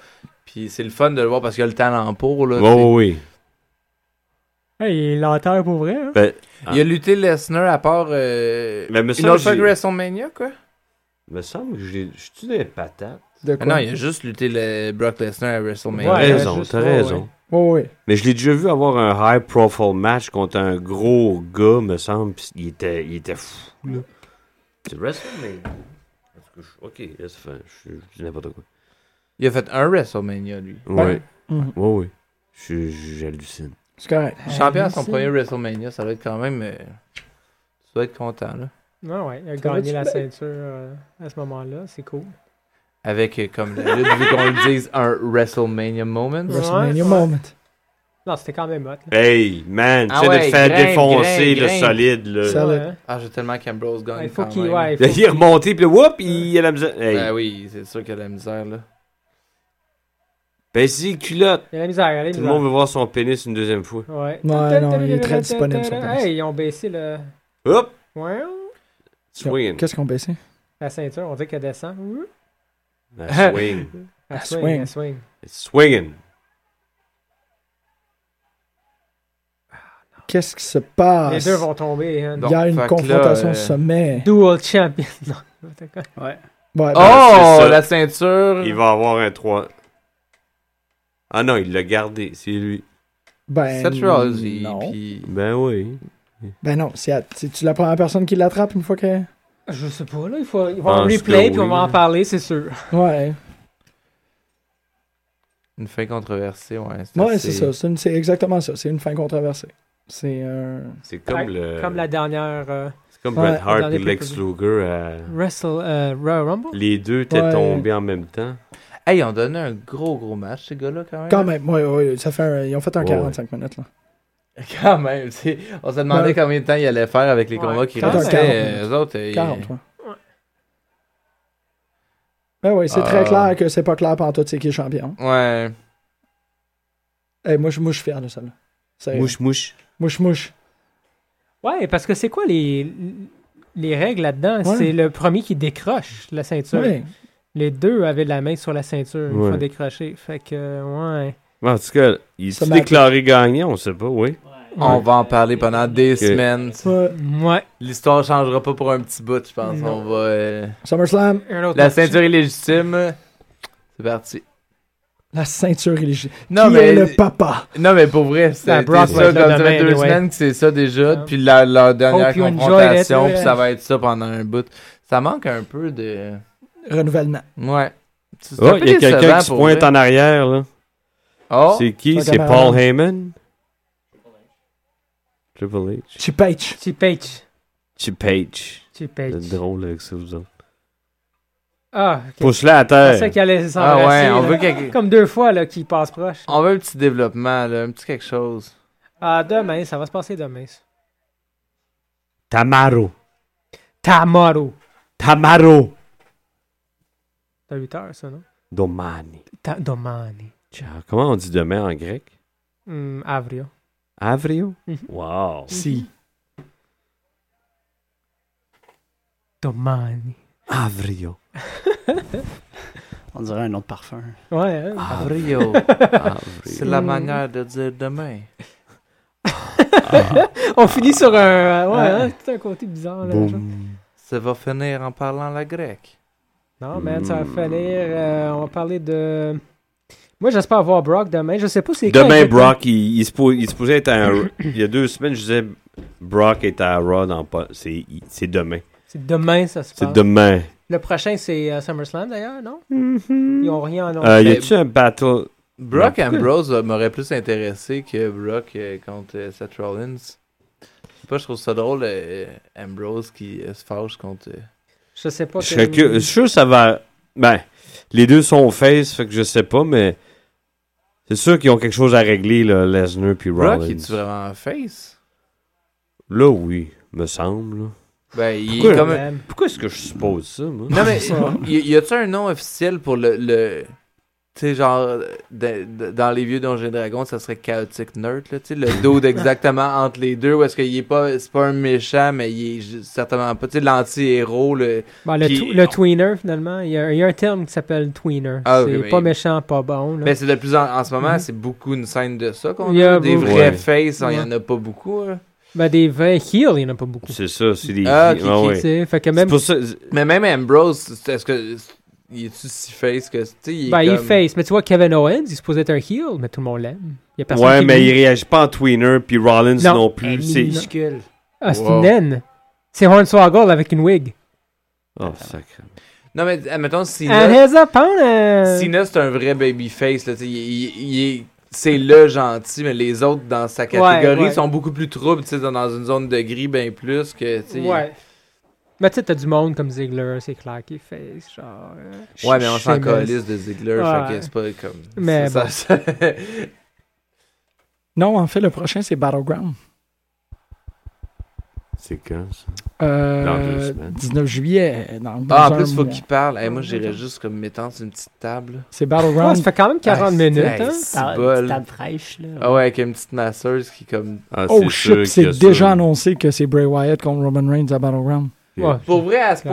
[SPEAKER 6] Puis c'est le fun de le voir parce qu'il a le talent pour. Là,
[SPEAKER 5] Oh, oui.
[SPEAKER 4] Hey, il l'enterre pour vrai. Hein?
[SPEAKER 5] Ben,
[SPEAKER 6] C'est- Il a lutté Lesnar à part euh,
[SPEAKER 5] Ah. Mais me
[SPEAKER 6] une autre fois
[SPEAKER 5] j'ai-
[SPEAKER 6] que WrestleMania, quoi.
[SPEAKER 5] me semble que j'ai- je suis des patates.
[SPEAKER 3] De
[SPEAKER 6] Ah
[SPEAKER 3] quoi?
[SPEAKER 6] non, il a juste lutté le Brock Lesnar à WrestleMania.
[SPEAKER 5] T'as
[SPEAKER 4] Ouais,
[SPEAKER 5] raison,
[SPEAKER 4] juste-
[SPEAKER 5] t'as
[SPEAKER 4] ouais,
[SPEAKER 5] raison.
[SPEAKER 4] ouais.
[SPEAKER 3] Ouais, ouais.
[SPEAKER 5] Mais je l'ai déjà vu avoir un high profile match contre un gros gars, me semble. Pis il était, il était fou, là. C'est WrestleMania. En tout cas, je- Ok, là, ça fait- je je dis n'importe quoi.
[SPEAKER 6] Il a fait un WrestleMania, lui.
[SPEAKER 5] Ouais,
[SPEAKER 3] Mhm.
[SPEAKER 5] ouais, ouais. Je- je- J'hallucine.
[SPEAKER 3] C'est correct.
[SPEAKER 6] Champion à son
[SPEAKER 4] merci.
[SPEAKER 6] premier WrestleMania, ça doit être quand même. euh, Tu dois être content, là.
[SPEAKER 4] Non, ouais, il a
[SPEAKER 3] Ça
[SPEAKER 4] gagné
[SPEAKER 3] va-tu
[SPEAKER 4] la
[SPEAKER 3] bien?
[SPEAKER 4] ceinture euh, à ce moment-là. C'est cool.
[SPEAKER 6] Avec, euh, comme la lutte, vu qu'on le dise, un WrestleMania moment.
[SPEAKER 3] WrestleMania
[SPEAKER 4] ouais.
[SPEAKER 3] moment.
[SPEAKER 4] Non, c'était quand même hot. là.
[SPEAKER 5] Hey, man, tu
[SPEAKER 6] Ah
[SPEAKER 5] sais de
[SPEAKER 6] ouais,
[SPEAKER 5] te faire
[SPEAKER 6] grain,
[SPEAKER 5] défoncer
[SPEAKER 6] grain,
[SPEAKER 5] le
[SPEAKER 6] grain.
[SPEAKER 5] solide, là.
[SPEAKER 3] Ça-
[SPEAKER 4] Ouais,
[SPEAKER 3] le-
[SPEAKER 4] hein.
[SPEAKER 6] Ah, j'ai tellement qu'Ambrose gagne.
[SPEAKER 4] Il faut
[SPEAKER 6] quand
[SPEAKER 4] qu'il.
[SPEAKER 6] même.
[SPEAKER 4] Ouais, il
[SPEAKER 5] Il
[SPEAKER 4] faut
[SPEAKER 5] est remonté, puis là, whoop, il y a la misère. Hey,
[SPEAKER 6] Ben oui, c'est sûr qu'il y a de la misère, là.
[SPEAKER 5] ben si, culotte.
[SPEAKER 4] Il y a la misère, il y a la
[SPEAKER 5] Tout
[SPEAKER 4] misère.
[SPEAKER 5] le monde veut voir son pénis une deuxième fois.
[SPEAKER 4] Ouais.
[SPEAKER 3] Ouais, non, il est très disponible, son pénis.
[SPEAKER 4] Hey, ils ont baissé le.
[SPEAKER 5] Hop,
[SPEAKER 4] Ouais,
[SPEAKER 5] swing.
[SPEAKER 3] Qu'est-ce qu'on baissait?
[SPEAKER 4] la ceinture, on dit qu'elle descend. Ouh.
[SPEAKER 5] Ah, Swing.
[SPEAKER 4] Elle
[SPEAKER 3] Elle
[SPEAKER 4] swing,
[SPEAKER 3] swing.
[SPEAKER 4] elle swing.
[SPEAKER 5] It's swinging.
[SPEAKER 3] Qu'est-ce qui se passe?
[SPEAKER 4] Les deux vont tomber. Hein.
[SPEAKER 6] Donc,
[SPEAKER 3] il y a une
[SPEAKER 6] fait que là,
[SPEAKER 3] confrontation
[SPEAKER 6] euh,
[SPEAKER 3] sommet.
[SPEAKER 4] Dual champion. *laughs* non.
[SPEAKER 3] Ouais, ben,
[SPEAKER 5] Ah, c'est
[SPEAKER 6] Oh,
[SPEAKER 5] ça.
[SPEAKER 6] la ceinture!
[SPEAKER 5] Il va avoir un 3. Ah non, il l'a gardé, c'est lui.
[SPEAKER 3] Ben,
[SPEAKER 6] Seth Rollins, il-
[SPEAKER 3] non.
[SPEAKER 6] puis-
[SPEAKER 5] Ben oui.
[SPEAKER 3] Ben non, c'est tu la première personne qui l'attrape une fois que.
[SPEAKER 4] Je sais pas, là. Il faut, il va en
[SPEAKER 5] Pense que
[SPEAKER 4] replay, puis on
[SPEAKER 5] oui,
[SPEAKER 4] va en
[SPEAKER 5] Ah, là.
[SPEAKER 4] parler, c'est sûr.
[SPEAKER 3] Ouais.
[SPEAKER 6] Une fin controversée, ouais.
[SPEAKER 3] Ouais, c'est
[SPEAKER 6] assez-
[SPEAKER 3] ça. C'est une- C'est exactement ça. C'est une fin controversée. C'est euh, un.
[SPEAKER 5] C'est comme
[SPEAKER 4] Ouais,
[SPEAKER 5] le.
[SPEAKER 4] Comme la dernière euh,
[SPEAKER 5] C'est comme
[SPEAKER 3] Ouais,
[SPEAKER 5] Bret Hart
[SPEAKER 4] regardez
[SPEAKER 5] et
[SPEAKER 4] plus
[SPEAKER 5] Lex
[SPEAKER 4] peu.
[SPEAKER 5] Luger. euh,
[SPEAKER 4] Wrestle euh, Royal Rumble.
[SPEAKER 5] Les deux étaient
[SPEAKER 3] Ouais.
[SPEAKER 5] tombés en même temps.
[SPEAKER 6] Hey, ils ont donné un gros, gros match, ces gars-là, quand même.
[SPEAKER 3] Quand même, ouais, ouais, ça fait un- ils ont fait un
[SPEAKER 5] Ouais,
[SPEAKER 3] 45 minutes là.
[SPEAKER 6] Quand Ah, même, c'est- On se demandait
[SPEAKER 3] Ouais.
[SPEAKER 4] Ben,
[SPEAKER 6] combien de temps ils allaient faire avec les
[SPEAKER 4] Ouais,
[SPEAKER 6] combats qui
[SPEAKER 4] quand même.
[SPEAKER 6] restaient. euh, Eux autres, ils-
[SPEAKER 3] 40, ouais. Ben oui, c'est
[SPEAKER 6] Ah.
[SPEAKER 3] très clair que c'est pas clair pour tout c'est qui est champion.
[SPEAKER 6] Ouais.
[SPEAKER 3] Eh, moi, je moi, je suis fier de ça là. C'est-
[SPEAKER 5] Mouche, mouche.
[SPEAKER 3] Mouche, mouche.
[SPEAKER 4] Ouais, parce que c'est quoi les, les règles là-dedans?
[SPEAKER 3] Ouais.
[SPEAKER 4] C'est le premier qui décroche la ceinture.
[SPEAKER 3] Ouais.
[SPEAKER 4] Les deux avaient la main sur la ceinture une
[SPEAKER 5] Ouais.
[SPEAKER 4] fois décrochée. Fait que, euh, ouais.
[SPEAKER 5] En tout cas, il
[SPEAKER 3] Ça
[SPEAKER 5] s'est
[SPEAKER 3] m'a-
[SPEAKER 5] déclaré gagnant, on sait pas, oui.
[SPEAKER 6] On va en parler pendant des
[SPEAKER 5] Ok.
[SPEAKER 6] semaines.
[SPEAKER 3] Ouais.
[SPEAKER 4] Ouais.
[SPEAKER 6] L'histoire changera pas pour un petit bout, je pense.
[SPEAKER 4] Non.
[SPEAKER 6] On va. euh,
[SPEAKER 3] SummerSlam,
[SPEAKER 4] Un autre
[SPEAKER 6] La
[SPEAKER 4] match.
[SPEAKER 6] ceinture est légitime. C'est parti.
[SPEAKER 3] la ceinture illégitime.
[SPEAKER 6] Non,
[SPEAKER 3] qui
[SPEAKER 6] mais.
[SPEAKER 3] est le papa?
[SPEAKER 6] Non, mais pour vrai, c'est
[SPEAKER 4] La
[SPEAKER 6] c'est
[SPEAKER 4] Brock
[SPEAKER 6] ça,
[SPEAKER 4] Lesnar
[SPEAKER 6] comme ça fait
[SPEAKER 4] demain,
[SPEAKER 6] deux
[SPEAKER 4] anyway. Oh,
[SPEAKER 6] semaines que c'est ça déjà,
[SPEAKER 4] Ouais.
[SPEAKER 6] puis la, la dernière
[SPEAKER 4] Hope you enjoyed
[SPEAKER 6] confrontation,
[SPEAKER 4] it.
[SPEAKER 6] puis ça va être ça pendant un bout. Ça manque un peu de...
[SPEAKER 3] Renouvellement.
[SPEAKER 6] Ouais. C'est un
[SPEAKER 5] Oh,
[SPEAKER 6] peu
[SPEAKER 5] il y a quelqu'un
[SPEAKER 6] décevant
[SPEAKER 5] qui se
[SPEAKER 6] pour
[SPEAKER 5] pointe
[SPEAKER 6] vrai.
[SPEAKER 5] en arrière, là.
[SPEAKER 6] Oh,
[SPEAKER 5] C'est qui?
[SPEAKER 3] ça,
[SPEAKER 5] C'est
[SPEAKER 3] comme
[SPEAKER 5] Paul
[SPEAKER 3] un-
[SPEAKER 5] Heyman? Triple H.
[SPEAKER 3] Chip H.
[SPEAKER 4] Petit page.
[SPEAKER 5] Chip H.
[SPEAKER 4] Petit
[SPEAKER 5] C'est
[SPEAKER 4] page.
[SPEAKER 5] drôle avec ça, vous autres.
[SPEAKER 4] Ah, ok.
[SPEAKER 5] Pousse-la à
[SPEAKER 4] C'est ça
[SPEAKER 5] terre.
[SPEAKER 4] qui allait s'embrasser.
[SPEAKER 6] ah ouais, on
[SPEAKER 4] là.
[SPEAKER 6] veut, quelque-
[SPEAKER 4] Comme deux fois, là, qu'il passe proche.
[SPEAKER 6] on veut un petit développement, là, un petit quelque chose.
[SPEAKER 4] Ah, demain, ça va se passer demain. ça.
[SPEAKER 5] Tamaro.
[SPEAKER 4] Tamaro.
[SPEAKER 5] Tamaro.
[SPEAKER 4] T'as 8 heures, ça, non?
[SPEAKER 5] Domani.
[SPEAKER 4] Ta domani.
[SPEAKER 5] Ciao. Ah, Comment on dit demain en grec?
[SPEAKER 4] Hmm, avril.
[SPEAKER 5] Avrio?
[SPEAKER 4] Mhm.
[SPEAKER 5] Wow.
[SPEAKER 3] Si.
[SPEAKER 4] Domani.
[SPEAKER 5] Avrio.
[SPEAKER 7] On dirait un autre parfum.
[SPEAKER 4] Ouais, hein?
[SPEAKER 6] Avrio, c'est la
[SPEAKER 4] Mm.
[SPEAKER 6] manière de dire demain.
[SPEAKER 4] On finit sur un. euh, ouais,
[SPEAKER 7] Ah.
[SPEAKER 4] hein, tout un côté bizarre, là. genre.
[SPEAKER 5] Boum.
[SPEAKER 6] Ça va finir en parlant la grecque.
[SPEAKER 4] Non, mais ça va
[SPEAKER 5] Mm.
[SPEAKER 4] falloir. euh, on va parler de. Moi, j'espère avoir Brock demain. Je sais pas c'est quand
[SPEAKER 5] Demain,
[SPEAKER 4] exactement.
[SPEAKER 5] Brock, il, il se pose, il se posait être à... Il y a deux semaines, je disais, Brock est à Raw dans pas... C'est c'est demain.
[SPEAKER 4] C'est demain, ça se
[SPEAKER 6] Ah.
[SPEAKER 5] C'est
[SPEAKER 4] passe.
[SPEAKER 5] demain.
[SPEAKER 4] Le prochain, c'est euh, SummerSlam, d'ailleurs, non? Ils
[SPEAKER 5] Euh,
[SPEAKER 4] ont rien annoncé.
[SPEAKER 5] y a-tu un battle?
[SPEAKER 6] Brock Ambrose euh, m'aurait plus intéressé que Brock euh, contre euh, Seth Rollins. Je sais pas, je trouve ça drôle, euh, Ambrose qui euh, se fâche contre... euh,
[SPEAKER 4] Ben, Je sais pas.
[SPEAKER 5] Je
[SPEAKER 4] que-
[SPEAKER 5] serais curieux- je suis sûr que ça va... Ben, les deux sont face, fait que je sais pas, mais... C'est sûr qu'ils ont quelque chose à régler, là, Lesnar puis
[SPEAKER 6] Brock,
[SPEAKER 5] Rollins.
[SPEAKER 6] est-tu vraiment en face?
[SPEAKER 5] Là, oui, me semble.
[SPEAKER 6] Ben, il est
[SPEAKER 5] Pourquoi?
[SPEAKER 6] comme...
[SPEAKER 4] Man.
[SPEAKER 5] Pourquoi est-ce que je suppose ça, moi?
[SPEAKER 6] Non,
[SPEAKER 4] *laughs*
[SPEAKER 6] mais y, y a-tu un nom officiel pour le. le... Tu sais, genre, de- de- dans les vieux Donjons et Dragons, ça serait Chaotic Nerd, là, tu sais, le
[SPEAKER 4] *laughs*
[SPEAKER 6] dos exactement entre les deux, où est-ce qu'il est pas, c'est pas un méchant, mais il est ju- certainement pas, tu sais, l'anti-héros, le...
[SPEAKER 4] Bon, Ben, le,
[SPEAKER 6] Puis-
[SPEAKER 4] tw- le tweener, finalement. Il y, a, il y a un terme qui s'appelle tweener.
[SPEAKER 6] Ah,
[SPEAKER 4] c'est
[SPEAKER 6] oui, oui.
[SPEAKER 4] pas méchant, pas bon. là.
[SPEAKER 6] Mais c'est de plus en, en ce moment,
[SPEAKER 4] Mhm.
[SPEAKER 6] c'est beaucoup une scène de ça qu'on
[SPEAKER 4] Il y
[SPEAKER 6] a,
[SPEAKER 4] a
[SPEAKER 6] des
[SPEAKER 4] beaucoup.
[SPEAKER 6] vrais
[SPEAKER 5] Ouais.
[SPEAKER 6] faces, il y
[SPEAKER 4] Ouais.
[SPEAKER 6] en a pas beaucoup, hein.
[SPEAKER 4] Ben, des vrais heels, il n'y en a pas beaucoup.
[SPEAKER 5] C'est ça, c'est des...
[SPEAKER 6] Ah, ok, ok,
[SPEAKER 5] ouais.
[SPEAKER 4] Tu sais, Fait que
[SPEAKER 5] C'est
[SPEAKER 4] même.
[SPEAKER 5] pour ça...
[SPEAKER 6] Mais même Ambrose, c'est- est-ce que... Il est-tu si face que... Tu sais, il est
[SPEAKER 4] Ben, il est
[SPEAKER 6] comme-
[SPEAKER 4] face. Mais tu vois, Kevin Owens, il se posait être un heel, mais tout le monde l'aime. Il y a personne
[SPEAKER 5] Ouais,
[SPEAKER 4] qui
[SPEAKER 5] mais
[SPEAKER 4] l'aime.
[SPEAKER 5] il réagit pas en tweener, puis Rollins
[SPEAKER 4] Non.
[SPEAKER 5] non, plus. C'est...
[SPEAKER 7] minuscule.
[SPEAKER 4] Ah, c'est
[SPEAKER 6] Wow.
[SPEAKER 4] une naine. C'est Hornswoggle avec une wig.
[SPEAKER 5] Oh, sacré.
[SPEAKER 6] Non, mais admettons, si...
[SPEAKER 4] And his opponent!
[SPEAKER 6] Cena, c'est un vrai babyface. Là, tu sais, il, il- il est- c'est le gentil, mais les autres dans sa catégorie
[SPEAKER 4] ouais.
[SPEAKER 6] sont beaucoup plus troubles. tu sais, Dans dans une zone de gris, bien plus que. tu sais,
[SPEAKER 4] Ouais. Mais tu sais, t'as du monde comme Ziggler, c'est clair qu'il fait genre. euh,
[SPEAKER 6] Ouais, mais on s'en
[SPEAKER 4] Sheamus.
[SPEAKER 6] calisse de Ziggler. fait
[SPEAKER 4] Ouais.
[SPEAKER 6] que c'est pas comme.
[SPEAKER 4] Mais
[SPEAKER 6] c'est
[SPEAKER 4] bon.
[SPEAKER 6] ça-
[SPEAKER 4] *laughs*
[SPEAKER 3] Non, en fait, le prochain, c'est Battleground.
[SPEAKER 5] C'est quand, ça?
[SPEAKER 3] Euh,
[SPEAKER 5] Dans deux semaines.
[SPEAKER 3] 19 juillet. Dans
[SPEAKER 6] ah, en
[SPEAKER 3] deux
[SPEAKER 6] plus, il
[SPEAKER 3] mois.
[SPEAKER 6] faut qu'il parle. Hey, moi, j'irais juste comme mettant sur une petite table.
[SPEAKER 3] C'est
[SPEAKER 5] Ah,
[SPEAKER 4] Ouais, ça
[SPEAKER 3] Battleground.
[SPEAKER 4] fait quand même 40
[SPEAKER 6] Hey,
[SPEAKER 4] minutes,
[SPEAKER 6] hey,
[SPEAKER 4] hein?
[SPEAKER 6] c'est
[SPEAKER 7] Ah,
[SPEAKER 6] bol.
[SPEAKER 7] petite table fraîche, là.
[SPEAKER 6] Ah ouais, avec une petite masseuse qui, comme.
[SPEAKER 5] Ah,
[SPEAKER 3] oh
[SPEAKER 5] c'est sûr
[SPEAKER 3] shit,
[SPEAKER 5] qu'il y a
[SPEAKER 3] c'est
[SPEAKER 5] ça.
[SPEAKER 3] déjà annoncé que c'est Bray Wyatt contre Roman Reigns à Battleground.
[SPEAKER 4] Ouais.
[SPEAKER 6] Pour vrai, à ce point,